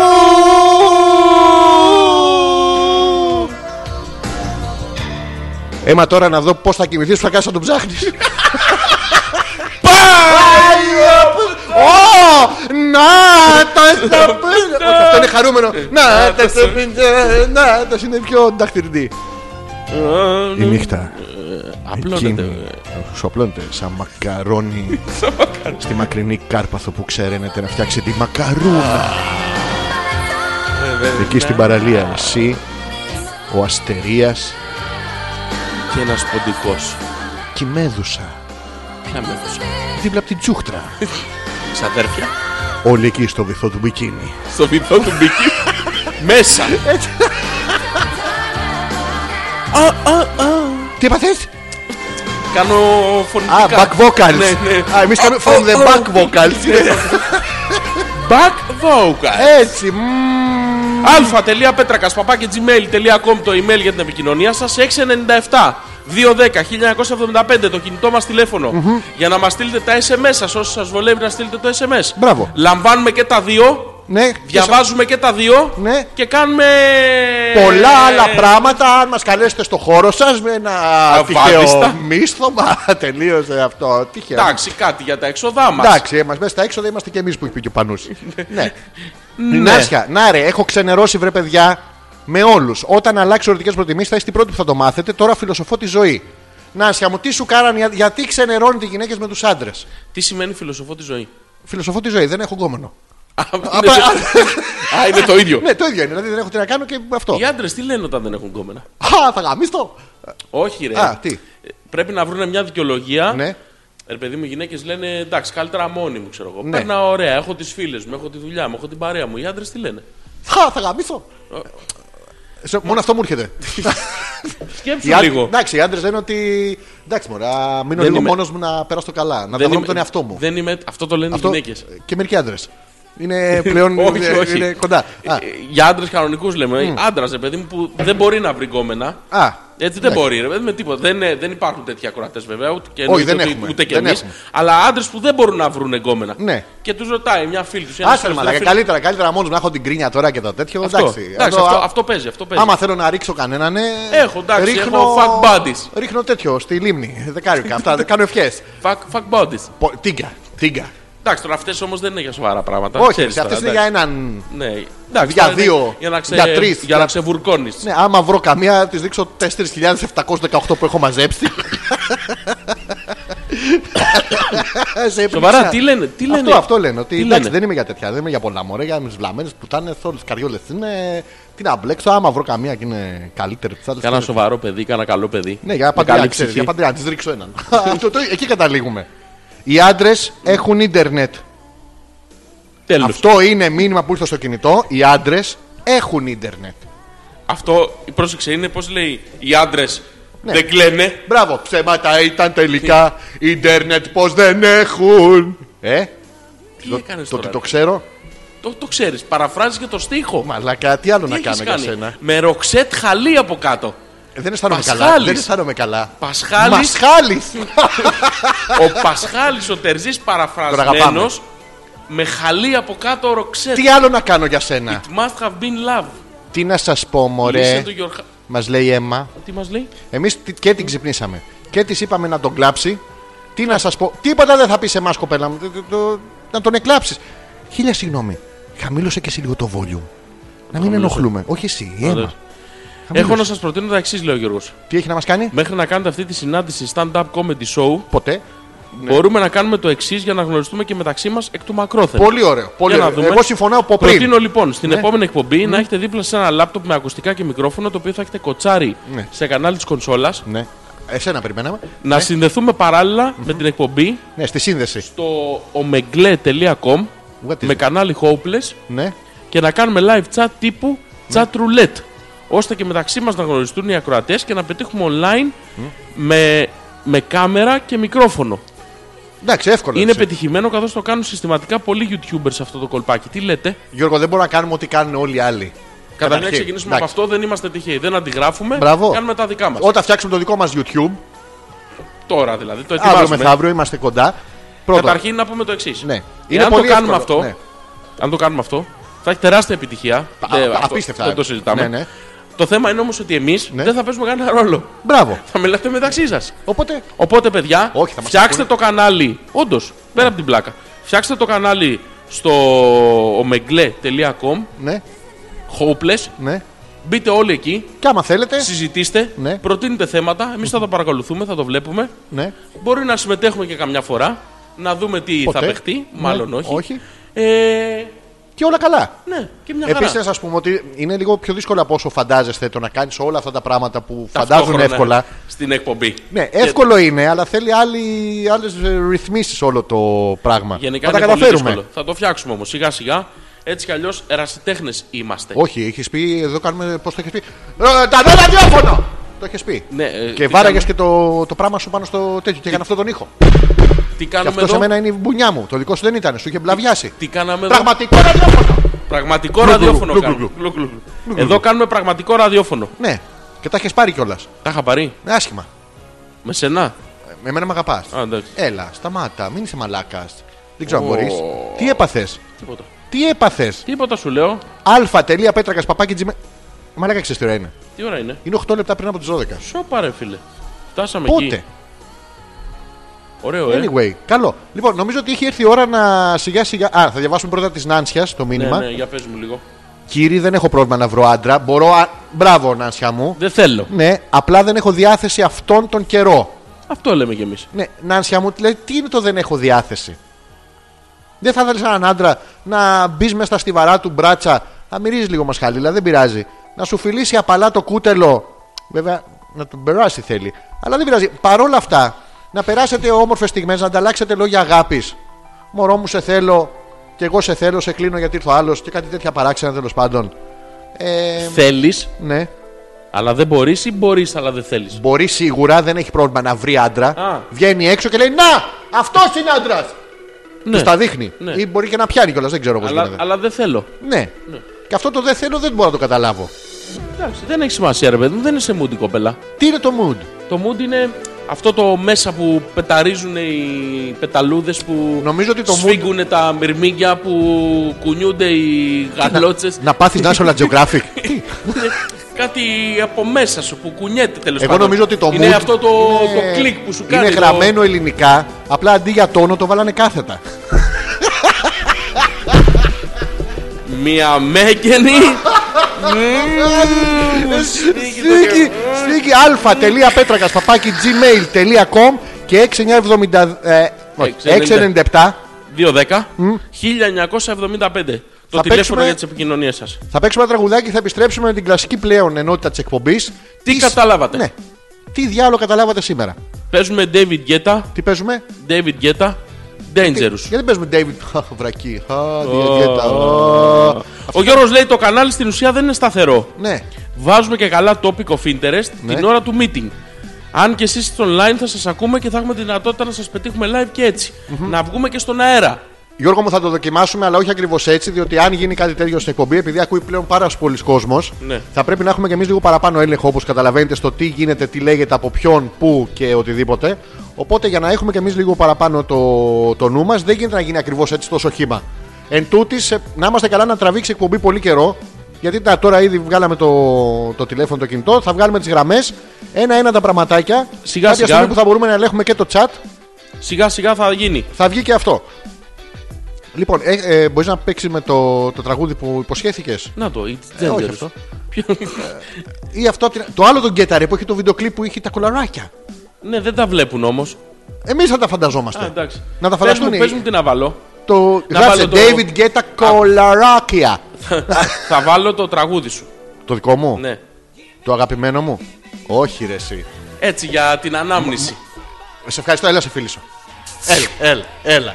Speaker 2: μου
Speaker 1: Έμα τώρα να δω πώς θα κοιμηθείς, θα κάνεις να τον ψάχνεις. Ω, να τα στα πέρα. Όχι, Αυτό είναι χαρούμενο. Να τα στα πέρα. Να τα είναι πιο δαχτυλίδι. Ε,
Speaker 2: Ε,
Speaker 1: Η νύχτα.
Speaker 2: Απλώνεται.
Speaker 1: Σου απλώνεται σαν μακαρόνι στη μακρινή Κάρπαθο που ξέρετε να φτιάξει τη μακαρούνα.
Speaker 2: Ε,
Speaker 1: Εκεί στην παραλία εσύ, ο Αστερίας
Speaker 2: Και ένας ποντικός.
Speaker 1: και η Μέδουσα.
Speaker 2: Ποια μέθος.
Speaker 1: Δίπλα από την Τσούχτρα.
Speaker 2: Ξαδέρφια.
Speaker 1: Όλοι εκεί στο βυθό του μπικίνι.
Speaker 2: Στο βυθό του μπήκε. Μέσα.
Speaker 1: Τι έπαθες?
Speaker 2: Κάνω φωνητικά.
Speaker 1: Α, back vocals.
Speaker 2: Ναι, ναι.
Speaker 1: Α, εμείς κάνουμε from the back vocals.
Speaker 2: Back vocal.
Speaker 1: Έτσι. μμμ.
Speaker 2: αλφα.πέτρακα παπάκι gmail.com το email για την επικοινωνία σας. 697 210-1975 το κινητό μας τηλέφωνο. Για να μας στείλετε τα SMS σας, όσοι σας βολεύει να στείλετε το SMS.
Speaker 1: Μπράβο.
Speaker 2: Λαμβάνουμε και τα δύο.
Speaker 1: Ναι,
Speaker 2: Διαβάζουμε και τα δύο.
Speaker 1: Ναι.
Speaker 2: Και κάνουμε.
Speaker 1: Πολλά άλλα πράγματα. Αν μας καλέσετε στο χώρο σας με ένα τυχαίο
Speaker 2: Αβάδιστα.
Speaker 1: μίσθωμα. Τελείωσε αυτό. Τυχαίο.
Speaker 2: Εντάξει, κάτι για τα έξοδά μας.
Speaker 1: Εντάξει, μα μέσα στα έξοδα είμαστε και εμείς που έχει πει και ο Πανούσης. ναι. Νάσια, να ρε, έχω ξενερώσει βρε παιδιά με όλους. Όταν αλλάξω ερωτικέ προτιμήσεις, θα είστε οι πρώτοι που θα το μάθετε. Τώρα φιλοσοφώ τη ζωή. Νάσια μου, τι σου κάνανε, για- γιατί ξενερώνετε οι γυναίκες με τους άντρες.
Speaker 2: Τι σημαίνει φιλοσοφό τη ζωή.
Speaker 1: Φιλοσοφώ τη ζωή, δεν έχω γκόμενο.
Speaker 2: Α, είναι το- Α, είναι το ίδιο.
Speaker 1: Ναι, το ίδιο είναι. Δηλαδή δεν έχω τι να κάνω και αυτό.
Speaker 2: Οι άντρες τι λένε όταν δεν έχουν κόμμενα.
Speaker 1: Α, θα γαμίστο.
Speaker 2: Όχι, ρε.
Speaker 1: Α, τι.
Speaker 2: Ε, Πρέπει να βρουν μια δικαιολογία.
Speaker 1: Ναι.
Speaker 2: Ρε παιδί μου, οι γυναίκες λένε εντάξει, καλύτερα μόνοι μου, ξέρω εγώ.
Speaker 1: Ναι.
Speaker 2: Περνάω ωραία, έχω τις φίλες μου, έχω τη δουλειά μου, έχω την παρέα μου. Οι άντρες τι λένε.
Speaker 1: Θα, θα γαμίσω. Ε, Σε- Μόνο αυτό μου έρχεται.
Speaker 2: Σκέψου
Speaker 1: Οι άντ-
Speaker 2: λίγο.
Speaker 1: Εντάξει, οι άντρες λένε ότι. Εντάξει, μωρά, μείνω
Speaker 2: Δεν
Speaker 1: λίγο
Speaker 2: είμαι-
Speaker 1: μόνος μου να περάσω καλά. Να τα βρω με τον εαυτό μου.
Speaker 2: Δεν είμαι... Αυτό το λένε
Speaker 1: Αυτό-
Speaker 2: οι γυναίκες.
Speaker 1: Και μερικοί άντρες. Είναι πλέον
Speaker 2: Όχι, Ε,
Speaker 1: είναι-
Speaker 2: όχι.
Speaker 1: είναι κοντά. Α,
Speaker 2: Για άντρες κανονικούς λέμε. Mm. Άντρας, ρε παιδί μου, που δεν μπορεί να βρει κόμενα.
Speaker 1: Α,
Speaker 2: Έτσι δεν
Speaker 1: εντάξει.
Speaker 2: μπορεί, ρε παιδί με τίποτα. Δεν, ε, δεν υπάρχουν τέτοιοι ακροατές βέβαια, ούτε και,
Speaker 1: Όχι,
Speaker 2: εννοείται
Speaker 1: δεν
Speaker 2: ότι-
Speaker 1: έχουμε.
Speaker 2: ούτε και
Speaker 1: Δεν
Speaker 2: εμείς.
Speaker 1: έχουμε.
Speaker 2: Αλλά άντρες που δεν μπορούν να βρουν εγκόμενα.
Speaker 1: Ναι.
Speaker 2: Και τους ρωτάει μια φίλη τους.
Speaker 1: Άσε ρε μαλάκα, καλύτερα, καλύτερα μόνος να έχω την κρίνια τώρα και το τέτοιο.
Speaker 2: ε, Αυτό,
Speaker 1: εντάξει,
Speaker 2: εντάξει, αυτό- αυτό παίζει, αυτό παίζει.
Speaker 1: Άμα θέλω να ρίξω κανέναν, ναι,
Speaker 2: Έχω, εντάξει, έχω fuck buddies.
Speaker 1: Ρίχνω τέτοιο στη λίμνη. Δεκάρικα, αυτά. κάνω ευχές.
Speaker 2: Fuck, fuck bodies.
Speaker 1: Τίγκα, τίγκα.
Speaker 2: Εντάξει, τώρα αυτές όμως δεν είναι για σοβαρά πράγματα.
Speaker 1: Όχι,
Speaker 2: Ξέρεις
Speaker 1: αυτέ
Speaker 2: τώρα,
Speaker 1: είναι για
Speaker 2: εντάξει.
Speaker 1: έναν.
Speaker 2: Ναι, εντάξει,
Speaker 1: για
Speaker 2: τώρα είναι
Speaker 1: δύο,
Speaker 2: Για να, ξε...
Speaker 1: για τρεις,
Speaker 2: για να
Speaker 1: για-
Speaker 2: ξεβουρκώνεις.
Speaker 1: Ναι, άμα βρω καμία, της δείξω 4.718 που έχω μαζέψει. Σε έπνιξα.
Speaker 2: Σοβαρά, τι λένε, τι λένε.
Speaker 1: Αυτό, αυτό λένε. Ότι,
Speaker 2: Τι
Speaker 1: εντάξει,
Speaker 2: λένε?
Speaker 1: δεν είμαι για τέτοια, δεν είμαι για πολλά μωρέ, για τι βλαμμένε που ήταν όλε καριόλες. Είναι. Τι να μπλέξω, άμα βρω καμία και είναι καλύτερη από τι άλλε.
Speaker 2: Κάνα σοβαρό παιδί, κάνα καλό παιδί.
Speaker 1: Ναι, για
Speaker 2: Με
Speaker 1: παντριά,
Speaker 2: καλή
Speaker 1: ξέρεις,
Speaker 2: ψυχή.
Speaker 1: για παντριά, να της ρίξω έναν. Αυτό το- Εκεί καταλήγουμε. Οι άντρες έχουν ίντερνετ.
Speaker 2: Τέλος. Αυτό...
Speaker 1: Αυτό είναι μήνυμα που ήρθε στο κινητό. Οι άντρες έχουν ίντερνετ.
Speaker 2: η πρόσεξε είναι πώς λέει οι άντρες
Speaker 1: Ναι.
Speaker 2: Δεν κλαίνε.
Speaker 1: Μπράβο, ψέματα ήταν τελικά. Ιντερνετ πώς δεν έχουν. Ε,
Speaker 2: Τι
Speaker 1: το,
Speaker 2: έκανες
Speaker 1: το,
Speaker 2: τώρα.
Speaker 1: ότι το ξέρω.
Speaker 2: Το, το ξέρεις. Παραφράζεις και το στίχο.
Speaker 1: Μαλάκα, τι άλλο
Speaker 2: Τι
Speaker 1: να
Speaker 2: έχεις
Speaker 1: κάνω για σένα.
Speaker 2: Με ροξέτ χαλί από κάτω.
Speaker 1: Ε, δεν αισθάνομαι καλά.
Speaker 2: Πασχάλης.
Speaker 1: Δεν αισθάνομαι καλά.
Speaker 2: Πασχάλης.
Speaker 1: Μασχάλης.
Speaker 2: ο Πασχάλης ο Τερζής παραφρασμένος. Με χαλί από κάτω ροξέτ.
Speaker 1: Τι άλλο να κάνω για σένα.
Speaker 2: It must have been love.
Speaker 1: Τι να σας πω, μωρέ.
Speaker 2: Listen to your... heart.
Speaker 1: Μας λέει η Έμα.
Speaker 2: Τι μας λέει.
Speaker 1: Εμείς τι- και την ξυπνήσαμε. Και της είπαμε να τον κλάψει. Τι να σας πω. Τίποτα δεν θα πεις σε εμάς, κοπέλα μου. Το- το- το- Να τον εκλάψεις. Χίλια συγγνώμη. Χαμήλωσε και εσύ λίγο το volume. Να μην ενοχλούμε. Όχι εσύ, η Έμα.
Speaker 2: Ωραία.
Speaker 1: Χαμήλωσε.
Speaker 2: Έχω να σας προτείνω τα εξής, λέει ο Γιώργος.
Speaker 1: Τι έχει να μας κάνει.
Speaker 2: Μέχρι να κάνετε αυτή τη συνάντηση stand-up comedy show,
Speaker 1: Ποτέ. Ναι.
Speaker 2: μπορούμε να κάνουμε το εξής για να γνωριστούμε και μεταξύ μας εκ του μακρόθεν.
Speaker 1: Πολύ ωραίο. Πολύ
Speaker 2: Για να
Speaker 1: ωραίο.
Speaker 2: δούμε.
Speaker 1: Εγώ συμφωνώ από πριν. Ναι.
Speaker 2: Προτείνω λοιπόν στην επόμενη εκπομπή να έχετε δίπλα σε ένα λάπτοπ με ακουστικά και μικρόφωνο το οποίο θα έχετε κοτσάρι
Speaker 1: Ναι.
Speaker 2: σε κανάλι της κονσόλας.
Speaker 1: Ναι. Εσένα περιμέναμε.
Speaker 2: Να συνδεθούμε παράλληλα με την εκπομπή
Speaker 1: Ναι, στη σύνδεση.
Speaker 2: στο omegle.com
Speaker 1: What is
Speaker 2: με
Speaker 1: it?
Speaker 2: κανάλι Hopeless
Speaker 1: Ναι.
Speaker 2: και να κάνουμε live chat τύπου chat roulette ώστε και μεταξύ μας να γνωριστούν οι ακροατές και να πετύχουμε online με, με κάμερα και μικρόφωνο.
Speaker 1: Εντάξει, εύκολο.
Speaker 2: Είναι
Speaker 1: έτσι.
Speaker 2: πετυχημένο καθώς το κάνουν συστηματικά πολλοί YouTubers αυτό το κολπάκι. Τι λέτε,
Speaker 1: Γιώργο, δεν μπορούμε να κάνουμε ό,τι κάνουν όλοι οι άλλοι.
Speaker 2: Καταρχήν να
Speaker 1: Καταρχήν,
Speaker 2: ξεκινήσουμε από
Speaker 1: εντάξει.
Speaker 2: αυτό, δεν είμαστε τυχαίοι. Δεν αντιγράφουμε,
Speaker 1: Μπράβο.
Speaker 2: κάνουμε τα δικά μας.
Speaker 1: Όταν φτιάξουμε το δικό μας YouTube,
Speaker 2: Τώρα δηλαδή, το
Speaker 1: αύριο
Speaker 2: ετοιμάζουμε.
Speaker 1: μεθαύριο είμαστε κοντά. Πρώτον,
Speaker 2: Καταρχήν να πούμε το εξής.
Speaker 1: ναι.
Speaker 2: Εάν το κάνουμε
Speaker 1: εύκολο,
Speaker 2: αυτό,
Speaker 1: ναι.
Speaker 2: αν το κάνουμε αυτό, θα έχει τεράστια επιτυχία.
Speaker 1: Α,
Speaker 2: Δεν- αυτό-
Speaker 1: απίστευτα.
Speaker 2: Δεν το συζητάμε.
Speaker 1: Ναι, ναι.
Speaker 2: Το θέμα είναι όμως ότι εμείς
Speaker 1: Ναι.
Speaker 2: δεν θα παίζουμε κανένα ρόλο.
Speaker 1: Μπράβο.
Speaker 2: Θα μιλάτε μεταξύ σας.
Speaker 1: Οπότε,
Speaker 2: Οπότε, παιδιά,
Speaker 1: Όχι, θα μας
Speaker 2: φτιάξτε
Speaker 1: ακούνε.
Speaker 2: το κανάλι. Όντως, πέρα από την πλάκα. Φτιάξτε το κανάλι στο omegle.com,
Speaker 1: ναι,
Speaker 2: hopeless.
Speaker 1: ναι.
Speaker 2: Μπείτε όλοι εκεί,
Speaker 1: Και άμα θέλετε,
Speaker 2: συζητήστε,
Speaker 1: Ναι.
Speaker 2: προτείνετε θέματα. Εμείς θα το παρακολουθούμε, θα το βλέπουμε.
Speaker 1: ναι.
Speaker 2: Μπορεί να συμμετέχουμε και καμιά φορά, να δούμε τι
Speaker 1: Ποτέ.
Speaker 2: θα παιχτεί.
Speaker 1: Ναι,
Speaker 2: Μάλλον όχι.
Speaker 1: όχι.
Speaker 2: Ε,
Speaker 1: Και όλα καλά.
Speaker 2: ναι, και μια χαρά.
Speaker 1: Επίσης, να σας πούμε ότι είναι λίγο πιο δύσκολο από όσο φαντάζεστε το να κάνεις όλα αυτά τα πράγματα που
Speaker 2: Ταυτόχρονα ναι.
Speaker 1: φαντάζουν εύκολα.
Speaker 2: Στην εκπομπή.
Speaker 1: Ναι, εύκολο είναι, αλλά θέλει άλλες ρυθμίσεις όλο το πράγμα.
Speaker 2: Γενικά
Speaker 1: Θα τα
Speaker 2: είναι πολύ
Speaker 1: καταφέρουμε.
Speaker 2: δύσκολο. Θα το φτιάξουμε όμως σιγά σιγά. Έτσι κι αλλιώς ερασιτέχνες είμαστε.
Speaker 1: Όχι, έχεις πει, εδώ κάνουμε. Πώς το έχεις πει. Ε, τα δε ραδιόφωνο! Το έχεις πει.
Speaker 2: Ναι, ε,
Speaker 1: και
Speaker 2: τι
Speaker 1: βάραγες
Speaker 2: κάνουμε?
Speaker 1: και το, το πράγμα σου πάνω στο τέτοιο και έκανε αυτόν τον ήχο.
Speaker 2: Τι
Speaker 1: Και
Speaker 2: κάνουμε
Speaker 1: αυτό σε
Speaker 2: εδώ.
Speaker 1: μένα είναι η μπουνιά μου. Το δικό σου δεν ήταν, σου είχε μπλαβιάσει.
Speaker 2: Τι κάναμε εδώ.
Speaker 1: Πραγματικό ραδιόφωνο!
Speaker 2: Πραγματικό
Speaker 1: Γλου,
Speaker 2: ραδιόφωνο
Speaker 1: γλου,
Speaker 2: κάνουμε.
Speaker 1: γλου,
Speaker 2: Γλου, γλου, γλου. Εδώ κάνουμε πραγματικό ραδιόφωνο.
Speaker 1: Ναι, και τα έχεις πάρει κιόλας.
Speaker 2: Τα είχα πάρει.
Speaker 1: Ναι, άσχημα.
Speaker 2: Με σένα.
Speaker 1: Ε, Εμένα με αγαπάς.
Speaker 2: Α, εντάξει.
Speaker 1: Έλα, σταμάτα, μην είσαι μαλάκας. Δεν ξέρω αν
Speaker 2: Ω.
Speaker 1: μπορεί. Τι έπαθες.
Speaker 2: Τίποτα.
Speaker 1: Τι έπαθες.
Speaker 2: Τίποτα σου λέω.
Speaker 1: αλφα.πέτρακα παπάκι τζιμε. Μαλάκα ξέρεις τι ώρα είναι.
Speaker 2: Τι ώρα είναι.
Speaker 1: Είναι 8 λεπτά πριν από τις 12.
Speaker 2: Σοπα ρε φίλε. Φτάσαμε εκεί.
Speaker 1: Πότε.
Speaker 2: Ωραίο, ε.
Speaker 1: Anyway, καλό. Λοιπόν, νομίζω ότι έχει έρθει η ώρα να σιγά σιγά. Α, θα διαβάσουμε πρώτα της Νάνσιας το
Speaker 2: Ναι,
Speaker 1: μήνυμα.
Speaker 2: ναι, για πες μου λίγο.
Speaker 1: Κύριε, δεν έχω πρόβλημα να βρω άντρα. Μπορώ. Α... Μπράβο, Νάνσια μου.
Speaker 2: Δεν θέλω.
Speaker 1: Ναι, απλά δεν έχω διάθεση αυτόν τον καιρό.
Speaker 2: Αυτό λέμε κι εμείς.
Speaker 1: Ναι, Νάνσια μου, λέει, τι είναι το δεν έχω διάθεση. Δεν θα ήθελε έναν άντρα να μπεις μέσα στα στιβαρά του μπράτσα. Θα μυρίζεις λίγο μασχαλίλα, δεν πειράζει. Να σου φιλήσει απαλά το κούτελο. Βέβαια, να τον περάσει θέλει. Αλλά δεν πειράζει. Παρόλα αυτά, να περάσετε όμορφες στιγμές, να ανταλλάξετε λόγια αγάπης. Μωρό μου, σε θέλω. Και εγώ σε θέλω, σε κλείνω γιατί ήρθε ο άλλος. Και κάτι τέτοια παράξενα τέλος πάντων. Ε,
Speaker 2: Θέλεις,
Speaker 1: ναι.
Speaker 2: αλλά δεν μπορείς ή μπορείς αλλά δεν θέλεις.
Speaker 1: Μπορεί σίγουρα, δεν έχει πρόβλημα να βρει άντρα.
Speaker 2: Α.
Speaker 1: Βγαίνει έξω και λέει Να! Αυτός είναι άντρας!
Speaker 2: Ναι.
Speaker 1: Τους τα δείχνει.
Speaker 2: Ναι.
Speaker 1: Ή μπορεί και να πιάνει κιόλας, δεν ξέρω πώς
Speaker 2: Αλλά,
Speaker 1: γίνεται.
Speaker 2: αλλά δεν θέλω.
Speaker 1: Ναι. Και αυτό το δεν θέλω δεν μπορώ να το καταλάβω.
Speaker 2: Εντάξει, δεν έχει σημασία ρε παιδί μου, δεν είσαι mood η κοπέλα.
Speaker 1: Τι είναι το mood.
Speaker 2: Το mood είναι αυτό το μέσα που πεταρίζουν οι πεταλούδες που
Speaker 1: Νομίζω ότι το mood-
Speaker 2: σφίγγουν τα μυρμήγκια που κουνιούνται οι γατλότσες.
Speaker 1: Να πάθει National Geographic. Τι,
Speaker 2: Κάτι από μέσα σου που κουνιέται τέλος
Speaker 1: Εγώ
Speaker 2: πάντων.
Speaker 1: νομίζω ότι το mood.
Speaker 2: Είναι αυτό το, το κλικ που σου κάνει.
Speaker 1: Είναι
Speaker 2: το-
Speaker 1: γραμμένο ελληνικά, απλά αντί για τόνο το βάλανε κάθετα.
Speaker 2: Μια μέγενη.
Speaker 1: Στήκη, στήκη αλφα.πέτρακα παπάκι gmail.com και 6970, ε, όχι, 697.
Speaker 2: 2-10. 1975. Το
Speaker 1: Θα παίξουμε-
Speaker 2: τηλέφωνο για τις επικοινωνίες σας.
Speaker 1: Θα παίξουμε ένα τραγουδάκι και θα επιστρέψουμε με την κλασική πλέον ενότητα της εκπομπής.
Speaker 2: Τι καταλάβατε?
Speaker 1: Ναι. Τι διάλογο καταλάβατε σήμερα.
Speaker 2: Παίζουμε David Guetta.
Speaker 1: Τι παίζουμε.
Speaker 2: David Guetta. Dangerous.
Speaker 1: Γιατί δεν παίζουμε David Χα, βρακή. Χα, διαγκέτα. Α.
Speaker 2: Ο Γιώργος λέει το κανάλι στην ουσία δεν είναι σταθερό.
Speaker 1: Ναι.
Speaker 2: Βάζουμε και καλά topic of interest
Speaker 1: Ναι.
Speaker 2: την ώρα του meeting. Αν και εσείς είστε online, θα σας ακούμε και θα έχουμε τη δυνατότητα να σας πετύχουμε live και έτσι. Να βγούμε και στον αέρα.
Speaker 1: Γιώργο μου, θα το δοκιμάσουμε, αλλά όχι ακριβώς έτσι, διότι αν γίνει κάτι τέτοιο στην εκπομπή, επειδή ακούει πλέον πάρα πολλοί κόσμος,
Speaker 2: Ναι.
Speaker 1: θα πρέπει να έχουμε και εμείς λίγο παραπάνω έλεγχο, όπως καταλαβαίνετε, στο τι γίνεται, τι λέγεται, από ποιον, πού και οτιδήποτε. Οπότε για να έχουμε και εμείς λίγο παραπάνω το, το νου μας, δεν γίνεται να γίνει ακριβώς έτσι τόσο χήμα. Εν τούτης, ε, να είμαστε καλά να τραβήξει εκπομπή πολύ καιρό, γιατί τα, τώρα ήδη βγάλαμε το, το τηλέφωνο, το κινητό, θα βγάλουμε τις γραμμές, ένα-ένα τα πραγματάκια.
Speaker 2: Σιγά,
Speaker 1: κάποια
Speaker 2: σιγά.
Speaker 1: στιγμή που θα μπορούμε να ελέγχουμε και το chat,
Speaker 2: Σιγά σιγά θα γίνει.
Speaker 1: θα βγει και αυτό. Λοιπόν, ε, ε, μπορείς να παίξεις με το, το τραγούδι που υποσχέθηκες.
Speaker 2: Να το, it's
Speaker 1: Ε, όχι
Speaker 2: dangerous.
Speaker 1: αυτό.
Speaker 2: Ποιο-
Speaker 1: Ή αυτό, απ' την- το άλλο τον Γκέταρε που έχει το βίντεο κλιπ που έχει τα κολαράκια.
Speaker 2: ναι, δεν τα βλέπουν όμως.
Speaker 1: Εμείς θα τα φανταζόμαστε.
Speaker 2: Α, εντάξει.
Speaker 1: Ναι. Να τα
Speaker 2: Πες μου,
Speaker 1: φανταστούν. οι-
Speaker 2: πες μου τι να βάλω.
Speaker 1: Το
Speaker 2: να
Speaker 1: γράψε
Speaker 2: βάλω το-
Speaker 1: David Γκέτα κολαράκια.
Speaker 2: θα βάλω το τραγούδι σου.
Speaker 1: Το δικό μου,
Speaker 2: Ναι.
Speaker 1: το αγαπημένο μου. Όχι, ρε, εσύ.
Speaker 2: Έτσι για την ανάμνηση.
Speaker 1: Σε ευχαριστώ, έλα σε φίλησο.
Speaker 2: Έλα, έλα, έλα.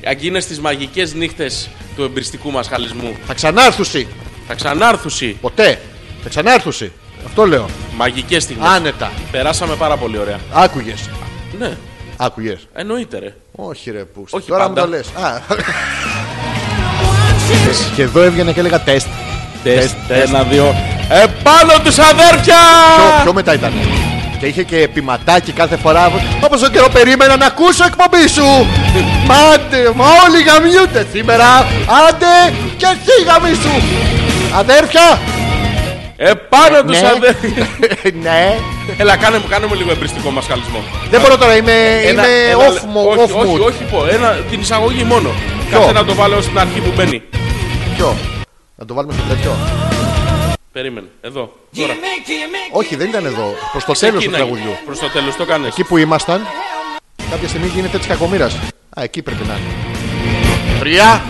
Speaker 2: Εκείνες τις μαγικές νύχτες του εμπριστικού μας χαλισμού.
Speaker 1: Θα ξανάρθουσει.
Speaker 2: Θα ξανάρθουσι
Speaker 1: Ποτέ. Θα ξανάρθουσει. Αυτό λέω.
Speaker 2: Ναι. μαγικές στιγμές.
Speaker 1: Άνετα.
Speaker 2: Περάσαμε πάρα πολύ ωραία.
Speaker 1: Άκουγες.
Speaker 2: Ναι,
Speaker 1: Άκουγες.
Speaker 2: εννοείται ρε.
Speaker 1: Όχι, ρε, που.
Speaker 2: Όχι
Speaker 1: Τώρα μου
Speaker 2: πάντα.
Speaker 1: το λες. Και εδώ έβγαινε και έλεγα τεστ.
Speaker 2: Τεστ,
Speaker 1: τεστ.
Speaker 2: ένα, δύο. Επάνω τους αδέρφια!
Speaker 1: Πιο, πιο μετά ήταν. Και είχε και επιματάκι κάθε φορά. Όπως τον καιρό περίμενα να ακούσω εκπομπή σου. Μάντε, μα όλοι γαμιούνται σήμερα. Άντε και εσύ γαμί σου. Αδέρφια.
Speaker 2: Επάνω τους
Speaker 1: Ναι.
Speaker 2: αδέρφια.
Speaker 1: ναι.
Speaker 2: Έλα, κάνε μου, κάνε μου λίγο εμπριστικό μας χαλισμό.
Speaker 1: Δεν μπορώ τώρα, είμαι,
Speaker 2: Ένα-
Speaker 1: είμαι
Speaker 2: ένα-
Speaker 1: off, mo-
Speaker 2: όχι,
Speaker 1: off mood.
Speaker 2: όχι, όχι, πω. Ένα, την εισαγωγή μόνο.
Speaker 1: Ποιο?
Speaker 2: Κάτσε να το βάλω στην αρχή που μπαίνει.
Speaker 1: Ποιο? Να το βάλουμε στο τέτοιο.
Speaker 2: Περίμενε, εδώ. Τώρα.
Speaker 1: Όχι, δεν ήταν εδώ. Προς το τέλο του τραγουδιού.
Speaker 2: Προς το τέλος το κάνεις.
Speaker 1: Εκεί που ήμασταν, κάποια στιγμή γίνεται της κακομήρα. Α, εκεί πρέπει να είναι. Τρία,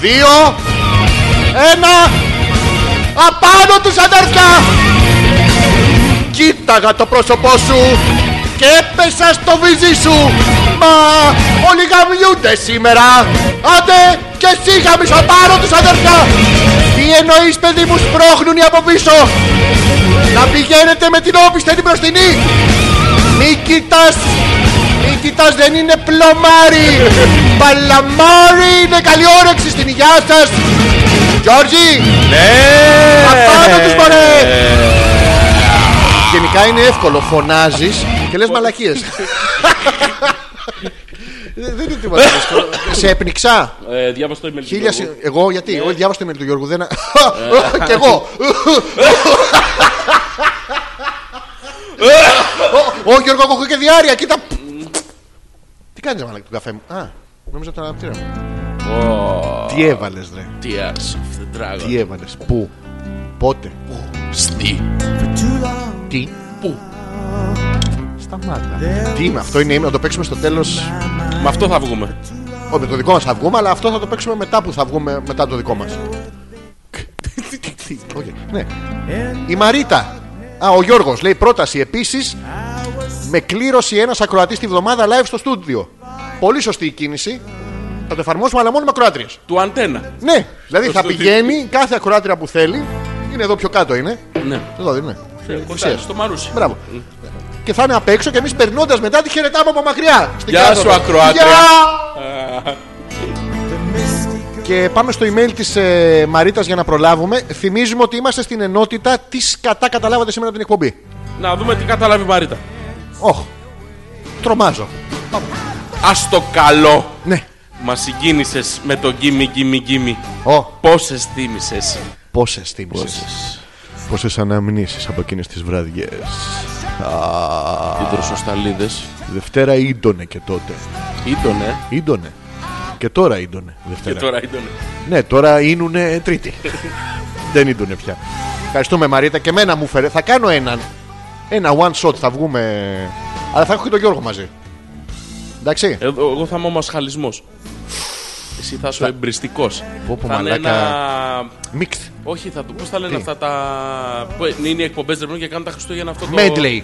Speaker 1: δύο, ένα. Απάνω του αδέρφια! Κοίταγα το πρόσωπό σου και έπεσα στο βυζί σου. Μα όλοι γαμιούνται σήμερα. Άντε και εσύ γαμίσω πάνω τους αδέρφια. Τι εννοείς παιδί μου σπρώχνουν οι από πίσω. Να πηγαίνετε με την όπισθεν την μπροστινή. Μη κοιτάς, μη κοιτάς δεν είναι πλωμάρι. Παλαμάρι είναι καλή όρεξη στην υγειά σας. Γιώργη, απάνω τους μωρέ. Γενικά είναι εύκολο, φωνάζεις και λες μαλακίες. Δεν δεν είναι τίποτα δύσκολο. Σε έπνιξα.
Speaker 2: Ε, διάβασε το email. του
Speaker 1: Χίλια.
Speaker 2: Γιώργου.
Speaker 1: συ- Εγώ γιατί. Εγώ διάβασα το email του Γιώργου. Δεν. Κι εγώ. Ω, Ω Γιώργο, εγώ έχω και διάρκεια. Κοίτα. Τι κάνεις μαλακ του καφέ μου. Α, νόμιζα ότι ήταν αναπτήρα μου. Τι έβαλες ρε.
Speaker 2: Tears of the Dragon.
Speaker 1: Τι έβαλες. Πού. Πότε.
Speaker 2: Στη.
Speaker 1: Τι.
Speaker 2: Πού.
Speaker 1: Σταμάτα. Τι είναι αυτό, είναι να το παίξουμε στο τέλος
Speaker 2: Με αυτό θα βγούμε.
Speaker 1: Όχι, με το δικό μας θα βγούμε, αλλά αυτό θα το παίξουμε μετά που θα βγούμε μετά το δικό μας. ναι. Η Μαρίτα. Α, ο Γιώργος λέει πρόταση επίσης. Με κλήρωση ένας ακροατής τη βδομάδα live στο στούντιο. Πολύ σωστή η κίνηση. Θα το εφαρμόσουμε, αλλά μόνο με ακροάτριες.
Speaker 2: Του αντένα.
Speaker 1: Ναι, δηλαδή
Speaker 2: Το
Speaker 1: θα
Speaker 2: στούντιο.
Speaker 1: πηγαίνει κάθε ακροάτρια που θέλει. Είναι εδώ πιο κάτω είναι.
Speaker 2: Ναι.
Speaker 1: Εδώ δεν είναι.
Speaker 2: Κοστάζει στο μαρούσι.
Speaker 1: Μπράβο. Και θα είναι απ' έξω και εμείς περνώντας μετά τη χαιρετάμε από μακριά. Στην
Speaker 2: Γεια
Speaker 1: κάτω.
Speaker 2: σου, ακροάτρια.
Speaker 1: Γεια! Και πάμε στο email της ε, Μαρίτας για να προλάβουμε. Θυμίζουμε ότι είμαστε στην ενότητα τι κατά καταλάβατε σήμερα την εκπομπή.
Speaker 2: Να δούμε τι κατάλαβε η Μαρίτα.
Speaker 1: Όχ. Τρομάζω.
Speaker 2: Ας το καλό.
Speaker 1: Ναι.
Speaker 2: Μας συγκίνησες με το γκίμι γκίμι γκίμι.
Speaker 1: Ω.
Speaker 2: Πόσες θύμησες.
Speaker 1: Πόσες θύμησες. Πόσες αναμνήσεις από εκείνες τις βραδιές.
Speaker 2: Οι δροσοσταλίδες.
Speaker 1: Δευτέρα ίντονε και τότε.
Speaker 2: Ήτονε.
Speaker 1: Ίντονε. Και τώρα ίντονε.
Speaker 2: Και
Speaker 1: Δευτέρα.
Speaker 2: τώρα ήτονε.
Speaker 1: Ναι, τώρα ίνουνε τρίτη. Δεν ίνουνε πια. Ευχαριστούμε Μαρίτα και εμένα μου φέρε. Θα κάνω έναν. Ένα one shot θα βγούμε. Αλλά θα έχω και τον Γιώργο μαζί. Εντάξει.
Speaker 2: Εδώ, εγώ θα είμαι όμω χαλισμό. Εσύ θα είσαι εμπριστικός.
Speaker 1: Πω, πω,
Speaker 2: Θα είναι
Speaker 1: μαλάκα.
Speaker 2: ένα.
Speaker 1: Mixed.
Speaker 2: Όχι, θα το. Πώς τα λένε
Speaker 1: Τι?
Speaker 2: αυτά τα. που Είναι οι εκπομπές ρευνών και κάνουν τα Χριστούγεννα αυτό το.
Speaker 1: Medley.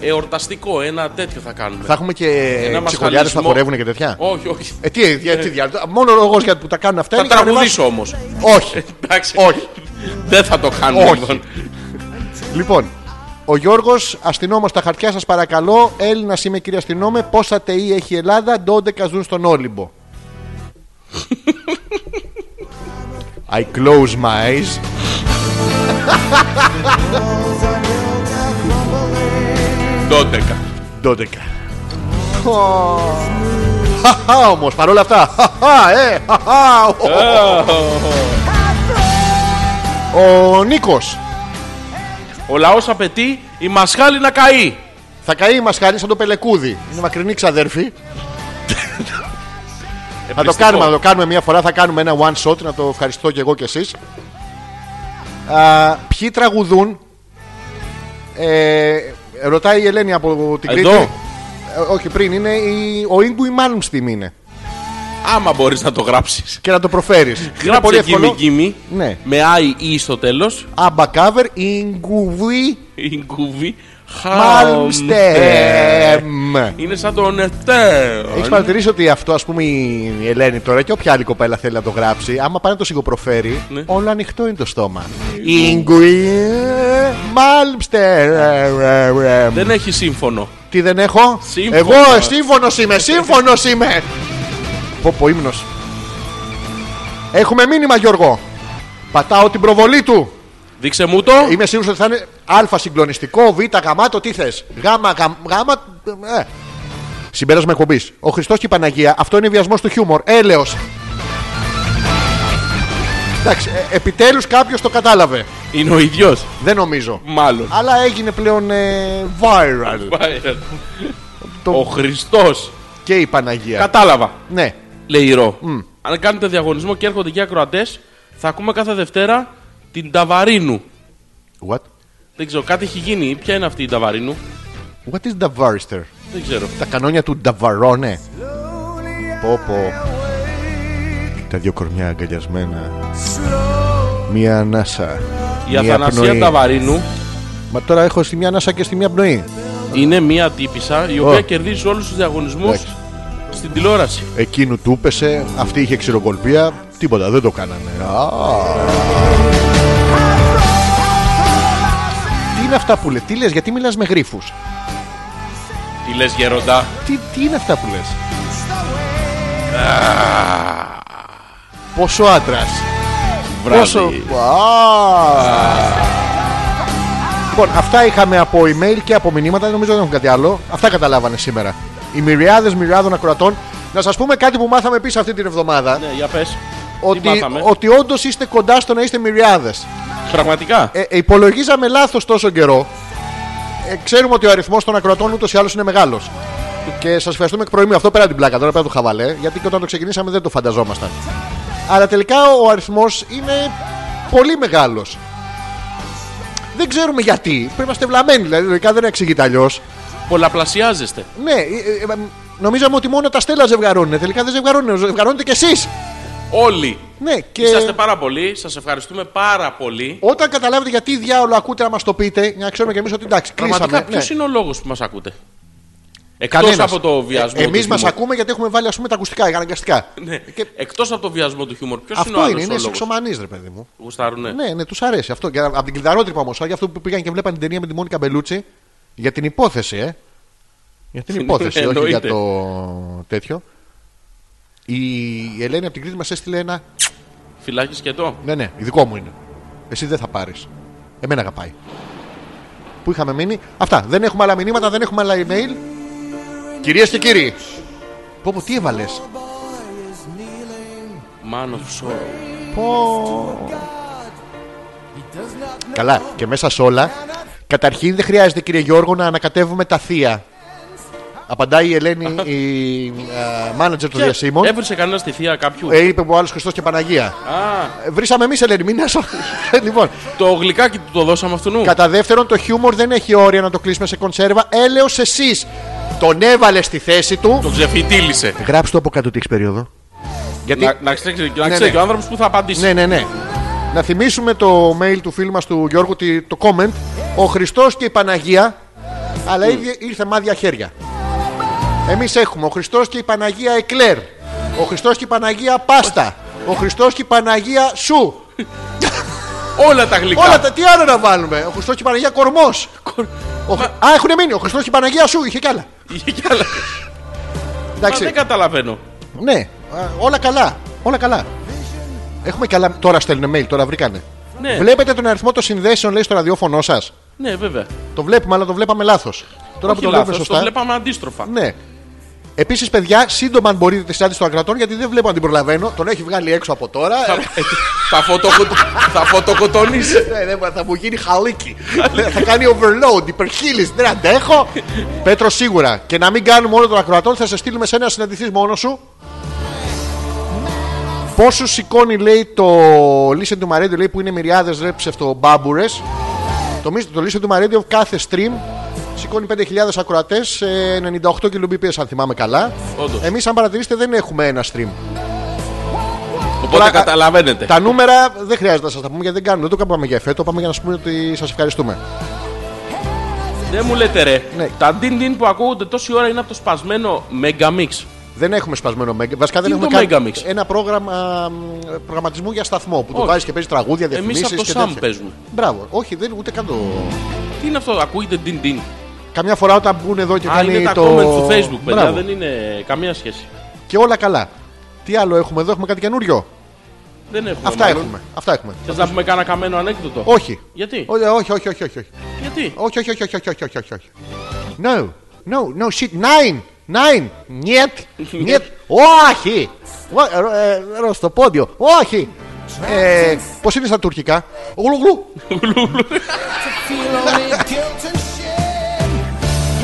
Speaker 2: Εορταστικό, ένα τέτοιο θα κάνουμε.
Speaker 1: Θα έχουμε και
Speaker 2: Ένα
Speaker 1: ψυχολιάδε θα
Speaker 2: μασχαλισμό.
Speaker 1: χορεύουν και τέτοια.
Speaker 2: Όχι, όχι.
Speaker 1: Ε, τι, για- τι διάλογο. Μόνο λόγος για που τα κάνουν αυτά
Speaker 2: Θα
Speaker 1: είναι για να
Speaker 2: τραγουδήσω όμω.
Speaker 1: ανεβάσουν- Όχι.
Speaker 2: Εντάξει.
Speaker 1: Όχι.
Speaker 2: Δεν θα το κάνουμε
Speaker 1: Όχι.
Speaker 2: λοιπόν.
Speaker 1: Λοιπόν, Ο Γιώργος, αστυνόμος στα χαρτιά, σας παρακαλώ. Έλληνας είμαι, κύριε αστυνόμε. Πόσα ΤΕΙ έχει η Ελλάδα, 12 ζουν στον Όλυμπο. I close my eyes.
Speaker 2: Δώδεκα.
Speaker 1: 12. Χαχά όμως, παρόλα αυτά. Χαχά, ε, χαχά. Ο Νίκος.
Speaker 2: Ο λαός απαιτεί η μασχάλη να καεί.
Speaker 1: Θα καεί η μασχάλη σαν το πελεκούδι. Είναι μακρινή ξαδέρφη. Θα το
Speaker 2: Εμπριστικό.
Speaker 1: κάνουμε, θα το κάνουμε μια φορά. Θα κάνουμε ένα one shot να το ευχαριστώ και εγώ και εσείς. Ποιοι τραγουδούν. Ε, ρωτάει η Ελένη από την
Speaker 2: Εδώ.
Speaker 1: Κρήτη. Ε, όχι, πριν είναι η, ο Ίγκουι Μάλμστιμ είναι.
Speaker 2: Άμα μπορείς να το γράψεις.
Speaker 1: Και να το προφέρεις. είναι πολύ
Speaker 2: Γράψε
Speaker 1: εύκολο.
Speaker 2: γκίμι γκίμι
Speaker 1: Ναι.
Speaker 2: με άι ή στο τέλος.
Speaker 1: Άμπα κάβερ Ίγκουι
Speaker 2: Γκούβι.
Speaker 1: Μάλμστεμ.
Speaker 2: Είναι σαν τον Ετέο.
Speaker 1: Έχεις παρατηρήσει ότι αυτό, ας πούμε, η Ελένη τώρα και όποια άλλη κοπέλα θέλει να το γράψει, άμα πάνε το σιγοπροφέρει,
Speaker 2: Ναι.
Speaker 1: όλο ανοιχτό είναι το στόμα. Ιγκουι Μάλμστερ.
Speaker 2: Δεν έχει σύμφωνο.
Speaker 1: Τι δεν έχω,
Speaker 2: Σύμφωνο.
Speaker 1: Εγώ σύμφωνος είμαι, σύμφωνος είμαι. Πω πω ύμνος. Έχουμε μήνυμα, Γιώργο. Πατάω την προβολή του.
Speaker 2: Δείξε μου το.
Speaker 1: Είμαι σίγουρος ότι θα είναι Α συγκλονιστικό, Β γαμάτο, τι θες. Γάμα, γα- γάμα. ε. Συμπέρασμα εκπομπής. Ο Χριστός και η Παναγία, αυτό είναι βιασμός του χιούμορ. Έλεος. Εντάξει, επιτέλους κάποιος το κατάλαβε.
Speaker 2: Είναι ο ίδιος.
Speaker 1: Δεν νομίζω.
Speaker 2: Μάλλον.
Speaker 1: Αλλά έγινε πλέον ε, viral Το-
Speaker 2: Ο Χριστός.
Speaker 1: και η Παναγία.
Speaker 2: Κατάλαβα.
Speaker 1: Ναι.
Speaker 2: Λέει η Ρο. Αν κάνετε διαγωνισμό και έρχονται και ακροατές, θα ακούμε κάθε Δευτέρα την Ταβαρίνου.
Speaker 1: What?
Speaker 2: Δεν ξέρω, κάτι έχει γίνει. Ποια είναι αυτή η Ταβαρίνου.
Speaker 1: What is Davarister?
Speaker 2: Δεν ξέρω.
Speaker 1: Τα κανόνια του Νταβαρόνε. Πω πω. Τα δύο κορμιά αγκαλιασμένα. Μία ανάσα.
Speaker 2: Η
Speaker 1: μία
Speaker 2: Αθανασία
Speaker 1: πνοή.
Speaker 2: Ταβαρίνου
Speaker 1: Μα τώρα έχω στη μία ανάσα και στη μία πνοή.
Speaker 2: είναι μία τύπησα η οποία
Speaker 1: Ω.
Speaker 2: κερδίζει όλους τους διαγωνισμούς
Speaker 1: Εντάξει.
Speaker 2: στην τηλεόραση.
Speaker 1: Εκείνου του έπεσε, αυτή είχε ξηροκολπία. Τίποτα, δεν το κάνανε. Α. Τι είναι αυτά που λες, τι λες, γιατί μιλάς με γρίφους.
Speaker 2: Τι λες, Γεροντά.
Speaker 1: Τι, τι είναι αυτά που λες. Πόσο άντρας.
Speaker 2: Βράδυ.
Speaker 1: Α. Λοιπόν, αυτά είχαμε από email και από μηνύματα. Δεν Νομίζω δεν έχουν κάτι άλλο. Αυτά καταλάβανε σήμερα. Οι μυριάδες μυριάδων ακροατών. Να σας πούμε κάτι που μάθαμε επίσης αυτή την εβδομάδα.
Speaker 2: Ναι, για πες. Τι
Speaker 1: ότι
Speaker 2: μάθαμε.
Speaker 1: ότι όντως είστε κοντά στο να είστε μυριάδες.
Speaker 2: Πραγματικά.
Speaker 1: Ε, ε, υπολογίζαμε λάθος τόσο καιρό. Ε, ξέρουμε ότι ο αριθμός των ακροατών ούτως ή άλλως είναι μεγάλος. Και σας ευχαριστούμε εκ προημίου. Αυτό πέρα από την πλάκα, τώρα πέρα από το χαβαλέ, γιατί και όταν το ξεκινήσαμε δεν το φανταζόμασταν. Αλλά τελικά ο αριθμός είναι πολύ μεγάλος. Δεν ξέρουμε γιατί. Πρέπει να είστε βλαμμένοι, δηλαδή λογικά δεν εξηγείται αλλιώς.
Speaker 2: Πολλαπλασιάζεστε.
Speaker 1: Ναι, ε, ε, ε, νομίζαμε ότι μόνο τα στέλα ζευγαρώνουν. Τελικά δεν ζευγαρώνουν, ζευγαρώνετε κι εσείς.
Speaker 2: Όλοι.
Speaker 1: Ναι, και...
Speaker 2: Είσαστε πάρα πολλοί. Σας ευχαριστούμε πάρα πολύ.
Speaker 1: Όταν καταλάβετε γιατί διάολο ακούτε να μας το πείτε, για να ξέρουμε κι εμείς ότι εντάξει, κλείσαμε.
Speaker 2: Πραγματικά, ποιο είναι ο λόγος που μας ακούτε. Εκτός
Speaker 1: ναι. Κανένας. Ε,
Speaker 2: από το βιασμό. του
Speaker 1: Εμεί μας
Speaker 2: χιούμορ.
Speaker 1: ακούμε γιατί έχουμε βάλει ας πούμε, τα ακουστικά, για αναγκαστικά.
Speaker 2: Ναι.
Speaker 1: Και-
Speaker 2: Εκτός από το βιασμό του χιούμορ, ποιος είναι ο
Speaker 1: Αυτό
Speaker 2: άλλος
Speaker 1: είναι, είναι
Speaker 2: λόγο.
Speaker 1: σεξομανή, ρε παιδί μου.
Speaker 2: Γουστάρουνε.
Speaker 1: Ναι, ναι, τους αρέσει αυτό. Και από την κλειδαρότρυπα όμως, για αυτό που πήγαν και βλέπαν την ταινία με τη Μόνικα Μπελούτσι, για την υπόθεση, ε. Για την
Speaker 2: Ναι,
Speaker 1: υπόθεση, όχι για
Speaker 2: εννοείται.
Speaker 1: το τέτοιο. Η Ελένη από την Κρήτη μας έστειλε ένα.
Speaker 2: Φυλάκι σκετό.
Speaker 1: Ναι, ναι, δικό μου είναι. Εσύ δεν θα πάρεις. Εμένα αγαπάει. Πού είχαμε μείνει. Αυτά. Δεν έχουμε άλλα μηνύματα, δεν έχουμε άλλα email. Κυρίες και κύριοι. Πω, πω, τι έβαλες.
Speaker 2: Man of sorrow.
Speaker 1: Καλά, και μέσα σε όλα. Καταρχήν δεν χρειάζεται, κύριε Γιώργο, να ανακατεύουμε τα θεία. Απαντάει η Ελένη, η μάνατζερ των διασύμων.
Speaker 2: Έβρισε κανένα στη θεία κάποιου.
Speaker 1: Ε, είπε ο άλλος Χριστός και Παναγία.
Speaker 2: Α,
Speaker 1: Ε, Βρήσαμε εμείς, Ελένη, μην άσο. λοιπόν,
Speaker 2: το γλυκάκι του το δώσαμε αυτού νου.
Speaker 1: κατά δεύτερον, το χιούμορ δεν έχει όρια να το κλείσουμε σε κονσέρβα. Έλεος εσείς. Τον έβαλε στη θέση του.
Speaker 2: Το ξεφυτίλησε.
Speaker 1: Γράψτε το από κάτω τι έχεις περίοδο. Γιατί.
Speaker 2: Να, να ξέρει να
Speaker 1: Ναι,
Speaker 2: ξέρει
Speaker 1: ναι.
Speaker 2: ο άνθρωπος που θα απαντήσει.
Speaker 1: Ναι, ναι, ναι. Να θυμίσουμε το mail του φίλου μας του Γιώργου, τι- το comment. Ο Χριστός και η Παναγία.
Speaker 2: Mm.
Speaker 1: Αλλά ήδη ήρθε μάδια χέρια. Εμείς έχουμε ο Χριστός και η Παναγία Εκλέρ. Ο Χριστός και η Παναγία Πάστα. Ο Χριστός και η Παναγία Σου.
Speaker 2: όλα τα γλυκά.
Speaker 1: Όλα τα, τι άλλο να βάλουμε. Ο Χριστός και η Παναγία κορμός. Α, έχουν μείνει. Ο Χριστός και η Παναγία σου είχε κι άλλα.
Speaker 2: Είχε κι άλλα. Μα
Speaker 1: Εντάξει.
Speaker 2: δεν καταλαβαίνω.
Speaker 1: Ναι, α, όλα καλά. Όλα καλά. Έχουμε καλά. Τώρα στέλνουν mail, τώρα βρήκανε.
Speaker 2: Ναι.
Speaker 1: Βλέπετε τον αριθμό των συνδέσεων, λέει, στο ραδιόφωνο σας.
Speaker 2: Ναι, βέβαια.
Speaker 1: Το βλέπουμε, αλλά το βλέπαμε λάθος. Τώρα που το
Speaker 2: Όχι λάθος,
Speaker 1: βλέπουμε
Speaker 2: το
Speaker 1: σωστά.
Speaker 2: βλέπαμε αντίστροφα.
Speaker 1: Ναι. Επίσης, παιδιά, σύντομα αν μπορείτε τη συνάντηση των ακρατών, γιατί δεν βλέπω αν την προλαβαίνω. Τον έχει βγάλει έξω από τώρα.
Speaker 2: Ε, θα, φωτοκο... θα φωτοκοτονίσει.
Speaker 1: Ε, δεν μπορεί, θα μου γίνει χαλίκι. Ε, θα κάνει overload, Ναι, υπερχείλης. Δεν αντέχω. Πέτρο, σίγουρα. Και να μην κάνουμε όλο τον ακροατών, θα σε στείλουμε σε ένα συναντηθείς μόνο σου. Πόσου σηκώνει, λέει το Listen to My Radio, λέει που είναι μυριάδες ρε ψευτομπάμπουρες. Το, μίσ- το Listen to My Radio κάθε stream σηκώνει 5.000 ακροατέ, 98 kbps αν θυμάμαι καλά.
Speaker 2: Όντως.
Speaker 1: Εμείς, αν παρατηρήσετε, δεν έχουμε ένα stream.
Speaker 2: Οπότε
Speaker 1: Τώρα-
Speaker 2: καταλαβαίνετε.
Speaker 1: Τα νούμερα δεν χρειάζεται να σας τα πούμε γιατί δεν κάνουμε. Δεν το πάμε για εφέ, το πάμε για να σας πούμε ότι σας ευχαριστούμε.
Speaker 2: Δεν μου λέτε ρε.
Speaker 1: Ναι.
Speaker 2: Τα ντίν ντίν που ακούγονται τόση ώρα είναι από το σπασμένο Megamix.
Speaker 1: Δεν έχουμε σπασμένο Μέγκα. Βασικά δεν
Speaker 2: Τι
Speaker 1: έχουμε
Speaker 2: είναι το Megamix?
Speaker 1: ένα πρόγραμμα μ, προγραμματισμού για σταθμό που το
Speaker 2: Όχι.
Speaker 1: βάζεις και παίζεις τραγούδια,
Speaker 2: Εμείς
Speaker 1: διαφημίσει
Speaker 2: από το
Speaker 1: και
Speaker 2: Sam
Speaker 1: τέτοια.
Speaker 2: παίζουμε.
Speaker 1: Μπράβο. Όχι, δεν, ούτε καν το.
Speaker 2: Τι είναι αυτό, ακούγεται ντίν ντίν.
Speaker 1: Καμιά φορά όταν μπουν εδώ και
Speaker 2: Α,
Speaker 1: κάνει
Speaker 2: είναι τα
Speaker 1: το.
Speaker 2: comments του Facebook, παιδιά.
Speaker 1: Μπράβο.
Speaker 2: Δεν είναι καμία σχέση.
Speaker 1: Και όλα καλά. Τι άλλο έχουμε εδώ, έχουμε κάτι καινούριο.
Speaker 2: Δεν έχουμε.
Speaker 1: Αυτά
Speaker 2: Ναι, μάλλον.
Speaker 1: έχουμε. Αυτά έχουμε.
Speaker 2: Θες να πούμε κανένα καμένο ανέκδοτο.
Speaker 1: Όχι.
Speaker 2: Γιατί.
Speaker 1: Ό, Όχι, όχι, όχι, όχι. όχι.
Speaker 2: Γιατί.
Speaker 1: Όχι, όχι, όχι, όχι, όχι, όχι, όχι, όχι. No, no, no shit, nine, nine, нет, нет, όχι. Ω, ε, ε, Ρω στο πόντιο, όχι. Ε, Πώς είναι στα τουρκικά. Γλουγλου.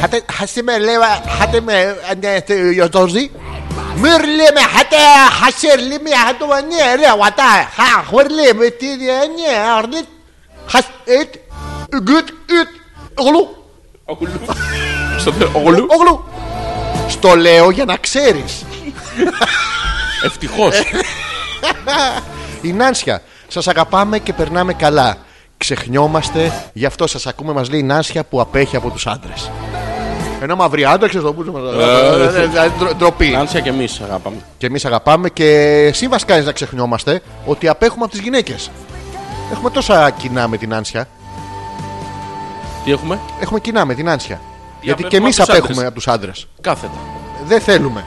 Speaker 1: Χατε, χασε με λέμε, χατε με, ναι, τε, γιοτόζι. Μυρ λέμε, χατε, χασέρ λέμε, χατο, ναι, ρε, βατά, χα, χωρ λέμε, τι, ναι, αρνίτ, χασ, ετ, ε, γκουτ, ε, ετ, γλου.
Speaker 2: Ογλου. Στο τε- Ογλου.
Speaker 1: Ογλου. Στο λέω για να ξέρεις.
Speaker 2: Ευτυχώς.
Speaker 1: Ε. Η Νάνσια. Σας αγαπάμε και περνάμε καλά. Ξεχνιόμαστε, γι' αυτό σας ακούμε, μας λέει η Νάνσια που απέχει από τους άντρες. Ένα μαύρη άντρα, ξέρεις το
Speaker 2: Ε.
Speaker 1: πούσμα. Ντροπή.
Speaker 2: Άνσια και εμείς αγαπάμε.
Speaker 1: Και εμείς αγαπάμε και εσύ μα κάνει να ξεχνιόμαστε ότι απέχουμε από τις γυναίκες. Έχουμε τόσα κοινά με την Άνσια.
Speaker 2: Τι έχουμε.
Speaker 1: Έχουμε κοινά με την Άνσια. Γιατί
Speaker 2: απέχουμε
Speaker 1: και εμείς
Speaker 2: από τους
Speaker 1: απέχουμε
Speaker 2: άντρες.
Speaker 1: από τους άντρες.
Speaker 2: Κάθετα.
Speaker 1: Δεν θέλουμε.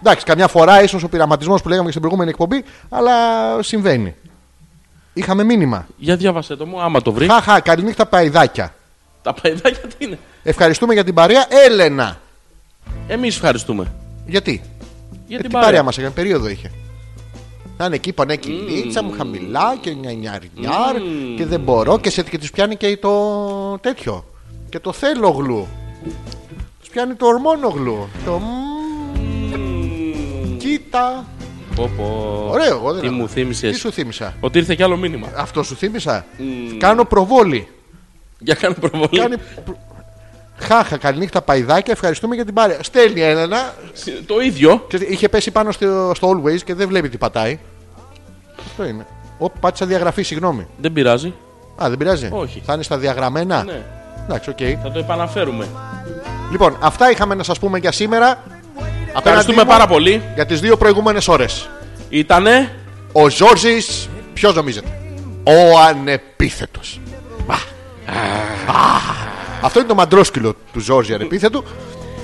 Speaker 1: Εντάξει, καμιά φορά ίσως ο πειραματισμός που λέγαμε και στην προηγούμενη εκπομπή, αλλά συμβαίνει. Είχαμε μήνυμα.
Speaker 2: Για διάβασε το μου, άμα το βρεις.
Speaker 1: Χαχα, καληνύχτα παϊδάκια.
Speaker 2: Τα παϊδάκια τι είναι.
Speaker 1: Ευχαριστούμε για την παρέα, Έλενα.
Speaker 2: Εμείς ευχαριστούμε.
Speaker 1: Γιατί,
Speaker 2: Για
Speaker 1: ε,
Speaker 2: την
Speaker 1: τι παρέα
Speaker 2: παρέα
Speaker 1: μας έκανε, περίοδο είχε. Να είναι εκεί, πάνε κυλίτσα μου χαμηλά και νιανιαρνιάρ και δεν μπορώ και, σε, και τους πιάνει και το τέτοιο. Και το θέλω γλου. Τους πιάνει το ορμόνο γλου. Το μμμ. Κοίτα.
Speaker 2: Πω, πω.
Speaker 1: Ωραίο, εγώ δεν
Speaker 2: Τι
Speaker 1: έχω.
Speaker 2: μου θύμισες.
Speaker 1: Τι σου θύμισα.
Speaker 2: Ότι ήρθε κι άλλο μήνυμα.
Speaker 1: Αυτό σου θύμισα. Κάνω προβόλη.
Speaker 2: Για κάνε προβολή.
Speaker 1: Κάνει... προ- Χάχα, καληνύχτα παϊδάκια, ευχαριστούμε για την παρέα. Στέλνει Έλενα,
Speaker 2: Το ίδιο.
Speaker 1: ξέρετε, είχε πέσει πάνω στο, στο Always και δεν βλέπει τι πατάει. Αυτό είναι. Ω, πάτησα διαγραφή, συγγνώμη.
Speaker 2: Δεν πειράζει.
Speaker 1: Α, δεν πειράζει.
Speaker 2: Όχι.
Speaker 1: Θα είναι στα διαγραμμένα.
Speaker 2: Ναι.
Speaker 1: Εντάξει, οκ.
Speaker 2: Θα το επαναφέρουμε.
Speaker 1: Λοιπόν, αυτά είχαμε να σας πούμε για σήμερα.
Speaker 2: Ευχαριστούμε
Speaker 1: μου,
Speaker 2: πάρα πολύ.
Speaker 1: Για τις δύο προηγούμενες ώρες.
Speaker 2: Ήτανε.
Speaker 1: Ο Ζόρζης, ποιος νομίζετε, ο ανεπίθετος. Αυτό είναι το μαντρόσκυλο του Ζόρζη ανεπίθετου.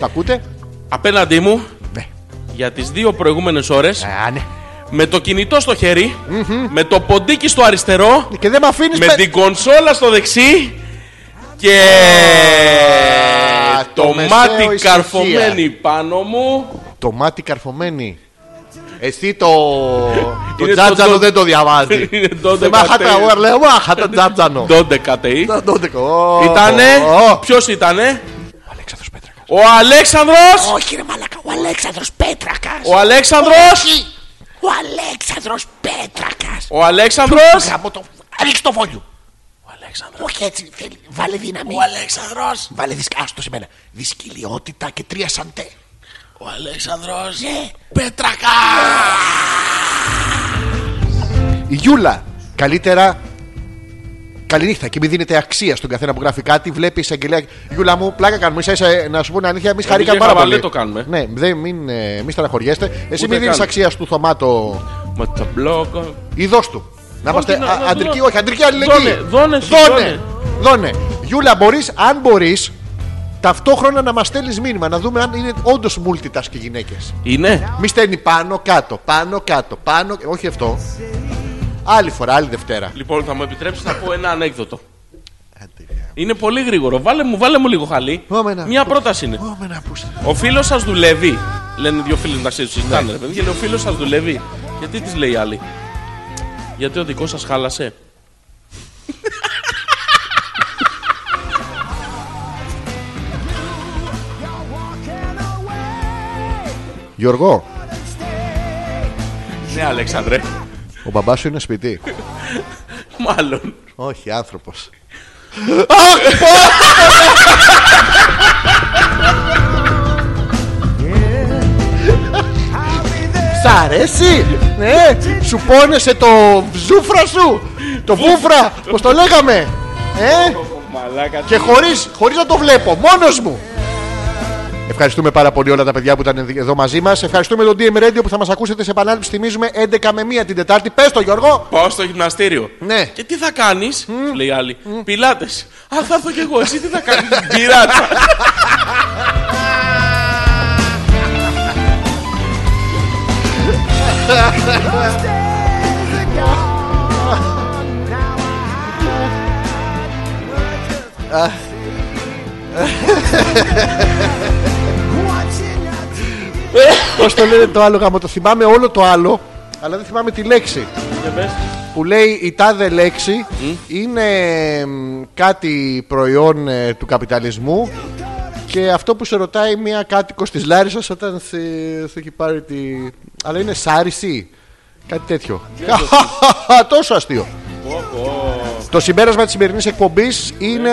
Speaker 1: Τα ακούτε.
Speaker 2: απέναντί μου
Speaker 1: Ναι.
Speaker 2: για τις δύο προηγούμενες ώρες
Speaker 1: Α, ναι.
Speaker 2: με το κινητό στο χερι με το ποντίκι στο αριστερό,
Speaker 1: Και δεν με αφήνεις
Speaker 2: με την κονσόλα στο δεξί και
Speaker 1: Α, το
Speaker 2: το
Speaker 1: μεσαίο
Speaker 2: μάτι
Speaker 1: ησυχία.
Speaker 2: καρφωμένη πάνω μου.
Speaker 1: Το μάτι καρφωμένη. Εσύ το. το
Speaker 2: Είναι το-
Speaker 1: τζάτζανο
Speaker 2: το-
Speaker 1: δεν το διαβάζει.
Speaker 2: Είναι το
Speaker 1: Δεν μάχατε,
Speaker 2: δεκατέ-
Speaker 1: εγώ λέω, μάχατε τζάτζανο.
Speaker 2: Ντόντε κατεϊ.
Speaker 1: Το- το- το- ο-
Speaker 2: Ήτανε,
Speaker 1: ο- ο-
Speaker 2: ποιος ήτανε,
Speaker 1: Αλέξανδρος Πέτρακας.
Speaker 2: ο Αλέξανδρος,
Speaker 5: Όχι ρε μαλακα, ο Αλέξανδρος Πέτρακας.
Speaker 2: ο Αλέξανδρος,
Speaker 5: Ο Αλέξανδρος Πέτρακας.
Speaker 2: ο Αλέξανδρος,
Speaker 5: Γαμώ το... Ανοίξε το φόλιο.
Speaker 2: ο Αλέξανδρος.
Speaker 5: Όχι έτσι, θέλει. Βάλε δύναμη. Ο Αλέξανδρος. Βάλε δυσκ... Άστο σε μένα. Δυσκυλιότητα και τρία σαντέ. Ο Αλέξανδρος. Ναι. Πέτρακας.
Speaker 1: Η Γιούλα, καλύτερα. Καληνύχτα και μην δίνετε αξία στον καθένα που γράφει κάτι. Βλέπει εισαγγελέα. Γιούλα μου, πλάκα κάνουμε. Ίσα, ίσα, να σου πω την αλήθεια, εμείς χαρήκαμε
Speaker 2: και
Speaker 1: πάρα
Speaker 2: χαβαλέ
Speaker 1: πολύ.
Speaker 2: το κάνουμε.
Speaker 1: Ναι, δεν, μην, ε, μη στεναχωριέστε. Εσύ
Speaker 2: Ούτε
Speaker 1: μην δίνει
Speaker 2: καν.
Speaker 1: αξία στο θωμάτο
Speaker 2: Μα τα μπλόκο,
Speaker 1: ή δώσ' του. Να είμαστε
Speaker 2: Όχι, να-
Speaker 1: α-
Speaker 2: να-
Speaker 1: αντρικοί,
Speaker 2: δω-
Speaker 1: όχι, αντρικοί αλληλεγγύη.
Speaker 2: δώνε, εσύ, δώνε.
Speaker 1: δώνε. Γιούλα, μπορείς, αν μπορείς, ταυτόχρονα να μας στέλνεις μήνυμα, να δούμε αν είναι όντως multitask οι γυναίκες.
Speaker 2: Είναι.
Speaker 1: Μη στέλνει πάνω, κάτω, πάνω, κάτω, πάνω. Όχι αυτό. Άλλη φορά, άλλη Δευτέρα.
Speaker 2: Λοιπόν, θα μου επιτρέψεις να πω ένα ανέκδοτο. Ε, Είναι πολύ γρήγορο. Βάλε μου, βάλε μου λίγο χαλί.
Speaker 1: Όμενα.
Speaker 2: Μια πρόταση είναι.
Speaker 1: Όμενα, πού είσαι.
Speaker 2: Ο φίλος σας δουλεύει. Λένε δύο φίλοι μεταξύ τους. Συζητάνε, ρε παιδί. Και λέει, ο φίλος σας δουλεύει. Γιατί της λέει η άλλη. Γιατί ο δικός σας χάλασε.
Speaker 1: Γιώργο,
Speaker 2: Ναι, Αλέξανδρε.
Speaker 1: ο μπαμπάς σου είναι σπιτί.
Speaker 2: Μάλλον.
Speaker 1: όχι, άνθρωπος. Σ' αρέσει! Ναι! Σου πόνεσε το ζούφρα σου! Το βούφρα! Πώς το λέγαμε! Ε!
Speaker 2: Μαλάκα.
Speaker 1: Και χωρίς, χωρίς να το βλέπω, μόνος μου Ευχαριστούμε πάρα πολύ όλα τα παιδιά που ήταν εδώ μαζί μας Ευχαριστούμε τον DM Radio που θα μας ακούσετε σε επανάληψη Θυμίζουμε 11 με 1 την Τετάρτη Πες το Γιώργο
Speaker 2: Πάω στο γυμναστήριο.
Speaker 1: Ναι.
Speaker 2: Και τι θα κάνεις, λέει η άλλη. Πιλάτες. Α, θα έρθω κι εγώ. Εσύ τι θα κάνεις. Πειράτσα.
Speaker 1: Πώς το λένε το άλλο γάμο Το θυμάμαι όλο το άλλο Αλλά δεν θυμάμαι τη λέξη Που λέει η τάδε λέξη Είναι μ, κάτι προϊόν ε, του καπιταλισμού και αυτό που σε ρωτάει μια κάτοικος της Λάρισας όταν σε, σε έχει πάρει τη... Αλλά είναι σάριση. Κάτι τέτοιο. Τόσο αστείο. Το συμπέρασμα της σημερινής εκπομπής είναι...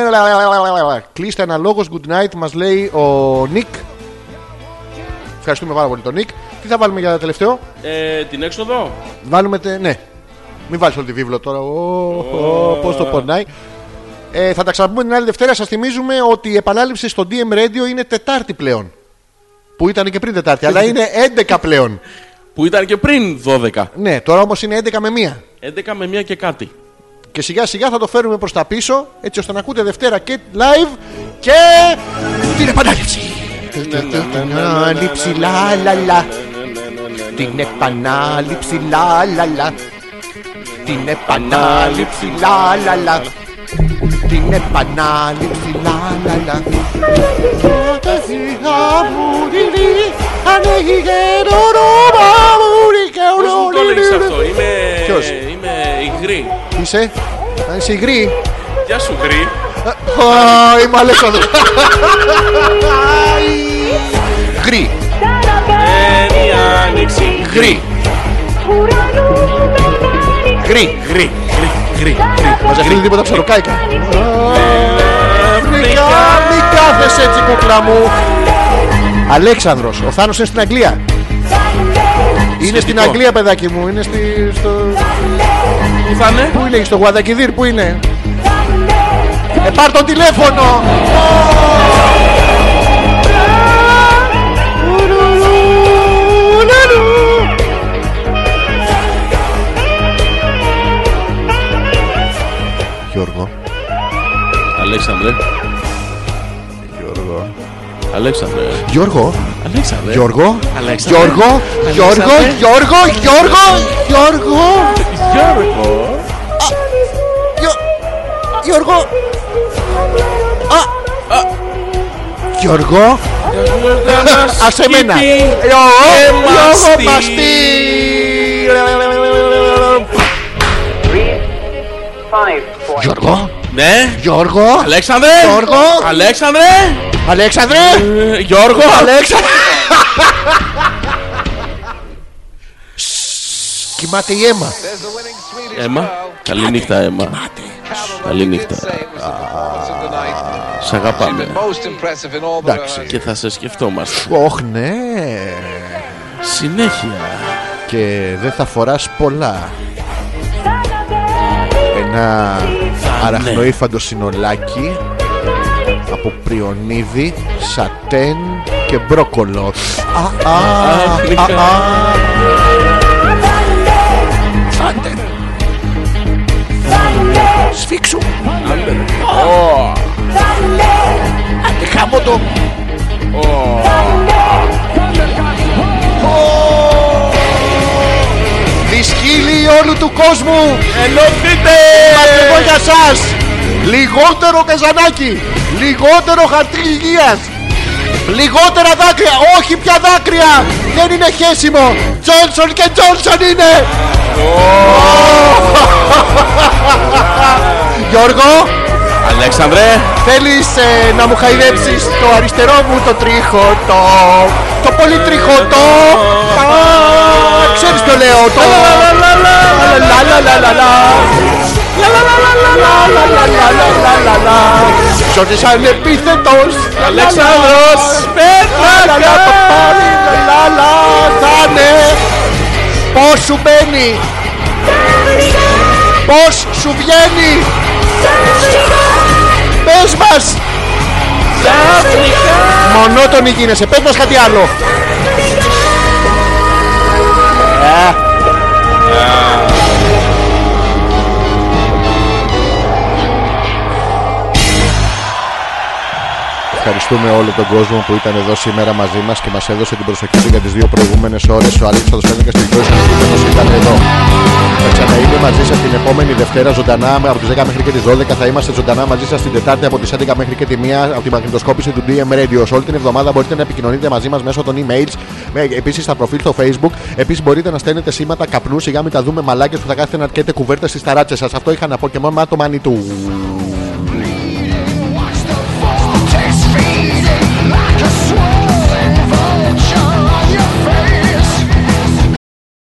Speaker 1: Κλείστε αναλόγως, good night, μας λέει ο Νίκ. Ευχαριστούμε πάρα πολύ τον Νίκ. Τι θα βάλουμε για τελευταίο.
Speaker 2: Ε, την έξοδο.
Speaker 1: Βάλουμε. τε- Ναι. Μην βάλεις όλη τη βίβλο τώρα. Πώς το πονάει. Ε, θα τα ξαναπούμε την άλλη Δευτέρα. Σας θυμίζουμε ότι η επανάληψη στο DM Radio είναι Τετάρτη πλέον. Που ήταν και πριν Τετάρτη, αλλά είναι 11 πλέον.
Speaker 2: Που ήταν και πριν 12.
Speaker 1: Ναι, τώρα όμως είναι 11 με 1.
Speaker 2: 11 με 1 και κάτι.
Speaker 1: Και σιγά σιγά θα το φέρουμε προς τα πίσω, έτσι ώστε να ακούτε Δευτέρα και live και. την επανάληψη. Την επανάληψη, λα λα λα. Την επανάληψη, λα λα λα. Την επανάληψη, λα λα λα. Την επανάληψη, λα λα λα. Και τα σιγά μου δίνει, ανοίγε το όνομα μου,
Speaker 2: Πώ μου το
Speaker 1: και
Speaker 2: έλεγε
Speaker 1: ο
Speaker 2: αυτό, είμαι.
Speaker 1: Ποιος?
Speaker 2: Είμαι υγρή.
Speaker 1: Είσαι, αν είσαι υγρή.
Speaker 2: Γεια σου, γρή.
Speaker 1: Α, Είμαι Αλέξανδρος Γρή,
Speaker 2: Μπαίνει η άνοιξη.
Speaker 1: γρή, γρή, γρή, γρή, γρή. Μας δεν τίποτα ψαροκάικα. Α, Φρικά, μη κάθεσαι έτσι κούκλα μου. Αλέξανδρος, ο Θάνος είναι στην Αγγλία. Είναι στην
Speaker 2: Σχετικό.
Speaker 1: Αγγλία παιδάκι μου, είναι στη, στο...
Speaker 2: Πού θα είναι?
Speaker 1: Πού είναι, στο Γουαδακιδίρ, πού είναι. Ε, πάρ το τηλέφωνο. Γιώργο,
Speaker 2: Αλέξανδρε.
Speaker 1: Γιώργο,
Speaker 2: Αλέξανδρε.
Speaker 1: Γιώργο,
Speaker 2: Αλέξανδρε.
Speaker 1: Γιώργο,
Speaker 2: Αλέξανδρε.
Speaker 1: Γιώργο, Γιώργο,
Speaker 2: Αλέξανδρε.
Speaker 1: Γιώργο, Γιώργο, Γιώργο. Γιω- Γιώργο. Α. Γιώργο. Άσε μένα. Γιώργο Γιώργο Παστή. Γιώργο.
Speaker 2: Ναι.
Speaker 1: Γιώργο.
Speaker 2: Αλέξανδρε.
Speaker 1: Γιώργο.
Speaker 2: Αλέξανδρε.
Speaker 1: Αλέξανδρε.
Speaker 2: Ε, Γιώργο.
Speaker 1: Αλέξανδρε. Κοιμάται η αίμα.
Speaker 2: Έμα. Καληνύχτα, Έμα. Καληνύχτα. Σ' αγαπάμε.
Speaker 1: Εντάξει.
Speaker 2: Και θα σε σκεφτόμαστε.
Speaker 1: Ωχ, ναι.
Speaker 2: Συνέχεια.
Speaker 1: Και δεν θα φοράς πολλά. Ένα αραχνοήφαντο συνολάκι από πριονίδι, σατέν και μπρόκολο. Α, α, α, α.
Speaker 2: Αχ,
Speaker 1: α.
Speaker 5: Σφίξου. Άντε χάμω το.
Speaker 1: Δυσκύλοι όλου του κόσμου! Ενωθείτε! Είμαστε εδώ για σας! Λιγότερο καζανάκι! Λιγότερο χαρτί υγείας! Λιγότερα δάκρυα! Όχι πια δάκρυα! Δεν είναι χέσιμο! Τζόνσον και Τζόνσον είναι! Γιώργο,
Speaker 2: Αλέξανδρε,
Speaker 1: θέλεις ε, να μου χαϊδέψεις το αριστερό μου το τρίχωτο Το πολύ τρίχωτο Α, Ξέρεις το λέω το Ζώνεις σαν επίθετος
Speaker 2: Αλέξανδρος,
Speaker 1: Πέτρακα Θα είναι Πώς σου μπαίνει Πώς σου βγαίνει Πες μας Μονότονη γίνεσαι Πες μας κάτι άλλο Ευχαριστούμε όλο τον κόσμο που ήταν εδώ σήμερα μαζί μας και μας έδωσε την προσοχή του για τις δύο προηγούμενες ώρες. Ο Αλέξανδρος Φένδικας και ο Γιώργος Μητρίδωνος ήταν εδώ. Θα ξαναείμαι μαζί σας την επόμενη Δευτέρα ζωντανά από τις 10 μέχρι και τις 12. Θα είμαστε ζωντανά μαζί σας την Τετάρτη από τις 11 μέχρι και τη 1 από τη μαγνητοσκόπηση του DM Radio. Σε όλη την εβδομάδα μπορείτε να επικοινωνείτε μαζί μας μέσω των emails, επίσης στα προφίλ στο Facebook. Επίσης μπορείτε να στέλνετε σήματα καπνού, σιγά μην τα δούμε μαλάκες που θα κάθετε να αρκέτε κουβέρτα στις ταράτσες σας. Αυτό είχα να πω και μόνο το μάνι του.